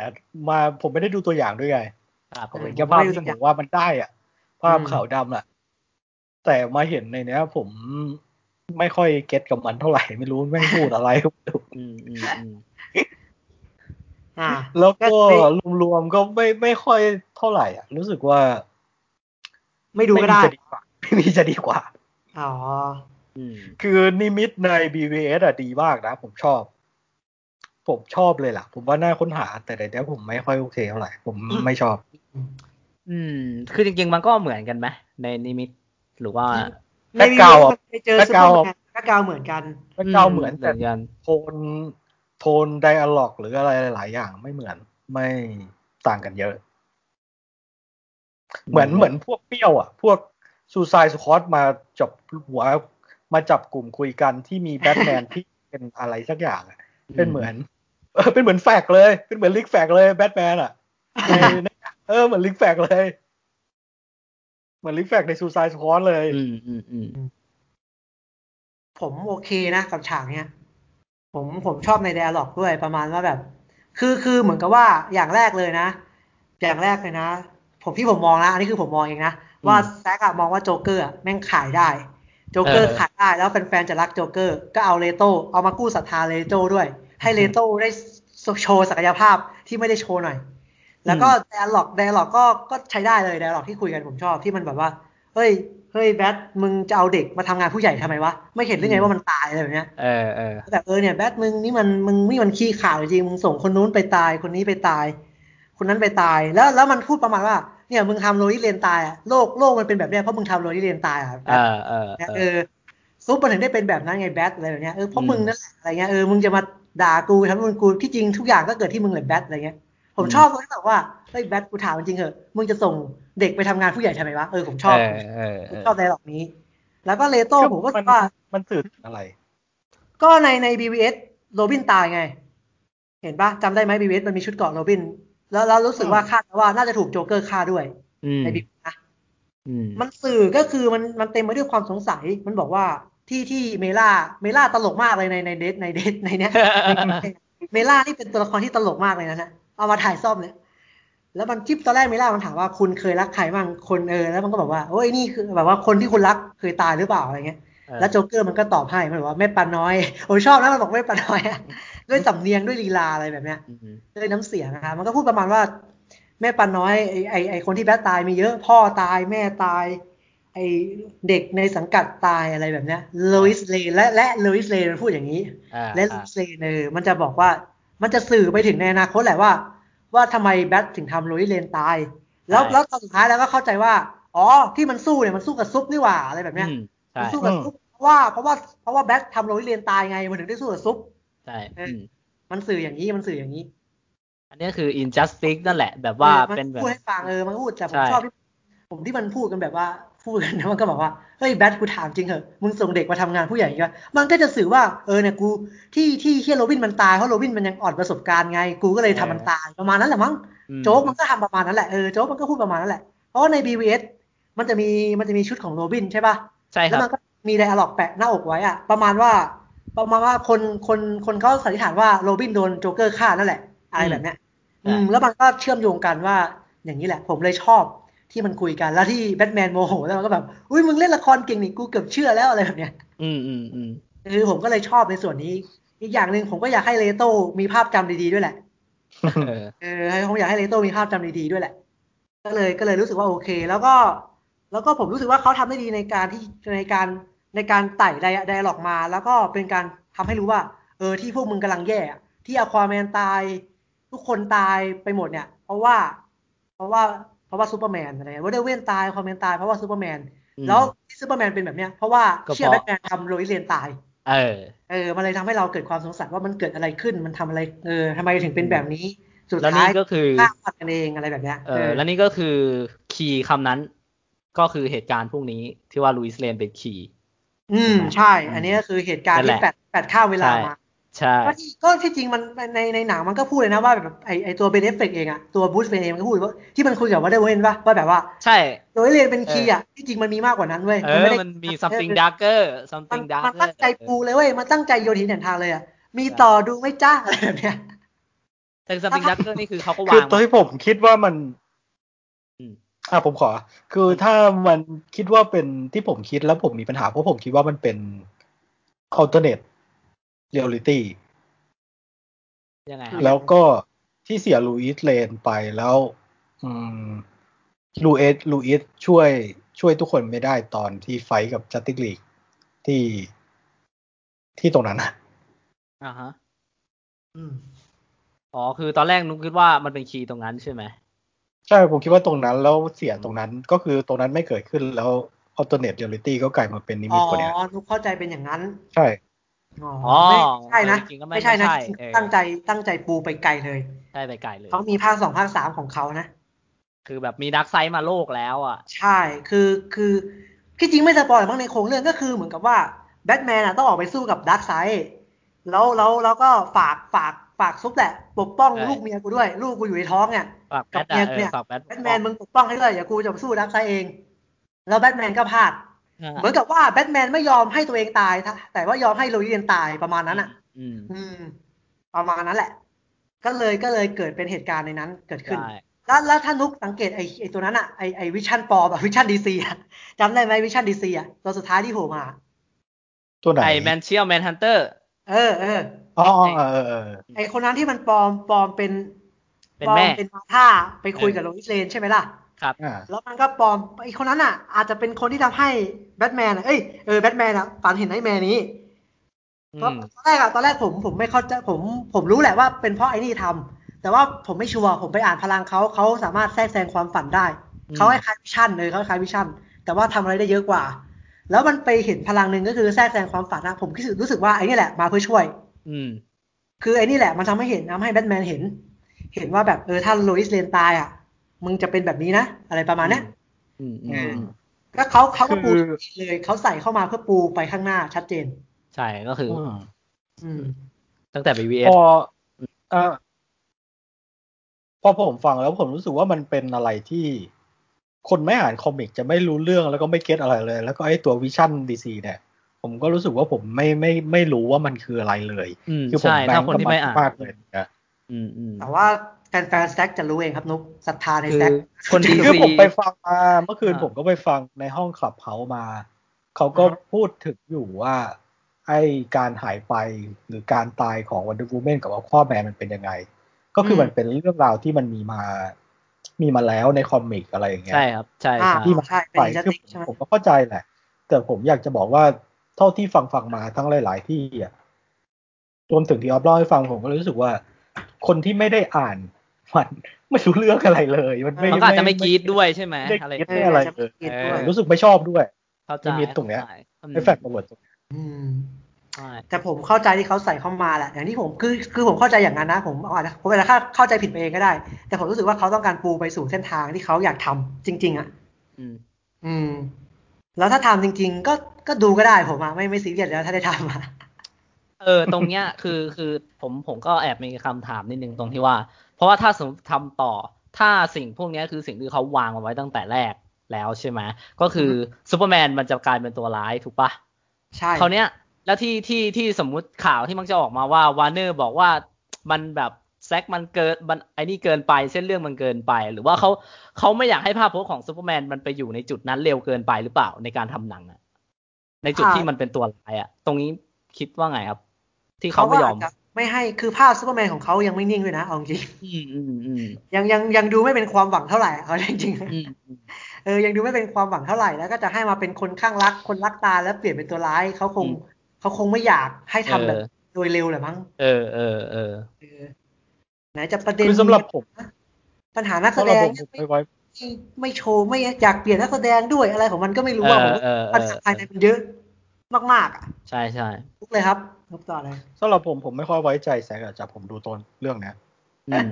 มาผมไม่ได้ดูตัวอย่างด้วยไง ครับ ผมเห็นแค่ภาพที่ผมว่ามันได้อะภาพขาวดำอะแต่มาเห็นในเนี้ย ผมไม่ค่อยเก็ตกับมันเท่าไหร่ ไม่รู้แม่งพูดอะไร อืมอืมอืม อ่า แล้วก็รวมๆก็ไม่ไม่ค่อยเท่าไหร่อ่ะ รู้สึกว่า ไม่ดูม่ก็มี ได้ จะดีกว่า ไม่มีจะดีกว่า อ๋อ อืม คือนิมิตใน BVS อะดีมากนะ ผมชอบ ผมชอบเลยล่ะ ผมว่าน่าค้นหา แต่ในเนี้ยผมไม่ค่อยโอเคเท่าไหร่ ผมไม่ชอบ อืม คือจริงๆมันก็เหมือนกันไหมในนิมิตหรือว่า ไม่มี แบ็คกราวด์อะ ไปเจอ แบ็ค ซู กราวด์เปอร์แมนแบ็คกราวด์เหมือนกัน แล้วเก้าเหมือน เห แต่ มือนกัน โทนโทนไดอะล็อกหรืออะไรหลายๆอย่างไม่เหมือนไม่ต่างกันเยอะ เหมือนเหมือนพวกเปรี้ยวอ่ะ พวกซูซายสคอตมาจับหัวมาจับกลุ่มคุยกันที่มีแบทแมน ที่เป็นอะไรสักอย่างอะเป็นเหมือน เออเป็นเหมือนแฟกเลย เป็นเหมือนลิกแฟกเลยแบทแมน อ่ะในในเออเหมือนลิกแฟกเลย เหมือนลิกแฟกในซูซายสคอตเลย อืมอืมอืม ผมโอเคนะกับฉากเนี้ย ผมผมชอบใน d ด a ล็อกด้วยประมาณว่าแบบ คือคือเหมือนกับว่าอย่างแรกเลยนะ อย่างแรกเลยนะ ผมที่ผมมองนะ อันนี้คือผมมองเองนะ ว่าแซกอะมองว่าโจ๊กเกอร์อะแม่งขายได้ โจ๊กเกอร์ขายได้ แล้วแฟนๆจะรักโจ๊กเกอร์ ก็เอาเลโต้เอามากู้ศรัทธาเลโต้ด้วย ให้เลโต้ได้โชว์ศักยภาพที่ไม่ได้โชว์หน่อย แล้วก็ไดอะล็อกไดอะล็อกก็ก็ใช้ได้เลยไดอะล็อกที่คุยกันผมชอบที่มันแบบว่า เฮ้ย เฮ้ยแบทมึงจะเอาเด็กมาทำงานผู้ใหญ่ทำไมวะ ไม่เห็นหรือไงว่ามันตายอะไรแบบเนี้ย เออเออ แบบเออเนี่ยแบทมึงนี่มันมึงนี่มันขี้ขลาดจริงมึงส่งคนนู้นไปตายคนนี้ไปตาย คนนั้นไปตายแล้วแล้วมันพูดประมาณว่าเนี่ยมึงทำโรยิเลนตายอะโลกโลกมันเป็นแบบเนี้ยเพราะมึงทำโรยิเลนตายอะ เออเออ เนี่ย เอ เอ อ อซุปมันถึงได้เป็นแบบนั้นไงแบทอะไรแบบเนี้ยเออเพราะ อืม มึงนั่นแหละอะไรเงี้ยเออมึงจะมาด่ากูทำมึงกูที่จริงทุกอย่างก็เกิดที่มึงแหละแบทอะไรเงี้ย ผมชอบตรงที่แบบว่าเฮ้ยแบทกูถามจริงเหอะมึงจะส่งเด็กไปทำงานผู้ใหญ่ทำไมวะเออผมชอบ เออเออ ผม เออ ชอบในหลอกนี้ แล้วก็เลโต้ผมก็ มัน ว่า มันสื่อถึงอะไร ก็ในใน BVS โรบินตายไง เห็นปะจำได้ไหม BVS มันมีชุดเกราะโรบิน แล้วเรารู้สึกว่าคาดว่าน่าจะถูกโจ๊กเกอร์ฆ่าด้วย อืม ใน BVS นะ อืม มันสื่อก็คือมันมันเต็มไปด้วยความสงสัย มันบอกว่าที่ที่เมล่าเมล่าตลกมากเลยในในเดทในเดท ในเนี้ย เมล่านี่เป็นตัวละครที่ตลกมากเลยนะนะเอามาถ่ายซ่อมเนี่ย แล้วมันที่ตอนแรกไม่ล่ามันถามว่าคุณเคยรักใครบ้างคนเออแล้วมันก็บอกว่าโอ้ยนี่คือแบบว่าคนที่คุณรักเคยตายหรือเปล่าอะไรเงี้ย เออ แล้วโจ๊กเกอร์มันก็ตอบให้มันบอกว่าแม่ปลาน้อย ผมชอบนะมันบอกแม่ปลาน้อยอะ ด้วยสำเนียงด้วยลีลาอะไรแบบเนี้ย อืม ด้วยน้ำเสียงอะมันก็พูดประมาณว่า แม่ปานน้อยไอไอไอคนที่แบดตายมีเยอะ พ่อตายแม่ตาย ไอเด็กในสังกัดตายอะไรแบบเนี้ยลอิสเลและและลอิสเลมันพูดอย่างนี้ อ่า และล อ่า อิสเลเนอมันจะบอกว่ามันจะสื่อไปถึงในอนาคตแหละว่า ว่าทำไมแบทถึงทำลอิสเลนตาย แล้วแล้วตอนสุดท้ายแล้วก็เข้าใจว่า อ๋อที่มันสู้เนี่ยมันสู้กับซุปนี่หว่าอะไรแบบเนี้ย อืม มั ใช่ นสู้กับซุปเพราะว่าเพราะว่าเพราะว่าแบททำลอิสเลนตายไงมันถึงได้สู้กับซุป ใช่ เออมอืมันสื่ออย่างนี้มันสื่ออย่างนี้ อันนี้คือ injustice นั่นแหละ แบบว่า ออมั เป็นแบบ พูดให้ฟังเออมันก็พูดแต่ผ ใช่ มชอบที่ผมที่มันพูดกันแบบว่าพูดกันนะมันก็บอกว่าเฮ้ยแบทกูถามจริงเหอะมึงส่งเด็กมาทำงานผู้ใหญ่อีกแล้วมันก็จะสื่อว่าเออเนี่ยกูที่ที่เฮียโรบินมันตายเพราะโรบินมันยังอ่อนประสบการณ์ไง กูก็เลยทำมันตายประมาณนั้นแหละมั้ง อืม โจ๊กมันก็ทำประมาณนั้นแหละเออโจ๊กมันก็พูดประมาณนั้นแหละเพราะว่าใน BVS มันจะมีมันจะมีชุดของโรบินใช่ป่ะ ใช่ค แล้ว รั มั บ นก็มีไดอะล็อกแปะหน้าอกไว้อะประมาณว่า ประมาณว่าคนคนคนเขาสันนิษฐานว่าโรบินโดนโจ๊กเกอร์ฆ่านั่นแหละอะไรแบบเนี้ย อื อื ม มแล้วมันก็เชื่อมโยงกันว่าอย่างนี้แหละ ผมเลยชอบที่มันคุยกันแล้วที่แบทแมนโมโหแล้วมันก็แบบอุ้ยมึงเล่นละครเก่งนี่กูเกือบเชื่อแล้วอะไรแบบเนี้ย อืมอืมอืม คือผมก็เลยชอบในส่วนนี้ อีกอย่างหนึ่งผมก็อยากให้เลโต้มีภาพจำดีๆด้วยแหละ เออ เออผมอยากให้เลโต้มีภาพจำดีๆด้วยแหละ ก็เลยก็เลยรู้สึกว่าโอเค แล้วก็ แล้วก็ผมรู้สึกว่าเขาทำได้ดีในการที่ในการในการไต่ไดอะล็อกมา แล้วก็เป็นการทำให้รู้ว่า เออที่พวกมึงกำลังแย่อะที่อควาแมนตาย ทุกคนตายไปหมดเนี่ย เพราะว่า เพราะว่าเพราะว่าซูเปอร์แมนอะไรเงี้ยว่าเดเวนตายควาแมนตายเพราะว่าซูเปอร์แมน อืม แล้วที่ซูเปอร์แมนเป็นแบบเนี้ยเพราะว่า ก็เพราะ เชื่อแบทแมนทำโรยเรียนตาย เออ เออมันเลยทำให้เราเกิดความสงสัยว่ามันเกิดอะไรขึ้นมันทำอะไรเออทำไมถึงเป็นแบบนี้สุด แล้ว ท้า นี่ ย ก็คือ ฆ่าฟันกันเองอะไรแบบเนี้ย เออแล้วนี่ก็คือคีย์คำนั้นก็คือเหตุการณ์พวกนี้ที่ว่าลุยส์เลนเป็นคีย์ อืมใช่ อันนี้ก็คือเหตุการณ์ นั่นที่แหละ แปดแปดข้าวเวลามา ใช่ ก็ที่ก็ที่จริงมันในในหนังมันก็พูดเลยนะว่าแบบไอไอตัวเบนเอฟเฟกเองอะตัวบูสเบนเองมันก็พูดว่าที่มันคุยกับว่าได้เว้นป่ะว่าแบบว่า ใช่ โดยเรียนเป็นคีย์อะที่จริงมันมีมากกว่านั้นเว้ย เอ ไ อ มันมี something darker มัน something darker มันตั้งใจปูเลยเว้ยมันตั้งใจโยนหินแหนทางเลยอะมีต่อดูไหม่จ้าอะไรแบบเนี้ย แต่ something darker นี่คือเขาก็วา คือง ตอนที่ผมคิดว่ามัน อืม อ่ะผมขอ คือถ้ามันคิดว่าเป็นที่ผมคิดแล้วผมมีปัญหาเพราะผมคิดว่ามันเป็น alternate reality ยังไงครัอืม บ แล้วก็ที่เสียลูอิสเลนไปแล้ว อืมลูเอสลูอิสช่วยช่วยทุกคนไม่ได้ตอนที่ไฟท์กับจัตติกลีกที่ที่ตรงนั้นนะ อ่าฮะ อืม อ๋อ คือตอนแรกนุ๊กคิดว่ามันเป็นคีย์ตรงนั้นใช่ไหม ใช่ผมคิดว่าตรงนั้น แล้วเสียตรงนั้นก็คือตรงนั้นไม่เกิดขึ้นแล้วอ l เทอร์เนทเรียลิตี้ก็กลายมาเป็นนิ อ๋ มิ อ ตคนเนี้ย นุกเข้าใจเป็นอย่างนั้น ใช่ อ๋อ อ๋อ ไม่ใช่นะ จริงๆก็ไม่ ไม่ใช่นะ ไม่ใช่ จริงๆ เออ ตั้งใจตั้งใจปูไปไกลเลย ใช่ไปไกลเลย เขามีภาคสองภาคสามของเขานะ คือแบบมีดักไซด์มาโลกแล้วอ่ะ ใช่ คือ คือที่จริงไม่สปอยล์บ้างในโครงเรื่องก็คือเหมือนกับว่าแบทแมนอ่ะต้องออกไปสู้กับดาร์กไซด์แล้ว แล้ว แล้วก็ฝาก ฝาก ฝากซุปแหละ ปกป้อง ใช่ ลูกเมียกูด้วย ลูกกูอยู่ในท้องเนี่ย ฝากแบท กั อะ บ เอ เนี่ อย ฝากแบท แบทแมนมึงปกป้องให้ด้วยอย่ากูจะไปสู้ดาร์กไซด์เอง แล้วแบทแมนก็พลาด อ่า เหมือนกับว่าแบทแมนไม่ยอมให้ตัวเองตายนะแต่ว่ายอมให้โรยีนตายประมาณนั้นอ่ะ อืม อืม ประมาณนั้นแหละ ก็เลย ก็เลยเกิดเป็นเหตุการณ์ในนั้นเกิดขึ้น ใช่ แล้วแล้วถ้านุกสังเกตไอไอตัวนั้นอะไอไอวิชั่นปลอมอะวิชั่นดีซีอะจำได้ไหมวิชั่นดีซีอะตัวสุดท้ายที่โผล่มา ตัวไหน ไอแมนเชียลแมนฮันเตอร์ เออเออ อ๋อเออเออเออ ไอคนนั้นที่มันปลอมปลอมเป็น เป็น ปลอม แม่ เป็นมาท่าไปคุย เออ กับโรบิสเลนใช่ไหมล่ะ ครับ อ่า แล้วมันก็ปลอมไอคนนั้นอะอาจจะเป็นคนที่ทำให้แบทแมนอะเอ้ยเออแบทแมนอะฝันเห็นไอ้แมนนี้ อื เพราะ ม ตอนแรกอะตอนแรกผมผมไม่เข้าใจผมผมรู้แหละว่าเป็นเพราะไอ้นี่ทำแต่ว่าผมไม่ชัวร์ผมไปอ่านพลังเขาเขาสามารถแทรกแซงความฝันได้ อืม เขาคล้ายๆวิชั่นเลยเขาคล้ายๆวิชั่น แต่ว่าทำอะไรได้เยอะกว่า แล้วมันไปเห็นพลังหนึ่งก็คือแทรกแซงความฝันอะผมรู้สึกรู้สึกว่าไอ้นี่แหละมาเพื่อช่วย อืม คือไอ้นี่แหละมันทำให้เห็นทำให้แบทแมนเห็น เห็นว่าแบบเออถ้าโลอิสเลนตายอะมึงจะเป็นแบบนี้นะ อะไรประมาณเนี้ย อืมอืม อืม อืม ก็เขาเขาก็ปู คือ เลยเขาใส่เข้ามาเพื่อปูไปข้างหน้าชัดเจน ใช่ก็คือ อืม อืม ตั้งแต่ พ BVS อเออพอผมฟังแล้วผมรู้สึกว่ามันเป็นอะไรที่คนไม่อ่านคอมิกจะไม่รู้เรื่องแล้วก็ไม่เก็ตอะไรเลย แล้วก็ไอ้ตัววิชั่นดีซีเนี่ย ผมก็รู้สึกว่าผมไม่ไม่ไม่รู้ว่ามันคืออะไรเลย อืม คืผม ใช่ แบง ถ้า ค์ คนที่ไม่อ่าน มากเลยนะ อืมอืม แต่ว่า แฟนๆสแต็กจะรู้เองครับนุกศรัทธาใน คือสแต็ก คน จ ที่ ริงๆคือผมไปฟังมาเมื่อคืน อ่า ผมก็ไปฟังในห้องขับเขามา เขาก็พูดถึงอยู่ว่า ไอการหายไปหรือการตายของ Wonder Woman กับ Aquaman มันเป็นยังไง ก็คือมันเป็นเรื่องราวที่มันมีมา มีมาแล้วในคอมิกอะไรอย่างเงี้ย ใช่ครับ ใช่ อ่า ใช่ ที่มา ใช่เป็น ไป อินจัส คือ ติกใช่ไหม ผมก็เข้าใจแหละ แต่ผมอยากจะบอกว่าเท่าที่ฟังฟังมาทั้งหลาย ๆ ที่อ่ะรวมถึงที่ออฟเล่าให้ฟังผมก็รู้สึกว่า คนที่ไม่ได้อ่านมันไม่รู้เรื่องอะไรเลย มันไม่ เขาก็อาจจะไม่กรีดด้วยใช่ไหม ได้ อะไร กรีดไม่อะไร จะ เล ม่ ย เห็นด้วย รู้สึกไม่ชอบด้วย เข้าใจ นิมิตตรงเนี้ย ข้าใจอืม ไอ้แฟกต์ตำรวจ อืม ใช่ แต่ผมเข้าใจที่เขาใส่เข้ามาแหละอย่างที่ผมคือคือผมเข้าใจอย่างนั้นนะ ผมอาจจะผมอาจจะเข้าใจผิดไปเองก็ได้ แต่ผมรู้สึกว่าเขาต้องการปูไปสู่เส้นทางที่เขาอยากทำจริง ๆ อ่ะ อืม อืม แล้วถ้าทำจริง ๆ ก็ก็ดูก็ได้ผมอะไม่ไม่ซีเรียสแล้วถ้าได้ทำอะ เออ ตรงเนี้ยคือ คือผมผมก็แอบมีคำถามนิดนึงตรงที่ว่า เพราะว่าถ้าสมมติทำต่อ ถ้าสิ่งพวกเนี้ยคือสิ่งที่เขาวางเอาไว้ตั้งแต่แรกแล้วใช่ไหมก็คือซูเปอร์แมนมันจะกลายเป็นตัวร้ายถูกปะ ใช่ คราวเนี้ยแล้วที่ที่ที่สมมุติข่าวที่มักจะออกมาว่าวานเนอร์บอกว่ามันแบบแซกมันเกินมันไอ้นี่เกินไปเส้นเรื่องมันเกินไป หรือว่าเขาเขาไม่อยากให้ภาพพจน์ของซูเปอร์แมนมันไปอยู่ในจุดนั้นเร็วเกินไปหรือเปล่าในการทำหนังอะในจุดที่มันเป็นตัวร้ายอะตรงนี้คิดว่าไงครับ ที่เขาไม่ยอม ก็จจะไม่ให้คือภาพซูเปอร์แมนของเขายังไม่นิ่งเลยนะเอาจริง อืมอืมอืม ยังยังยังดูไม่เป็นความหวังเท่าไหร่เอาจริง อืมอืม ๆเออยังดูไม่เป็นความหวังเท่าไหร่แล้วก็จะให้มาเป็นคนข้างรัก คนรักตาแล้วเปลี่ยนเป็นตัวร้ายเขาคง อืม เขาคงไม่อยากให้ทำแบบ เออ โดยเร็วแหละมั้ง เออเออเออ เออไหนจะประเด็น คือสำหรับผม ปัญหานักแส สำห ด รับ ง ผมผม ไม ไปไว้ ่ไม่โชว์ไม่อยากเปลี่ยนนักแสดงด้วยอะไรของมันก็ไม่รู้ เอ ว่าผ อ ม เออเอ ปัญ อ หาภายในมันเยอะมากๆอ่ะ ใช่ใช่ ทุกเลยครับทุกต่อเลย สำหรับผมผมไม่ค่อยไว้ใจแสงอาจจะผมดูต้นเรื่องเนี้ย อื ม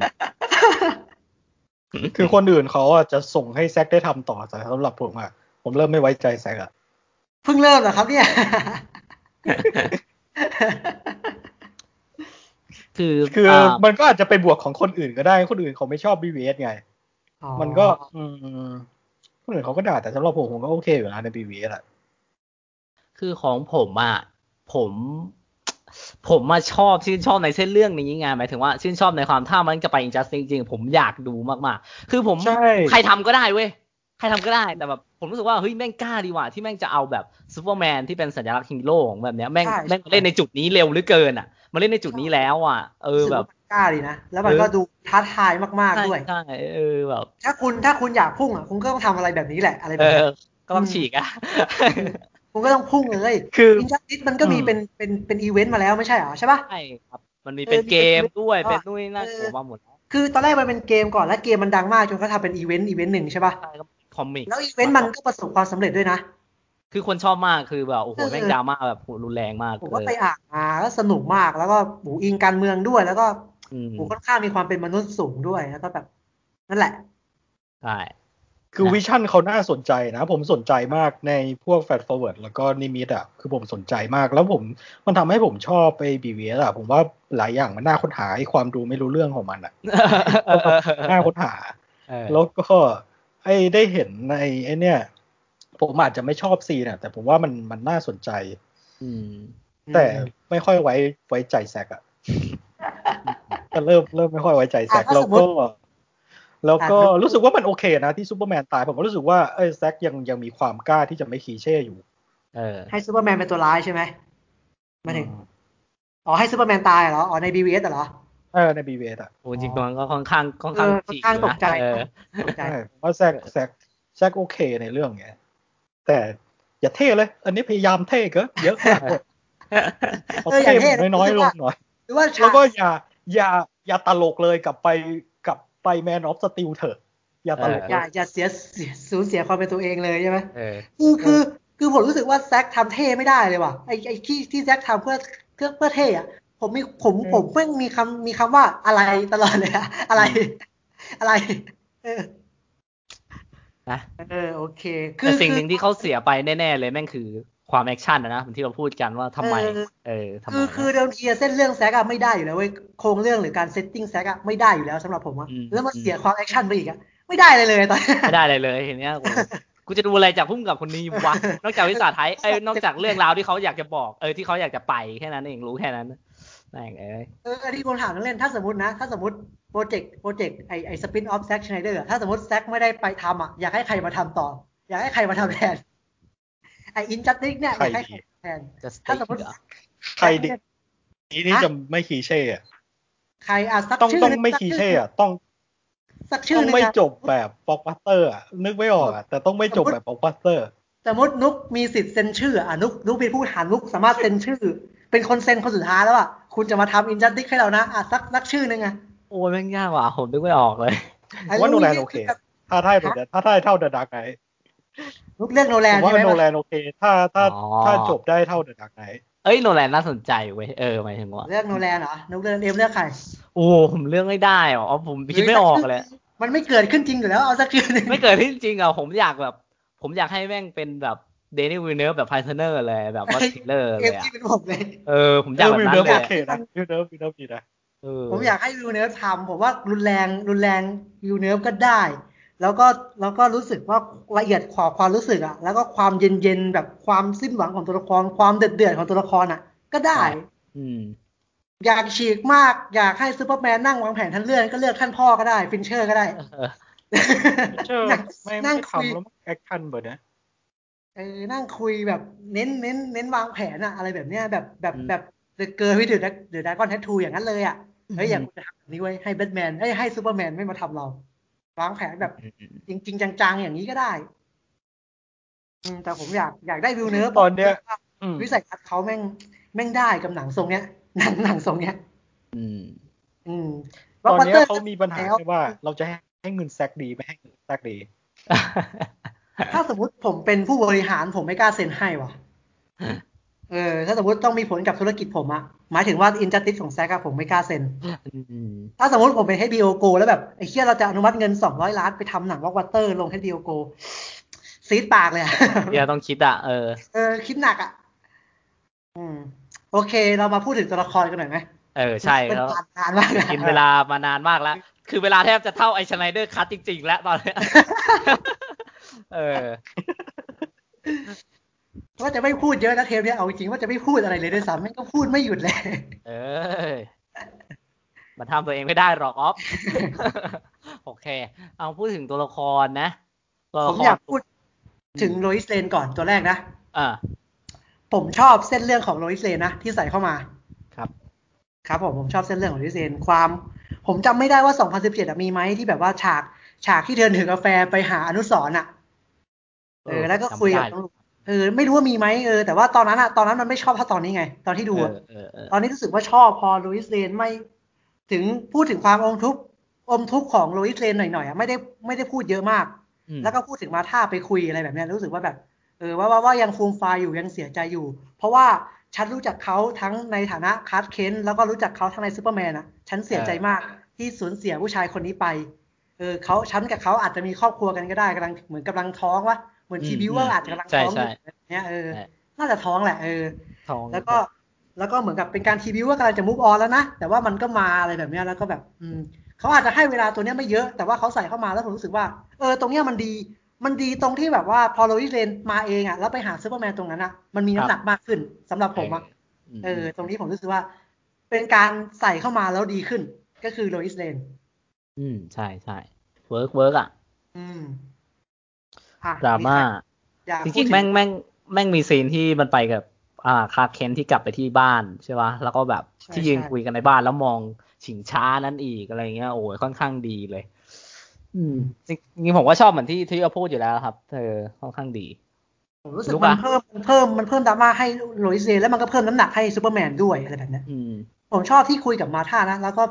คือคนอื่นเขาอะจะส่งให้แซกได้ทำต่อแต่สำหรับผมอะผมเริ่มไม่ไว้ใจแซกอะ เพิ่งเริ่มเหรอครับเนี่ย คือ คือ อ่า มันก็อาจจะเป็นบวกของคนอื่นก็ได้ คนอื่นเขาไม่ชอบ BVS ไง มันก็อืมคนอื่นเขาก็ด่าแต่สำหรับผมผมก็โอเคอยู่นะใน BVS อะ คือของผมอ่ะผม ผมมาชอบชื่นชอบในเส้นเรื่องนี้ไงหมายถึงว่าชื่นชอบในความถ้ามันจะไปอินจัสจริงๆ ผมอยากดูมากๆ คือผม ใช่ ใครทำก็ได้เว้ยใครทำก็ได้แต่แบบผมรู้สึกว่าเฮ้ยแม่งกล้าดีว่ะที่แม่งจะเอาแบบซูเปอร์แมนที่เป็นสัญลักษณ์ฮีโร่ของแบบเนี้ยแม่ง ใช่ แม่งมาเล่นในจุดนี้เร็วเหรือเกินอ่ะมาเล่นในจุดนี้แล้วอ่ะเออ รู้สึก แบบ ว่ามันกล้าดีนะ แล้วมันก็ เออ ดูท้าทายมาก ใช่ ๆด้วย ใช่เออแบบ ถ้าคุณถ้าคุณอยากพุ่งอ่ะคุณก็ต้องทำอะไรแบบนี้แหละอะไรแบ เอบ นี้ อ ก็ต้องฉีกอ่ะ คุณก็ต้องพุ่งเลย คือ อินจัสติสมันก็มี อืม เป็นเป็นเป็นอีเวนต์มาแล้วไม่ใช่เหรอใช่ปะ ใช่ครับ มันมีเป็นเกมด้วยเป็นนู่นนนั่น เออ ผมว่าหมดแล้ว คือตอนแรกมันเป็นเกมก่อนแล้วเกมมันดังมากจนเขาทำเป็นอีเวนต์อีเวนต์หนึ่งใช่ป่ะ ใช่ก็คอมิก แล้วอีเวนต์มันก็ประสบความสำเร็จด้วยนะ คือคนชอบมากคือแบบโอ้โห เออ แม่งดราม่าแบบโหรุนแรงมาก ผมก็ เลย ไปอ่านมาแล้วสนุกมากแล้วก็หมูอิงการเมืองด้วย แล้วก็ อืม หมูค่อนข้างมีความเป็นมนุษย์สูงด้วยแล้วก็แบบ นั่นแหละ ใช่ คือวิชั่นเขาน่าสนใจนะ ผมสนใจมากในพวกแฟดฟอร์เวิร์ดแล้วก็นิมิตอะคือผมสนใจมากแล้วผมมันทำให้ผมชอบไป BVS อะผมว่าหลายอย่างมันน่าค้นหาไอ้ความดูไม่รู้เรื่องของมันอะ เออเออเออ น่าค้นหา เออ แล้วก็ไอ้ได้เห็นในไอ้เนี่ย ผมอาจจะไม่ชอบซีนอะแต่ผมว่ามันมันน่าสนใจ อืม แต่ไม่ค่อยไว้ไว้ใจแซกอะก็เริ่มเริ่มไม่ค่อยไว้ใจแซก อ่ะถ้า แล้ ส ว มมุติ ก็แล้วก็ อ่ะถ้า รู้สึกว่ามันโอเคนะที่ซูเปอร์แมนตาย ผมก็รู้สึกว่าเอ้ยแซกยังยังมีความกล้าที่จะไม่คีเช่อยู่ เออ ให้ซูเปอร์แมนเป็นตัวร้ายใช่ไหมหมายถึงอ๋อให้ซูเปอร์แมนตายเหรออ๋อในบีวีเอสเหรอ เออในบีเวทอะ โอ้จริงๆมันก็ค่อนข้างค่อนข้าง เออค่อนข้าง ฉี ตกใจ เออ ตกใจ ใช่ผมว่าแซกแซกแซกโอเคในเรื่องเนี้ยแต่อย่าเท่เลย อันนี้พยายามเท่เกินเย อะมากเอาเท่แบบน้อยๆลงหน่อย หรือว่าฉา แล้ว ก ก็อย่าอย่าอย่าตลกเลยกลับไปกลับไปแมนออฟสติลเถอะ อย่าตลก อ เล ย่าย อย่าเสียเสียสูญเสียความเป็นตัวเองเลยใช่ไหม เออ คือคือคือผมรู้สึกว่าแซกทำเท่ไม่ได้เลยว่ะไอไอที่ที่แซกทำเพื่อเพื่อเพื่อเท่อะผมมีผมผมเพิ่งมีคำมีคำว่าอะไรตลอดเลยอะอะไร อะไร เออ นะ เออโอเค คื แต่ อ สิ่งห คื นึ่งที่เขาเสียไปแน่ๆเลยแม่งคือความแอคชั่นนะนะเหมือนที่เราพูดกันว่าทำไม เออทำไม คือคือเดิมทีอะเส้นเรื่องแซกอะไม่ได้อยู่แล้วเว้ยโครงเรื่องหรือการเซตติ้งแซกอะไม่ได้อยู่แล้วสำหรับผมอะแล้วมันเสียความแอคชั่นไปอีกอะไม่ได้เลยเลยตอนเนี้ย ไม่ได้อะไรเลยเห็นเนี้ยโอ้โหกูจะดูอะไรจากพุ่มกับคนนี้วะนอกจากวิสาทัยเอ้ยนอกจากเรื่องราวที่เขาอยากจะบอกเออที่เขาอยากจะไปแค่นั้นเองรู้แค่นั้น แม่งเอ้ย เออที่ผมถามเล่นๆถ้าสมมตินะ ถ้าสมมติโปรเจกต์โปรเจกต์ไอไอสปินออฟแซกชไนเดอร์ถ้าสมมติแซกไม่ได้ไปทำอ่ะอยากให้ใครมาทำต่อ อยากให้ใครมาทำแทน ไออินจัสติกเนี่ยอยากให้ใครมาทำแทน Justice ถ้าสมมติ เหรอ ใครดินี้นี่ ฮะ จะไม่คีเช่อะ ใครอ่ะสัก ต้อง ชื่อ ต้อง หนึ่ ไม่คีเช่อะต้อง สักชื่อ ต้อง หนึง ไม่ อะ จบแบบบ็อกบัสเตอร์อะนึกไม่ออกอะแต่ต้องไม่จบแบบบ็อกบัสเตอร์ สมมตินุกมีสิทธิ์เซ็นชื่ออ่ะนุกนุกเป็นผู้หารนุกสามารถเซ็นชื่อ เป็นคนเซ็นคนสุดท้ายแล้วอ่ะคุณจะมาทำอินจัสติกให้เรานะอ่ะสักสักชื่อหนึงอ่ะ โอ้ยแม่งยากว่ะผมนึกไม่ออกเลย ไอ้ ว่าโนแลน ก โอเค ถ้าได้แบบถ้าได้เท่าเดอะดักไน นุกเลือกโนแล ผ น ม ใช่ ว่า ไหม โนแลนโอเค ถ้าถ้า อ๋อ ถ้าจบได้เท่าเดอะดักไน เอ้ยโนแลนน่าสนใจเว้ยเออหมายถึงว่า เลือกโนแลนเหรอนุกเลือกเอ็มเลือกใคร โอ้ผมเลือกไม่ได้หรอผมคิดไม่ออกเลย มันไม่เกิดขึ้นจริงอยู่แล้ว เอาสักคืนหนึ่ง ไม่เกิดที่จริงอ่ะผมอยากแบบ ผมอยากให้แม่งเป็นแบบเดนิวิเนอร์แบบไพเทเนอร์เลยแบบว่าทิลเลอร์เล เกม ยอ่ะ ที่เป็นผมเลย เออผมเอยอาก อ แบบ วิล นั้ เนิร์ นเลฟโอย เคนะวิลเนิร์ฟวิลเนิร์ฟดีนะ เออ ผมอยากให้ยูเนิร์ฟทำผมว่ารุนแรงรุนแรงยูเนิร์ฟก็ได้ แล้วก็แล้วก็รู้สึกว่าละเอียดขอความรู้สึกอะแล้วก็ความเย็นเย็นๆแบบความสิ้นหวังของตัวละคร ความเดือดเดือดๆของตัวละครอะก็ได้ อืม อยากฉีกมาก อยากให้ซูเปอร์แมนนั่งวางแผนท่านเรื่องก็เลือกท่านพ่อก็ได้ ฟินเชอร์ก็ได้ เออ เชอร์ นั่ง ไม่ นั่ ไม่ งคุย ทำแล้วแอคชั่นเบอร์นะ เออนั่งคุยแบบเน้นเน้นเน้นวางแผนอะอะไรแบบเนี้ยแบบแบบ อืม แบบเดอะเกิร์ลวิดเดอะดากอนแททูอย่างนั้นเลยอะ เฮ้ยอยากจะทำแบบนี้ไว้ยให้แบทแมนเอ้ยให้ซูเปอร์แมนไม่มาทำเราวางแผนแบบจริง ๆ จัง ๆ อย่างนี้ก็ได้ อืมแต่ผมอยากอยากได้วิวเนื้อ ตอนเนี้ยอืม วิสัยทัศน์เขาแม่งแม่งได้กับหนังทรงเนี้ยหนังหนังทรงเนี้ย อืม อืม ตอนเนี้ย วัตตร์ เขามีปัญหา แล้ แค่ว่า เราจะให้เงินแซกดีไม่ให้เงินแซกดี ถ้าสมมติผมเป็นผู้บริหารผมไม่กล้าเซ็นให้ว่ะ เออ ถ้าสมมติต้องมีผลกับธุรกิจผมอะหมายถึงว่าอินจัสติสของแซกอะผมไม่กล้าเซ็น อืม ถ้าสมมติผมเป็น HBO Go แล้วแบบไอ้เคียเราจะอนุมัติเงิน 200 ล้านไปทำหนังวอกวัตเตอร์ลง HBO Go ซีดปากเลยอะ เดี๋ยวต้องคิดอ่ะเออ เออ คิดหนักอ่ะ อืม โอเค เรามาพูดถึงตัวละครกันหน่อยไหม เออใช่ มัน แล้ว ผ่านนานมากะ กินเวลามานานมากแล้ว คือเวลาแทบจะเท่าไอชไนเดอร์คัตจริงๆ แล้วตอนเนี้ยเออ ว่าจะไม่พูดเยอะนะเทปเนี้ยเอาจริงว่าจะไม่พูดอะไรเลยด้วยซ้ำแม่งก็พูดไม่หยุดเลย เออมันทำตัวเองไม่ได้หรอกออฟ โอเค เอาพูดถึงตัวละครนะ ตัว ผ ละคมอ ร ยากพูดถึงโรอิสเลนก่อนตัวแรกนะ อ่า ผมชอบเส้นเรื่องของโรอิสเลนนะที่ใส่เข้ามา ครับ ครับผมผมชอบเส้นเรื่องของดิเซนความ ผมจำไม่ได้ว่า 2017อะมีไหมที่แบบว่าฉากฉากที่เดินถือกาแฟไปหาอนุสรณ์อะเออ เออ แล้วก็คุยกับ จำได้ ตำรวจเออไม่รู้ว่ามีไหมเออแต่ว่าตอนนั้นอะตอนนั้นมันไม่ชอบเท่าตอนนี้ไง ตอนที่ เอ ดูอะ อเออเออ ตอนนี้รู้สึกว่าชอบพอโรอิสเลนไม่ ถึงพูดถึงความอมทุกข์อมทุกข์ของโรอิสเลนหน่อยๆอะไม่ได้ไม่ได้พูดเยอะมาก อืม แล้วก็พูดถึงมาท่าไปคุยอะไรแบบเนี้ยรู้สึกว่าแบบเออว่าว่าว่ายังฟูมไฟายอยู่ยังเสียใจอยู่ เพราะว่าฉันรู้จักเขาทั้งในฐานะคาร์ดเคนแล้วก็รู้จักเขาทั้งในซูเปอร์แมนอะฉันเสียใจมากที่สูญเสียผู้ชายคนนี้ไปเออเขาฉันกับเขาอาจจะมีครอบครัวกันก็ได้กำลังเหมือนกำลังท้องวะเหมือนทีบิวเวอร์อาจจะกำลัง ใช่ ท้องอ ใช่ ยู่แบบเนี้ยเออน่าจะท้องแหละเออ ทอง แล้วก็แล้วก็เหมือนกับเป็นการทีวิวว่ากำลังจะมุกออนแล้วนะ แต่ว่ามันก็มาอะไรแบบเนี้ยแล้วก็แบบ อืมเขาอาจจะให้เวลาตัวเนี้ยไม่เยอะ แต่ว่าเขาใส่เข้ามาแล้วผมรู้สึกว่า เออ ตรงเนี้ยมันดี มันดีตรงที่แบบว่าพอโรอิสเลนมาเองอ่ะแล้วไปหาซูเปอร์แมนตรงนั้นอ่ะมันมีน้ำหนักมากขึ้นสำหรับผมอ่ะ ม เออ ตรงนี้ผมรู้สึกว่า เป็นการใส่เข้ามาแล้วดีขึ้น ก็คือโรอิสเลน อืมใช่ใช่เวิร์กเวิร์กอ่ะ อืมอ่ะ ดราม่า อยาก จ พู ริ ด งๆถึแม่งแม่งแม่งมีซีนที่มันไปกับ อ่าคาร์เคนที่กลับไปที่บ้านใช่ป่ะแล้วก็แบบที่ยืนคุยกันในบ้านแล้วมองฉิงช้านั้นอีกอะไรเงี้ยโอ้ยค่อนข้างดีเลย อืมจริงๆผมก็ชอบเหมือนที่ที่เราพูดอยู่แล้วครับเธอค่อนข้างดี ผมรู้สึก รู้ มั ปะ นเพิ่มมันเพิ่มมันเพิ่มดราม่าให้โรอิสเลนแล้วมันก็เพิ่มน้ำหนักให้ซูเปอร์แมนด้วยอะไรแบบเนี้ย อืม ผมชอบที่คุยกับมาธานะ แล้วก็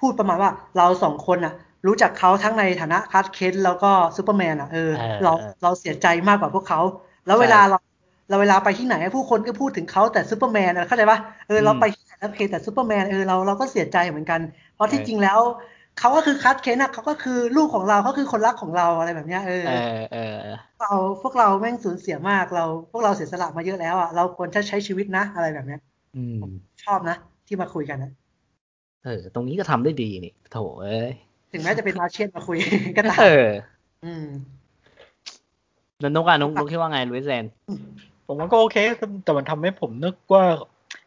พูดประมาณว่าเราสองคนน่ะ รู้จักเขาทั้งในฐานะคัสเคนแล้วก็ซูเปอร์แมนอ่ะเออ เออ เรา เออ เราเสียใจมากกว่าพวกเขา แล้วเวลาเราเราเวลาไปที่ไหนผู้คนก็พูดถึงเขาแต่ซูเปอร์แมนอะเข้าใจปะเอออ ม เราไปที่ไหนแล้วเพลงแต่ซูเปอร์แมนเออเราเราก็เสียใจเหมือนกัน เพราะที่จริงแล้วเขาก็คือคัสเคนอ่ะเขาก็คือลูกของเราเขาคือคนรักของเราอะไรแบบเนี้ยเออ เออเออเออ เราพวกเราแม่งสูญเสียมากเรา พวกเราเสียสละมาเยอะแล้วอ่ะเราควรจะใช้ชีวิตนะอะไรแบบเนี้ย อืม ชอบนะ ที่มาคุยกันนะ เออ ตรงนี้ก็ทำได้ดีนี่โถเอ้ย ถึงแม้จะเป็นอาเชียนมาคุย ก็ตาม เออ อืม นนกอ่ะนกนกคิดว่าไงลุยเซน ผมว่าก็โอเค แต่มันทำให้ผมนึกว่า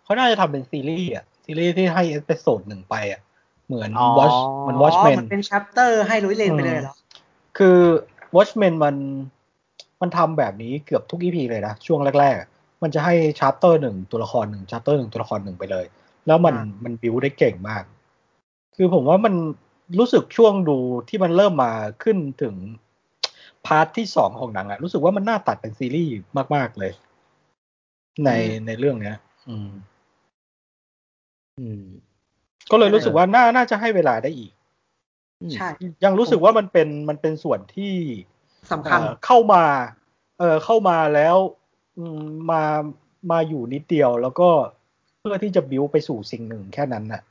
เขาน่าจะทำเป็นซีรีส์อ่ะ ซีรีส์ที่ให้เอสเปโซดหนึ่งไปอ่ะ เหมือน อ๋อ วอชเหมือนวอช อ๋อ แมน มันเป็นชัปเตอร์ให้ลุยเลนไปเลยเหรอ คือ Watchmen มันมันทำแบบนี้เกือบทุก EP เลยนะ ช่วงแรก ๆ มันจะให้ชาร์เตอร์หนึ่งตัวละครหนึ่งชาร์เตอร์หนึ่งตัวละครหนึ่งไปเลย แล้วมัน อ่ามั มันบิวได้เก่งมาก คือผมว่ามันรู้สึกช่วงดูที่มันเริ่มมาขึ้นถึง พาร์ทที่สองของหนังอะรู้สึกว่ามันน่าตัดเป็นซีรีส์มากๆเลย ในในเรื่องเนี้ย อืม อืม ก็เลยรู้สึกว่าน่าน่าจะให้เวลาได้อีก อืม ใช่ ยังรู้สึกว่ามันเป็นมันเป็นส่วนที่ สำคัญ เอ่อเข้ามา เออเข้ามาแล้วอืมมา มาอยู่นิดเดียว แล้วก็เพื่อที่จะบิวไปสู่สิ่งหนึ่งแค่นั้นน่ะ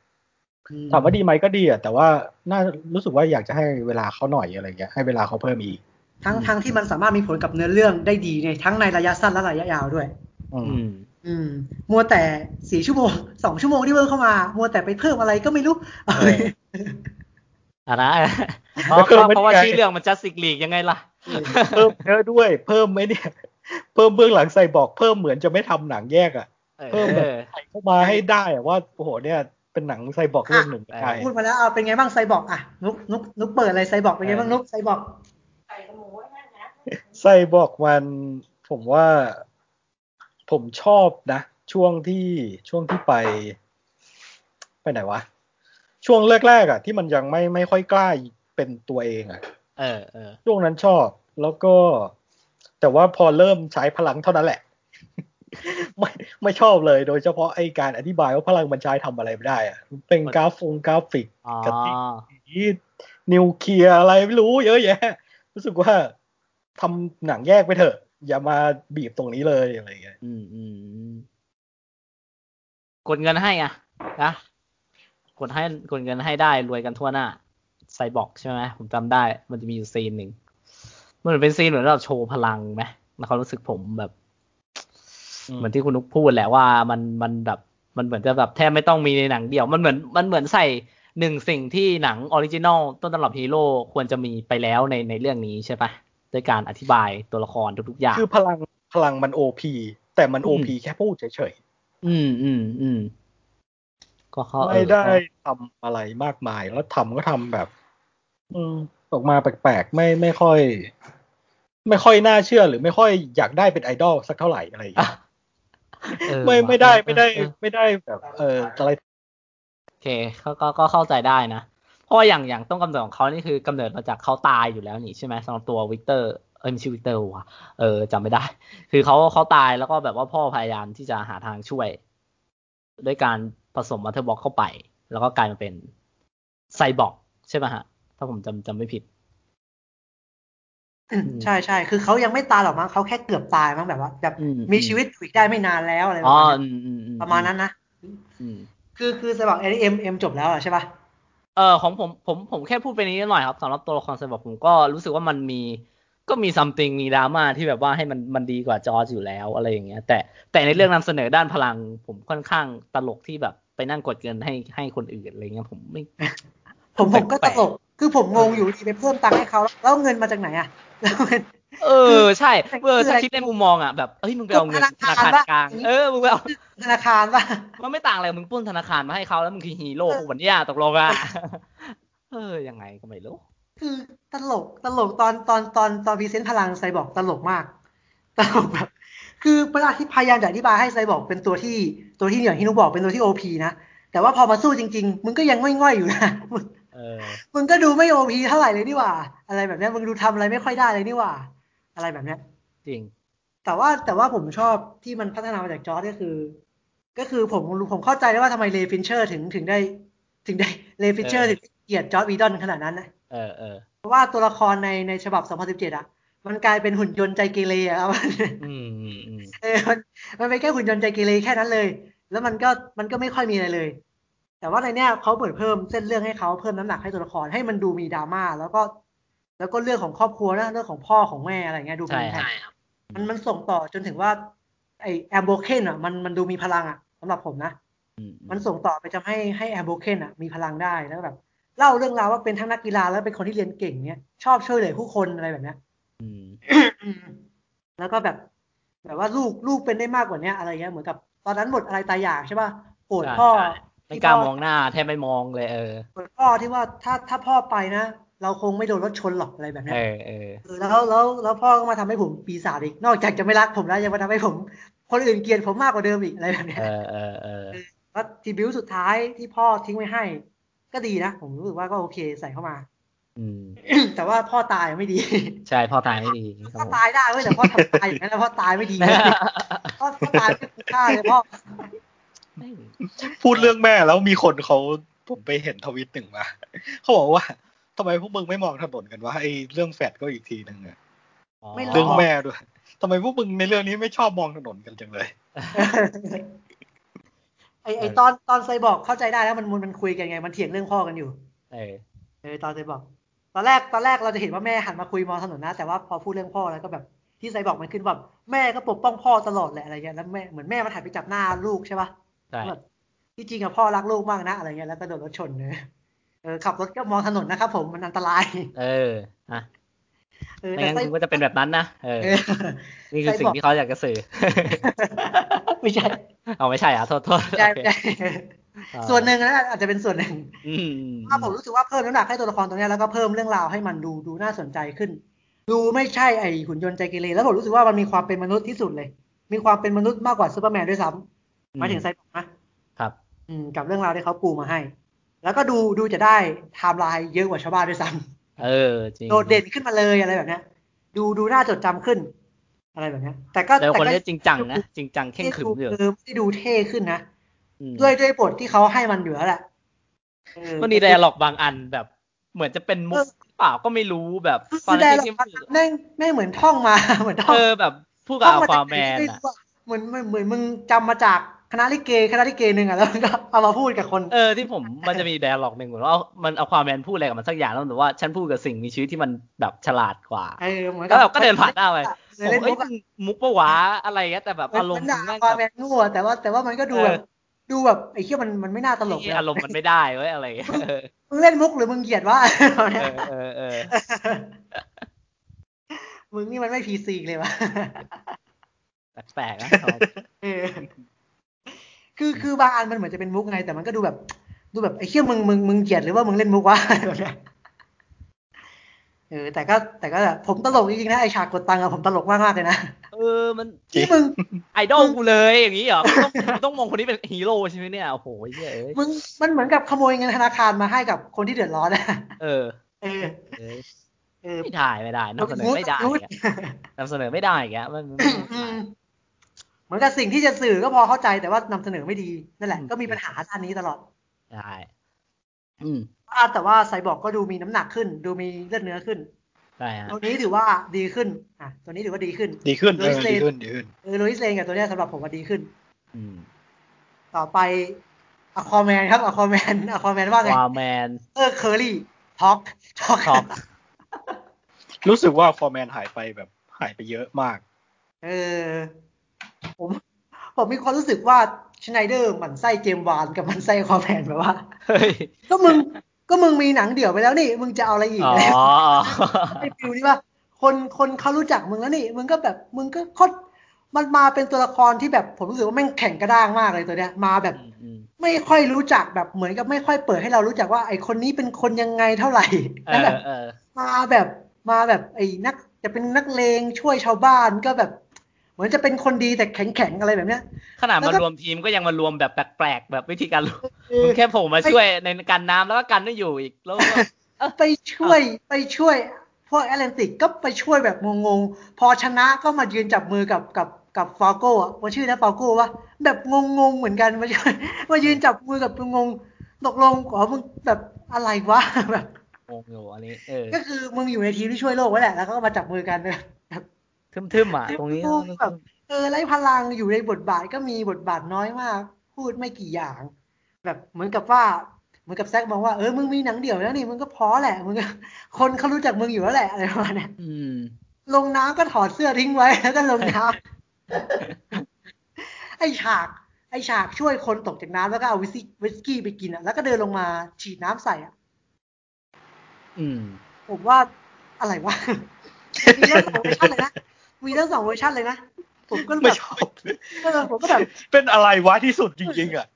ถามว่าดีไหมก็ดีอ่ะ แต่ว่าน่ารู้สึกว่าอยากจะให้เวลาเขาหน่อยอะไรเงี้ย ให้เวลาเขาเพิ่มอีก ทั้งทั้งที่มันสามารถมีผลกับเนื้อเรื่องได้ดีในทั้งในระยะสั้นและระยะยาวด้วย อืม อืม อืม มัวแต่สี่ชั่วโมง สองชั่วโมงที่เพิ่มเข้ามา มัวแต่ไปเพิ่มอะไรก็ไม่รู้ เออ อะไรเพราะ เพิ่มไม่ เพราะว่า ได้ ชื่อเรื่องมันจัสติกลีกยังไงล่ะ เพิ่มเยอะด้วย เพิ่มไหมเนี่ย เพิ่มเบื้องหลังใส่บอกเพิ่มเหมือนจะไม่ทำหนังแยกอ่ะ เพิ่มแบบ ใส่เข้ามาให้ได้อะว่าโอ้โหเนี่ยเป็นหนังไซบอร์กเรื่องหนึ่ง อ่ะ ได้ พูดมาแล้วเอาเป็นไงบ้างไซบอร์กอ่ะนุกนุกนุกเปิดอะไรไซบอร์กเป็นไงบ้างนุกไซบอร์ก ไซบอร์กมันผมว่าผมชอบนะ ช่วงที่ช่วงที่ไป ไปไหนวะ ช่วงแรกๆอ่ะ ที่มันยังไม่ไม่ค่อยกล้าเป็นตัวเองอ่ะ เออเออ ช่วงนั้นชอบแล้วก็ แต่ว่าพอเริ่มใช้พลังเท่านั้นแหละ ไม่ไม่ชอบเลย โดยเฉพาะไอการอธิบายว่าพลังมันใช้ทำอะไรไม่ได้อ่ะเป็นกราฟงกราฟิก อ๋อ กระติก ผีนิวเคลียร์อะไรไม่รู้เยอะแยะ รู้สึกว่าทำหนังแยกไปเถอะ อย่ามาบีบตรงนี้เลยอะไรอย่างเงี้ย อืมอืมอืมกดเงินให้อ่ะนะกดให้กดเงินให้ได้รวยกันทั่วหน้า ไซบอร์กใช่ไหมผมจำได้ มันจะมีอยู่ซีนหนึ่งมันเหมือนเป็นซีนเหมือนเราโชว์พลังไหมแล้วความรู้สึกผมแบบ เหมือนที่คุณนุกพูดแหละว่ามันมันแบบมันเหมือนจะแบบแทบไม่ต้องมีในหนังเดียว มันเหมือนมันเหมือนใส่หนึ่งสิ่งที่หนังออริจินอลต้นตำรับฮีโร่ควรจะมีไปแล้วในในเรื่องนี้ใช่ปะด้วยการอธิบายตัวละครทุกๆอย่าง คือพลังพลังมันโอพีแต่มัน อื โอ ม พีแค่พูดเฉย อืมอืมอืมก็เขา ๆ เออ ไม่ได้ทำอะไรมากมาย แล้วทำก็ทำแบบ อืมออกมาแปลกๆไม่ไม่ค่อย ไม่ค่อยน่าเชื่อหรือไม่ค่อยอยากได้เป็นไอดอลสักเท่าไหร่อะไรอย่างเงี้ย เออ ไม่ ว่ะ ไม่ได้ เออ ไม่ได้ เออ ไม่ได้แบบ เอออะไร โอเคก็ก็ก็เข้าใจได้นะ เพราะว่าอย่างอย่างต้นกำเนิดของเขานี่คือกำเนิดมาจากเขาตายอยู่แล้วนี่ใช่ไหมสำหรับตัววิกเตอร์เอ้ยไม่ใช่วิกเตอร์ว่ะเออจำไม่ได้ คือเขาเขาตายแล้วก็แบบว่าพ่อพยายามที่จะหาทางช่วย ด้วยการผสมอัลเทอร์บ็อกเข้าไป แล้วก็กลายมาเป็นไซบอร์กใช่ไหมฮะ ถ้าผมจำจำไม่ผิด ใช่ใช่คือเขายังไม่ตายหรอกมั้งเขาแค่เกือบตายมั้งแบบว่าแบบ อืม มีชีวิตอยู่อีกได้ไม่นานแล้วอะไรป อ๋ออืมอืมอืมระมาณนั้นประมาณนั้นนะ อืม คือคือไซบอร์กเอ็มเอ็มจบแล้วเหรอใช่ป่ะ เออของผมผมผมแค่พูดไปนิดหน่อยครับสำหรับตัวละครไซบอร์กผมก็รู้สึกว่ามันมีก็มีซัมติงมีดราม่าที่แบบว่าให้มันมันดีกว่าจอร์จอยู่แล้วอะไรอย่างเงี้ย แต่แต่ในเรื่องนำเสนอด้านพลัง ผมค่อนข้างตลกที่แบบไปนั่งกดเงินให้ให้คนอื่นอะไรเงี้ยผมไม่ ผมผมก็ แป ต ลกๆ ลกคือผมงงอยู่ดีไปเพิ่มตังค์ให้เขาแล้วแล้วเอาเงินมาจากไหนอ่ะ แล้วเงิน เออใช่เออ คือ ถ้า อะไร คิดในมุมมองอ่ะแบบเอ้ยมึงไปเอาเงินธ ธนา นา คา คาร ร ปะ กลางเออมึงไปเอา ธนาคารป่ะ มันไม่ต่างอะไรมึงปล้นธนาคารมาให้เขาแล้วมึงคือฮีโร่ของวันเนี้ยตกลงอ่ะ เออยังไงก็ไม่รู้ คือตลกตลกตอนตอนตอนตอนพรีเซนต์พลังไซบอร์กตลก มากตลกแบบคือเวลาที่พยายามจะอธิบายให้ไซบอร์กเป็นตัวที่ตัวที่เหนือที่นุกบอกเป็นตัวที่โอพีนะ แต่ว่าพอมาสู้จริง ๆ มึงก็ยังง่อยๆอยู่นะ มึง เออ มึงก็ดูไม่โอพีเท่าไหร่เลยนี่หว่า อะไรแบบเนี้ยมึงดูทำอะไรไม่ค่อยได้เลยนี่หว่า อะไรแบบเนี้ย จริง แต่ว่าแต่ว่าผมชอบที่มันพัฒนามาจากจอร์ดก็คือ ก็คือผมผมเข้าใจแล้วว่าทำไมเลฟินเชอร์ถึงถึงได้ ถึงได้เลฟินเชอร์ เออ ถึงเกลียดจอร์ดวีดอนขนาดนั้นนะ เออเออ เพราะว่าตัวละครในในฉบับ 2017 อ่ะ มันกลายเป็นหุ่นยนต์ใจเกเรอะครับ อืมอืมอืม เออมันมันเป็นแค่หุ่นยนต์ใจเกเรแค่นั้นเลย แล้วมันก็มันก็ไม่ค่อยมีอะไรเลย แต่ว่าในเนี้ยเขาเปิดเพิ่มเส้นเรื่องให้เขาเพิ่มน้ำหนักให้ตัวละครให้มันดูมีดราม่าแล้วก็ แล้วก็เรื่องของครอบครัวนะเรื่องของพ่อของแม่อะไรเงี้ยดูเป็น ใช่ครับ แผ่นมันมันส่งต่อจนถึงว่า ไอแอมโบเคนอ่ะมันมันดูมีพลังอ่ะสำหรับผมนะ อืม มันส่งต่อไปทำให้ให้แอมโบเคนอ่ะมีพลังได้แล้วแบบเล่าเรื่องราวว่าเป็นทั้งนักกีฬาแล้วเป็นคนที่เรียนเก่งเนี้ยชอบช่วยเหลือผู้คนอะไรแบบเนี้ย อืม อืมแล้วก็แบบ แบบว่าลูกลูกเป็นได้มากกว่าเนี้ยอะไรเงี้ยเหมือนกับตอนนั้นหมดอะไรตายอยากใช่ป่ะโกรธ ใช่ พ่อ ใช่ ไม่กล้ามองหน้าแทบไม่มองเลยเออ เหมือนพ่อที่ว่าถ้าถ้าพ่อไปนะ เราคงไม่โดนรถชนหรอกอะไรแบบเนี้ย เออเออ เออแล้วแล้วแล้วพ่อก็มาทำให้ผมปีศาจอีก นอกจากจะไม่รักผมแล้วยังมาทำให้ผม คนอื่นเกลียดผมมากกว่าเดิมอีกอะไรแบบเนี้ย เออเออเออ แล้วทีบิวสุดท้ายที่พ่อทิ้งไว้ให้ ก็ดีนะ ผมรู้สึกว่าก็โอเคใส่เข้ามา อืม แต่ว่าพ่อตายไม่ดี ใช่พ่อตายไม่ดีค พ่ รั อบ ผม ตายได้เว้ยแต่พ่อทำตายอย่างนั้นนะพ่อตาย ไม่ดีนะพ่อพ่อตายไม่คุ้มค่าเลยพ่อ พูดเรื่องแม่แล้วมีคนเขาผมไปเห็นทวิตหนึ่งมาเขาบอกว่าทำไมพวกมึงไม่มองถนนกันวะไอ้เรื่องแฟดก็อีกทีหนึ่งอะ ไม่หรก เรื่องแม่ด้วยทำไมพวกมึงในเรื่องนี้ไม่ชอบมองถนนกันจังเลย ไอไอตอนตอนไซบอร์กเข้าใจได้แล้วมันมันมันคุยกันไง มันเถียงเรื่องพ่อกันอยู่ เออ เออตอนไซบอร์กตอนแรกตอนแรกเราจะเห็นว่าแม่หันมาคุยมองถนนนะ แต่ว่าพอพูดเรื่องพ่อแล้วก็แบบที่ไซบอร์กมันขึ้นแบบแม่ก็ปกป้องพ่อตลอดแหละอะไรเงี้ยแล้วแม่เหมือนแม่มาถ่ายไปจับหน้าลูกใช่ปะ ใช่ แบบที่จริงอะพ่อรักลูกมากนะอะไรเงี้ยแล้วก็โดนรถชนเนอะเออขับรถก็มองถนนนะครับผมมันอันตราย เอออ่ะ เออ ไม่ แต่ งั้น ไซ คุณก็จะเป็นแบบนั้นนะเออ เออ นี่คือสิ่งที่เขาอยากจะสื่อ ไม่ใช่ เอาไม่ใช่อ่ะโทษโทษ ใช่ โอเค ใช่ อ่า ส่วนหนึ่งนะอาจจะเป็นส่วนหนึ่ง อืม ว่าผมรู้สึกว่าเพิ่มน้ำหนักให้ตัวละครตรงเนี้ยแล้วก็เพิ่มเรื่องราวให้มันดูดูน่าสนใจขึ้น ดูไม่ใช่ไอหุ่นยนต์ใจเกเรแล้วผมรู้สึกว่ามันมีความเป็นมนุษย์ที่สุดเลย มีความเป็นมนุษย์มากกว่าซูเปอร์แมนด้วยซ้ำหมายถึงไซบอร์กนะครับ อืมกับเรื่องราวที่เขาปูมาให้ แล้วก็ดูดูจะได้ไทม์ไลน์เยอะกว่าชาวบ้านด้วยซ้ เออจริง ำโดดเด่นขึ้นมาเลยอะไรแบบเนี้ย ดูดูน่าจดจำขึ้น อะไรแบบเนี้ย แต่ก็ แต่ แต่ คน ก็ เล่นจริงจังนะจริงจังเข่งขรึมอยู่ เออไม่ได้ดูเท่ขึ้นนะ อืม ด้วยด้วยบทที่เขาให้มันอยู่แล้วแหละเออ มันมีไดอะล็อกบางอันแบบ เหมือนจะเป็นมุ เอก อ หรือเปล่าก็ไม่รู้แบบต คื อน อแด นั้น น ที่ หลักแม่งแม่งเหมือนท่องมา เหมือนท่อง เออแบบผู้กับ ท่อง อัลฟาแมน จากไหไรู้ อ่ะ อะเหมือนเหมือนเหมือนมึงจำมาจากคณะลิเกคณะลิเกหนึ่งอ่ะแล้วมันก็เอามาพูดกับคน เออที่ผมมันจะมีไดอะล็อกหนึ่งเหมือนว่ามันเอาความแมนพูดอะไรกับมันสักอย่างแล้วแต่ว่าฉันพูดกับสิ่งมีชีวิตที่มันแบบฉลาดกว่า เออเหมือน แล้วเราก็เดินผ่านหน้าไป เลยเล่น โอ้ยมุกอะ มึงมุกปะวะอะไรเงี้ยแต่แบบอารมณ์ มันด่า แม่ง ความแม แบบ นงูอะแต่ว่าแต่ว่ามันก็ดูแบบ เออ ดูแบบไอ้เหี้ยมันมันไม่น่าตลกเลย อารมณ์มันไม่ได้เว้ยอะไรเงี้ยเออ มึงเล่นมุกหรือมึงเหยียดวะ เออเออเออ มึงนี่มันไม่พีซีเลยวะ แปลกๆนะ เออคือคือบางอันมันเหมือนจะเป็นมุกไง แต่มันก็ดูแบบ ดูแบบไอ้เชี่ยมึงมึงมึงเกลียดหรือว่ามึงเล่นมุกวะแบบเนี้ยเออ แต่ก็แต่ก็แบบผมตลกจริงๆนะไอฉากกดตังค์อะผมตลกมากมากๆเลยนะ เออมัน จริ ที่ ง มึง ไอดอลกูเลยอย่างงี้เหรอมึงต้องมึงต้องมองคนนี้เป็นฮีโร่ใช่ไหมเนี่ยโอ้โหเหี้ยเอ้ย มึงมันเหมือนกับขโมยเงินธนาคารมาให้กับคนที่เดือดร้อนนะ เออ เออ เออ ไม่ได้ไม่ได้นำเสนอไม่ได้ รู้ อะนำเสนอไม่ได้แกอะมันมันไม่ อื ได้ มเหมือนกับสิ่งที่จะสื่อก็พอเข้าใจแต่ว่านำเสนอไม่ดีนั่นแหละก็มีปัญหาด้านนี้ตลอด ได้อืม อ่าแต่ว่าไซบอร์กก็ดูมีน้ำหนักขึ้น ดูมีเลือดเนื้อขึ้น ได้ฮะ ตัวนี้ถือว่าดีขึ้น อ่ะ ตัวนี้ถือว่าดีขึ้น ดีขึ้นเออ Lois ดี Lane ขึ้นดีขึ้น เออโรอิสเลนกับตัวเนี้ยสำหรับผมว่าดีขึ้น อืม ต่อไปอควาแมนครับอควาแม นอควาแมนว่าไง วาแมน เออเคอรี่ท็อกท็อก Talk รู้สึกว่าฟอร์แมนหายไปแบบหายไปเยอะมาก เออ ผม ผมมีความรู้สึกว่าชไนเดอร์หมันไส้เจมส์วานกับหมันไส้อควาแมนแบบว่า เฮ้ย ก็มึง ก็มึงมีหนังเดี่ยวไปแล้วนี่ มึงจะเอาอะไรอีก อ๋อ เนี่ยไอ้ฟิลนี่ว่า คนคนเขารู้จักมึงแล้วนี่ มึงก็แบบ มึงก็โคตรมันมาเป็นตัวละครที่แบบผมรู้สึกว่าแม่งแข่งกระด้างมากเลยตัวเนี้ยมาแบบ อืมอืม ไม่ค่อยรู้จักแบบเหมือนกับไม่ค่อยเปิดให้เรารู้จักว่าไอคนนี้เป็นคนยังไงเท่าไหร่ เอ แล้วแบ อบ เออ มาแบบมาแบบไอนักจะเป็นนักเลงช่วยชาวบ้านก็แบบ เหมือนจะเป็นคนดีแต่แข็งแข็งๆอะไรแบบเนี้ย ขนาด แล้ มาว ก็ รวมทีมก็ยังมารวมแบบแปลกๆ แบบวิธีการรวม เออ มึงแค่โผมมาช่วยในการน้ำแล้วก็กันไม่อยู่อีกแล้วก็ ไปช่วยไปช่วยพวกแอตแลนติกก็ไปช่วยแบบงงๆพอชนะก็มายืนจับมือกับกับกับฟาโก้อะว่าชื่อนะฟาโก้วะแบบงงๆเหมือนกันมาช่วยมายืนจับมือกับงงๆตกลงอ๋อมึงแบบอะไรวะ แบบ งงอยู่อันนี้เออ ก็คือมึงอยู่ในทีมที่ช่วยโลกไว้แหละ แล้วก็มาจับมือกันเนี่ย ทึมๆอ่ะตรงนี้ แบบเออไร้พลังอยู่ในบทบาทก็มีบทบาทน้อยมาก พูดไม่กี่อย่าง แบบเหมือนกับว่าเหมือนกับแซกมองว่าเออมึงมีหนังเดี่ยวแล้วนี่มึงก็พอแหละมึงก็คนเขารู้จักมึงอยู่แล้วแหละอะไรประมาณเนี้ย อืม ลงน้ำก็ถอดเสื้อทิ้งไว้แล้วก็ลงน้ำไอฉากไอฉากช่วยคนตกจากน้ำแล้วก็เอาวิสกี้วิสกี้ไปกินอ่ะแล้วก็เดินลงมาฉีดน้ำใส่อ่ะ อืม ผมว่าอะไรวะ มีทั้งสองเวอร์ชันเลยนะ มีทั้งสองเวอร์ชันเลยนะ ผมก็แบ ไม่ บ ชอบ เออผมก็แบบ เป็นอะไรวะที่สุดจริงๆอ่ะ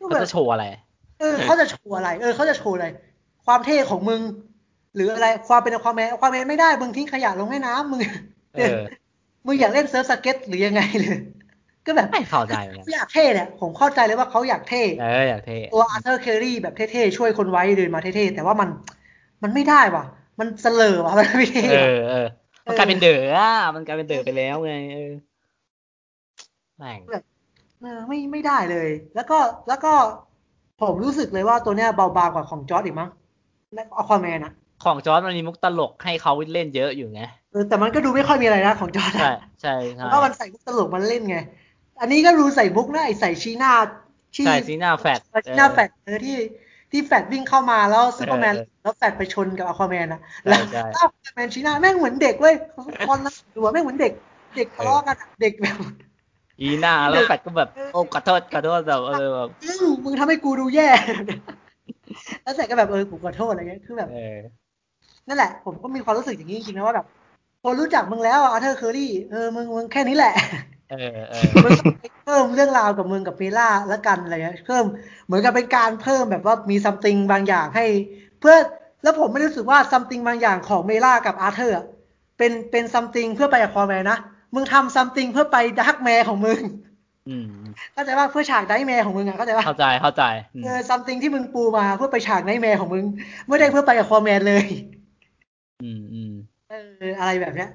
ก็ เขา แบบ จะโชว์อะไร ออเขาจะโชว์อะไร เออเขาจะโชว์อะไร ความเท่ของมึง หรืออะไรความเป็นความแมนความแมนไม่ได้มึงทิ้งขยะลงแม่น้ำมึง เออ มึงอยากเล่นเซิร์ฟสเก็ตหรือยังไงเลย ก็แบบ ไม่เข้าใจเหมือนกัน เขาอยากเท่เนี่ยผมเข้าใจเลยว่าเขาอยากเท่ เอออยากเท่ ตัวอาร์เธอร์เคอรี่แบบเท่ๆ ช่วยคนไว้เดินมาเท่ๆ แต่ว่ามันมันไม่ได้ว่ะ มันเสลอว่ะ มันไม่เท่ เอ ว่ะ อเออมันกลายเป็นเด๋ออ่ะมันกลายเป็นเด๋อไปแล้วไงเออแม่ง เออไม่ไม่ได้เลย แล้วก็แล้วก็ผมรู้สึกเลยว่าตัวเนี้ยเบาบางกว่าของจอร์ดอีกมั้งอควาแมนอะ ของจอร์ดมันมีมุกตลกให้เขาเล่นเยอะอยู่ไง เออแต่มันก็ดูไม่ค่อยมีอะไรนะของจอร์ด ใช่ใช่ เพ ใช่ ราะว่ามันใส่มุกตลกมันเล่นไง อันนี้ก็รู้ใส่มุกนะไอใส่ชีหน้าที่ ใช่ซีน่าแฟด ชีหน้าแฟดเออที่ที่แฟดวิ่งเข้ามาแล้วซูเปอร์แมน เออ แล้วแฟดไปชนกับอควาแมนอะ ใช่ แล้ว ใช่ อควาแมนชีหน้าแม่งเหมือนเด็กเว้ยตอนนั้นดูว่าแม่งเหมือนเด็ก เด็กทะเลาะกันอะเด็กแบบ อีหน่าแล้วแฟดก็แบบโอ้ขอโทษขอโทษแบบเออแบบ อืมมึงทำให้กูดูแย่ แล้วเสร็จก็แบบเออผมขอโทษอะไรเงี้ย คือแบบ เออ นั่นแหละ ผมก็มีความรู้สึกอย่างนี้จริงๆนะว่าแบบคนรู้จักมึงแล้วอาร์เธอร์เคอรี่ เออ มึงมึงแค่นี้แหละ เออเออ มึงก็ไปเพิ่มเรื่องราวกับมึงกับเมล่าแล้วกันอะไรเงี้ย เพิ่มเหมือนกับเป็นการเพิ่มแบบว่ามีซัมติงบางอย่างให้ เพื่อแล้วผมไม่รู้สึกว่าซัมติงบางอย่างของเมล่ากับอาร์เธอร์อะเป็นเป็นซัมติงเพื่อไปกับควอแมนนะ มึงทำซัมติงเพื่อไปดาร์กแมร์ของมึง อืม เข้าใจว่าเพื่อฉากไดแมร์ของมึงอ่ะเข้าใจว่า เข้าใจเข้าใจอืม เออ something ที่มึงปูมาเพื่อไปฉากไนท์แมร์ของมึง ไม่ได้เพื่อไปกับคอแมนเลย อืมอืม เออ อะไรแบบเนี้ย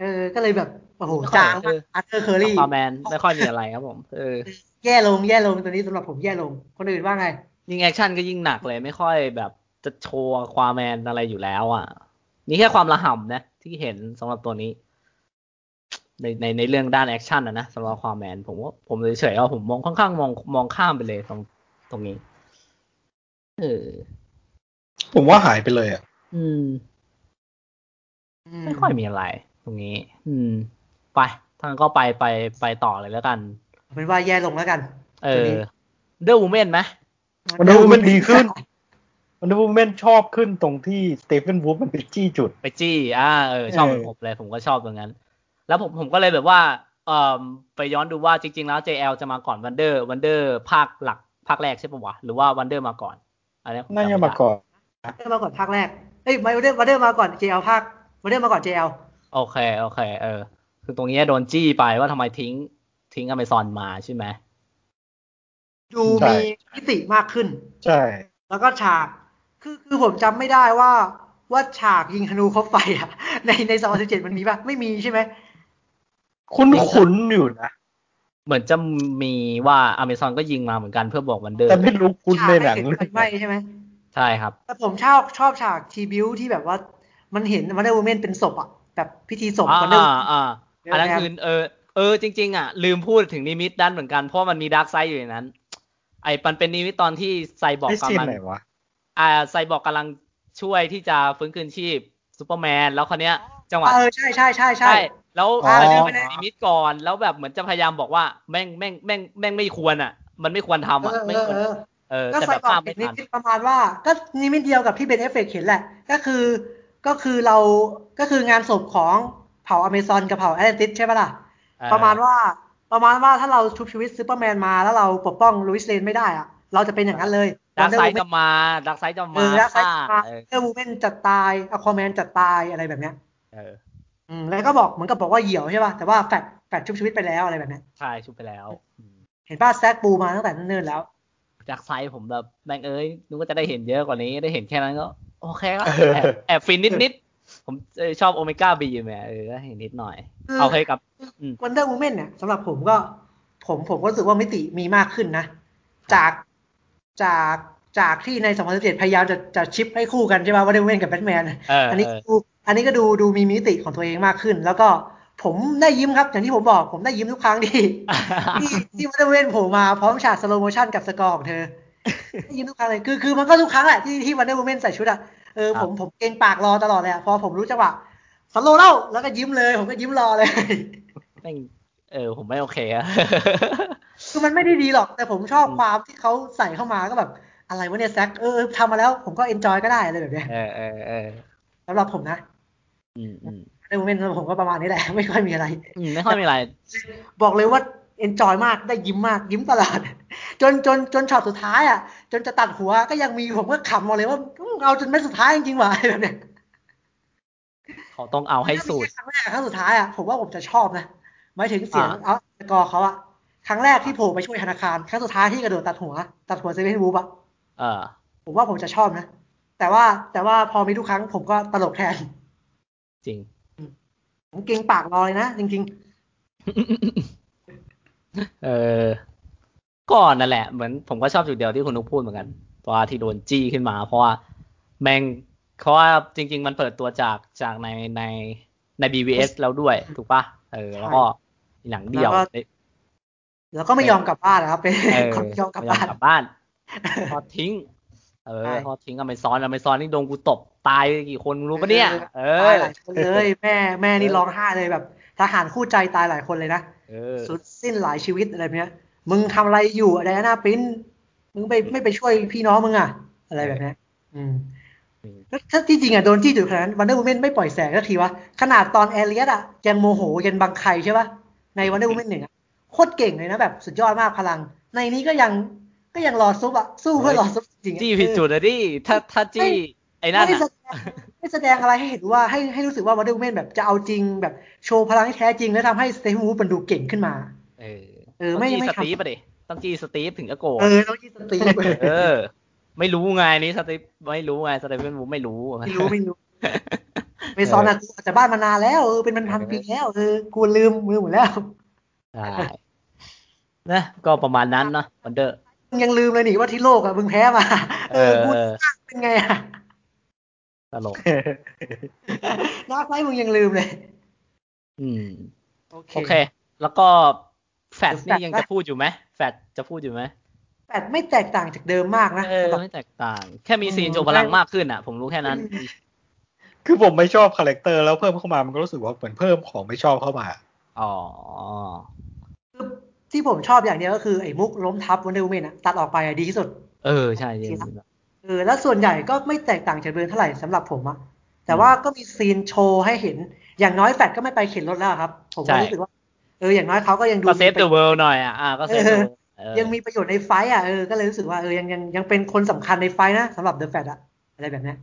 เออ ก็เลยแบบ โอ้โห ไม่ค่อย จาง เออ อาร์เธอร์เคอรี่ ควาแมนไม่ค่อยมีอะไรครับผม เออ แย่ลงแย่ลงตัวนี้สำหรับผมแย่ลง คนอื่นว่าไง ยิ่งแอคชั่นก็ยิ่งหนักเลยไม่ค่อยแบบจะโชว์ความแมนอะไรอยู่แล้วอ่ะ นี่แค่ความระห่ำนะ ที่เห็นสำหรับตัวนี้ ในในในเรื่องด้านแอคชั่นนะนะสำหรับความแมน ผมว่าผมเฉยๆว่าผมมองค่อนข้างมองมองข้ามไปเลยตรงตรงนี้เออ ผมว่าหายไปเลยอ่ะ อืม ไม่ค่อยมีอะไร ตรงนี้ อืม ไปทางก็ไปไปไปต่อเลยแล้วกัน เอาเป็นว่าแย่ลงแล้วกัน เอ ตัวนี้ อเดอร์วูแมนไหม มันดูมันดีขึ้น มันดูเมนชอบขึ้นตรงที่สเตเฟนวูฟมันไปจี้จุด ไปจี้ อ่า เออ ชอบเหมือน เอผอมเลย ผมก็ชอบตรงนั้น แล้วผม ผมก็เลยแบบว่า เอ่อ ไปย้อนดูว่าจริง ๆ แล้ว JL จะมาก่อนวันเดอร์วันเดอร์ภาคหลัก ภาคแรกใช่ปะวะ หรือว่าวันเดอร์มาก่อน อันนี้ผจำ น่า ไได้ จะมาก่อน วันเดอร์มาก่อนภาคแรก เอ้ยไม่วันเดอร์วันเดอร์มาก่อน JL ภาควันเดอร์มาก่อน JL โอเค โอเค เออ คือตรงนี้โดนจี้ไปว่าทำไมทิ้ง ทิ้งอเมซอนมาใช่ไหม ดู ใช่ มีมิติมากขึ้น ใช่ แล้วก็ฉาก คือคือผมจำไม่ได้ว่าว่าฉากยิงธนูคบไฟอะ ในในสองสิบเจ็ดมันมีปะไม่มีใช่ไหม คุ้นคุ้นๆอยู่นะ เหมือนจะมีว่าอเมซอนก็ยิงมาเหมือนกันเพื่อบอกวันเดอร์ แต่ไม่รู้คุณในหนัง ฉาก หรือ ไถึไฟไหม้ใช่ไหม ใช่ครับ แต่ผมชอบชอบฉากทีบิวที่แบบว่า มันเห็นมันได้วูเมนเป็นศพอะแบบพิธีศพมันได้ อ่าอ่าอันนั้น เดี๋ยวนะครับ คือเออเออจริง ๆ อ่ะ ลืมพูดถึงนิมิตด้านเหมือนกันเพราะมันมีดาร์กไซด์อยู่ในนั้น ไอ้มันเป็นนิมิตตอนที่ไซบอร์ก ไอ้ซีน กำลัง ไหนวะ อ่าไซบอร์กกำลังช่วยที่จะฟื้นคืนชีพซูเปอร์แมนแล้วคนเนี้ย จังหวะ เออใช่ใช่ใช่ใช่ แล้ว อ๋อ เรื่องเป็นนิมิตก่อนแล้วแบบเหมือนจะพยายามบอกว่าแม่งแม่งแม่งแม่งไม่ควรอ่ะ มันไม่ควรทำ เอ อ่ะ อ ไม่ เออ ควร เออ เออ ก็ แต่ ใส่ แบบ กรอ ภาพ บ ไม่ นิ ทัน มิตประมาณว่า ก็นิมิตเดียวกับที่เบนเอฟเฟกเห็นแหละ ก็คือก็คือเราก็คืองานศพของเผ่าอเมซอนกับเผ่าแอตแลนติสใช่ปะล่ะ เออ ประมาณว่าประมาณว่าถ้าเราชุบชีวิตซูเปอร์แมนมาแล้วเราปกป้องลุยส์เลนไม่ได้อะเราจะเป็นอย่างนั้นเลย ดาร์กไซด์จะมาดาร์กไซด์จะ เอ มา อดักไซด์ เออ เออวูแมนจัดตายอควาแมนจัดตายอะไรแบบเนี้ย เออ อืมแล้วก็บอกเหมือนกับบอกว่าเหี่ยวใช่ป่ะแต่ว่าแฟดแฟดชุบชีวิตไปแล้วอะไรแบบเนี้ย ใช่ชุบไปแล้ว เห็นป่ะแซกปูมาตั้งแต่เนิ่นๆแล้ว จากไซส์ผมแบบแบงเอ้ยนึกว่าจะได้เห็นเยอะกว่านี้ได้เห็นแค่นั้นก็ โอเค ก็ เออ แอบแอบฟินนิดนิดๆผมเอ่อชอบโอเมก้าบีอยู่แหมเออได้เห็นนิดหน่อย คือ เอาให้กับ วันเดอร์วูแมนเนี่ยสำหรับผมก็ผมผมก็รู้สึกว่ามิติมีมากขึ้นนะ จากจากจากที่ใน2017พยายามจะจะชิปให้คู่กันใช่ไหมวันเดอร์วูแมนกับแบทแมน เอออั นนี้ เอ อ ดูอันนี้ก็ดูดูมีมิติของตัวเองมากขึ้น แล้วก็ผมได้ยิ้มครับ อย่างที่ผมบอกผมได้ยิ้มทุกครั้งที่ ที่ ที่วันเดอร์วูแมนโผล่มาพร้อมฉากสโลโมชันกับสกอร์ของ เธอได้ยิ้มทุกครั้งเลยคือคือมันก็ทุกครั้งแหละที่ที่วันเดอร์วูแมนใส่ชุดอ่ะเออผมผมเกรงปากรอตลอดเลยอะพอผมรู้จังหวะสโลเล่าแล้วก็ยิ้มเลยผมก็ยิ้มรอเลย แม่งเออ ผมไม่โอเคอะ คือมันไม่ได้ดีหรอก แต่ผมชอบความที่เขาใส่เข้ามาก็แบบ อะไรวะเนี่ยแซกเออเออทำมาแล้วผมก็เอนจอยก็ได้อะไรแบบเนี้ย เออเออเออ สำหรับผมนะ อืมอืม ในโมเมนต์ผมก็ประมาณนี้แหละ ไม่ค่อยมีอะไร อืมไม่ค่อยมีอะไร บอกเลยว่า เอนจอยมากได้ยิ้มมากยิ้มตลอด จนจนจนช็อตสุดท้ายอ่ะ จนจะตัดหัวก็ยังมีผมก็ขำเอาเลยว่าอื้อเอาจนเม็ดสุดท้ายจริงๆว่ะ อะไรแบบเนี้ย เขาต้องเอาให้สุด ครั้งแรกครั้งสุดท้ายอ่ะผมว่าผมจะชอบนะหมายถึงเสียง อ่า เอาสกอร์เขาอ่ะครั้งแรกที่โผล่ไปช่วยธนาคารครั้งสุดท้ายที่กระโดดตัดหัว ตัดหัวเซเว่นวูฟอ่ะ เออ ผมว่าผมจะชอบนะแต่ว่าแต่ว่าพอมีทุกครั้งผมก็ตลกแทน จริง ผมเกรงปากรอเลยนะจริง เออก็นั่นแหละ เหมือนผมก็ชอบจุดเดียวที่คุณนุกพูดเหมือนกันตัวที่โดนจี้ขึ้นมา เพราะว่าแม่งเพราะว่าจริง ๆ มันเปิดตัวจากจากในในใน BVS แล้วด้วย ถูกปะเออ แล้วก็หนังเดียว แล้วก็ เอ้ย ๆ แล้วก็ไม่ยอมกลับบ้านนะครับ เป็น เออ คนไม่ยอมกลับ ไม่ บ้ากนลับ บ้านทอดทิ้ง เอ ใช่ อทอดทิ้งอเมซอนอเมซอนนี่โดนกูตบตายไปกี่คนรู้ปะเนี่ย เอ ตาย อ หลายคนเลยแม่แม่นี่ เออ ร้องไห้เลยแบบทหารคู่ใจตายหลายคนเลยนะ เออ สุดสิ้นหลายชีวิตอะไรแบบเนี้ย มึงทำอะไรอยู่อะไรนะปริ้นมึงไปไม่ไปช่วยพี่น้องมึงอะอะไรแบบเนี้ยอืม อืม แล้วถ้าที่จริงอะโดนจี้จุดขนาดนั้นวันเดอร์วูแมนไม่ปล่อยแสงสักทีวะขนาดตอนแอเรียสอะยังโมโหยันบังใครใช่ปะในวันเดอร์วูแมนหนึ่งอะโคตรเก่งเลยนะแบบสุดยอดมากพลัง ในนี้ก็ยังก็ยังรอซุปอะสู้เพื่อรอซุปจริงๆอะ จี้ผิด เออ จุดนะดิถ้าถ้าจี้ไอ้นั่น ไม่ อะ แสดงไม่แสดงอะไรให้เห็นว่าให้ให้รู้สึกว่า Wonder Woman แบบจะเอาจริงแบบโชว์พลังที่แท้จริง แล้วทำให้ Steve Wood มันดูเก่งขึ้นมา เออ เออ ต้อง ไม่ จี้ ไม่ ส ทำ ตีฟอะดิต้องจี้สตีฟถึงจะโกรธ เออแล้วยี่สตี ฟ เออ ไม่รู้ไงนี่สตีฟไม่รู้ไงสตีฟเป็นวูไม่รู้ ไม่รู้ไม่รู้ไม่ซ้อนนะกูออกจากบ้านมานานแล้วเออเป็นมันพันปีแล้วเออกูลืมมือหมดแล้ว ใช่นะก็ประมาณนั้นเนาะวันเดอร์ มึงยังลืมเลยนี่ว่าที่โลกอ่ะมึงแพ้มา เออ เออ กูเป็นไงอ่ะ ตลก น้าไฟมึงยังลืมเลย อืม โอเค โอเค แล้วก็แฟด แฟลช นี่ยังจะพูดอยู่ไหมแฟดจะพูดอยู่ไหม แต่ไม่แตกต่างจากเดิมมากนะ เออ สำหรับ ไม่แตกต่าง แค่มีซีน อืม โชว์พลังมากขึ้นอ่ะ ผมรู้แค่นั้น คือผมไม่ชอบคาแรคเตอร์แล้วเพิ่มเข้ามามันก็รู้สึกว่าเหมือนเพิ่มของไม่ชอบเข้ามา อ๋อ คือที่ผมชอบอย่างเดียวก็คือไอ้มุกล้มทับวันเดอร์วูแมนอะตัดออกไปอะดีที่สุด เออ ใช่จริง เออแล้วส่วนใหญ่ก็ไม่แตกต่างจากเดิมเท่าไหร่สำหรับผมอะแต่ว่าก็มีซีนโชว์ให้เห็น อย่างน้อยแฟดก็ไม่ไปเข็นรถแล้วครับ ผมก็รู้สึกว่าเอออย่างน้อยเขาก็ยังดู ก็เซฟ มีป เด ระ อะ โยชน์ เวิลด์หน่อยอ่ะอ่ะก็เซฟเดอะเวิลด์เออ ยังมีประโยชน์ในไฟต์อะเออก็เลยรู้สึกว่าเออยังยังยังเป็นคนสำคัญในไฟต์นะสำหรับเดอะแฟดอะอะไรแบบเนี้ย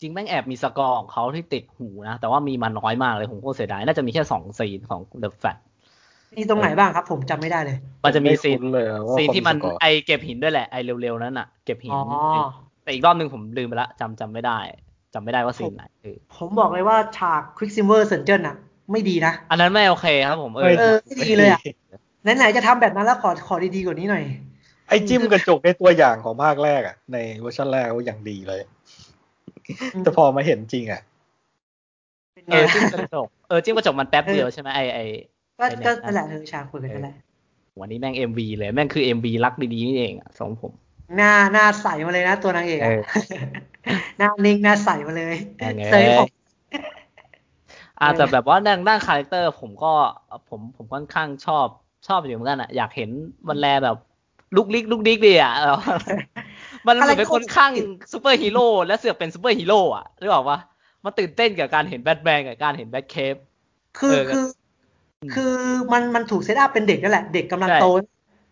จริงแม่งแอบมีสกอร์ของเขาที่ติดหูนะ แต่ว่ามีมาน้อยมากเลย ผมโคตรเสียดาย น่าจะมีแค่สองซีนของ The Fat มีตรงไหนบ้างครับ ผมจำไม่ได้เลย มันจะมีซีน ไคุ้เลยอะว่า ซีนที่มัน คสกอร์ ไอเก็บหินด้วยแหละ ไอเร็วๆ นั้นน่ะ เก็บหิน อ๋อ แต่อีกรอบหนึ่งผมลืมไปละจำจำไม่ได้จำไม่ได้ว่าซีนไหนเออ ผมบอกเลยว่าฉากควิกซิมเวอร์เซนเจอร์อะไม่ดีนะ อันนั้นไม่โอเคครับผม เออ เออไม่ดีเลยอะไหนๆจะทำแบบนั้นแล้วขอขอดีๆกว่านี้หน่อย ไอ้จิ้มกระจกในตัวอย่างของภาคแรกอะในเวอร์ชันแรกก็อย่างดีเลย แต่พอมาเห็นจริงอะ เป็น เอ ไง อจิ้มกระจกเออจิ้มกระจกมันแป๊บเดียวใช่ไหมไอไอ ก็ก็ ไปไหนนะ นั่นแหละเออฉากเปิดนั่นแหละ วันนี้แม่ง MV เลยแม่งคือ MV รักดีๆนี่เองอะสองผม หน้าหน้าใสมาเลยนะตัวนางเอกอะ เออ หน้านิ่งหน้าใสมาเลย เอาไง เซยผม อา เออ แต่แบบว่านั่งนั่งคาแรคเตอร์ผมก็ผมผมค่อนข้างชอบชอบอยู่เหมือนกันอ่ะ อยากเห็นวันแลแบบลุกลิกลุกดิกดีอ่ะเออ มันเหมือนเป็นคนข้างซูเปอร์ฮีโร่และเสือกเป็นซูเปอร์ฮีโร่อ่ะรู้เปล่าวะมันตื่นเต้นกับการเห็นแบทแมนกับการเห็นแบทเคป คือ เออ คือ อืม คือมันมันถูกเซตอัพเป็นเด็กนั่นแหละ เด็กกำลัง ใช่ โต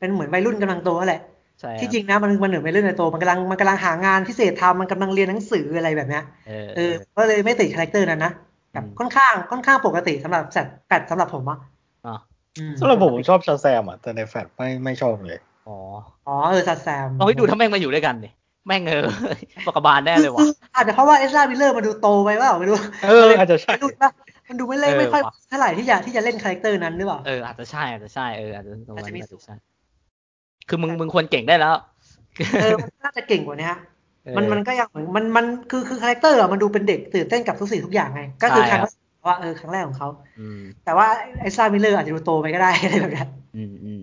เป็นเหมือนวัยรุ่นกำลังโตนั่นแหละ ใช่ ที่จริงนะมันมันเหมือนวัยรุ่นกำลังโตมันกำลังมันกำลังหางานพิเศษทำมันกำลังเรียนหนังสืออะไรแบบเนี้ย เออ เออก็เลยไม่ติดคาแรคเตอร์นั้นนะแบบ อืม ค่อนข้างค่อนข้างปกติสำหรับแซดแปดสำหรับผมอะ เนาะ อืม สำหรับผมผมชอบชาแซมอะแต่ในแฟลชไม่ไม่ชอบเลย อ๋อ อ๋อเออสัดแซม ลองให้ดูถ้าแม่งมาอยู่ด้วยกันดิแม่งเออ ปกบาลแน่เลยว่ะ อาจจะเพราะว่าเอสราวิลเลอร์มันดูโตไปว่าไม่รู้ เอออาจจะใช่ มันดูปะมันดูไม่เล่น เออ ไม่ค่อย ว่ะ เท่าไหร่ที่อยากที่จะเล่นคาแรคเตอร์นั้นหรือเปล่า เอออาจจะใช่อาจจะใช่เอออาจจะตรงนั้น อาจจะมี อาจจะใช่คือมึงมึงควรเก่งได้แล้ว เออมันน่าจะเก่งกว่านี้ฮะมันมันก็ยังเหมือนมันมันคือคือคาแรคเตอร์อะมันดูเป็นเด็กตื่นเต้นกับทุกสิ่งทุกอย่างไง ก็คือ ใช่ ครั้ง ครับ ว่าเออครั้งแรกของเขา อืม แต่ว่าไอซ่ามิลเลอร์อาจจะดูโตไปก็ได้ อะไรแบบนี้น อืมอืม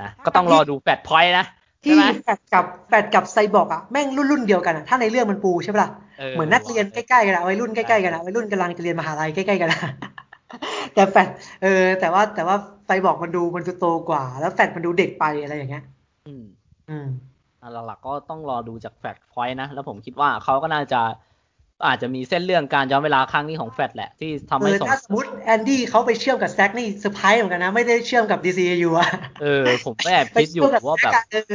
อ่ะก็ต้องรอดูแปดพอยต์นะใช่ ที่ ไหม แฟดกับแฟดกับไซบอร์กอะแม่งรุ่นรุ่นเดียวกันอะถ้าในเรื่องมันปูใช่ปะล่ะเหมือนนักเรียนใกล้ๆกันอะวัยรุ่นใกล้ๆกันอะวัยรุ่นกำลังจะเรียนมหาลัยใกล้ๆกันอะ แต่แฟดเออ แต่ว่าแต่ว่าไซบอร์กมันดูมันดูโตกว่า แล้วแฟดมันดูเด็กไปอะไรอย่างเงี้ย อืม อืม อ่ะหลักๆก็ต้องรอดูจากแฟกพอยต์นะ แล้วผมคิดว่าเขาก็น่าจะ อาจจะมีเส้นเรื่องการย้อนเวลาครั้งนี้ของแฟลชแหละ ที่ทำ เอ ให้ อ สง ถ้าสมมติแอนดี้เขาไปเชื่อมกับแซกนี่เซอร์ไพรส์เหมือนกันนะ ไม่ได้เชื่อมกับ DCU อะ เออ ผมก็แอบ ไป คิดอ เชื่ ยู่ มกั ว่าแบบ เออ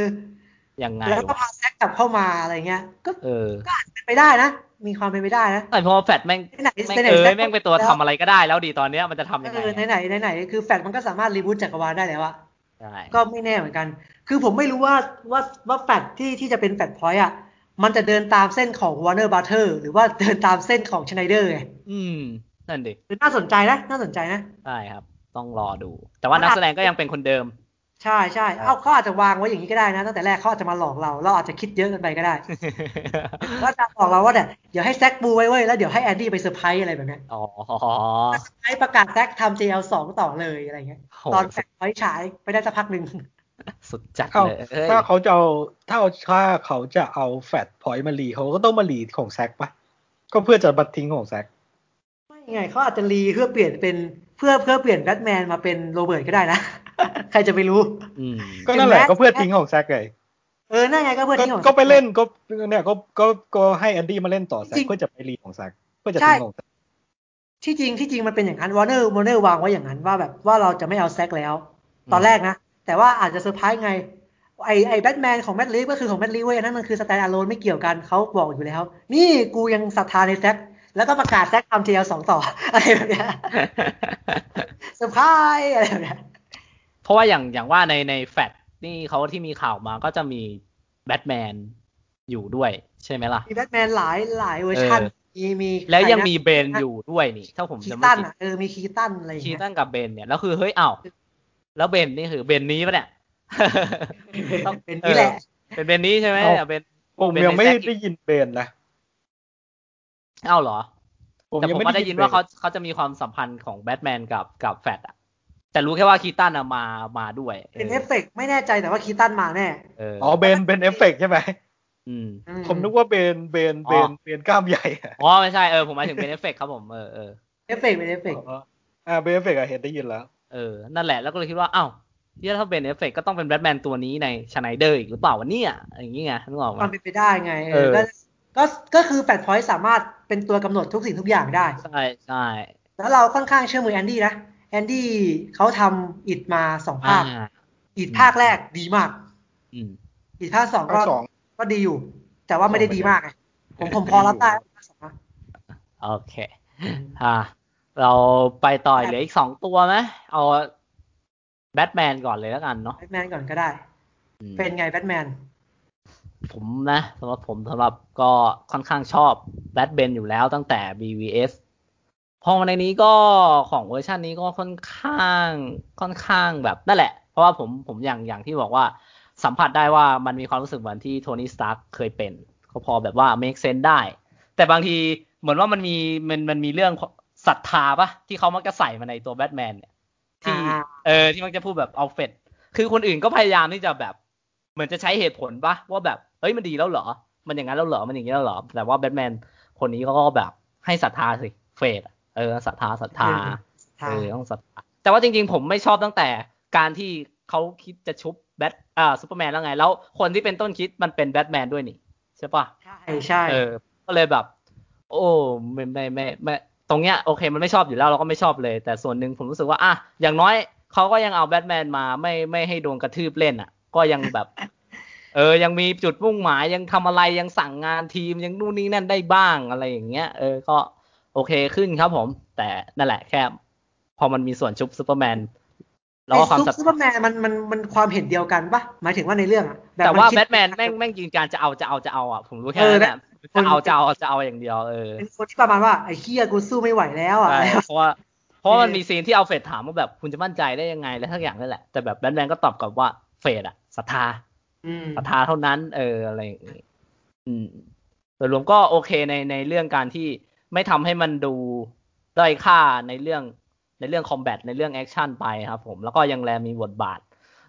ยังไง แล้วก็ วะ พาแซกกลับเข้ามาอะไรเงี้ย ก็ เออ ก็อาจเป็นไปได้นะ มีความเป็นไปได้นะ แต่พอแฟลชแม่ง ไหน แม่ง ไหน เออ แซค แม่งเป็นตัวทำอะไรก็ได้แล้วดีตอนเนี้ยมันจะทำยังไง เออไหน อะ ไหนไหนไหนคือแฟกมันก็สามารถรีบูตจักรวาลได้แล้วอะ ใช่ ก็ไม่แน่เหมือนกัน คือผมไม่รู้ว่าว่าว่าแฟดที่ที่จะเป็นแฟดพอยต์อ่ะ มันจะเดินตามเส้นของ Warner b r o t h e r หรือว่าเดินตามเส้นของ Schneider ไง อืมนั่นดิ คือน่าสนใจนะ น่าสนใจนะ ใช่ครับ ต้องรอดู แต่ว่านักแสดงก็ยังเป็นคนเดิม ใช่ใช่เอาเขาอาจจะวางไว้อย่างนี้ก็ได้นะ ตั้งแต่แรกเขาอาจจะมาหลอกเรา เราอาจจะคิดเยอะเกันไปก็ได้ ว่าจะหลอกเราว่าเนี่ยเดี๋ยวให้แซกบูไว้เว้ย แล้วเดี๋ยวให้แอนดี้ไปเซอร์ไพรส์อะไรแบบเนี้ย อ๋อ เซอร์ไพรส์ประกาศแซกทำ JL สองต่อเลยอะไรเงี้ย ตอนแฟดพอยต์ฉายไปได้สักพักหนึ่ง สุดจัด ถ้า เลยเอ้ย ถ้าเขาจะเอาถ้าเอาถ้าเขาจะเอาแฟตพอยต์มารีเขาก็ต้องมารีของแซกปะก็เพื่อจะบัตทิ้งของแซก ไม่ไงเขาอาจจะรีเพื่อเปลี่ยนเป็นเพื่อเพื่อเปลี่ยนแบทแมนมาเป็นโรเบิร์ตก็ได้นะ ใครจะไปรู้ อืม ก็นั่นแหละ ถึงแม้ ก็เพื่อทิ้งของแซกไง เออนั่นไงก็เพื่อ ก็ ทิ้งของ ก็ไปเล่นก็เนี่ยก็ก็ก็ให้แอนดี้มาเล่นต่อแซกเพื่อจะไปรีของแซกเพื่อจะทิ้งของแซก ที่จริงที่จริงมันเป็นอย่างนั้นวอร์เนอร์วอร์เนอร์วางไว้อย่างนั้นว่าแบบว่าเราจะไม่เอาแซกแล้ว ตอนแรกนะ แต่ว่าอาจจะเซอร์ไพรส์ไง ไอไอแบทแมนของแมดลีฟก็คือของแมดลีฟเว้ยอันนั่นมันคือสแตนด์อะโลนไม่เกี่ยวกันเขาบอกอยู่แล้ว นี่กูยังศรัทธาในแซกแล้วก็ประกาศแซกทำเจลสอง ต่อ อะไรแบบเนี้ยเซอร์ไพรส์อะไรแบบเนี้ย เพราะว่าอย่างอย่างว่าในในแฟตนี่เขาที่มีข่าวมาก็จะมีแบทแมนอยู่ด้วยใช่ไหมล่ะ มีแบทแมนหลายหลายเวอร์ชัน เออ มีมี แล้วยังมี ใครนะ เบนอยู่ด้วยนี่ ถ้าผม คี จะไม่ ตัน ผิด อ่ะเออมีคีตันอะไรอย่าง คี เงี้ย ตันกับเบนเนี่ยแล้วคือเฮ้ยอ้าวแล้วเบนนี่คือเบนนี้ปะเนี่ย ต้อง เป็นนี่แหละ เออเป็นเบนนี้ใช่ไหมเนี่ยเบน ผม เป็น ยังไม่ ในแซคอีก ได้ยินเบนนะ อ้าวเหรอ ผม แต่ ยัง ผม ไม่ ก็ ได้ ได้ ยิ ยิ น น เบ ว่าน เขาเขาจะมีความสัมพันธ์ของแบทแมนกับกับแฟตอะแต่รู้แค่ว่าคีตันอะมามาด้วย เป็นเอฟเฟกต์ไม่แน่ใจแต่ว่าคีตันมาแน่ เออ อ๋อเบนเบนเอฟเฟกต์ใช่ไหม อืม ผมนึกว่าเบนเบนเบนเบนกล้ามใหญ่อะ อ๋อไม่ใช่เออผมหมายถึงเป็นเอฟเฟกครับผมเออเออ เอฟเฟกต์เป็นเอฟเฟกต์ อ๋ออ่าเบฟเฟกเห็นได้ยินแล้ว เออนั่นแหละแล้วก็เลยคิดว่าอ้าวเหี้ยถ้าเป็นเอฟเฟกก็ต้องเป็นแบทแมนตัวนี้ในชไนเดอร์อีกหรือเปล่าวะเนี่ยอย่างงี้ไงนึกออกไห ความ ม เป็นไปได้ไงเออ เออ ก็ก็ก็คือแฟดพอยต์สามารถเป็นตัวกำหนดทุกสิ่งทุกอย่างได้ ใช่ใช่ แล้วเราค่อนข้างเชื่อมือแอนดี้นะแอนดี้เขาทำอิดมาสอง อ่า ภาคอิดภาคแรกดีมาก อืม อิดภาคสองก็ ภาคสอง ก็ดีอยู่ แต่ว่าไม่ได้ดีมากไงผมผมพอรับได้ภาคสองนะ โอเค อ่า เราไปต่อเหลืออีกสองตัวไหมเอาแบทแมนก่อนเลยแล้วกันเนาะ แบทแมนก่อนก็ได้ อืม เป็นไงแบทแมน ผมนะสำหรับผมสำหรับก็ค่อนข้างชอบแบทเบนอยู่แล้วตั้งแต่ BVS พอมาในนี้ก็ของเวอร์ชันนี้ก็ค่อนข้างค่อนข้างแบบนั่นแหละ เพราะว่าผมผมอย่างอย่างที่บอกว่าสัมผัสได้ว่ามันมีความรู้สึกเหมือนที่โทนี่สตาร์คเคยเป็นก็พอแบบว่า make sense ได้ แต่บางทีเหมือนว่ามันมีมันมันมีเรื่องศรัทธาปะที่เขามักจะใส่มาในตัวแบทแมนเนี่ยที่ อ่า เออที่มักจะพูดแบบเอาเฟดคือคนอื่นก็พยายามที่จะแบบเหมือนจะใช้เหตุผลปะว่าแบบเอ้ยมันดีแล้วเหรอ มันอย่างนั้นแล้วเหรอมันอย่างนี้แล้วเหรอแต่ว่าแบทแมนคนนี้ก็แบบให้ศรัทธาสิเฟดเออศรัทธาศรัทธา ทา เออต้องศรัทธาแต่ว่าจริงๆ ผมไม่ชอบตั้งแต่การที่เขาคิดจะชุบแบทอ่าซูเปอร์แมนแล้วไง แล้วคนที่เป็นต้นคิดมันเป็นแบทแมนด้วยนี่ ใช่ปะ ใช่ใช่ เออ ก็เลยแบบ โอ้ไม่ไม่ไม่ไม่ตรงเนี้ยโอเค มันไม่ชอบอยู่แล้วเราก็ไม่ชอบเลย แต่ส่วนหนึ่งผมรู้สึกว่าอ่ะอย่างน้อยเขาก็ยังเอาแบทแมนมาไม่ไม่ให้โดนกระทืบเล่นอ่ะ ก็ยังแบบ เออ ยังมีจุดมุ่งหมายยังทำอะไรยังสั่งงานทีมยังนู่นนี่นั่นได้บ้างอะไรอย่างเงี้ย เออ ก็โอเคขึ้นครับผม แต่นั่นแหละแค่ พอมันมีส่วนชุบซูเปอร์แมนแล้วก็ความ ไอ้ ศรัท ซุปซูเปอ ธา ร์แมนมันมันมันความเห็นเดียวกันปะหมายถึงว่าในเรื่องอะบบ แต่ว่า มันคิด แบทแมนแม่งแม่งยืนการจะเอาจะเอาจะเอาอ่ะผมรู้แค่ เออ นั้น นะ อะจะเอาจะเอาจะเอาอย่างเดียวเออ เป็นคนที่ประมาณว่าไอ้เคียกูสู้ไม่ไหวแล้วอะ ใช่ อะไรวะ เพราะว่าเพราะมันมีซีนที่เอาเฟดถามว่าแบบคุณจะมั่นใจได้ยังไงและทั้งอย่างนั่นแหละแต่แบบแบทแมนก็ตอบกลับว่าเฟดอ่ะศรัทธา อืม ศรัทธาเท่านั้น เออ อะไรอย่างนี้อืมโดยรวมก็โอเคในในเรื่องการที่ไม่ทำให้มันดูด้อยค่าในเรื่องในเรื่องคอมแบทในเรื่องแอคชั่นไปครับผม แล้วก็ยังแลมีบทบาท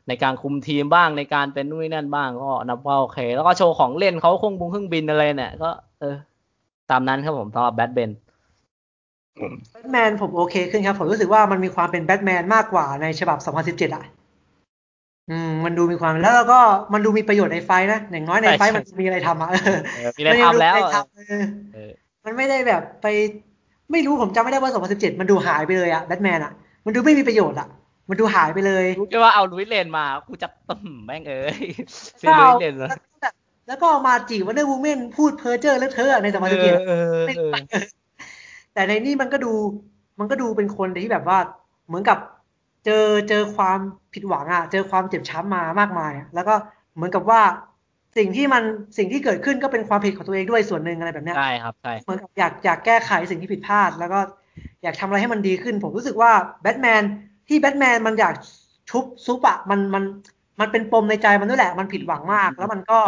ในการคุมทีมบ้างในการเป็นนู่นนนั่นบ้างก็นับว่าโอเค แล้วก็โชว์ของเล่นเขาเครื่องบงเครื่องบินอะไรเนี่ยก็เออ ตามนั้นครับผมสำหรับแบทเบน แบทแมนผมโอเคขึ้นครับ ผมรู้สึกว่ามันมีความเป็นแบทแมนมากกว่าในฉบับ 2017อะอืมมันดูมีความแล้วก็มันดูมีประโยชน์ในไฟท์นะอย่างน้อยในไฟท์ ใช่ มันมีอะไรทำอะเออ มีอะไรทำแล้ว มันยังดูมีอะไรทำเออ เออ มันไม่ได้แบบไป ไม่รู้ผมจำไม่ได้ว่า 2017 มันดูหายไปเลยอะแบทแมนอะมันดูไม่มีประโยชน์อะมันดูหายไปเลย รู้แค่ว่าเอาลุยเลนมา กูจะต่ำแม่งเอ้ย เสีย แล้ ลุ วย เอา เลนเลย แล้วก็เอามาจีวันเดอร์วูแมนพูดเพ้อเจ้อเลอะเทอะในสมัย เอ เกีอยร เออเออ แต่ในนี่มันก็ดูมันก็ดูเป็นคนที่แบบว่าเหมือนกับเจอเจอความผิดหวังอะเจอความเจ็บช้ำมามากมายอะแล้วก็เหมือนกับว่าสิ่งที่มันสิ่งที่เกิดขึ้นก็เป็นความผิดของตัวเองด้วยส่วนหนึ่งอะไรแบบเนี้ย ใช่ครับใช่ เหมือนกับอยากอยากแก้ไขสิ่งที่ผิดพลาด แล้วก็อยากทำอะไรให้มันดีขึ้น ผมรู้สึกว่าแบทแมนที่แบทแมนมันอยากชุบซุปอะมันมันมันเป็นปมในใจมันด้วยแหละมันผิดหวังมาก แล้วมันก็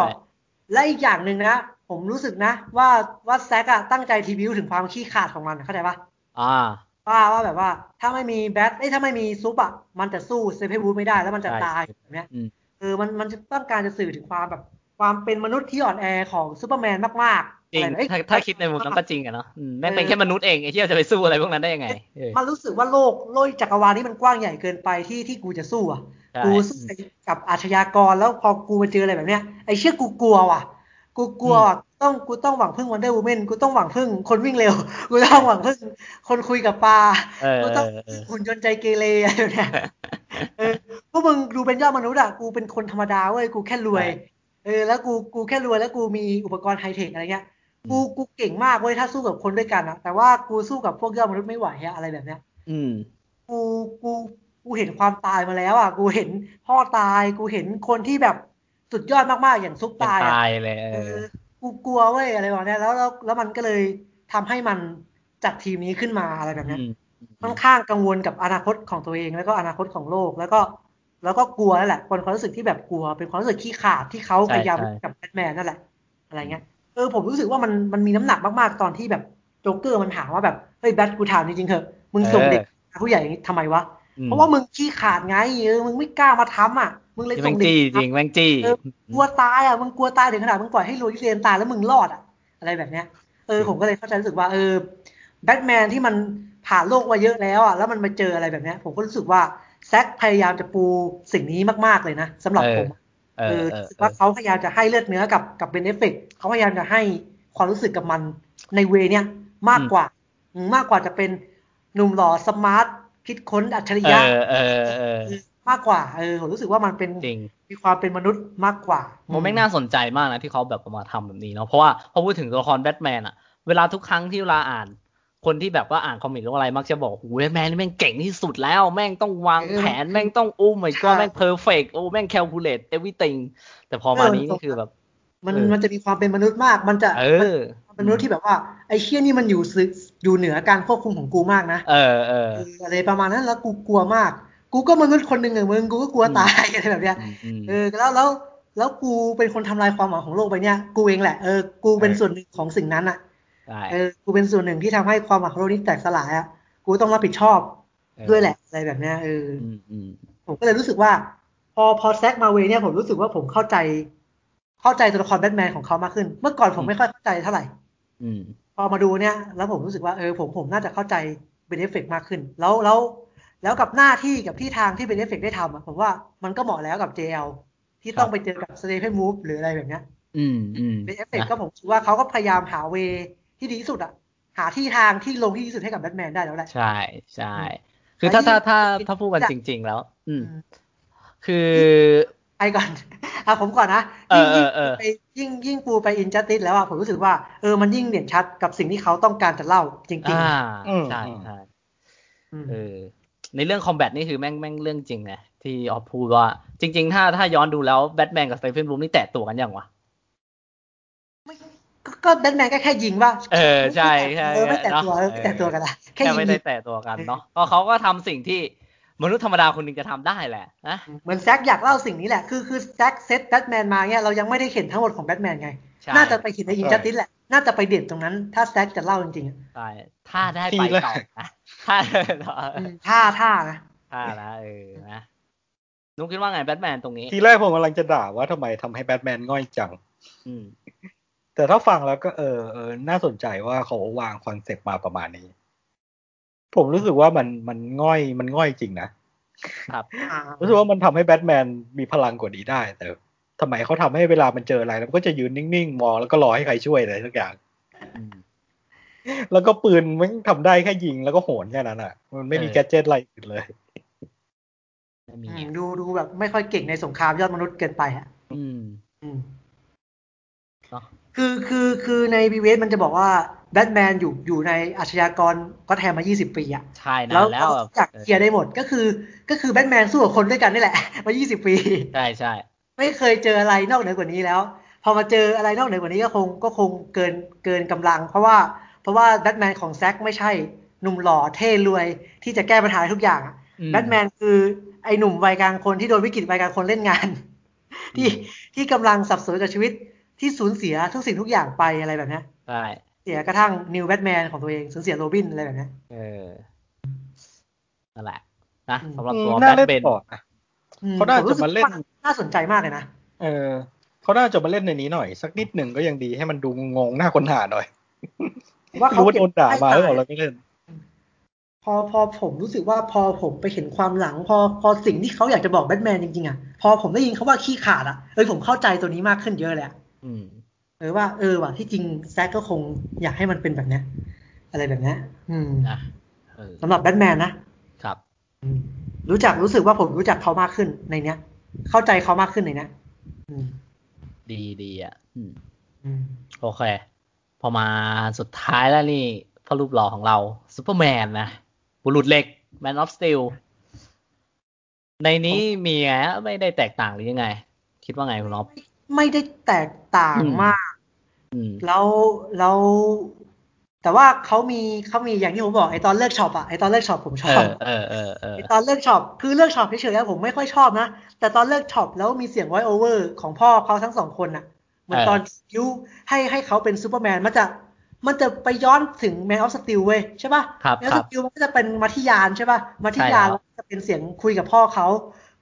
และอีกอย่างหนึ่งนะ ผมรู้สึกนะ ว่าว่าแซกอะตั้งใจทีวิวถึงความขี้ขลาดของมันเข้าใจปะ อ่า ว่าว่าแบบว่า ถ้าไม่มีแบทเอ้ยถ้าไม่มีซุปอะมันจะสู้เซฟให้บูธไม่ได้แล้วมันจะ ใช่ ตายแบบเนี้ย อืม เออมันมันจะต้องการจะสื่อถึงความแบบ ความเป็นมนุษย์ที่อ่อนแอของซูเปอร์แมนมากๆ จริง อะไแบบเอ้ย ถ้าถ้าคิดในมุมนั้นก็จริงอะเนาะอืมแม่งเป็นแค่มนุษย์เองไอ้เหี้ยจะไปสู้อะไรพวกนั้นได้ยังไงเออ มันรู้สึกว่าโลกโลกจักรวาลนี้มันกว้างใหญ่เกินไปที่ที่กูจะสู้อ่ะ ใช่ กูสู้กับอาชญากรแล้วพอกูมาเจออะไรแบบเนี้ยไอ้เชี่ยกูกลัวว่ะ กูกลัวว่ะต้องกูต้องหวังพึ่งวันเดอร์วูแมนกูต้องหวังพึ่งคนวิ่งเร็ว กูต้องหวังพึ่งคนคุยกับปลา เออ กู เอ ต้อง อเออ หุ่นยนต์ใจเกเรอะไรแบบเนี้ยเออพวกมึงดูเป็นยอดมนุษย์อ่ะกูเป็นคนธรรมดาเว้ยกูแค่รวย ใช่ เออแล้วกูกูแค่รวยแล้วกูมีอุปกรณ์ไฮเทคอะไรเงี้ย อืม กูกูเก่งมากเว้ยถ้าสู้กับคนด้วยกันอะแต่ว่ากูสู้กับพวกยอดมนุษย์ไม่ไหวอะอะไรแบบเนี้ย อืม กูกูกูเห็นความตายมาแล้วอ่ะกูเห็นพ่อตายกูเห็นคนที่แบบสุดยอดมากๆอย่างซุป เป็น ตายอะ ตายเลยเอ เอ อ อกูกลัวเว้ยอะไรแบบเนี้ยแล้วแล้วแล้วมันก็เลยทำให้มันจัดทีมนี้ขึ้นมาอะไรแบบเนี้ย อืม ค่อนข้างกังวลกับอนาคตของตัวเองแล้วก็อนาคตของโลกแล้วก็ แล้วก็กลัวนั่นแหละเป็นความรู้สึกที่แบบกลัว เป็นความรู้สึกขี้ขลาดที่เขา ใช่ พยายาม ใช่ กับแบทแมนนั่นแหละอะไรเงี้ยเออผมรู้สึกว่ามันมันมีน้ำหนักมากๆตอนที่แบบโจ๊กเกอร์มันถามว่าแบบเฮ้ยแบทกูถามจริงๆเถอะมึงส่งเด็กมาผู้ใหญ่อย่างนี้ทำไมวะ อื เพราะว่ามึงขี้ขลาดไงเออมึงไม่กล้ามาทำอ่ะมึงเลย ที่ ส่ แม่ ง ง เด็ก จี้จ มา ริงแม่งจี้ เออ กลัวตายอ่ะมึงกลัวตายถึงขนาดมึงปล่อยให้โรยเรียนตายแล้วมึงรอดอ่ะ อะไรแบบเนี้ยเออ อืม ผมก็เลยเข้าใจรู้สึกว่าเออแบทแมนที่มันผ่านโลกมาเยอะแล้วอ่ะแล้วมันมาเจออะไรแบบเนี้ย ผมก็รู้สึกว่าแซคพยายามจะปูสิ่งนี้มากๆเลยนะสำหรับ เออ ผม เออเออ รู้สึกว่าเขาพยายามจะให้เลือดเนื้อกับกับเบนเอฟเฟกเขาพยายามจะให้ความรู้สึกกับมันในเวเนี้ยมากกว่าอืมมากกว่าจะเป็นหนุ่มหล่อสมาร์ทคิดค้นอัจฉเอยริะ อเออเออ มากกว่าเออผมรู้สึกว่ามันเป็น จริง มีความเป็นมนุษย์มากกว่า ผมแม่งน่าสนใจมากนะที่เขาแบบเอามาทำแบบนี้เนาะเพราะว่าพอพูดถึงตัวละครแบทแมนอะเวลาทุกครั้งที่เวลาอ่าน คนที่แบบว่าอ่านคอมิกหรืออะไรมักจะบอกโอ้โหแบทแมนนี่แม่งเก่งที่สุดแล้วแม่งต้องวางแผนแม่งต้องโอ้ไม่ก็แม่งเพอร์เฟกโอ้แม่งแคลคูลเลตเอวิติงแต่พอมานี้นี่คือแบบ มัน เออ มันจะมีความเป็นมนุษย์มาก มันจะ เอ มัน อ เป็นมนุษย์ที่แบบว่าไอ้เชี่ยนี่มันอยู่ซึอยู่เหนือการควบคุมของกูมากนะ เออเออ เอออะไรประมาณนั้นแล้วกูกลัวมาก กูก็มนุษย์คนหนึ่งอย่างมึงกูก็กลัว อืม ตาย อะไรแบบเนี้ย อืม เออแล้วแล้วแล้วกูเป็นคนทำลายความหวังของโลกไปเนี่ยกูเองแหละเออกูเป็น เออ ส่วนหนึ่งของสิ่งนั้นอ่ะ ใช่ เออกูเป็นส่วนหนึ่งที่ทำให้ความหวังของโลกนี้แตกสลายอ่ะกูต้องรับผิดชอบด้วยแหละอะไรแบบเนี้ยเอออ อืมอืม ผมก็เลยรู้สึกว่า พอพอแซกมาเวย์เนี่ยผมรู้สึกว่าผมเข้าใจ เข้าใจตัวละครแบทแมนของเขามากขึ้น เมื่อก่อนผมไม่ค่อยเข้าใจเท่าไหร่ อืม พอมาดูเนี่ย แล้วผมรู้สึกว่าเออผมผมน่าจะเข้าใจเบนเอฟเฟกมากขึ้น แล้วแล้วแล้วกับหน้าที่กับที่ทางที่เบนเอฟเฟกได้ทำอะผมว่ามันก็เหมาะแล้วกับ JL ที่ต้อคงรับ ไปเจอกับสเตเ e นมูฟหรืออะไรแบบเนี้ย อืมอืม เบนเอฟเฟกก็ผมคิดว่าเขาก็พยายามหาเวย์ที่ดีที่สุดอะหาที่ทางที่ลงที่ดีที่สุดให้กับแบทแมนได้แล้วแหละ ใช่ใช่ คือถ้าถ้าถ้าถ้าพูดกัน อยาก จริง ๆ แล้ว อืม อืม คือ ไปก่อน อ่ะผมก่อนนะ เอ ยิ่ อง เอ ยิ่ อง เออ ไปยิ่งยิ่งปูไปอินจัสติสแล้วอ่ะผมรู้สึกว่าเออมันยิ่งเด่นชัดกับสิ่งที่เขาต้องการจะเล่าจริง อ่า อืม ใช่ อืม ใช่ ๆอืม เออในเรื่องคอมแบทนี่คือแม่งแม่งเรื่องจริงนะที่ออฟพูดว่า จริง ๆ ถ้าถ้าย้อนดูแล้วแบทแมนกับสเตฟ e นบลูมนี่แตะตัวกันยังวะ ก็ก็แบทแมนก็แค่ยิงว่า เออใช่ใช่ เออไม่แต่ตัว เนอะ เออไม่แต่ตัวกันละแค่ แค่ ยิ ไม่ ง ได้แตะตัวกันเนาะก็เขาก็ทำสิ่งที่มนุษย์ธรรมดาคนหนึ่งจะทำได้แหละนะ เหมือนแซกอยากเล่าสิ่งนี้แหละคือคือแซกเซตแบทแมนมาเนี่ยเรายังไม่ได้เห็นทั้งหมดของแบทแมนไง ใช่ น่าจะไปเห็นในอินจัสติสแหละน่าจะไปเด่นตรงนั้น ถ้าแซกจะเล่าจริงๆอะ ใช่ถ้าได้ไปต่อนะถ้า อืมท่าท่านะ ถ้านะเออนะนุ๊กคิดว่าไงแบทแมนตรงนี้ ทีแรกผมกำลังจะด่าว่าทำไมทำให้แบทแมนง่อยจัง อืม แต่ถ้าฟังแล้วก็เออเออน่าสนใจว่าเขาวางคอนเซปต์มาประมาณนี้ ผมรู้สึกว่ามันมันง่อยมันง่อยจริงนะ อ่า รู้สึกว่ามันทำให้แบทแมนมีพลังกว่านี้ได้ แต่ทำไมเขาทำให้เวลามันเจออะไรแล้วมันก็จะยืนนิ่งๆ มองแล้วก็รอให้ใครช่วยอะไรสักอย่าง อืม แล้วก็ปืนมันทำได้แค่ยิงแล้วก็โหนแค่นั้นอ่ะ มันไม่มี เออ แกดเจิตอะไรอื่นเลย ไม่มี อืมดูดูแบบไม่ค่อยเก่งในสงครามยอดมนุษย์เกินไปอ่ะ อืม อืม เนอะ คือคือคือในบีเวสมันจะบอกว่าแบทแมนอยู่อยู่ในอาชญากรก็แทนมา 20 ปีอะ ใช่นา แล้ว นแล้ว อยากเคลียร์ได้หมดก็คือ ก็คือแบทแมนสู้กับคนด้วยกันนี่แหละ มา 20 ปี ใช่ใช่ ไม่เคยเจออะไรนอกเหนือกว่านี้แล้ว พอมาเจออะไรนอกเหนือกว่านี้ก็คงก็คงเกินเกินกำลัง เพราะว่าเพราะว่าแบทแมนของแซคไม่ใช่หนุ่มหล่อเท่รวยที่จะแก้ปัญหาทุกอย่างอะ อืม แบทแมนคือไอ้หนุ่มวัยกลางคนที่โดนวิกฤตวัยกลางคนเล่นงาน ที่ที่กำลังสับสนกับชีวิตที่สูญเสียทุกสิ่งทุกอย่างไปอะไรแบบเนี้ย ใช่ เสียกระทั่งนิวแบทแมนของตัวเองสูญเสียโรบินอะไรแบบเนี้ย เออนั่นแหละนะ อืม สำหรับตัวแบ น่า ท เล่น เบน ต่อนะ อื เขาน่า ผรู้สึก จะมาเล่น ว่น่าสนใจมากเลยนะ เออเขาน่าจะมาเล่นในนี้หน่อย สักนิดหนึ่งก็ยังดีให้มันดูงงหน้าคนหาหน่อย ว่าเขา รู้ว่าโดนด่ามาแล้ว เก็บ เรา ได้ ไม่เล่น พอพอผมรู้สึกว่าพอผมไปเห็นความหลัง พอพอสิ่งที่เขาอยากจะบอกแบทแมนจริงๆอ่ะพอผมได้ยินเขาว่าขี้ขาดอ่ะเอ้ยผมเข้าใจตัวนี้มากขึ้นเยอะเลยอะ อืม เออว่าเออว่ะที่จริงแซกก็คงอยากให้มันเป็นแบบเนี้ยอะไรแบบเนี้ยอืม นะเออ สำหรับแบทแมนนะครับ อืมรู้จักรู้สึกว่าผมรู้จักเขามากขึ้นในเนี้ย เข้าใจเขามากขึ้นในเนี้ยอืม ดีดีอ่ะอืม อืม โอเค พอมาสุดท้ายแล้วนี่พระรูปหล่อของเราซูเปอร์แมนนะ บุรุษเหล็ก Man of Steel ในนี้มีไงฮะไม่ได้แตกต่างหรือยังไง คิดว่าไงคุณน็อป ไม่ได้แตกต่าง อืม มาก อืม แล้วแล้ว แต่ว่าเขามีเขามีอย่างที่ผมบอกไอตอนเลิกช็อปอะไอตอนเลิกช็อปผมช เอ อบ อ เออ เออ เออ ไอตอนเลิกช็อปคือเลิกช็อปเฉยๆแล้วผมไม่ค่อยชอบนะแต่ตอนเลิกช็อปแล้วมีเสียงไวโอเวอร์ของพ่อเขาทั้งสองคนอะ เหมือน เออ ตอนยุให้ให้เขาเป็นซูเปอร์แมนมันจะมันจะไปย้อนถึงแมนออฟสติลเว้ยใช่ป่ะ ครับ แมนอ ค อฟ รั ส บ ติลมันก็จะเป็นมาที่ยานใช่ป่ะมาที่ ใช่ ยาน แล้ว แล้วจะเป็นเสียงคุยกับพ่อเขา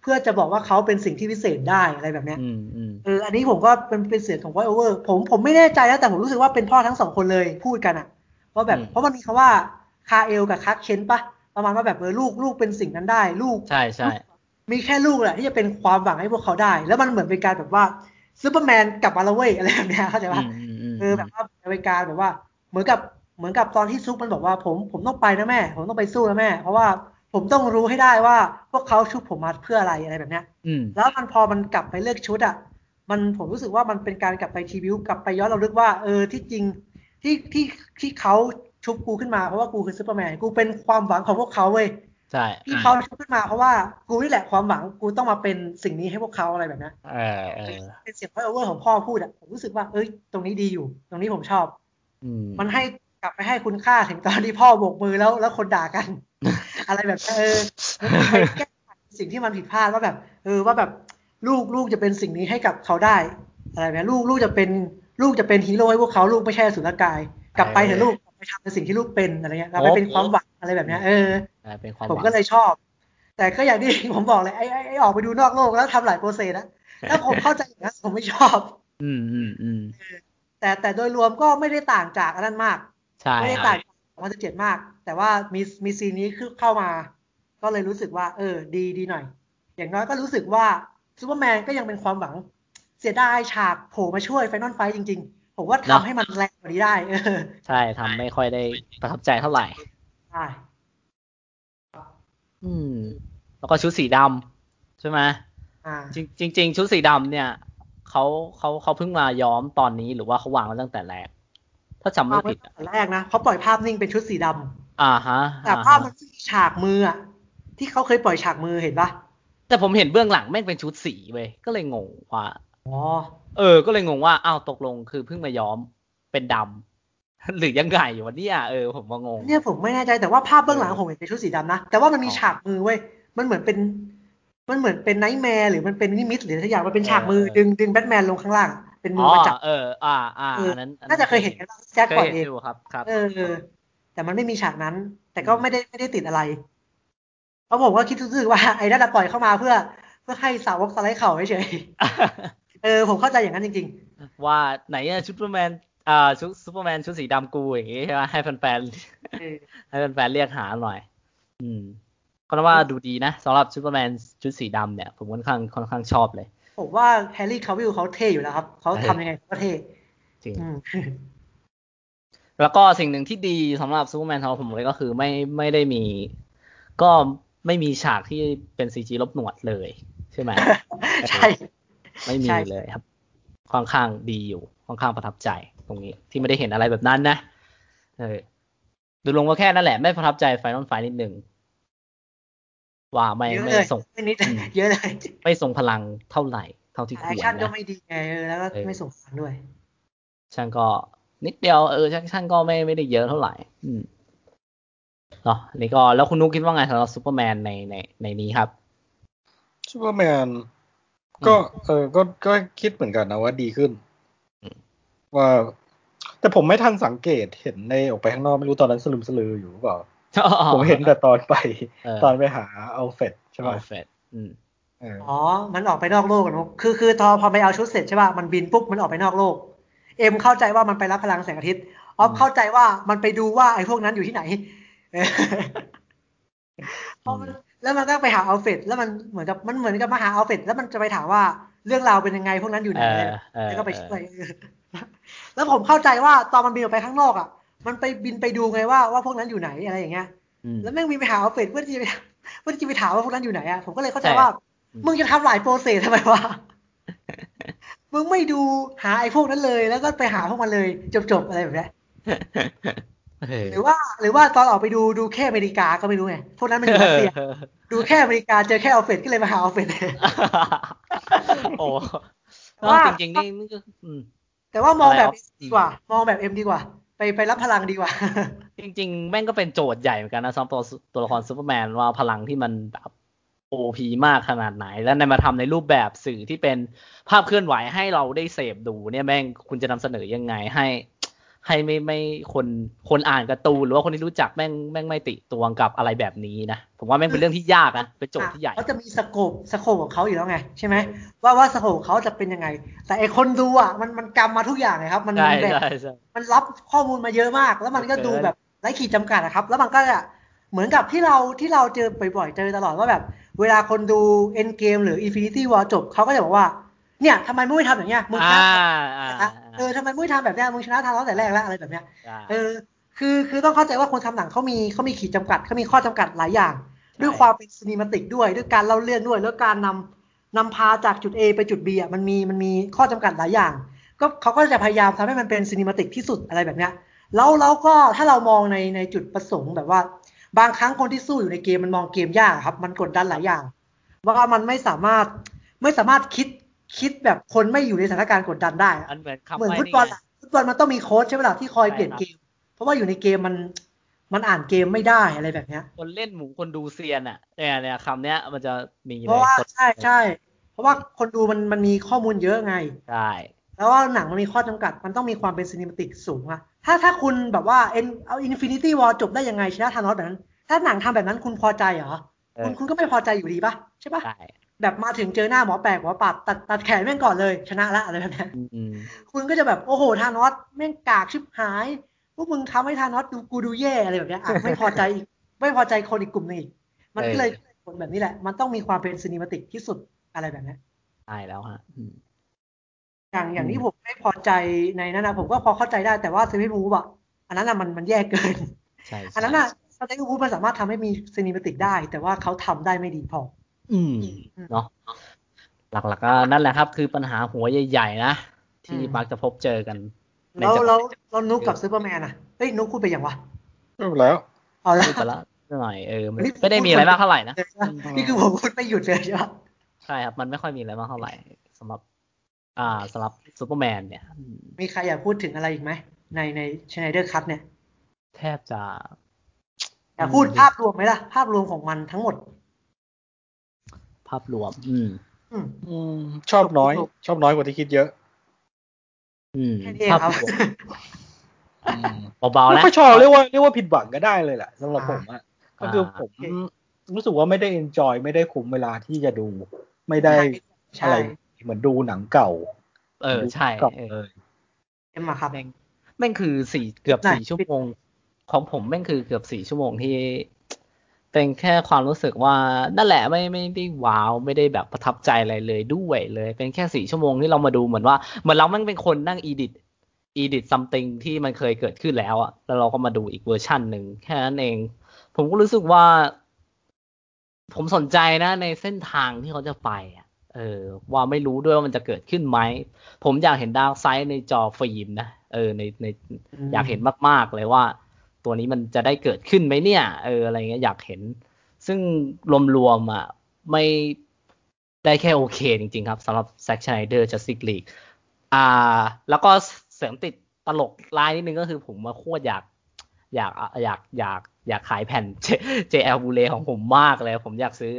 เพื่อจะบอกว่าเขาเป็นสิ่งที่พิเศษได้อะไรแบบเนี้ย อืมอืม เอออันนี้ผมก็เป็นเป็นเสียงของไวโอเวอร์ผมผมไม่แน่ใจนะแต่ผมรู้สึกว่าเป็นพ่อทั้งสองคนเลยพูดกันอะว่าแบบเพราะมันมีคำว่าคาเอลกับคักเคนป่ะประมาณว่าแบบเออลูกลูกเป็นสิ่งนั้นได้ลูก ใช่ใช่ มีแค่ลูกแหละที่จะเป็นความหวังให้พวกเขาได้ แล้วมันเหมือนเป็นการแบบว่าซูเปอร์แมนกลับมาแล้วเว้ยอะไรแบบเนี้ยเข้าใจ อื ป่ะ มอืมอืม คือแบบว่าอเมริกาแบบว่า เหมือนกับเหมือนกับตอนที่ซุปมันบอกว่าผมผมต้องไปนะแม่ ผมต้องไปสู้นะแม่ เพราะว่าผมต้องรู้ให้ได้ว่าพวกเขาชุบผมมาเพื่ออะไรอะไรแบบเนี้ย อืม แล้วมันพอมันกลับไปเลือกชุดอ่ะ มันผมรู้สึกว่ามันเป็นการกลับไปทีวิวกลับไปย้อนเราลึกว่า เออที่จริงที่ที่ที่เขาชุบกูขึ้นมาเพราะว่ากูคือซูเปอร์แมนกูเป็นความหวังของพวกเขาเว้ย ใช่ ที่เขาชุบขึ้นมาเพราะว่ากูนี่แหละความหวังกูต้องมาเป็นสิ่งนี้ให้พวกเขาอะไรแบบนั้น เออเออ เป็นเสียง v o i โอเวอร์ของพ่อพูดอะผมรู้สึกว่าเอ้ยตรงนี้ดีอยู่ ตรงนี้ผมชอบ อืม มันให้กลับไปให้คุณค่าถึงตอนที่พ่อโบกมือแล้วแล้วคนด่ากัน อะไรแบบนั้นเออมันไปแก้ไขสิ่งที่มันผิดพลาดว่าแบบ เออว่าแบบลูกลูกจะเป็นสิ่งนี้ให้กับเขาได้ อะไรแบบนั้นลูกลูกจะเป็นลูกจะเป็นฮีโร่ให้พวกเขาลูกไม่ใช่อสุรกาย กลับไปเถอะลูกกลับไปทำในสิ่งที่ลูกเป็นอะไรเงี้ยกลับไปเป็นความหวังอะไรแบบเนี้ยเออ เออเป็นความห ผม วัง ก็เลยชอบ แต่ก็อย่างที่ ผมบอกเลยไอ้ไอ้ไอ้ออกไปดูนอกโลกแล้วทำหลายโปรเซสนะถ้าผมเข้าใจอย่างนั้นผมไม่ชอบ อืมอืมอืม แต่แต่โดยรวมก็ไม่ได้ต่างจากอันนั้นมาก ใช่ ไม่ได้ต่างจาก2 0 1 7มาก แต่ว่ามีมีซีนนี้คือเข้ามา ก็เลยรู้สึกว่า เออ ดีดีหน่อย อย่างน้อยก็รู้สึกว่าซูเปอร์แมนก็ยังเป็นความหวัง เสียดายฉากโผล่มาช่วยไฟนอลไฟจริง ๆ ผมว่าทำให้มันแรงกว่านี้ ได้ เออ ใช่ทำไม่ค่อยได้ประทับใจเท่าไหร่ ใช่ อืม แล้วก็ชุดสีดำใช่ไหม อ่า จริงจริง ๆ ชุดสีดำเนี่ยเขาเขาเขาเพิ่งมาย้อมตอนนี้หรือว่าเขาวางมาตั้งแต่แรก ถ้าจำไม่ ภาพ ผิดอะ แรกนะเขาปล่อยภาพนิ่งเป็นชุดสีดำ อ่าฮะ แต่ อ่ฮะ ภาพมันคือฉากมืออะที่เขาเคยปล่อยฉากมือเห็นปะ แต่ผมเห็นเบื้องหลังแม่งเป็นชุดสีเว้ยก็เลยงงว่า อ๋อ เออ ก็เลยงงว่าอ้าวตกลงคือเพิ่งมาย้อมเป็นดำ หรือยังไงวะเนี่ยเออผมมางง เนี่ยผมไม่แน่ใจแต่ว่าภาพเบื้องหลังผมเห็นเป็นชุดสีดำนะ แต่ว่ามันมี อ๋อ ฉากมือเว้ยมันเหมือนเป็นมันเหมือนเป็นไนท์แมร์หรือมันเป็นนิมิตหรือทุกอย่างมันเป็นฉากมือ เออ ดึงดึงแบทแมนลงข้างล่าง เป็นมื อ๋ อ อ มาจับ เออ อ่าอ่า เออ อันนั้นอั น่าจะเคยเห็นกันบ้างแจ็ค เคย ก่อน เห็น เอง อยู่ครับครับ เออ แต่มันไม่มีฉากนั้น แต่ก็ไม่ได้ไม่ได้ติดอะไร เพราะผมก็คิดรู้สึกว่า ไอ้น่าจะปล่อยเข้ามาเพื่อ เพื่อให้สาวกสไลด์เข่าเฉยๆเออผมเข้าใจอย่างนั้นจริง ๆ ว่าไหนอะชุดซูเปอร์แมนอ่าชุดซูเปอร์แมนชุดสีดำกูอย่างงี้ใช่ไหมให้แฟนๆ เออ ให้แฟนๆเรียกหาหน่อย อืม ก็นับว่าดูดีนะสำหรับซูเปอร์แมนชุดสีดำเนี่ย ผมค่อนข้างค่อนข้างชอบเลย ผมว่าแฮร์รี่คาวิลเขาเท่อยู่แล้วครับ เขาทำยังไงเขาก็เท่ จริง อืม แล้วก็สิ่งหนึ่งที่ดีสำหรับซูเปอร์แมนสำหรับผมเลยก็คือไม่ไม่ได้มี ก็ไม่มีฉากที่เป็นซีจีลบหนวดเลย ใช่ไหม ใช่ ไม่มี ใช่ เลยครับ ค่อนข้างดีอยู่ ค่อนข้างประทับใจตรงนี้ ที่ไม่ได้เห็นอะไรแบบนั้นนะ เออ ดูลงก็แค่นั่นแหละ ไม่ประทับใจไฟนอลไฟนิดหนึ่ง ว่าไม่ เยอะ ไม่ เลย ส่ง ไม่นิด อืม เยอะเลย ไม่ส่งพลังเท่าไหร่ เท่าที่ค แอ ว ค ร ชั่นก็ นะ ไม่ดีไงเออแล้วก็ เออ ไม่สงสารด้วย ช่างก็นิดเดียวเออช่างช่างก็ไม่ไม่ได้เยอะเท่าไหร่ อืมเนาะอันนี่ก็แล้วคุณนุ๊กคิดว่าไงสำหรับซูเปอร์แมนในในในนี้ ครับ ซูเปอร์แมนก็เออก็ก็คิดเหมือนกันนะว่าดีขึ้น อืม ว่า แต่ผมไม่ทันสังเกตเห็นในออกไปข้างนอกไม่รู้ตอนนั้นสลืมสลืออยู่หรือเปล่า ผมเห็นแต่ตอนไป เออ ตอนไปหาเอาเฟดใช่ป่ะ อัลเฟรดอืม เออ อ๋อ มันออกไปนอกโลกกันมุกคือ คือ ตอนพอไปเอาชุดเสร็จใช่ป่ะ มันบินปุ๊บ มันออกไปนอกโลก เอ็มเข้าใจว่ามันไปรับพลังแสงอาทิตย์ ออฟ อืม เข้าใจว่ามันไปดูว่าไอ้พวกนั้นอยู่ที่ไหน เออเพราะมันแล้วมันก็ไปหาเอาเฟดแล้วมันเหมือนกับ มันเหมือนกับมาหาเอาเฟดแล้วมันจะไปถามว่าเรื่องราวเป็นยังไงพวกนั้นอยู่ไหน เอ อะไร อ แบบ เออ แล้วก็ไปช่วย เออ เออ แล้วผมเข้าใจว่าตอนมันบินออกไปข้างนอกอ่ะ มันไปบินไปดูไงว่าว่าพวกนั้นอยู่ไหนอะไรอย่างเงี้ย อืม แล้วแม่งมีไปหาเอาเฟดเพื่อที่จะไปเพื่อที่จะไปถามว่าพวกนั้นอยู่ไหนอะผมก็เลยเข้าใจ ใช่ ว่า มึงจะทำหลายโปรเซสทำไมวะ มึงไม่ดูหาไอ้พวกนั้นเลย แล้วก็ไปหาพวกมันเลย จบๆอะไรแบบเนี้ย เออ หรือว่า หรือว่าตอนออกไปดูดูแค่อเมริกาก็ไม่รู้ไงพวกนั้นมันอยู่รัส เซีย เออ ดูแค่อเมริกาเจอแค่ออฟเฟดก็เลยมาหาออฟเฟ ด โอ้ ว่า จริงๆนี่มันก็อืม แต่ว่ามองแบบ อะไรออฟ ดีกว่า มองแบบเอ็มดีกว่า ไปไปรับพลังดีกว่า จริง ๆ แม่งก็เป็นโจทย์ใหญ่เหมือนกันนะสำหรับตัวตัวละครซูเปอร์แมนว่าพลังที่มันแบบโอพีมากขนาดไหน แล้วในมาทำในรูปแบบสื่อที่เป็นภาพเคลื่อนไหวให้เราได้เสพดู เนี่ยแม่งคุณจะนำเสนอยังไงให้ ให้ไม่ไม่คนคนอ่านการ์ตูนหรือว่าคนที่รู้จักแม่งแม่งไม่ติตวงกับอะไรแบบนี้นะผมว่าแม่งเป็นเรื่องที่ยากนะเป็น โจทย์ที่ใหญ่ เขาจะมีสโคปสโคปของเขาอยู่แล้วไง ใช่ไหมว่าว่าสโคปของเขาจะเป็นยังไง แต่ไอคนดูอ่ะมันมันกำมาทุกอย่างไงครับ มัน ใช่ แบบ ใช่ใช่ มันรับข้อมูลมาเยอะมาก แล้วมันก็ เกิน ดูแบบไร้ขีดจำกัดนะครับ แล้วมันก็จะเหมือนกับที่เราที่เราเจอบ่อยๆ เจอตลอดว่าแบบ เวลาคนดู End Game หรือ Infinity War จบเขาก็จะบอกว่า เนี่ยทำไมมึงไม่ทำอย่างเงี้ยมึงช อ่า นะ อ่า เออทำไมมึงไม่ทำแบบเนี้ยมึงชนะทางร้อนแต่แรกแล้วอะไรแบบเนี้ย อ่า เออคือคือต้องเข้าใจว่าคนทำหนังเขามีเขามีขีดจำกัดเขามีข้อจำกัดหลายอย่าง ช่ ด้วยความเป็นซีนิมาติกด้วย ด้วยการเล่าเรื่องด้วย แล้วการนำนำพาจากจุด A ไปจุด B อ่ะมันมีมันมีข้อจำกัดหลายอย่าง ก็เขาก็จะพยายามทำให้มันเป็นซีนิมาติกที่สุดอะไรแบบเนี้ยแล้วแล้วก็ถ้าเรามองในในจุดประสงค์แบบว่า บางครั้งคนที่สู้อยู่ในเกมมันมองเกมยากครับ มันกดดันหลายอย่าง ว่ามันไม่สามารถไม่สามารถคิดคิดแบบคนไม่อยู่ในสถานการณ์กดดันได้อะ อันเหมือนคำ เหมือน ไว้ ฟุต นี่ บอล ไง อะฟุตบอลมันต้องมีโค้ชใช่ไหมล่ะที่คอย ใช่ เปลี่ยน ครับ เกม เพราะว่าอยู่ในเกมมันมันอ่านเกมไม่ได้อะไรแบบเนี้ย คนเล่นหมูคนดูเซียนอ่ะเนี่ยเนี่ยคำเนี้ยมันจะมี เพราะว่า ในคน ใช่ใช่เพราะว่าคนดูมันมันมีข้อมูลเยอะไง ใช่ แล้วว่าหนังมันมีข้อจำกัด มันต้องมีความเป็นซีนิมติกสูงอะถ้าถ้าคุณแบบว่าเอ็นเอาอินฟินิตี้วอลจบได้ยังไงชนะธานอสแบบนั้น ถ้าหนังทำแบบนั้นคุณพอใจเหรอ เออ คุณคุณก็ไม่พอใจอยู่ดีปะใช่ปะ ใช่ แบบมาถึงเจอหน้าหมอแปลกหมอปัดตัดตัดแขนแม่งก่อนเลยชนะละอะไรแบบเนี้ย อืม คุณก็จะแบบโอ้โหธานอสแม่งกากชิบหายพวกมึงทำให้ธานอสดูกูดูแย่อะไรแบบเนี้ยอ่ะ ไม่พอใจอีกไม่พอใจคนอีกกลุ่มหนึงอีก มันก็เลย เออ เป็นผลแบบนี้แหละ มันต้องมีความเป็นซีนิมาติกที่สุดอะไรแบบเนี้ย ใช่แล้วฮะอืม อย่างอย่าง อืม ที่ผมไม่พอใจในนั้นนะผมก็พอเข้าใจได้แต่ว่าเซมิมูฟอ่ะอันนั้นอะมันมันแย่เกิน ใช่ใช่ อันนั้นอะสเตมิมูฟมันสามารถทำให้มีซีนิมาติกได้ แต่ว่าเขาทำได้ไม่ดีพอ อืมเนาะหลักๆก็นั่นแหละครับ คือปัญหาหัวใหญ่ๆนะ ที่ อืม มักจะพบเจอกันใน แล้ว จังห แล้ว ด แล้วนุกกับซูเปอร์แมนอะเฮ้ยนุกพูดไปยังวะ ก็แล้ว เอาละ พูดไปแล้วหน่อยเออมัน นี่ผม ไม่ได้มีอะไรมากเท่าไหร่นะ พูดคนเดียว นี่คือผมพูดไม่หยุดเลยใช่ปะ ใช่ครับ มันไม่ค่อยมีอะไรมากเท่าไหร่สำหรับ อ่าสำหรับซูเปอร์แมนเนี่ยอืม มีใครอยากพูดถึงอะไรอีกไหม ในในชไนเดอร์คัตเนี่ย แทบจะ อยากพูดภาพรวมไหมล่ะ ภาพรวมของมันทั้งหมด ภาพรวม อืม อืม อืมชอบน้อย ชอบน้อยกว่าที่คิดเยอะ อืม แค่นี้เอง ภาพ ครับ รวมเบาๆ ไม่ นะ ค่อยชอบเรียกว่าเรียกว่าผิดหวังก็ได้เลยแหละสำหรับผมอะก็คือผมรู้สึกว่าไม่ได้ enjoy ไม่ได้คุ้มเวลาที่จะดู ไม่ได้อะ ใช่ ไรเหมือนดูหนังเก่า เออใช่ เก่า เออ เลย เอ็มอะครับ แม่งแม่งคือสี่เกือบ ไหน สี่ชั่วโมง ของผมแม่งคือเกือบสี่ชั่วโมงที่ เป็นแค่ความรู้สึกว่านั่นแหละไม่ไม่ได้ว้าวไม่ได้แบบประทับใจอะไรเลยด้วยเลย เป็นแค่สี่ชั่วโมงที่เรามาดูเหมือนว่าเหมือนเราแม่งเป็นคนนั่งอีดิท edit something ที่มันเคยเกิดขึ้นแล้วอะแล้วเราก็มาดูอีกเวอร์ชันหนึ่งแค่นั้นเอง ผมก็รู้สึกว่า ผมสนใจนะในเส้นทางที่เขาจะไปอะเออ ว่าไม่รู้ด้วยว่ามันจะเกิดขึ้นไหม ผมอยากเห็นดาวไซด์ในจอฟิล์มนะ เออในใน อืม อยากเห็นมาก ๆ เลยว่า ตัวนี้มันจะได้เกิดขึ้นไหมเนี่ย เอออะไรเงี้ยอยากเห็น ซึ่งรวมๆอ่ะไม่ได้แค่โอเคจริง ๆ ครับสำหรับแซ c ช n นเดอร์จัสติกลีกอ่า แล้วก็เสริมติดตลกลายนิดนึงก็คือผมมาโคตรอยาก อยากอยากอยากอยากขายแผ่น JL Blu-ray ของผมมากเลย ผมอยากซื้อ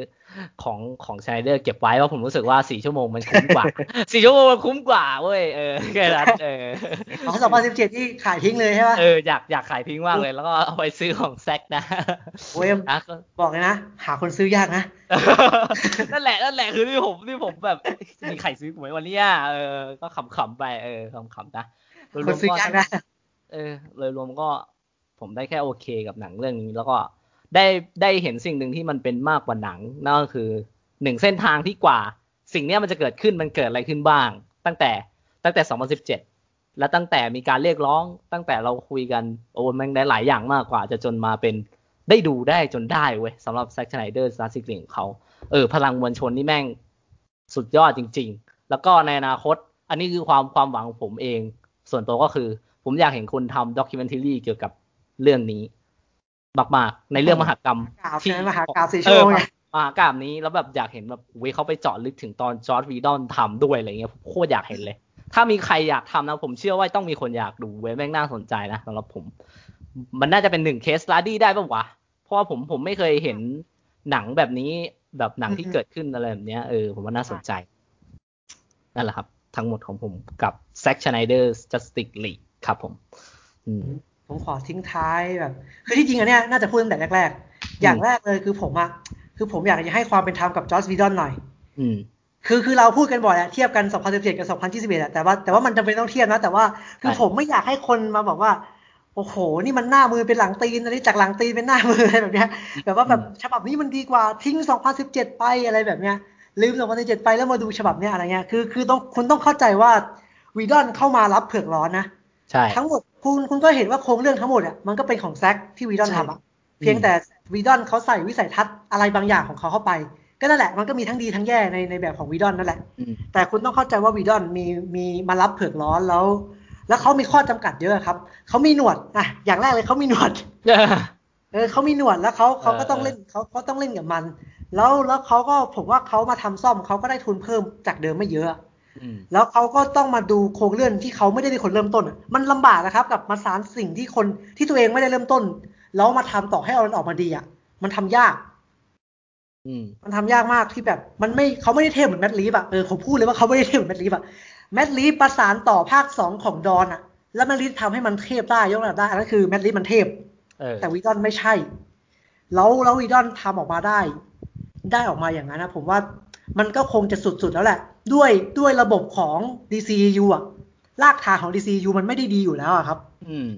ของของชไนเดอร์เก็บไว้เพราะผมรู้สึกว่าสี่ชั่วโมงมันคุ้มกว่า สี่ชั่วโมงมันคุ้มกว่าเว้ยเออแค่นั้นเออ ของสองพันสิบเจ็ดที่ขายทิ้งเลยใช่ปะ เอออยากอยากขายทิ้งมากเลย แล้วก็เอาไปซื้อของแซก นะ โอ้ย อ่ะ ก็ บอกเลยนะ หาคนซื้อยากนะ นั่นแหละนั่นแหละคือที่ผมที่ผมแบบจะมีใครซื้อหวยวันเนี้ยเออ ก็ขำๆไปเออขำๆนะโดยร ค วน ม ซื้อ ก็ ยากนะ เออโดยรวมก็ผมได้แค่โอเคกับหนังเรื่องนี้ แล้วก็ได้ได้เห็นสิ่งหนึ่งที่มันเป็นมากกว่าหนังนั่นก็คือหนึ่งเส้นทางที่กว่า สิ่งเนี้ยมันจะเกิดขึ้นมันเกิดอะไรขึ้นบ้าง ตั้งแต่ตั้งแต่ 2017 และตั้งแต่มีการเรียกร้องตั้งแต่เราคุยกันโอ้มันหลายๆอย่างมากกว่าจะจนมาเป็นได้ดูได้จนได้เว้ยสำหรับแซคชไนเดอร์ซาซิกลิงของเขา เออพลังมวลชนนี่แม่งสุดยอดจริง ๆ แล้วก็ในอนาคต อันนี้คือความความหวังของผมเอง ส่วนตัวก็คือ ผมอยากเห็นคนทำด็อกิเมนทีรี่เกี่ยวกับเรื่องนี้มากๆในเรื่องมหากรรม มหากรรม ที่ ใช่ไหมมหากรรมสี่ชั่ เอ ว อ โมงไง มหากรรมนี้แล้วแบบอยากเห็นแบบเว้ยเขาไปเจาะลึกถึงตอนจอร์ดวีดอนทำด้วยอะไรเงี้ยผมโคตรอยากเห็นเลย ถ้ามีใครอยากทำนะ ผมเชื่อว่าต้องมีคนอยากดูเว้ยแม่งน่าสนใจนะสำหรับผม มันน่าจะเป็นหนึ่งเคสลาดี้ได้ปะวะ เพราะว่าผมผมไม่เคยเห็นหนังแบบนี้แบบหนังที่ อืม เกิดขึ้นอะไรแบบเนี้ยเออผมว่าน่าสนใจ นั่นแหละครับ ทั้งหมดของผมกับแซ c ชไนเดอร์จัสติกลีครับผม อืม ผมขอทิ้งท้ายแบบ คือที่จริงอันเนี้ยน่าจะพูดตั้งแต่แรกๆ อย่างแรกเลยคือผมอะคือผมอยากจะให้ความเป็นธรรมกับจอร์จวีดอนหน่อย อืม คือคือเราพูดกันบ่อยอะเทียบกัน 2017 กับ 2021อะแต่ว่าแต่ว่ามันจำเป็นต้องเทียบนะ แต่ว่าคือ ใช่ ผมไม่อยากให้คนมาบอกว่า โอ้โห นี่มันหน้ามือเป็นหลังตีนอันนี้จากหลังตีนเป็นหน้ามือ อะไรแบบเนี้ยแบบว่าแบบฉบับนี้มันดีกว่าทิ้ง 2017 ไปอะไรแบบเนี้ยลืม 2017 ไปแล้วมาดูฉบับเนี้ยอะไรเงี้ยคือคือต้องคุณต้องเข้าใจว่าวีดอนเข้ามารับเผือกร้อนนะ ใช่ ทั้งหมดคุณคุณก็เห็นว่าโครงเรื่องทั้งหมดอ่ะมันก็เป็นของแซกที่วีดอน ใช่ ทำอ่ะเพียงแต่วีดอนเขาใส่วิสัยทัศน์อะไรบางอย่างของเขาเข้าไป ก็นั่นแหละมันก็มีทั้งดีทั้งแย่ในในแบบของวีดอนนั่นแหละ อืม แต่คุณต้องเข้าใจว่าวีดอนมีมีมารับเผือกร้อนแล้ว แล้วเขามีข้อจำกัดเยอะครับเขามีหนวดอ่ะอย่างแรกเลยเขามีหนวด เออเขามีหนวดแล้วเขาเขาก็ต้องเล่นเขาเขาต้องเล่นกับมัน แล้วแล้วเขาก็ผมว่าเขามาทำซ่อมเขาก็ได้ทุนเพิ่มจากเดิมไม่เยอะ อืม แล้วเขาก็ต้องมาดูโครงเรื่องที่เขาไม่ได้เป็นคนเริ่มต้นอะมันลำบากนะครับ กับมาสารสิ่งที่คนที่ตัวเองไม่ได้เริ่มต้น แล้วมาทำต่อให้เอามันออกมาดีอ่ะ มันทำยาก อืม มันทำยากมากที่แบบมันไม่เขาไม่ได้เทพเหมือนแมดลีฟอ่ะเออผมพูดเลยว่าเขาไม่ได้เทพเหมือนแมดลีฟอ่ะแมดลีฟประสานต่อภาคสองของดอนอ่ะ แล้วแมดลีฟทำให้มันเทพได้ยกระดับได้อันนั่นคือแมดลีฟมันเทพ เออ แต่วีดอนไม่ใช่ แล้วแล้ววีดอนทำออกมาได้ ได้ออกมาอย่างนั้นนะ ผมว่ามันก็คงจะสุด ๆ แล้วแหละ ด้วยด้วยระบบของ DCU อะรากฐานของ DCU มันไม่ได้ดีอยู่แล้วอะครับ อืม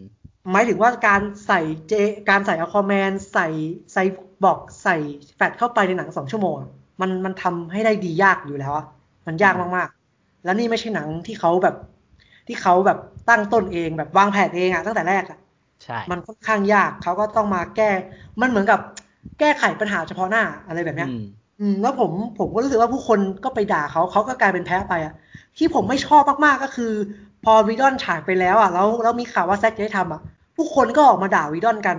หมายถึงว่าการใส่เจการใส่อคอแมนใส่ใส่บอกใส่แฟดเข้าไปในหนังสองชั่วโมงอะมันมันทำให้ได้ดียากอยู่แล้วอะมันยากมากๆ แล้วนี่ไม่ใช่หนังที่เขาแบบ ที่เขาแบบตั้งต้นเองแบบวางแผนเองอะตั้งแต่แรกอะ ใช่ มันค่อนข้างยาก เขาก็ต้องมาแก้ มันเหมือนกับแก้ไขปัญหาเฉพาะหน้าอะไรแบบเนี้ย อืม อืมแล้วผมผมก็รู้สึกว่าผู้คนก็ไปด่าเขาเขาก็กลายเป็นแพ้ไปอะที่ผมไม่ชอบมากๆก็คือ พอวีดอนฉายไปแล้วอะแล้วแล้วมีข่าวว่าแซกจะได้ทำอะผู้คนก็ออกมาด่าวีดอนกัน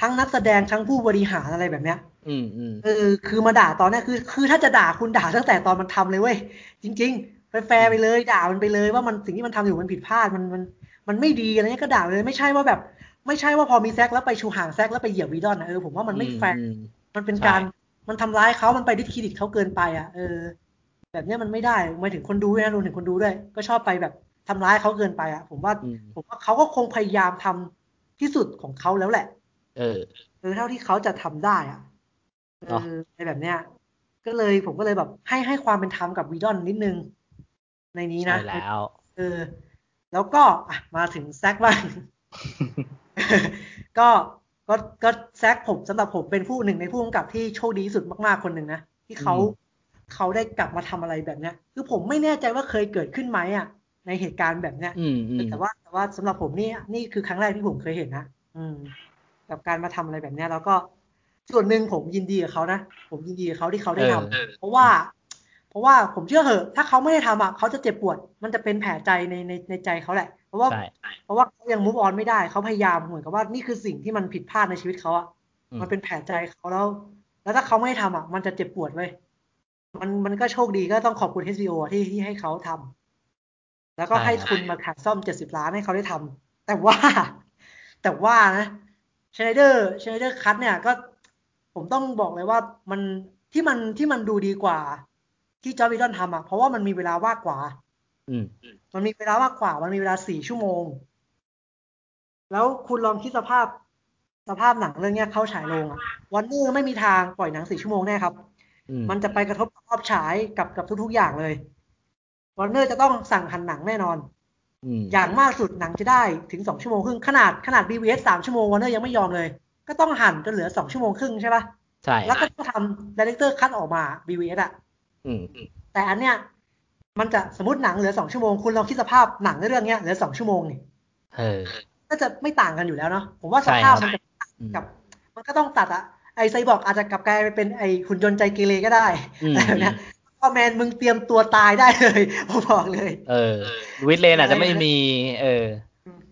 ทั้งนักแสดงทั้งผู้บริหารอะไรแบบเนี้ย อืม อืม เออคือมาด่าตอนเนี้ยคือ คือถ้าจะด่าคุณด่าตั้งแต่ตอนมันทำเลยเว้ยจริงๆไปแฟร์ไปเลยด่ามันไปเลยว่ามันสิ่งที่มันทำอยู่มันผิดพลาดมันมันมันไม่ดีอะไรเงี้ยก็ด่าไปเลยไม่ใช่ว่าแบบ ไม่ใช่ว่าพอมีแซกแล้วไปชูห่างแซกแล้วไปเหยียบวีดอนนะเออผมว่ามันไม่แฟร์ อืม มันเป็น ใช่ การมันทำร้ายเขามันไปดิสเครดิตเขาเกินไปอ่ะเออ แบบเนี้ยมันไม่ได้หมายถึงคนดูด้วยนะรวมถึงคนดูด้วย ก็ชอบไปแบบทำร้ายเขาเกินไปอ่ะ ผมว่า อืม ผมว่าเขาก็คงพยายามทำที่สุดของเขาแล้วแหละ เออ เออเท่าที่เขาจะทำได้อะเอ เนอะ ออะไรแบบเนี้ย ก็เลยผมก็เลยแบบ ให้ให้ความเป็นธรรมกับวีดอนนิดนึง ในนี้นะ ใช่แล้ว เออ แล้วก็อ่ะมาถึงแซกบ้าง ก็ก็ก็แซกผมสำหรับผมเป็นผู้หนึ่งในผู้กำกับที่โชคดีที่สุดมากๆคนหนึ่งนะที่เขา อืม เขาได้กลับมาทำอะไรแบบเนี้ย คือผมไม่แน่ใจว่าเคยเกิดขึ้นไหมอ่ะ ใน ในเหตุการณ์แบบเนี้ย อืมอืม แต่ว่าแต่ว่าสำหรับผมนี่นี่คือครั้งแรกที่ผมเคยเห็นนะอืมกับการมาทำอะไรแบบเนี้ยแล้วก็ส่วนหนึ่งผมยินดีกับเขานะผมยินดีกับเขาที่เขาได้ทำ เออ เพราะว่า เพราะว่าผมเชื่อเหอะ ถ้าเขาไม่ได้ทำอ่ะเขาจะเจ็บปวด มันจะเป็นแผลใจในในในใจเขาแหละ เพราะว่า ใช่ เพราะว่าเขายังมูฟออนไม่ได้เขาพยายามเหมือนกับว่านี่คือสิ่งที่มันผิดพลาดในชีวิตเขาอ่ะ อืม มันเป็นแผลใจเขาแล้ว แล้วถ้าเขาไม่ทำอ่ะ มันจะเจ็บปวดเว้ย มันมันก็โชคดีก็ต้องขอบคุณ HBO อ่ะที่ที่ให้เขาทำ แล้วก็ ใช่ ให้ ครับ ทุนมาขาดซ่อมเจ็ดสิบล้านให้เขาได้ทำ แต่ว่า แต่ว่านะชไนเดอร์ชไนเดอร์คัตเนี่ยก็ ผมต้องบอกเลยว่ามันที่มันที่มันดูดีกว่า ที่จอร์วิดอนทำอ่ะ เพราะว่ามันมีเวลาว่างกว่า อืม มันมีเวลามากกว่า มันมีเวลาสี่ชั่วโมง แล้วคุณลองคิดสภาพ สภาพหนังเรื่องเนี้ยเข้าฉายโรงอะวันนี้ไม่มีทางปล่อยหนังสี่ชั่วโมงแน่ครับ อืม มันจะไปกระทบกับรอบฉายกับกับทุกๆอย่างเลย วันเนอร์จะต้องสั่งหันหนังแน่นอน อืม อย่างมากสุดหนังจะได้ถึงสองชั่วโมงครึ่ง ขนาดขนาด BVS สามชั่วโมงวันเนอร์ยังไม่ยอมเลย ก็ต้องหั่นจนเหลือสองชั่วโมงครึ่งใช่ปะ ใช่ แล้วก็ต้องทำดีเลกเตอร์คัดออกมา BVS อะ อืม แต่อันเนี้ยมันจะสมมติหนังเหลือสองชั่วโมง คุณลองคิดสภาพหนังเรื่องเนี้ยเหลือสองชั่วโมงนี่ เออ ก็จะไม่ต่างกันอยู่แล้วเนาะผมว่าส ใช่ ภาพ ครับ มันจะ อืม กับ มันก็ต้องตัดอะไอไซบอร์กอาจจะกลับกลายไปเป็นไอหุ่นยนต์ใจเกเรก็ได้ อืม อะไรแบบเนี้ยพอแมนมึงเตรียมตัวตายได้ เลยผมบอกเลย เออวิดเลนอาจจะไม่มี เออ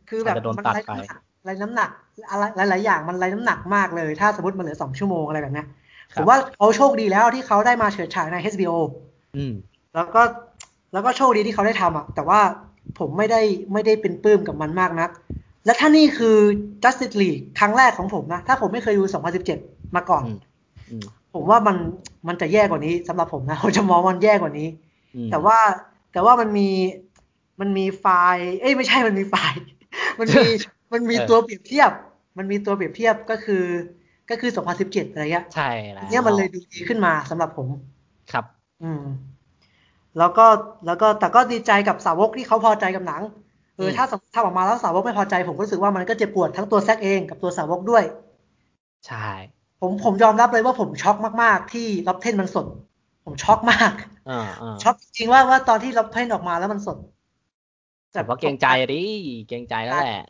คือแบบ อาจจะโดน มัน ตัด ไร้ ไป น้ำหนักไร้น้ำหนักอะไรหลายๆอย่างมันไร้น้ำหนักมากเลย ถ้าสมมติมันเหลือสองชั่วโมงอะไรแบบเนี้ยผมว่าเขาโชคดีแล้วที่เขาได้มาเฉิดฉายใน HBO อืม แล้วก็แล้วก็โชคดีที่เขาได้ทำอ่ะ แต่ว่าผมไม่ได้ไม่ได้เป็นปลื้มกับมันมากนัก และถ้านี่คือ Justice League ครั้งแรกของผมนะ ถ้าผมไม่เคยดู 2017 มาก่อน อืม อืม ผมว่ามันมันจะแย่กว่านี้สำหรับผมนะ ผมจะมองมันแย่กว่านี้ อืม แต่ว่าแต่ว่ามันมีมันมีไฟล์ เอ้ยไม่ใช่มันมีไฟล์ มันมี มันมีตัวเปรียบเทียบ มันมีตัวเปรียบเทียบก็คือ ก็คือ 2017 อะไรเงี้ย ใช่แล้ว เนี่ยมันเลยดูดีขึ้นมาสำหรับผม ครับ อืม แล้วก็แล้วก็แต่ก็ดีใจกับสาวกที่เขาพอใจกับหนังเออ อืม ถ้าสมถ้าออกมาแล้วสาวกไม่พอใจ ผมก็รู้สึกว่ามันก็เจ็บปวดทั้งตัวแซกเองกับตัวสาวกด้วย ใช่ ผมผมยอมรับเลยว่าผมช็อกมากๆ ที่ล็อบเทนมันสด ผมช็อกมาก อ่าอ่า ช็อกจริงๆว่าว่าตอนที่ล็อบเทนออกมาแล้วมันสด แต่ว่าเกรงใจดิเกรงใจแล้วแหละ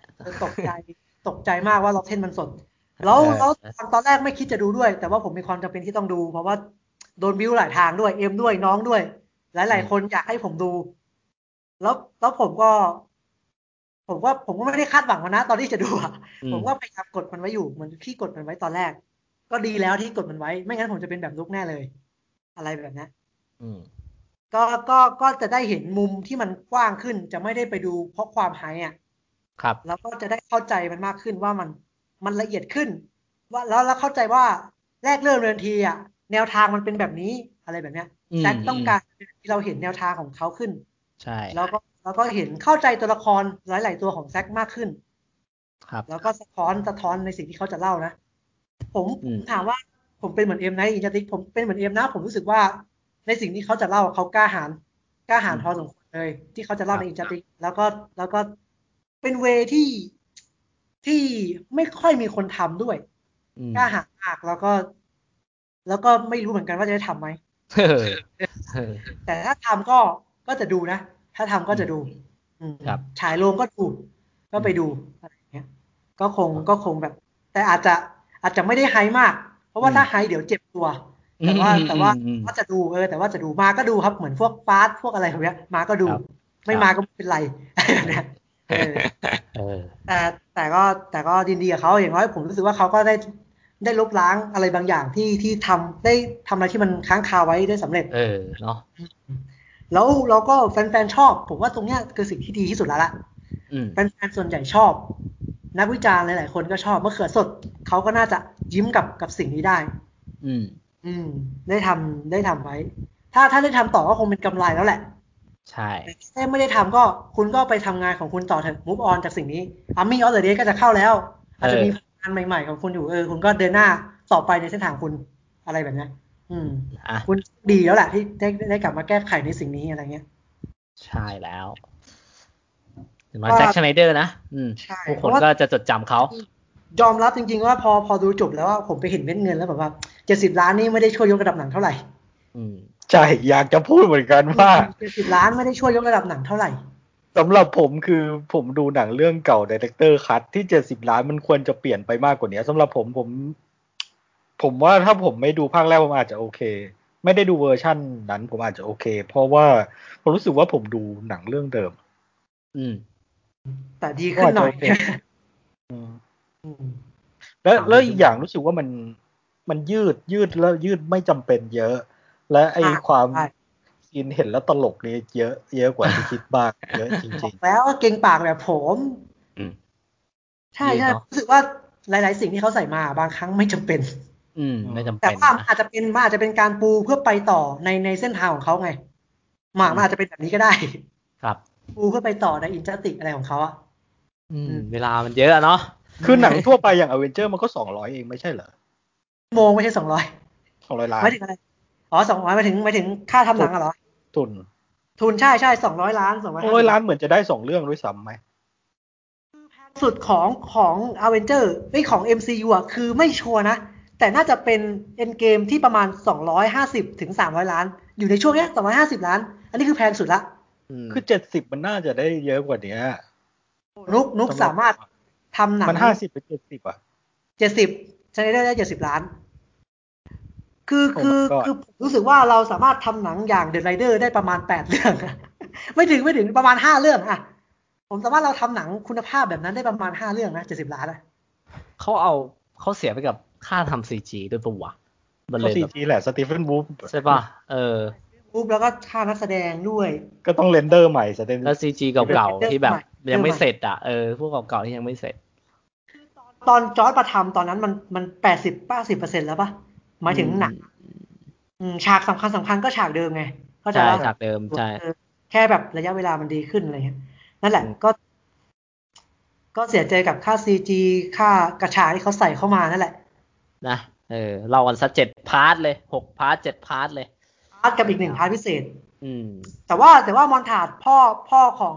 ตกใจตกใจมากว่าล็อบเทนมันสด แล้ว เออ แล้วตอนตอนแรกไม่คิดจะดูด้วย แต่ว่าผมมีความจำเป็นที่ต้องดู เพราะว่าโดนบิ้วหลายทางด้วย เอ็มด้วยน้องด้วย หลาย ๆ คนอยากให้ผมดู แล้วแล้วผมก็ ผมก็ผมก็ไม่ได้คาดหวังมันนะ ตอนที่จะดูอะ อืม ผมก็พยายามกดมันไว้อยู่เหมือนที่กดมันไว้ตอนแรก ก็ดีแล้วที่กดมันไว้ ไม่งั้นผมจะเป็นแบบลุกแน่เลย อะไรแบบนั้น อืม ก็ก็ก็จะได้เห็นมุมที่มันกว้างขึ้น จะไม่ได้ไปดูเพราะความไฮอ่ะ ครับ แล้วก็จะได้เข้าใจมันมากขึ้นว่ามันมันละเอียดขึ้น ว่าแล้วแล้วเข้าใจว่าแรกเริ่มเดินทีอ่ะแนวทางมันเป็นแบบนี้อะไรแบบเนี้ย อืม แซคต้องการที่เราเห็นแนวทางของเขาขึ้น ใช่ แล้วก็แล้วก็เห็นเข้าใจตัวละครหลาย ๆ ตัวของแซคมากขึ้น ครับ แล้วก็สะท้อนสะท้อนในสิ่งที่เขาจะเล่านะ ผม อื ผม มถามว่าผมเป็นเหมือนเอ็มไนอินจติกผมเป็นเหมือนเอ็มนะ ผมรู้สึกว่าในสิ่งที่เขาจะเล่าเขากล้าหาญกล้าหาญพอสมควรเลย ที่เขาจะเล่าในอินจติกแล้วก็แล้วก็เป็นเวที่ที่ไม่ค่อยมีคนทำด้วย อืม กล้าหาญมากแล้วก็ แล้วก็ไม่รู้เหมือนกันว่าจะได้ทำไหม เออเออ แต่ถ้าทำก็ก็จะดูนะ ถ้าทำก็จะดู อืม ครับ ฉายโรงก็ดู ก็ไปดูอะไรอย่างเงี้ย ก็คงก็คงแบบ แต่อาจจะอาจจะไม่ได้ไฮมาก เพราะว่าถ้าไฮเดี๋ยวเจ็บตัว แต่ว่าแต่ว่า อืมอืม ก็จะดูเออ แต่ว่าจะดูมาก็ดูครับ เหมือนพวกฟาสพวกอะไรแบบเนี้ย มาก็ดู ครับ ไม่ ครับ มาก็ไม่เป็นไรอะไรแบบเนี้ยเออ เออ แต่แต่ก็แต่ก็ยินดีกับเขาอย่างน้อยผมรู้สึกว่าเขาก็ได้ได้ลบล้างอะไรบางอย่างที่ที่ทำได้ทำอะไรที่มันค้างคาไว้ได้สำเร็จ เออเนาะ แล้วเราก็แฟนๆชอบ ผมว่าตรงเนี้ยคือสิ่งที่ดีที่สุดแล้วล่ะ อืม แฟนๆส่วนใหญ่ชอบ นักวิจารณ์หลายๆคนก็ชอบมะเขือสดเขาก็น่าจะยิ้มกับกับสิ่งนี้ได้ อืม อืม ได้ทำได้ทำไว้ ถ้าถ้าได้ทำต่อก็คงเป็นกำไรแล้วแหละ ใช่ แต่ถ้าไม่ได้ทำก็คุณก็ไปทำงานของคุณต่อเถอะมูฟออนจากสิ่งนี้อามี่ออสเตรเลียก็จะเข้าแล้ว อาจจะมีผลงานใหม่ๆของคุณอยู่เออคุณก็เดินหน้าต่อไปในเส้นทางคุณอะไรแบบเนี้ยอืม อ่ะ คุณดีแล้วแหละที่ได้ได้กลับมาแก้ไขในสิ่งนี้อะไรเงี้ย ใช่แล้วอย่างน้อยแซ็กชไนเดอร์นะอืม ใช่ ผู้คนเพราะว่า ก็จะจดจำเขา ยอมรับจริง ๆ ว่าพอพอดูจบแล้วว่าผมไปเห็นเม็ดเงินแล้วแบบว่าเจ็ดสิบล้านนี่ไม่ได้ช่วยยกระดับหนังเท่าไหร่ อืม ใช่อยากจะพูดเหมือนกันว่า เจ็ดสิบล้านไม่ได้ช่วยยกระดับหนังเท่าไหร่ สำหรับผมคือผมดูหนังเรื่องเก่าดีเลกเตอร์คัทที่เจ็ดสิบล้านมันควรจะเปลี่ยนไปมากกว่านี้สำหรับผมผม ผมว่าถ้าผมไม่ดูภาคแรกผมอาจจะโอเค ไม่ได้ดูเวอร์ชั่นนั้น ผมอาจจะโอเค เพราะว่าผมรู้สึกว่าผมดูหนังเรื่องเดิม อืม แต่ดีขึ้นหน่อก็ยอาจจะโอเค อืม อืม แล้วแล้วอีกอย่างรู้สึกว่ามันมันยืดยืดแล้วยืดไม่จำเป็นเยอะ และไอความ ใช่ ซีนเห็นแล้วตลกนี่เยอะ เยอะกว่าที่คิดมากเยอะจริง แล้วก็เก่งปากแบบผม อืม ใช่ ดี ใช่ เนอะ รู้สึกว่าหลาย ๆ สิ่งที่เขาใส่มาบางครั้งไม่จำเป็น อืม ไม่จำ แต่ เป็น ว่า นะ อาจจะเป็นมันอาจจะเป็นการปูเพื่อไปต่อในในเส้นทางของเขาไงหมากมันอาจจะเป็นแบบนี้ก็ได้ ครับ ปูเพื่อไปต่อในอินจัติอะไรของเขาอะ อืม อืม เวลามันเยอะอะเนาะ ๆ คือหนังทั่วไปอย่างอเวนเจอร์มันก็สองร้อยเองไม่ใช่เหรอ ชั่วโมงไม่ใช่สองร้อย สองร้อยล้าน ไม่ถึงอะไรอ๋อสองร้อยไม่ถึงไม่ถึงค่าทำหนังอะเหรอ ทุน ทุนใช่ใช่สองร้อยล้านสองร้อย สองร้อยล้านเหมือนจะได้สองเรื่องด้วยซ้ำไหม สุดของของอเวนเจอร์ไอยของ MCU อะคือไม่ชัวร์นะ แต่น่าจะเป็นเอ็นเกมที่ประมาณ 250ถึง300 ล้าน อยู่ในช่วงเนี้ย250 ล้าน อันนี้คือแพงสุดละ ม คือเจ็ดสิบมันน่าจะได้เยอะกว่านี้ นุกนุกสามารถทำหนัง มันห้าสิบเป็นเจ็ดสิบอ่ะ เจ็ดสิบชนเดอร์ได้เจ็ดสิบล้าน คือ Oh my คือ God คือผมรู้สึกว่าเราสามารถทำหนังอย่างเด e ะไรเดอร์ได้ประ มาณแปดเรื่อง ไม่ถึงไม่ถึงประมาณห้าเรื่องอะผมสามารถเราทำหนังคุณภาพแบบนั้นได้ประมาณห้าเรื่องนะเจ็ดสิบล้านอะ เขาเอาเขาเสียไปกับค่าทำซีจีด้วยปะวะมันเล เขา ย ซี แบบ จีแหละสตีเฟนบูฟ ใช่ปะเออ ปุ๊บแล้วก็ค่านักแสดงด้วย ก็ต้องเรนเดอร์ใหม่สตี แล้วซีจีเก่าๆที่แบบ เรื่องใหม่ ยังไม่เสร็จอ่ะเออพวกเก่าๆที่ยังไม่เสร็จ ตอนจอร์ดประทำตอนนั้นมันมันแปดสิบป้าสิบเปอร์เซ็นแล้วปะหมายถึงหนังอืมฉากสำคัญสำคัญก็ฉากเดิมไงเข้าใจ ใช่ ว่า จากเดิมใช่ เออแค่แบบระยะเวลามันดีขึ้นอะไรเงี้ยนั่นแหละ อืม ก็ ก็เสียใจกับค่าซีจีค่ากระชากที่เขาใส่เข้ามานั่นแหละ นะเออเรากันสักเจ็ดพาร์ทเลยหกพาร์ทเจ็ดพาร์ทเลย พาร์ทกับอีกหนึ่งพาร์ทพิเศษ อืม แต่ว่าแต่ว่ามอนทาร์ดพ่อพ่อของ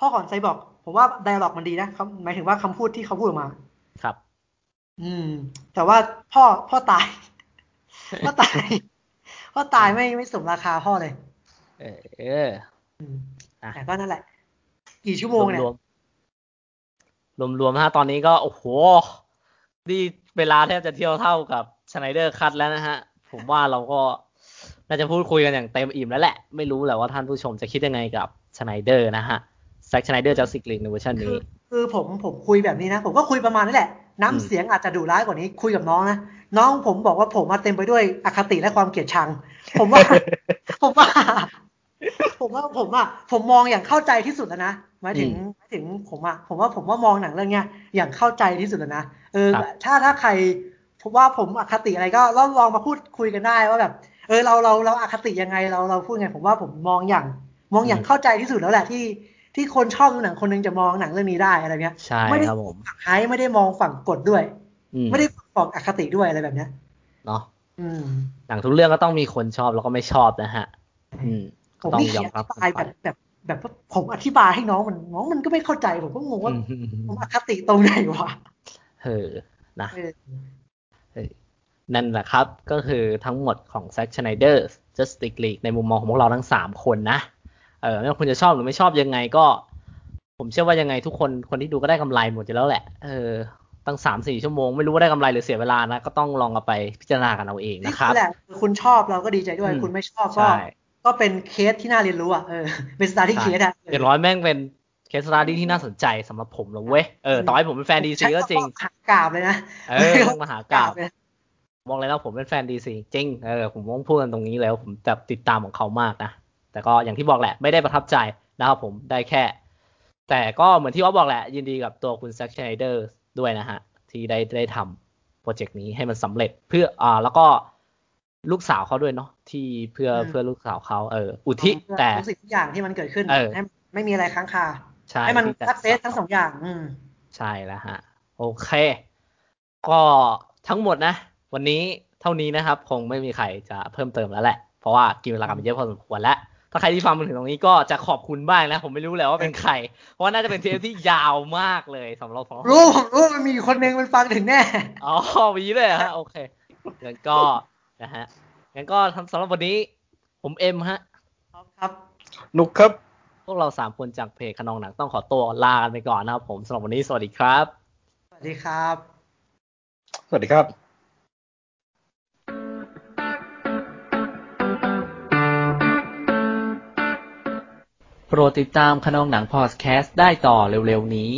พ่อของไซบอร์กผมว่าไดอะล็อกมันดีนะคำหมายถึงว่าคำพูดที่เขาพูดออกมา ครับ อืม แต่ว่าพ่อพ่อตาย พ่อตาย พ่อตายไม่ไม่สมราคาพ่อเลย เออเออ อืม อ่ะ แต่ก็นั่นแหละ กี่ชั่ว ร โมง วม เนี่ย รวมรวมรวมๆถ้าตอนนี้ก็ โอ้โหนี่เวลาแทบจะเที่ยวเท่ากับชไนเดอร์คัตแล้วนะฮะ ผมว่าเราก็น่าจะพูดคุยกันอย่างเต็มอิ่มแล้วแหละ ไม่รู้แหละว่าท่านผู้ชมจะคิดยังไงกับชไนเดอร์นะฮะแซคชไนเดอร์จากซิกลินในเวอร์ชัน คื นี้ อคือผมผมคุยแบบนี้นะ ผมก็คุยประมาณนี้แหละ น้ำ อืม เสียงอาจจะดุร้ายกว่านี้คุยกับน้องนะน้องผมบอกว่าผมมาเต็มไปด้วยอคติและความเกลียดชัง ผมว่า ผมว่า ผมว่าผมอะผมมองอย่างเข้าใจที่สุดแล้วนะหมายถึงหมายถึงผมอะผมว่าผมว่ามองหนังเรื่องเนี้ยอย่างเข้าใจที่สุดแล้วนะเออ ครับ ถ้าถ้าใครผมว่าผมอคติอะไรก็ลองลองมาพูดคุยกันได้ว่าแบบ เออเราเราเราอคติยังไงเราเราพูดไง ผมว่าผมมองอย่าง มองอย่างเข้าใจที่สุดแล้วแหละที่ ที่คนชอบดูหนังคนหนึงจะมองหนังเรื่องนี้ได้อะไรเงี้ย ใช่ ไม่ได้ ครับผม ม ฝั่งไฮป์ไม่ได้มองฝั่งกดด้วย อืม ไม่ได้ฝั่งอคติด้วยอะไรแบบเนี้ย เนาะ อืม หนังทุกเรื่องก็ต้องมีคนชอบแล้วก็ไม่ชอบนะฮะ อืม ผม ต้อง นี่ ย เขี อย ม นอ รับ ธิบายแบบแบบแบบว่าผมอธิบายให้น้องมันน้องมันก็ไม่เข้าใจผมก็งงว่า อืม ผมอคติตรงไหนวะ เออนะ เออ นั่นแหละครับ ก็คือทั้งหมดของแซ c ชไนเดอร์ Justice League ในมุมมองของพวกเราทั้ง 3 คนนะ เออไม่ว่าคุณจะชอบหรือไม่ชอบยังไงก็ ผมเชื่อว่ายังไงทุกคนคนที่ดูก็ได้กำไรหมดอยู่แล้วแหละ เออ ตั้ง 3 4 ชั่วโมง ไม่รู้ว่าได้กำไรหรือเสียเวลานะ ก็ต้องลองเอาไปพิจารณากันเอาเอง นี่ นะค คื รับ อแหละคุณชอบเราก็ดีใจด้วย อืม คุณไม่ชอบก็ ใช่ ก็เป็นเคสที่น่าเรียนรู้อ่ะเออเป็นสตาร์ที่เคสอ่ะ อย่างร้อยแม่งเป็นเคสตาดี้ที่น่าสนใจสำหรับผมเลยเว้ย เออต่อให้ผมเป็นแฟนดีซีก็จริง หักกราบเลยนะ เออต้องมหากาบ เลยนะ มองเลยนะผมเป็นแฟนดีซีจริงเออผมต้องพูดกันตรงนี้แล้วาผมจะติดตามของเขามากนะ แต่ก็อย่างที่บอกแหละ ไม่ได้ประทับใจนะครับผมได้แค่ แต่ก็เหมือนที่อ๊อฟบอกแหละ ยินดีกับตัวคุณแซคชไนเดอร์ด้วยนะฮะ ที่ได้ได้ทำโปรเจกต์นี้ให้มันสำเร็จเพื่ออ่าแล้วก็ลูกสาวเขาด้วยเนาะที่เพื่อ อืม เพื่อลูกสาวเขาเออ อุทิ เพื่อ แต่ ทุกสิ่งทุกอย่างที่มันเกิดขึ้น เออ ให้ไม่มีอะไรค้างคา ใช่ ให้มัน ที่แต่ สักเซสทั้งสองอย่าง อืม ใช่แล้วฮะ โอเค ก็ทั้งหมดนะ วันนี้เท่านี้นะครับ คงไม่มีใครจะเพิ่มเติมแล้วแหละ เพราะว่ากินเวลากันไปเยอะพอสมควรแล้ว ถ้าใครที่ฟังมาถึงตรงนี้ก็จะขอบคุณบ้างนะ ผมไม่รู้แหล้วว่าเป็นใคร เพราะว่าน่าจะเป็นเทปที่ยาวมากเลยสำหรับ ของ รู้ผมรู้มันมีอยู่คนหนึงมันฟังถึงแน่ อ๋อมีด้วยเหรอฮะ โอเคงั้นก็นะฮะงั้นก็สำหรับวันนี้ ผมเอ็มฮะ ครับ นุกครับ พวกเราสามคนจากเพจขนองหนังต้องขอตัวลากันไปก่อนนะครับผมสำหรับวันนี้สวัสดีครับ สวัสดีครับ สวัสดีครับ โปรดติดตามขนองหนังพอดแคสต์ได้ต่อเร็วๆนี้